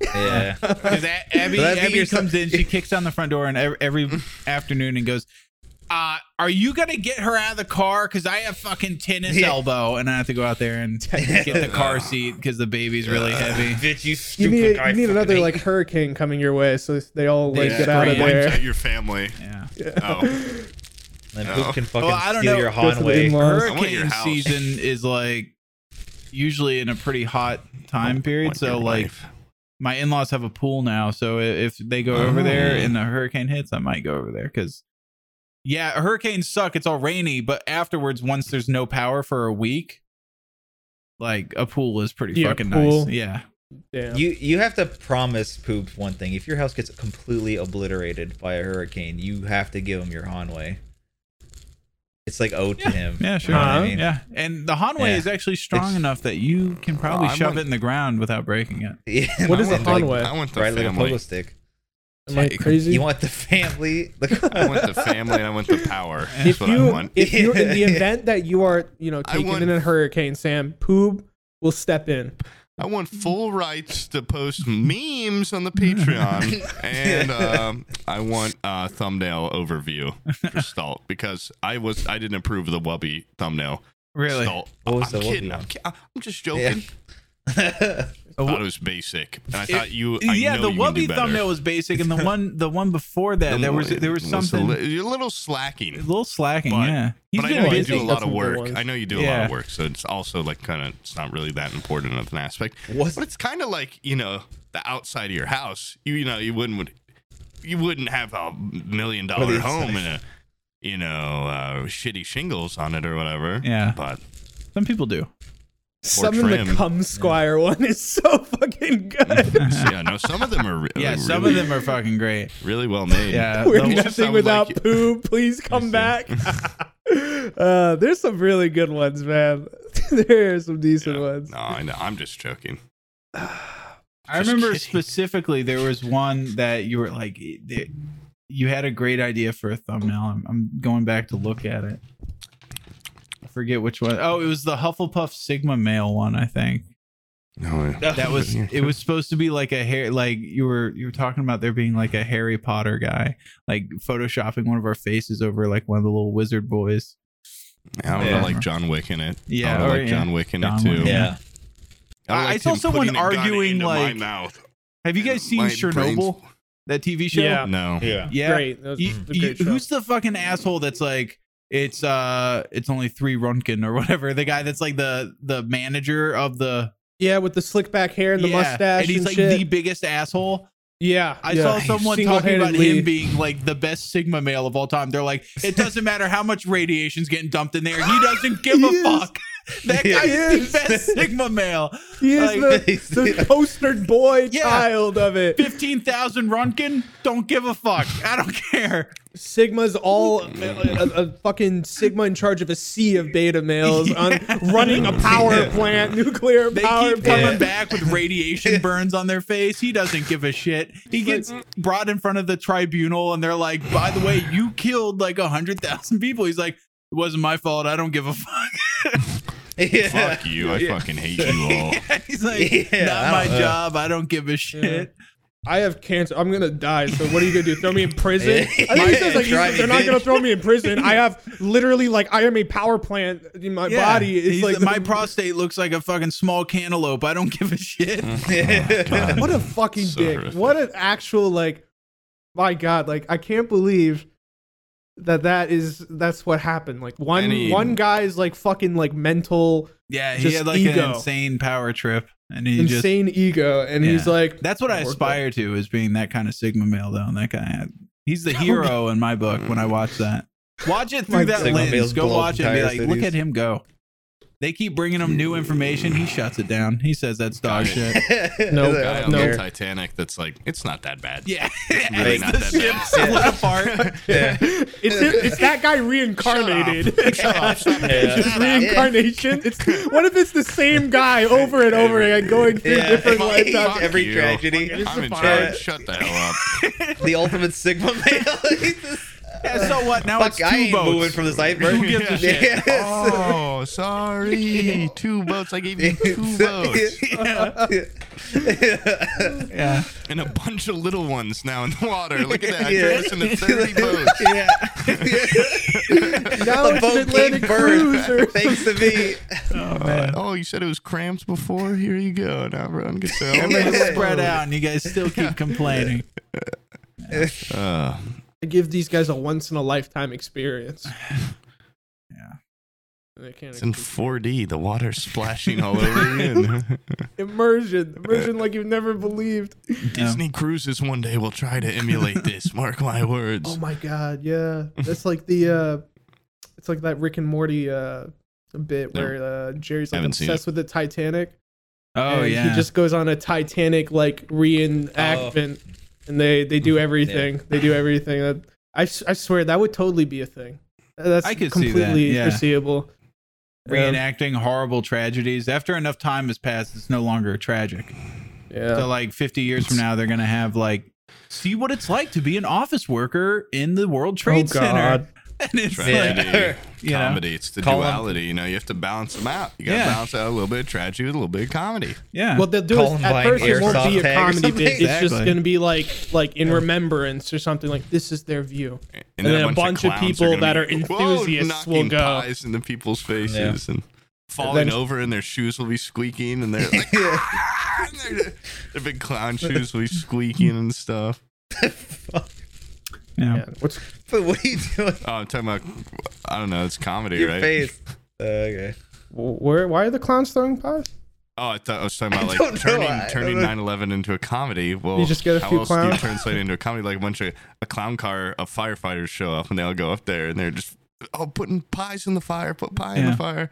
[SPEAKER 5] Yeah.
[SPEAKER 1] Because Abby,
[SPEAKER 5] So that'd be
[SPEAKER 1] Abby
[SPEAKER 5] your son-
[SPEAKER 1] comes in, she kicks on the front door and every, every afternoon and goes, uh, "Are you gonna get her out of the car? Because I have fucking tennis
[SPEAKER 5] Yeah.
[SPEAKER 1] elbow, and I have to go out there and get the car seat because the baby's really heavy."
[SPEAKER 5] Bitch, you
[SPEAKER 6] You
[SPEAKER 5] stupid
[SPEAKER 6] need,
[SPEAKER 5] guy.
[SPEAKER 6] you need another
[SPEAKER 5] fucking
[SPEAKER 6] like hurricane coming your way, so they all like
[SPEAKER 1] Yeah.
[SPEAKER 6] get out of
[SPEAKER 1] Scream.
[SPEAKER 2] Wiped
[SPEAKER 6] there.
[SPEAKER 2] out your family.
[SPEAKER 1] Yeah,
[SPEAKER 2] Oh,
[SPEAKER 5] And
[SPEAKER 2] No.
[SPEAKER 5] poop can fucking
[SPEAKER 1] Well, I don't
[SPEAKER 5] steal
[SPEAKER 1] know.
[SPEAKER 5] your
[SPEAKER 6] Go to the
[SPEAKER 5] Hanway.
[SPEAKER 6] in-laws.
[SPEAKER 2] I want your
[SPEAKER 1] hurricane
[SPEAKER 2] house.
[SPEAKER 1] season is like usually in a pretty hot time period.
[SPEAKER 2] Want your
[SPEAKER 1] So like,
[SPEAKER 2] wife.
[SPEAKER 1] my in-laws have a pool now, so i- if they go over
[SPEAKER 2] Oh.
[SPEAKER 1] there and the hurricane hits, I might go over there because. Yeah, hurricanes suck. It's all rainy, but afterwards, once there's no power for a week, like a pool is pretty
[SPEAKER 6] Yeah,
[SPEAKER 1] fucking
[SPEAKER 6] pool.
[SPEAKER 1] nice. Yeah,
[SPEAKER 6] Damn.
[SPEAKER 5] You you have to promise poop one thing. If your house gets completely obliterated by a hurricane, you have to give him your Hanway. It's like owed to him.
[SPEAKER 1] yeah,
[SPEAKER 5] You
[SPEAKER 1] sure. Uh,
[SPEAKER 5] know what I
[SPEAKER 6] Huh?
[SPEAKER 5] mean?
[SPEAKER 1] Yeah, and the Hanway
[SPEAKER 5] Yeah.
[SPEAKER 1] is actually strong
[SPEAKER 5] It's-
[SPEAKER 1] enough that you can probably
[SPEAKER 2] Oh, I
[SPEAKER 1] shove
[SPEAKER 2] want-
[SPEAKER 1] it in the ground without breaking it.
[SPEAKER 5] Yeah,
[SPEAKER 6] What
[SPEAKER 5] I
[SPEAKER 6] is a
[SPEAKER 5] want, like,
[SPEAKER 6] Hanway?
[SPEAKER 2] I want the
[SPEAKER 5] Right, like a
[SPEAKER 2] family.
[SPEAKER 5] pogo stick.
[SPEAKER 6] Am I crazy?
[SPEAKER 5] You want the family?
[SPEAKER 2] I want the family and I want the power. That's
[SPEAKER 6] if
[SPEAKER 2] what I
[SPEAKER 6] you
[SPEAKER 2] want.
[SPEAKER 6] if you in the
[SPEAKER 5] Yeah.
[SPEAKER 6] event that you are you know
[SPEAKER 2] I
[SPEAKER 6] taken
[SPEAKER 2] want-
[SPEAKER 6] in a hurricane, Sam Poob will step in.
[SPEAKER 2] I want full rights to post memes on the Patreon, and um, I want uh, thumbnail overview for Stalt because I was I didn't approve of the Wubby thumbnail.
[SPEAKER 1] Really?
[SPEAKER 2] Stalt.
[SPEAKER 5] What was
[SPEAKER 2] I'm
[SPEAKER 5] the
[SPEAKER 2] kidding.
[SPEAKER 5] Wubby
[SPEAKER 2] I'm, ki- I'm just joking.
[SPEAKER 5] Yeah.
[SPEAKER 2] I thought it was basic, and I thought you. I
[SPEAKER 1] yeah,
[SPEAKER 2] know
[SPEAKER 1] the
[SPEAKER 2] you can do
[SPEAKER 1] Wubby
[SPEAKER 2] better.
[SPEAKER 1] thumbnail was basic, and the one the one before that
[SPEAKER 2] The
[SPEAKER 1] there was
[SPEAKER 2] one-
[SPEAKER 1] there was
[SPEAKER 2] it a
[SPEAKER 1] something
[SPEAKER 2] li- you're a little
[SPEAKER 1] a
[SPEAKER 2] slacking.
[SPEAKER 1] little slacking.
[SPEAKER 2] But-
[SPEAKER 1] yeah, he's
[SPEAKER 2] but I
[SPEAKER 1] been
[SPEAKER 2] know you
[SPEAKER 1] busy.
[SPEAKER 2] do a lot of
[SPEAKER 6] That's what it was.
[SPEAKER 2] work. I know you do a lot
[SPEAKER 1] Yeah.
[SPEAKER 2] of work, so it's also like kind of it's not really that important of an aspect.
[SPEAKER 5] What?
[SPEAKER 2] But it's kind of like you know the outside of your house. You you know you wouldn't would you wouldn't have a million dollar
[SPEAKER 5] the
[SPEAKER 2] home
[SPEAKER 5] inside.
[SPEAKER 2] and a you know, uh, shitty shingles on it or whatever.
[SPEAKER 1] Yeah.
[SPEAKER 2] But
[SPEAKER 1] Some people do.
[SPEAKER 6] Summon the
[SPEAKER 2] trim.
[SPEAKER 6] cum squire one is so fucking good.
[SPEAKER 2] yeah, no, some of them are really,
[SPEAKER 1] Yeah, some
[SPEAKER 2] really,
[SPEAKER 1] of them are fucking great.
[SPEAKER 2] really well made.
[SPEAKER 1] Yeah.
[SPEAKER 6] We're
[SPEAKER 1] the-
[SPEAKER 2] just
[SPEAKER 6] nothing
[SPEAKER 2] sound
[SPEAKER 6] without
[SPEAKER 2] like-
[SPEAKER 6] poo. Please come back. uh, there's some really good ones, man. there are some
[SPEAKER 2] Yeah.
[SPEAKER 6] decent ones.
[SPEAKER 2] No, I know. I'm just joking.
[SPEAKER 1] I
[SPEAKER 2] Just
[SPEAKER 1] remember
[SPEAKER 2] kidding.
[SPEAKER 1] specifically there was one that you were like, it- you had a great idea for a thumbnail. I'm, I'm going back to look at it. I forget which one. Oh, it was the Hufflepuff Sigma male one, I think.
[SPEAKER 2] No,
[SPEAKER 1] That was it was supposed to be like a hair like you were you were talking about there being like a Harry Potter guy, like photoshopping one of our faces over like one of the little wizard boys.
[SPEAKER 2] I would
[SPEAKER 5] Yeah.
[SPEAKER 2] have liked John Wick in it.
[SPEAKER 1] Yeah,
[SPEAKER 2] I would
[SPEAKER 1] or-
[SPEAKER 2] have liked
[SPEAKER 1] yeah.
[SPEAKER 2] John Wick in
[SPEAKER 1] John
[SPEAKER 2] it too.
[SPEAKER 1] Wick.
[SPEAKER 5] Yeah.
[SPEAKER 1] I- I
[SPEAKER 2] liked
[SPEAKER 1] saw
[SPEAKER 2] him
[SPEAKER 1] someone
[SPEAKER 2] putting a gun
[SPEAKER 1] arguing,
[SPEAKER 2] into my
[SPEAKER 1] like-
[SPEAKER 2] mouth.
[SPEAKER 1] Have you guys seen
[SPEAKER 2] My
[SPEAKER 1] Chernobyl?
[SPEAKER 2] brain's-
[SPEAKER 1] That TV show?
[SPEAKER 6] Yeah.
[SPEAKER 2] No.
[SPEAKER 5] Yeah.
[SPEAKER 1] Yeah.
[SPEAKER 6] Great. That was
[SPEAKER 1] You-
[SPEAKER 6] a
[SPEAKER 1] you-
[SPEAKER 6] great show.
[SPEAKER 1] who's the fucking asshole that's like it's uh it's only three Runkin or whatever the guy that's like the the manager of the
[SPEAKER 6] yeah, with the slick back hair and the
[SPEAKER 1] Yeah,
[SPEAKER 6] mustache
[SPEAKER 1] and he's like
[SPEAKER 6] shit.
[SPEAKER 1] the biggest asshole
[SPEAKER 6] yeah,
[SPEAKER 1] I
[SPEAKER 6] yeah.
[SPEAKER 1] saw someone talking about
[SPEAKER 6] Single-handedly-
[SPEAKER 1] him being like the best Sigma male of all time they're like it doesn't matter how much radiation's getting dumped in there he doesn't give
[SPEAKER 6] He
[SPEAKER 1] a
[SPEAKER 6] is.
[SPEAKER 1] fuck that
[SPEAKER 5] He
[SPEAKER 1] guy is
[SPEAKER 6] is.
[SPEAKER 1] the best Sigma male
[SPEAKER 6] He is
[SPEAKER 1] like-
[SPEAKER 6] the, the poster boy
[SPEAKER 1] Yeah.
[SPEAKER 6] child of it.
[SPEAKER 1] fifteen thousand Runkin don't give a fuck I don't care
[SPEAKER 6] Sigma's all a, a, a fucking Sigma in charge of a sea of beta males on running a power plant, nuclear
[SPEAKER 1] They
[SPEAKER 6] power
[SPEAKER 1] keep
[SPEAKER 6] plant.
[SPEAKER 1] coming back with radiation burns on their face. He doesn't give a shit. He gets brought in front of the tribunal, and they're like, "By the way, you killed like a hundred thousand people." He's like, "It wasn't my fault. I don't give a fuck."
[SPEAKER 5] Yeah.
[SPEAKER 2] Fuck you. I fucking hate you all.
[SPEAKER 1] He's like,
[SPEAKER 5] Yeah,
[SPEAKER 1] "Not
[SPEAKER 5] I
[SPEAKER 1] my
[SPEAKER 5] don't
[SPEAKER 6] uh,
[SPEAKER 5] know."
[SPEAKER 1] job. I don't give a shit."
[SPEAKER 6] I have cancer. I'm gonna die. So what are you gonna do? Throw me in prison? I think
[SPEAKER 5] Yeah,
[SPEAKER 6] he says like
[SPEAKER 5] try me,
[SPEAKER 6] they're not gonna
[SPEAKER 5] bitch.
[SPEAKER 6] throw me in prison. I have literally like I am a power plant in my
[SPEAKER 1] Yeah.
[SPEAKER 6] body. It's
[SPEAKER 1] He's
[SPEAKER 6] like
[SPEAKER 1] my prostate looks like a fucking small cantaloupe. I don't give a shit.
[SPEAKER 2] Hmm. Oh,
[SPEAKER 6] what a fucking
[SPEAKER 2] So
[SPEAKER 6] dick.
[SPEAKER 2] horrific.
[SPEAKER 6] What an actual like my god, like I can't believe that that is that's what happened. Like one
[SPEAKER 2] Any-
[SPEAKER 6] one guy's like fucking like mental
[SPEAKER 1] Yeah, he
[SPEAKER 6] Just
[SPEAKER 1] had like an
[SPEAKER 6] ego.
[SPEAKER 1] insane power trip, and he just.
[SPEAKER 6] insane ego and he's
[SPEAKER 1] Yeah.
[SPEAKER 6] like
[SPEAKER 1] That's what I
[SPEAKER 6] Work
[SPEAKER 1] aspire to is being that kind of Sigma male though. And that guy, he's the hero in my book when I
[SPEAKER 2] Hmm.
[SPEAKER 1] watch that. Watch it
[SPEAKER 6] My
[SPEAKER 1] through that
[SPEAKER 5] Sigma
[SPEAKER 1] lens.
[SPEAKER 5] males
[SPEAKER 1] Go
[SPEAKER 5] blow up
[SPEAKER 1] watch it and be
[SPEAKER 5] entire
[SPEAKER 1] like, look
[SPEAKER 5] cities."
[SPEAKER 1] at him go. They keep bringing him new information. He shuts it down. He says that's dog
[SPEAKER 2] Got it.
[SPEAKER 1] shit.
[SPEAKER 6] No,
[SPEAKER 2] Guy
[SPEAKER 5] I don't
[SPEAKER 2] on
[SPEAKER 6] no.
[SPEAKER 5] care.
[SPEAKER 2] the Titanic that's like, it's not that bad.
[SPEAKER 1] Yeah.
[SPEAKER 2] really
[SPEAKER 1] As
[SPEAKER 2] not
[SPEAKER 1] the
[SPEAKER 2] that
[SPEAKER 1] ship
[SPEAKER 2] bad.
[SPEAKER 1] split apart.
[SPEAKER 5] Yeah.
[SPEAKER 6] it's him- it's that guy reincarnated.
[SPEAKER 5] Yeah.
[SPEAKER 6] It's reincarnation. It's what if it's the same guy over and over again going through
[SPEAKER 5] Yeah.
[SPEAKER 6] different
[SPEAKER 5] Fuck
[SPEAKER 6] lifetimes?
[SPEAKER 5] Every
[SPEAKER 2] you.
[SPEAKER 5] tragedy.
[SPEAKER 2] I'm in
[SPEAKER 6] Yeah.
[SPEAKER 2] charge. Shut the hell up.
[SPEAKER 5] The ultimate Sigma male. He's just-
[SPEAKER 1] Yeah, so what? Now it's
[SPEAKER 5] Fuck,
[SPEAKER 1] two
[SPEAKER 5] I ain't
[SPEAKER 1] boats.
[SPEAKER 5] moving from this iceberg.
[SPEAKER 1] Who gives a shit?
[SPEAKER 5] Yes.
[SPEAKER 2] oh, sorry. Two boats. I gave you two boats.
[SPEAKER 1] Yeah.
[SPEAKER 2] And a bunch of little ones now in the water. Look at that. I
[SPEAKER 5] Yeah.
[SPEAKER 2] turned this into 30 boats.
[SPEAKER 5] Yeah.
[SPEAKER 6] Now
[SPEAKER 5] the
[SPEAKER 6] it's an
[SPEAKER 5] boat
[SPEAKER 6] Atlantic
[SPEAKER 5] came first.
[SPEAKER 6] cruiser.
[SPEAKER 5] Thanks to me.
[SPEAKER 2] Uh, oh, you said it was cramps before? Here you go. Now everyone gets
[SPEAKER 1] Everything's
[SPEAKER 2] out.
[SPEAKER 1] spread out and you guys still keep complaining.
[SPEAKER 2] Uh,
[SPEAKER 6] I give these guys a once in a lifetime experience.
[SPEAKER 1] Yeah.
[SPEAKER 6] They can't
[SPEAKER 2] it's in 4D. The water's splashing all over you.
[SPEAKER 6] immersion, immersion like you've never believed.
[SPEAKER 2] Disney Cruises one day will try to emulate this. Mark my words.
[SPEAKER 6] Oh my god, yeah, that's like the, uh it's like that Rick and Morty uh bit
[SPEAKER 2] No.
[SPEAKER 6] where uh, Jerry's like
[SPEAKER 2] Haven't seen
[SPEAKER 6] obsessed with the Titanic.
[SPEAKER 1] Oh,
[SPEAKER 6] and
[SPEAKER 1] yeah.
[SPEAKER 6] he just goes on a Titanic like reenactment,
[SPEAKER 1] Oh.
[SPEAKER 6] and they they do everything. They do everything. That I, s- I swear that would totally be a thing. That's
[SPEAKER 1] I could see that,
[SPEAKER 6] completely
[SPEAKER 1] yeah.
[SPEAKER 6] foreseeable. Um,
[SPEAKER 1] Reenacting horrible tragedies. After enough time has passed, it's no longer tragic.
[SPEAKER 6] yeah.
[SPEAKER 1] So like 50 years from now, they're gonna have like see what it's like to be an office worker in the World
[SPEAKER 6] Oh,
[SPEAKER 1] Trade Center. And it's
[SPEAKER 2] Tragedy,
[SPEAKER 1] like you know,
[SPEAKER 2] comedy. It's the
[SPEAKER 5] Call 'em-
[SPEAKER 2] duality. You know, you have to balance them out. You got to
[SPEAKER 1] Yeah.
[SPEAKER 2] balance out a little bit of tragedy with a little bit of comedy.
[SPEAKER 1] yeah.
[SPEAKER 6] Well, they'll do it at
[SPEAKER 5] Columbine
[SPEAKER 6] first. It won't be
[SPEAKER 5] airsoft
[SPEAKER 6] a
[SPEAKER 5] tag or
[SPEAKER 6] comedy
[SPEAKER 5] something.
[SPEAKER 6] bit. It's just
[SPEAKER 1] Exactly.
[SPEAKER 6] going to be like, like in remembrance or something. Like this is their view. And then a bunch of
[SPEAKER 2] clowns
[SPEAKER 6] people
[SPEAKER 2] gonna
[SPEAKER 6] that are
[SPEAKER 2] "Whoa,"
[SPEAKER 6] enthusiasts will
[SPEAKER 2] knocking
[SPEAKER 6] go.
[SPEAKER 2] pies into people's faces and falling
[SPEAKER 6] Then-
[SPEAKER 2] over, and their shoes will be squeaking, and they're like, "Ah!" and their, their big clown shoes will be squeaking and stuff.
[SPEAKER 1] yeah.
[SPEAKER 6] Man, what's
[SPEAKER 5] But what are you doing?
[SPEAKER 2] Oh, I'm talking about, I don't know, it's comedy,
[SPEAKER 5] Your
[SPEAKER 2] right?
[SPEAKER 5] face. Uh, Okay.
[SPEAKER 6] wh- where? Why are the clowns throwing pies?
[SPEAKER 2] Oh, I thought I was talking about
[SPEAKER 5] I
[SPEAKER 2] like
[SPEAKER 5] don't know.
[SPEAKER 2] turning
[SPEAKER 5] I don't
[SPEAKER 2] turning
[SPEAKER 5] know.
[SPEAKER 2] 9/11 into a comedy. Well,
[SPEAKER 10] You just get a
[SPEAKER 2] how
[SPEAKER 10] few
[SPEAKER 2] else do
[SPEAKER 10] clowns.
[SPEAKER 2] you translate it into a comedy? Like a bunch of a clown car of firefighters show up and they all go up there and they're just oh putting pies in the fire, put pie in
[SPEAKER 1] Yeah.
[SPEAKER 2] the fire.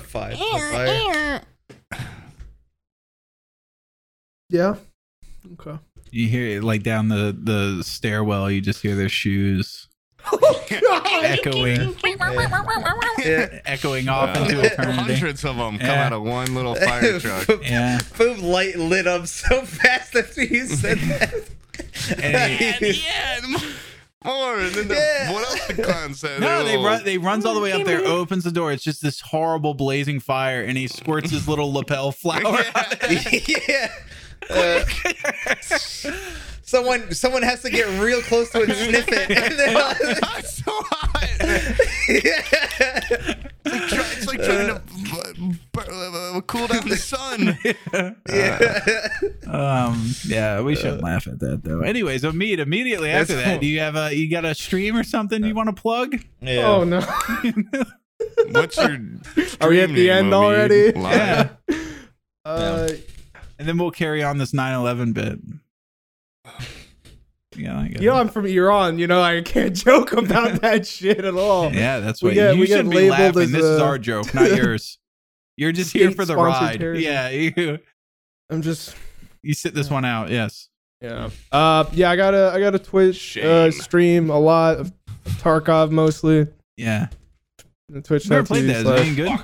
[SPEAKER 5] Five. Five.
[SPEAKER 10] Yeah. Okay.
[SPEAKER 1] You hear it like down the the stairwell. You just hear their shoes echoing,
[SPEAKER 5] Yeah.
[SPEAKER 1] echoing off
[SPEAKER 2] Uh,
[SPEAKER 1] into eternity.
[SPEAKER 2] hundreds of them come
[SPEAKER 1] Yeah.
[SPEAKER 2] out of one little fire truck.
[SPEAKER 1] Yeah,
[SPEAKER 5] Boom light lit up so fast after you said
[SPEAKER 2] yeah,
[SPEAKER 5] that.
[SPEAKER 2] yeah, more. And then the,
[SPEAKER 5] Yeah.
[SPEAKER 2] what else the clown said?
[SPEAKER 1] no, they
[SPEAKER 2] They're "Oh,
[SPEAKER 1] run.
[SPEAKER 2] all-
[SPEAKER 1] They runs all the way up there, opens the door. It's just this horrible blazing fire, and he squirts his little lapel flower.
[SPEAKER 2] Yeah.
[SPEAKER 5] yeah. Uh, someone, someone has to get real close to it and sniff it. And then-
[SPEAKER 2] It's so hot.
[SPEAKER 5] yeah.
[SPEAKER 2] It's like, try, it's like trying to b- b- uh, cool down the sun.
[SPEAKER 1] Um, yeah, we
[SPEAKER 6] Uh,
[SPEAKER 1] shouldn't laugh at that though. Anyways, Amit, immediately after
[SPEAKER 5] That's-
[SPEAKER 1] that, do you have a you got a stream or something
[SPEAKER 6] Uh,
[SPEAKER 1] you want to plug?
[SPEAKER 5] Yeah.
[SPEAKER 10] Oh no.
[SPEAKER 2] What's your?
[SPEAKER 6] Are we at
[SPEAKER 2] stream
[SPEAKER 6] the
[SPEAKER 2] name, Omid?
[SPEAKER 6] end already?
[SPEAKER 2] Live.
[SPEAKER 1] Yeah,
[SPEAKER 10] Uh,
[SPEAKER 1] and then we'll carry on this 9/11 bit. Yeah, I guess.
[SPEAKER 6] You know, I'm from Iran. You know, I can't joke about that shit at all.
[SPEAKER 1] yeah, that's
[SPEAKER 6] We
[SPEAKER 1] what
[SPEAKER 6] get-
[SPEAKER 1] you
[SPEAKER 6] we get
[SPEAKER 1] should be
[SPEAKER 6] labeled
[SPEAKER 1] laughing.
[SPEAKER 6] as
[SPEAKER 1] This is
[SPEAKER 6] a-
[SPEAKER 1] our joke, not yours. You're just here for the
[SPEAKER 6] State-sponsored
[SPEAKER 1] ride.
[SPEAKER 6] terrorism.
[SPEAKER 1] Yeah, you
[SPEAKER 10] I'm just.
[SPEAKER 1] you sit this one out. Yes.
[SPEAKER 6] Yeah. Uh, yeah. I got a I got a Twitch uh,
[SPEAKER 2] Shame.
[SPEAKER 6] stream a lot of Tarkov mostly.
[SPEAKER 1] Yeah.
[SPEAKER 6] Twitch.
[SPEAKER 1] Never played that. Is it any good?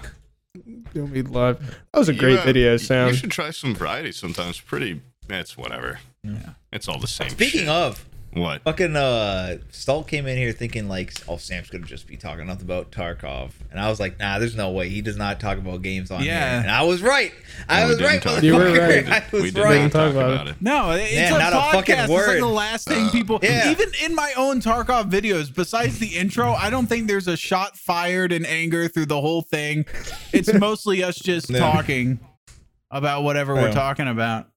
[SPEAKER 6] live. That was a great
[SPEAKER 2] You, uh,
[SPEAKER 6] video,
[SPEAKER 2] You
[SPEAKER 6] Sam.
[SPEAKER 2] should try some variety sometimes. Pretty. It's whatever. Yeah. It's all the same.
[SPEAKER 5] Speaking
[SPEAKER 2] shit.
[SPEAKER 5] of,
[SPEAKER 2] what?
[SPEAKER 5] fucking uh, Stalk came in here thinking like, oh, Sam's gonna just be talking nothing about Tarkov, and I was like, nah, there's no way he does not talk about games on
[SPEAKER 1] Yeah.
[SPEAKER 5] here. And I was right. I
[SPEAKER 2] We
[SPEAKER 5] was
[SPEAKER 2] didn't
[SPEAKER 5] right.
[SPEAKER 2] talk
[SPEAKER 6] You were
[SPEAKER 2] about it.
[SPEAKER 6] right.
[SPEAKER 5] motherfucker. I
[SPEAKER 2] we
[SPEAKER 5] was
[SPEAKER 2] didn't
[SPEAKER 5] right.
[SPEAKER 2] talk
[SPEAKER 6] Talk about
[SPEAKER 2] about it.
[SPEAKER 1] No, it's
[SPEAKER 5] Yeah,
[SPEAKER 1] a
[SPEAKER 5] not a
[SPEAKER 1] podcast.
[SPEAKER 5] fucking
[SPEAKER 1] It's like
[SPEAKER 5] word. Uh,
[SPEAKER 1] the last thing people.
[SPEAKER 5] yeah.
[SPEAKER 1] Even in my own Tarkov videos, besides the intro, I don't think there's a shot fired in anger through the whole thing. It's mostly us just
[SPEAKER 5] No.
[SPEAKER 1] talking about whatever we're
[SPEAKER 5] Yeah.
[SPEAKER 1] talking about.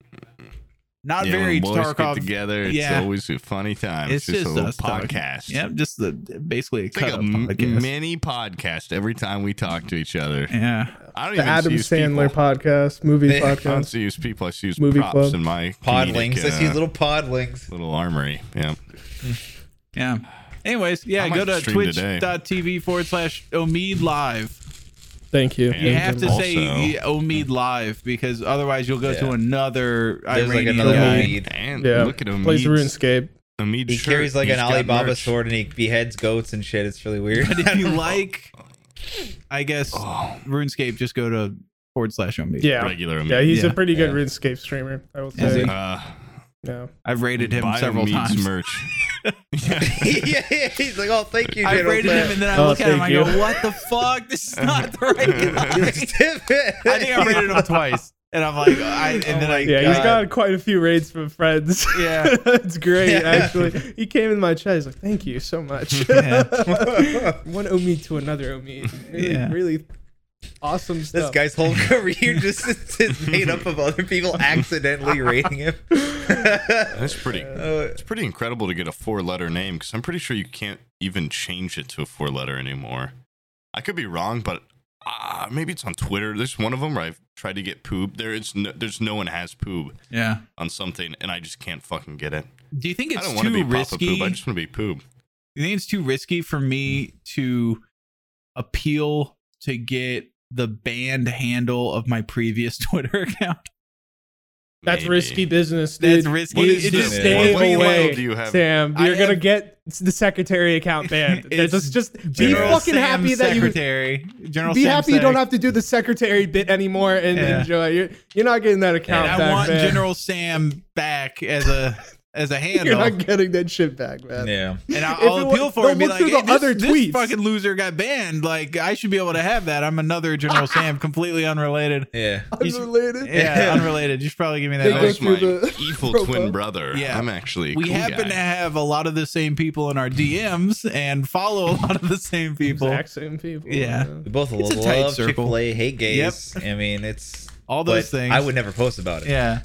[SPEAKER 1] Not
[SPEAKER 2] Yeah,
[SPEAKER 1] very
[SPEAKER 2] when boys
[SPEAKER 1] Tarkov.
[SPEAKER 2] get together. It's
[SPEAKER 1] yeah.
[SPEAKER 2] always a funny time.
[SPEAKER 1] It's just
[SPEAKER 2] It's, just, a little
[SPEAKER 1] us talking.
[SPEAKER 2] podcast.
[SPEAKER 1] Yep, just the basically a
[SPEAKER 2] It's like
[SPEAKER 1] cut
[SPEAKER 2] a
[SPEAKER 1] up
[SPEAKER 2] m-
[SPEAKER 1] podcast.
[SPEAKER 2] mini podcast every time we talk to each other.
[SPEAKER 1] yeah,
[SPEAKER 2] I don't
[SPEAKER 6] The
[SPEAKER 2] even
[SPEAKER 6] Adam
[SPEAKER 2] see these
[SPEAKER 6] Sandler
[SPEAKER 2] people.
[SPEAKER 6] podcast, movie
[SPEAKER 5] Yeah.
[SPEAKER 2] I don't
[SPEAKER 6] podcast.
[SPEAKER 2] see these people. I see these
[SPEAKER 6] Movie
[SPEAKER 2] props
[SPEAKER 6] club.
[SPEAKER 2] in my comedic,
[SPEAKER 5] Podlings. I see
[SPEAKER 2] uh,
[SPEAKER 5] little podlings.
[SPEAKER 2] little armory. Yeah.
[SPEAKER 1] yeah. Anyways,
[SPEAKER 2] I
[SPEAKER 1] yeah,
[SPEAKER 2] might
[SPEAKER 1] go to
[SPEAKER 2] stream today.
[SPEAKER 1] twitch.tv forward slash Omid Live.
[SPEAKER 6] Thank you.
[SPEAKER 2] Yeah.
[SPEAKER 1] You have to
[SPEAKER 2] Also-
[SPEAKER 1] say the Omid live because otherwise you'll go to
[SPEAKER 5] Yeah.
[SPEAKER 1] another
[SPEAKER 5] There's like
[SPEAKER 1] Iranian
[SPEAKER 5] another
[SPEAKER 1] guy.
[SPEAKER 5] Omid.
[SPEAKER 2] And
[SPEAKER 6] Yeah.
[SPEAKER 2] look at him.
[SPEAKER 6] Plays RuneScape.
[SPEAKER 2] Amid
[SPEAKER 5] He
[SPEAKER 2] shirt.
[SPEAKER 5] carries like
[SPEAKER 2] He's
[SPEAKER 5] an
[SPEAKER 2] got
[SPEAKER 5] Alibaba
[SPEAKER 2] merch.
[SPEAKER 5] sword and he beheads goats and shit. It's really weird.
[SPEAKER 1] But if you like, I guess
[SPEAKER 2] Oh,
[SPEAKER 1] RuneScape, just go to forward slash Omid.
[SPEAKER 6] Yeah.
[SPEAKER 2] regular.
[SPEAKER 6] Yeah, he's
[SPEAKER 1] Yeah.
[SPEAKER 6] a pretty good
[SPEAKER 5] Yeah.
[SPEAKER 6] RuneScape streamer. I will
[SPEAKER 1] Is
[SPEAKER 6] say.
[SPEAKER 1] he?
[SPEAKER 2] Uh,
[SPEAKER 6] Yeah.
[SPEAKER 1] I've rated him
[SPEAKER 2] buy
[SPEAKER 1] several
[SPEAKER 2] Amid's
[SPEAKER 1] times.
[SPEAKER 2] merch.
[SPEAKER 5] yeah, yeah, he's like, oh, thank you,
[SPEAKER 1] I've
[SPEAKER 5] General
[SPEAKER 1] rated him and then I
[SPEAKER 6] Oh,
[SPEAKER 1] look at him.
[SPEAKER 6] thank
[SPEAKER 1] I
[SPEAKER 6] you.
[SPEAKER 1] go, "What the fuck? This is not the right guy." I think I rated him twice, and I'm like, I,
[SPEAKER 6] Oh.
[SPEAKER 1] and then I
[SPEAKER 6] Yeah,
[SPEAKER 2] Oh
[SPEAKER 6] he's
[SPEAKER 1] uh,
[SPEAKER 6] got quite a few raids from friends.
[SPEAKER 1] Yeah.
[SPEAKER 6] it's great
[SPEAKER 5] Yeah.
[SPEAKER 6] actually. He came in my chat. He's like, "Thank you so much."
[SPEAKER 1] Yeah.
[SPEAKER 6] One Omid to another Omid. Really,
[SPEAKER 1] Yeah.
[SPEAKER 6] really awesome
[SPEAKER 5] This
[SPEAKER 6] stuff.
[SPEAKER 5] guy's whole career just is made up of other people accidentally rating him.
[SPEAKER 2] That's pretty.
[SPEAKER 5] Uh,
[SPEAKER 2] It's pretty incredible to get a four-letter name because I'm pretty sure you can't even change it to a four-letter anymore. I could be wrong, but uh, maybe it's on Twitter. There's one of them where I've tried to get poob. There is no, there's no one has poob
[SPEAKER 1] yeah.
[SPEAKER 2] on something, and I just can't fucking get it.
[SPEAKER 1] Do you think
[SPEAKER 2] I
[SPEAKER 1] it's
[SPEAKER 2] don't want to
[SPEAKER 1] too
[SPEAKER 2] be
[SPEAKER 1] risky?
[SPEAKER 2] Papa Poob. I just want to be poob.
[SPEAKER 1] you think it's too risky for me to appeal to get the banned handle of my previous Twitter account?
[SPEAKER 6] That's
[SPEAKER 2] Maybe.
[SPEAKER 6] risky business, dude.
[SPEAKER 1] That's risky.
[SPEAKER 2] What is
[SPEAKER 1] It
[SPEAKER 2] this?
[SPEAKER 6] just
[SPEAKER 1] just
[SPEAKER 6] stay
[SPEAKER 5] Yeah.
[SPEAKER 2] What
[SPEAKER 6] away,
[SPEAKER 2] label do you have?
[SPEAKER 6] Sam.
[SPEAKER 1] I
[SPEAKER 6] You're gonna
[SPEAKER 1] am-
[SPEAKER 6] get the secretary account banned.
[SPEAKER 1] It's
[SPEAKER 6] just, just be
[SPEAKER 1] General
[SPEAKER 6] fucking
[SPEAKER 1] Sam
[SPEAKER 6] happy that you
[SPEAKER 1] secretary. General
[SPEAKER 6] be
[SPEAKER 1] Sam
[SPEAKER 6] happy you
[SPEAKER 1] Sec.
[SPEAKER 6] don't have to do the secretary bit anymore and
[SPEAKER 1] Yeah.
[SPEAKER 6] enjoy. You're, you're not getting that
[SPEAKER 1] And
[SPEAKER 6] account back.
[SPEAKER 1] I want
[SPEAKER 6] man.
[SPEAKER 1] General Sam back as a as a
[SPEAKER 6] You're
[SPEAKER 1] handle,
[SPEAKER 6] not getting that shit back, man.
[SPEAKER 5] yeah.
[SPEAKER 1] and
[SPEAKER 6] if it
[SPEAKER 1] I'll, I'll
[SPEAKER 6] wa-
[SPEAKER 1] appeal for it.
[SPEAKER 6] don't
[SPEAKER 1] And be
[SPEAKER 6] look
[SPEAKER 1] like,
[SPEAKER 6] through the
[SPEAKER 1] hey, this,
[SPEAKER 6] other
[SPEAKER 1] this
[SPEAKER 6] tweets."
[SPEAKER 1] fucking loser got banned. Like I should be able to have that. I'm another General Sam, completely unrelated.
[SPEAKER 5] Yeah.
[SPEAKER 1] He's-
[SPEAKER 6] Unrelated.
[SPEAKER 1] Yeah, unrelated. You should probably give me that.
[SPEAKER 6] They
[SPEAKER 1] other
[SPEAKER 6] go
[SPEAKER 2] That's my
[SPEAKER 6] through the
[SPEAKER 2] evil
[SPEAKER 6] profile.
[SPEAKER 2] twin brother.
[SPEAKER 1] Yeah.
[SPEAKER 2] I'm actually. a
[SPEAKER 1] we
[SPEAKER 2] cool
[SPEAKER 1] happen
[SPEAKER 2] guy.
[SPEAKER 1] to have a lot of the same people in our DMs and follow a lot of the same people.
[SPEAKER 6] Exact same people.
[SPEAKER 1] Yeah.
[SPEAKER 5] We both
[SPEAKER 1] It's a
[SPEAKER 5] love
[SPEAKER 1] tight circle.
[SPEAKER 5] Chick fil A, hate gays. I mean, it's
[SPEAKER 1] All those
[SPEAKER 5] but
[SPEAKER 1] things.
[SPEAKER 5] I would never post about it.
[SPEAKER 1] Yeah.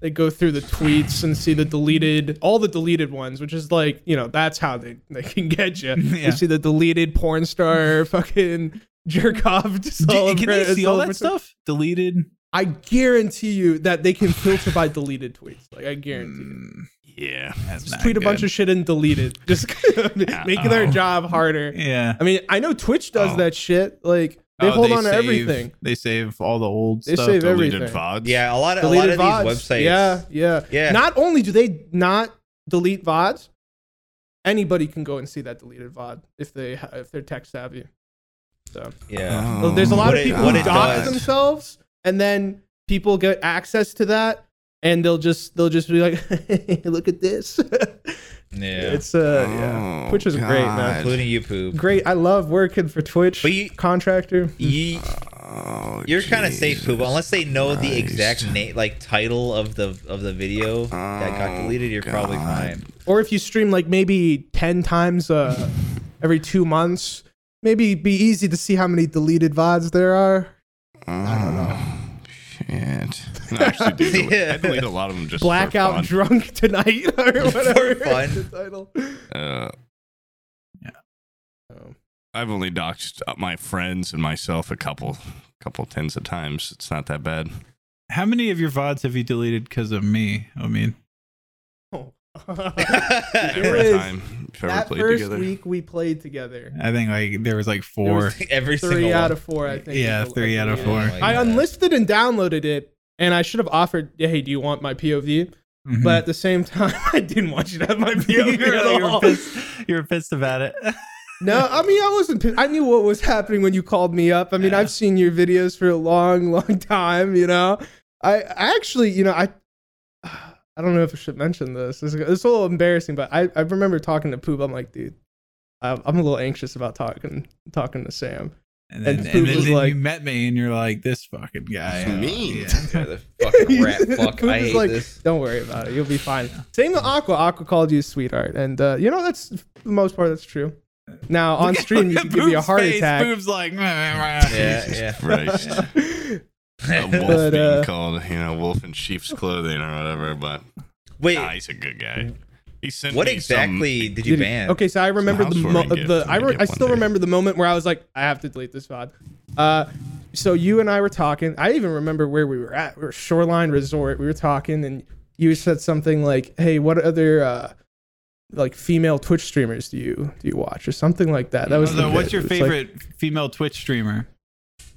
[SPEAKER 6] They go through the tweets and see the deleted, all the deleted ones, which is like, you know, that's how they, they can get you.
[SPEAKER 1] Yeah.
[SPEAKER 6] You see the deleted porn star, fucking jerk off.
[SPEAKER 1] Do- can they see all that stuff? Deleted
[SPEAKER 6] I guarantee you that they can filter by deleted tweets. Like I guarantee. you.
[SPEAKER 2] Yeah.
[SPEAKER 1] That's
[SPEAKER 6] Just
[SPEAKER 1] Mm, not
[SPEAKER 6] tweet a
[SPEAKER 1] good. Oh.
[SPEAKER 6] bunch of shit and delete it. Just making their job harder.
[SPEAKER 1] Yeah.
[SPEAKER 6] I mean, I know Twitch does
[SPEAKER 1] Oh.
[SPEAKER 6] that shit. Like they
[SPEAKER 1] Oh,
[SPEAKER 6] hold on to
[SPEAKER 1] save-
[SPEAKER 6] everything.
[SPEAKER 1] They save all the old
[SPEAKER 6] They
[SPEAKER 1] stuff.
[SPEAKER 6] save
[SPEAKER 2] Deleted
[SPEAKER 6] everything.
[SPEAKER 2] VODs.
[SPEAKER 5] Yeah, a lot of a lot
[SPEAKER 6] Deleted
[SPEAKER 5] of
[SPEAKER 6] VODs.
[SPEAKER 5] these websites.
[SPEAKER 6] Yeah, yeah,
[SPEAKER 5] Yeah.
[SPEAKER 6] Not only do they not delete VODs, anybody can go and see that deleted VOD if they ha- if they're tech savvy. So
[SPEAKER 5] yeah.
[SPEAKER 2] Uh-huh. Oh,
[SPEAKER 6] Well, there's a
[SPEAKER 5] Um,
[SPEAKER 6] lot
[SPEAKER 5] What
[SPEAKER 6] of
[SPEAKER 5] it-
[SPEAKER 6] people
[SPEAKER 5] what
[SPEAKER 6] who
[SPEAKER 5] it
[SPEAKER 6] dox
[SPEAKER 5] does-
[SPEAKER 6] themselves, and then people get access to that, and they'll just they'll just be like, "Look at this."
[SPEAKER 5] Yeah.
[SPEAKER 6] It's uh, yeah.
[SPEAKER 2] Oh,
[SPEAKER 6] Twitch is great, man.
[SPEAKER 2] God.
[SPEAKER 5] including you poop.
[SPEAKER 6] Great. I love working for Twitch.
[SPEAKER 5] But you-
[SPEAKER 6] contractor.
[SPEAKER 5] You,
[SPEAKER 2] Oh,
[SPEAKER 5] you're kind of safe, poop,
[SPEAKER 2] Jesus.
[SPEAKER 5] unless they know the
[SPEAKER 2] Christ.
[SPEAKER 5] exact name, like title of the of the video that got
[SPEAKER 2] Oh,
[SPEAKER 5] deleted. You're probably
[SPEAKER 2] God.
[SPEAKER 5] fine.
[SPEAKER 6] Or if you stream like maybe ten times uh every two months, maybe it'd be easy to see how many deleted vods there are.
[SPEAKER 2] I don't know. Shit. No, I actually do. Delete. I delete a lot of them just for
[SPEAKER 6] Blackout
[SPEAKER 2] fun.
[SPEAKER 6] drunk tonight or whatever.
[SPEAKER 5] fun.
[SPEAKER 6] is the title.
[SPEAKER 2] Uh,
[SPEAKER 6] Oh.
[SPEAKER 2] I've only doxed my friends and myself a couple, couple tens of times. It's not that bad.
[SPEAKER 1] How many of your VODs have you deleted because of me? I mean,
[SPEAKER 2] Every
[SPEAKER 6] is-
[SPEAKER 2] time, if ever
[SPEAKER 6] Oh. That
[SPEAKER 2] played
[SPEAKER 6] first
[SPEAKER 2] together.
[SPEAKER 6] week we played together.
[SPEAKER 1] I think like there was like
[SPEAKER 6] There
[SPEAKER 1] four.
[SPEAKER 6] was
[SPEAKER 5] Every
[SPEAKER 6] three
[SPEAKER 5] single
[SPEAKER 6] out
[SPEAKER 5] one.
[SPEAKER 6] of four, I think.
[SPEAKER 1] Yeah,
[SPEAKER 6] is the-
[SPEAKER 1] three out of
[SPEAKER 6] yeah.
[SPEAKER 1] four.
[SPEAKER 5] my
[SPEAKER 6] I
[SPEAKER 5] God.
[SPEAKER 6] unlisted and downloaded it, and I should have offered, hey, do you want my POV?
[SPEAKER 1] Mhm.
[SPEAKER 6] But at the same time, I didn't want you to have my
[SPEAKER 1] you, were,
[SPEAKER 6] POV
[SPEAKER 1] you
[SPEAKER 6] at
[SPEAKER 1] were
[SPEAKER 6] all.
[SPEAKER 1] pissed, you were pissed about it.
[SPEAKER 6] No, I mean I wasn't. pi- I knew what was happening when you called me up. I mean I've seen your videos for a long, long time. You know, I, I actually, you know, I, I don't know if I should mention this. It's, it's a little embarrassing, but I, I remember talking to Poop. I'm like, dude, I'm I'm a little anxious about talking, talking to Sam.
[SPEAKER 1] And then,
[SPEAKER 6] And
[SPEAKER 1] and
[SPEAKER 6] Poop
[SPEAKER 1] then,
[SPEAKER 6] was
[SPEAKER 1] then
[SPEAKER 6] like-
[SPEAKER 1] you met me and you're like, this fucking guy.
[SPEAKER 2] It's
[SPEAKER 1] uh,
[SPEAKER 2] me.
[SPEAKER 1] yeah.
[SPEAKER 5] Yeah, the fucking rat fuck.
[SPEAKER 6] Poop
[SPEAKER 5] I
[SPEAKER 6] is
[SPEAKER 5] hate
[SPEAKER 6] like,
[SPEAKER 5] this.
[SPEAKER 6] Don't worry about it. You'll be fine. Same with Aqua. Aqua called you sweetheart, and uh, you know that's for the most part that's true. Now on stream, you could give me a
[SPEAKER 1] Boob's
[SPEAKER 6] heart
[SPEAKER 1] face,
[SPEAKER 6] attack.
[SPEAKER 1] Boob's like,
[SPEAKER 5] Yeah,
[SPEAKER 2] Jesus
[SPEAKER 5] yeah.
[SPEAKER 2] Christ. a wolf
[SPEAKER 6] But,
[SPEAKER 2] being
[SPEAKER 6] uh,
[SPEAKER 2] called, you know, wolf in sheep's clothing or whatever. But
[SPEAKER 5] Wait,
[SPEAKER 2] nah, he's a good guy. He sent
[SPEAKER 5] what
[SPEAKER 2] me some-
[SPEAKER 5] exactly did you
[SPEAKER 6] Dude,
[SPEAKER 5] ban?
[SPEAKER 6] Okay, so I remember the mo-
[SPEAKER 2] housewarming gift
[SPEAKER 6] the
[SPEAKER 2] when
[SPEAKER 6] I,
[SPEAKER 2] we
[SPEAKER 6] re-
[SPEAKER 2] get
[SPEAKER 6] I
[SPEAKER 2] one
[SPEAKER 6] still
[SPEAKER 2] day.
[SPEAKER 6] remember the moment where I was like, I have to delete this VOD. Uh, so you and I were talking. I even remember where we were at. We were Shoreline Resort. We were talking, and you said something like, "Hey, what other uh, like female Twitch streamers do you do you watch or something like that?" That was the
[SPEAKER 1] So what's
[SPEAKER 6] bit.
[SPEAKER 1] your
[SPEAKER 6] It was like-
[SPEAKER 1] favorite female Twitch streamer?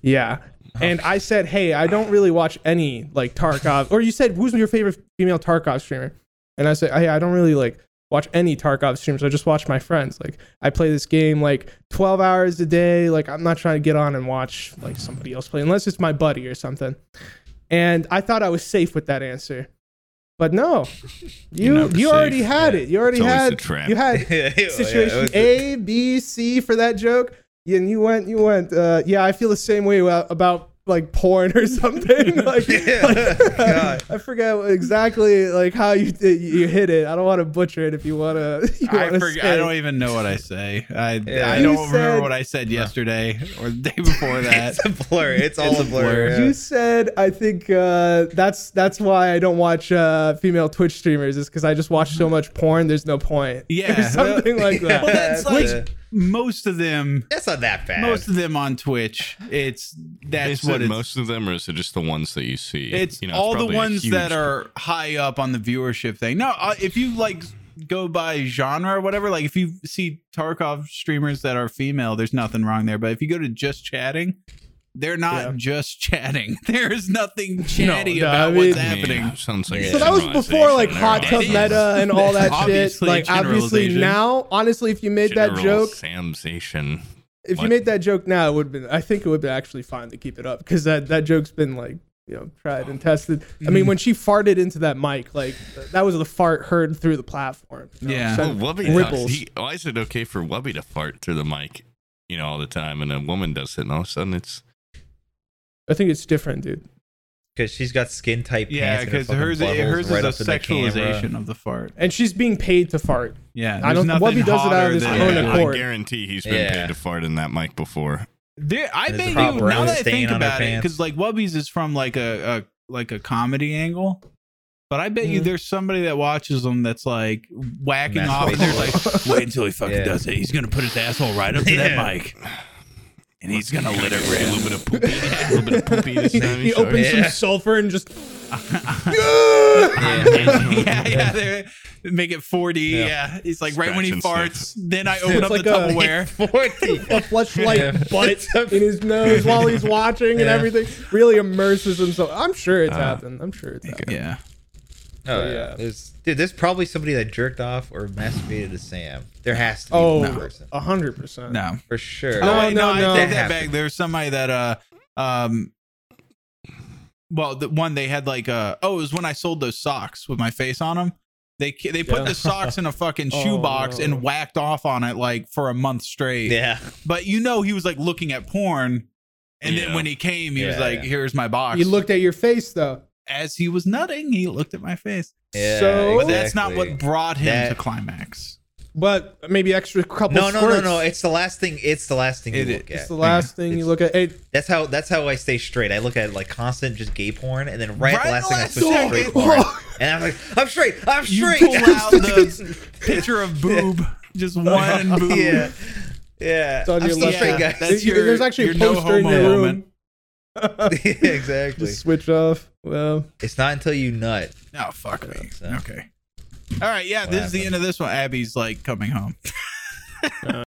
[SPEAKER 6] yeah. And I said, hey, I don't really watch any like Tarkov. Or you said, who's your favorite female Tarkov streamer? And I said, hey, I don't really like watch any Tarkov streams. I just watch my friends. Like, I play this game like 12 hours a day. Like, I'm not trying to get on and watch like somebody else play, unless it's my buddy or something. And I thought I was safe with that answer. But no,
[SPEAKER 2] You're
[SPEAKER 6] you
[SPEAKER 2] never
[SPEAKER 6] you
[SPEAKER 2] safe.
[SPEAKER 6] already had it. You already
[SPEAKER 2] It's always
[SPEAKER 6] had
[SPEAKER 2] a trap.
[SPEAKER 6] you had
[SPEAKER 5] Yeah, yeah, it
[SPEAKER 6] situation
[SPEAKER 5] was-
[SPEAKER 6] A, B, C for that joke. Yeah, and you went, you went. Uh, yeah, I feel the same way about, about like porn or something. like,
[SPEAKER 5] Yeah,
[SPEAKER 6] like,
[SPEAKER 5] God.
[SPEAKER 6] I forget exactly like how you did, you hit it. I don't want to butcher it if you want to.
[SPEAKER 1] I, forg- I don't even know what I say. I,
[SPEAKER 5] Yeah.
[SPEAKER 1] I
[SPEAKER 5] You
[SPEAKER 1] don't
[SPEAKER 6] said-
[SPEAKER 1] remember what I said yesterday or the day before that.
[SPEAKER 5] It's a blur. It's all a blur. yeah.
[SPEAKER 6] You said I think uh, that's that's why I don't watch uh, female Twitch streamers is because I just watch so much porn. There's no point.
[SPEAKER 1] Yeah.
[SPEAKER 6] or something like that.
[SPEAKER 1] Well, that's
[SPEAKER 5] Yeah,
[SPEAKER 1] like
[SPEAKER 5] that's-
[SPEAKER 1] most of them.
[SPEAKER 5] That's not that bad.
[SPEAKER 1] Most of them on Twitch. It's that's
[SPEAKER 2] Is
[SPEAKER 1] what
[SPEAKER 2] it
[SPEAKER 1] it's.
[SPEAKER 2] most of them, or is it just the ones that you see?
[SPEAKER 1] it's
[SPEAKER 2] You know,
[SPEAKER 1] all the
[SPEAKER 2] probably a
[SPEAKER 1] ones
[SPEAKER 2] huge-
[SPEAKER 1] that are high up on the viewership thing. No, uh, if you like go by genre or whatever, like if you see Tarkov streamers that are female, there's nothing wrong there. But if you go to just chatting, they're not
[SPEAKER 6] Yeah.
[SPEAKER 1] just chatting. There is nothing chatty
[SPEAKER 6] no,
[SPEAKER 1] about
[SPEAKER 6] I mean-
[SPEAKER 1] what's
[SPEAKER 2] I mean,
[SPEAKER 1] happening.
[SPEAKER 2] Sounds like a
[SPEAKER 6] So that was before like
[SPEAKER 2] generalization
[SPEAKER 6] hot
[SPEAKER 2] there.
[SPEAKER 6] tub
[SPEAKER 1] It is.
[SPEAKER 6] meta and all that shit.
[SPEAKER 1] Obviously,
[SPEAKER 6] Like obviously
[SPEAKER 1] generalization.
[SPEAKER 6] now, honestly, if you made that joke,
[SPEAKER 2] Generalization.
[SPEAKER 6] if you
[SPEAKER 2] What?
[SPEAKER 6] made that joke now, it would have been. I think it would have been actually fine to keep it up because that that joke's been like you know tried and tested. I mean, when she farted into that mic, like th- that was the fart heard through the platform. you know?
[SPEAKER 1] Yeah.
[SPEAKER 2] Well,
[SPEAKER 6] Sent
[SPEAKER 2] Oh, Wubby does.
[SPEAKER 6] Uh-huh. ripples.
[SPEAKER 2] He, why is it okay for Wubby to fart through the mic, you know, all the time, and a woman does it, and all of a sudden it's
[SPEAKER 6] I think it's different, dude.
[SPEAKER 5] because she's got skin tight
[SPEAKER 1] Yeah,
[SPEAKER 5] pants.
[SPEAKER 1] because hers, hers
[SPEAKER 5] right
[SPEAKER 1] is a sexualization of the fart.
[SPEAKER 6] And she's being paid to fart.
[SPEAKER 1] Yeah,
[SPEAKER 6] I don't-
[SPEAKER 1] there's nothing
[SPEAKER 6] Wubby does it out of
[SPEAKER 1] hotter
[SPEAKER 6] his
[SPEAKER 1] than-
[SPEAKER 6] own
[SPEAKER 1] Yeah.
[SPEAKER 6] accord.
[SPEAKER 2] I
[SPEAKER 6] Ford.
[SPEAKER 2] guaranee he's been
[SPEAKER 5] Yeah.
[SPEAKER 2] paid to fart in that mic before.
[SPEAKER 1] There, I
[SPEAKER 5] There's a
[SPEAKER 1] bet you
[SPEAKER 5] proper
[SPEAKER 1] now that I
[SPEAKER 5] stain
[SPEAKER 1] think
[SPEAKER 5] on her
[SPEAKER 1] about it,
[SPEAKER 5] pants.
[SPEAKER 1] because like Wubby's is from like a, a like a comedy angle, but I bet you
[SPEAKER 6] Mhm.
[SPEAKER 1] there's somebody that watches them that's like whacking off, and
[SPEAKER 5] Masturbating.
[SPEAKER 1] they're like, "Wait until he fucking
[SPEAKER 5] Yeah.
[SPEAKER 1] does it. He's gonna put his asshole right up to
[SPEAKER 5] Yeah.
[SPEAKER 1] that mic." and he's gonna litter
[SPEAKER 2] A
[SPEAKER 1] rip.
[SPEAKER 2] little bit of poopy. A little bit of poopy this
[SPEAKER 6] He,
[SPEAKER 2] time.
[SPEAKER 6] he
[SPEAKER 2] sure.
[SPEAKER 6] opens
[SPEAKER 5] Yeah.
[SPEAKER 6] some sulfur and just
[SPEAKER 1] yeah, yeah. they Make it 4D. Yeah. He's like right when he
[SPEAKER 2] Scratch and
[SPEAKER 1] farts. Then I open
[SPEAKER 6] It's
[SPEAKER 1] up
[SPEAKER 6] like
[SPEAKER 1] the
[SPEAKER 6] a-
[SPEAKER 1] Tupperware.
[SPEAKER 5] Forty. Oh,
[SPEAKER 6] a fleshlight
[SPEAKER 5] Yeah.
[SPEAKER 6] butt
[SPEAKER 5] It's a-
[SPEAKER 6] in his nose while he's watching and
[SPEAKER 5] Yeah. Uh,
[SPEAKER 6] everything. Really immerses himself. I'm sure it's happened. I'm sure it's happened.
[SPEAKER 1] yeah.
[SPEAKER 5] Oh,
[SPEAKER 6] Yeah.
[SPEAKER 5] yeah. There's, dude, there's probably somebody that jerked off or masturbated to Sam. There has to be
[SPEAKER 6] Oh,
[SPEAKER 5] one person.
[SPEAKER 6] a hundred percent.
[SPEAKER 1] No.
[SPEAKER 5] For sure.
[SPEAKER 1] No, Oh, I, no,
[SPEAKER 6] no, no.
[SPEAKER 1] I take that
[SPEAKER 5] That
[SPEAKER 1] back.
[SPEAKER 5] happened.
[SPEAKER 1] There was somebody that uh um well, the one they had like uh oh, it was when I sold those socks with my face on them. They ki- they put
[SPEAKER 6] Yeah.
[SPEAKER 1] the socks in a fucking
[SPEAKER 6] Oh,
[SPEAKER 1] shoebox
[SPEAKER 6] no.
[SPEAKER 1] and whacked off on it like for a month straight.
[SPEAKER 5] Yeah.
[SPEAKER 1] But you know he was like looking at porn and then
[SPEAKER 2] Yeah.
[SPEAKER 1] when he came, he was
[SPEAKER 5] Yeah,
[SPEAKER 1] like,
[SPEAKER 5] yeah.
[SPEAKER 1] "Here's my box."
[SPEAKER 6] You looked at your face though.
[SPEAKER 1] as he was nutting, he looked at my face.
[SPEAKER 5] Yeah,
[SPEAKER 6] So-
[SPEAKER 1] But that's not what
[SPEAKER 5] exactly.
[SPEAKER 1] brought him
[SPEAKER 5] That-
[SPEAKER 1] to climax.
[SPEAKER 6] But maybe extra couple
[SPEAKER 5] No, no, no,
[SPEAKER 6] squirts.
[SPEAKER 5] no. It's the last thing. It's the last thing
[SPEAKER 1] It
[SPEAKER 5] you
[SPEAKER 1] is.
[SPEAKER 5] look
[SPEAKER 6] It's
[SPEAKER 5] at.
[SPEAKER 6] the last thing you
[SPEAKER 5] It's-
[SPEAKER 6] look at. It,
[SPEAKER 5] That's how. That's how I stay straight. I look at like constant just gay porn, and then right, at the last thing I switch to
[SPEAKER 1] second-
[SPEAKER 5] straight porn, and I'm like, I'm straight. I'm
[SPEAKER 1] You
[SPEAKER 5] straight.
[SPEAKER 1] pull out the picture of boob, just one boob.
[SPEAKER 5] yeah, yeah.
[SPEAKER 6] on
[SPEAKER 5] I'm
[SPEAKER 6] your
[SPEAKER 5] still
[SPEAKER 6] left
[SPEAKER 5] straight,
[SPEAKER 6] hand.
[SPEAKER 5] guys.
[SPEAKER 1] That's
[SPEAKER 6] There-
[SPEAKER 1] your-
[SPEAKER 6] there's actually a
[SPEAKER 1] your no
[SPEAKER 6] poster in
[SPEAKER 1] homo
[SPEAKER 6] your room.
[SPEAKER 1] moment.
[SPEAKER 5] Yeah, exactly.
[SPEAKER 6] Just switch off. Well,
[SPEAKER 5] It's not until you nut.
[SPEAKER 1] Oh fuck me.
[SPEAKER 5] So-
[SPEAKER 1] Okay. All right. Yeah.
[SPEAKER 5] What
[SPEAKER 1] This is the
[SPEAKER 5] happened?
[SPEAKER 1] end of this one. Abby's like coming home.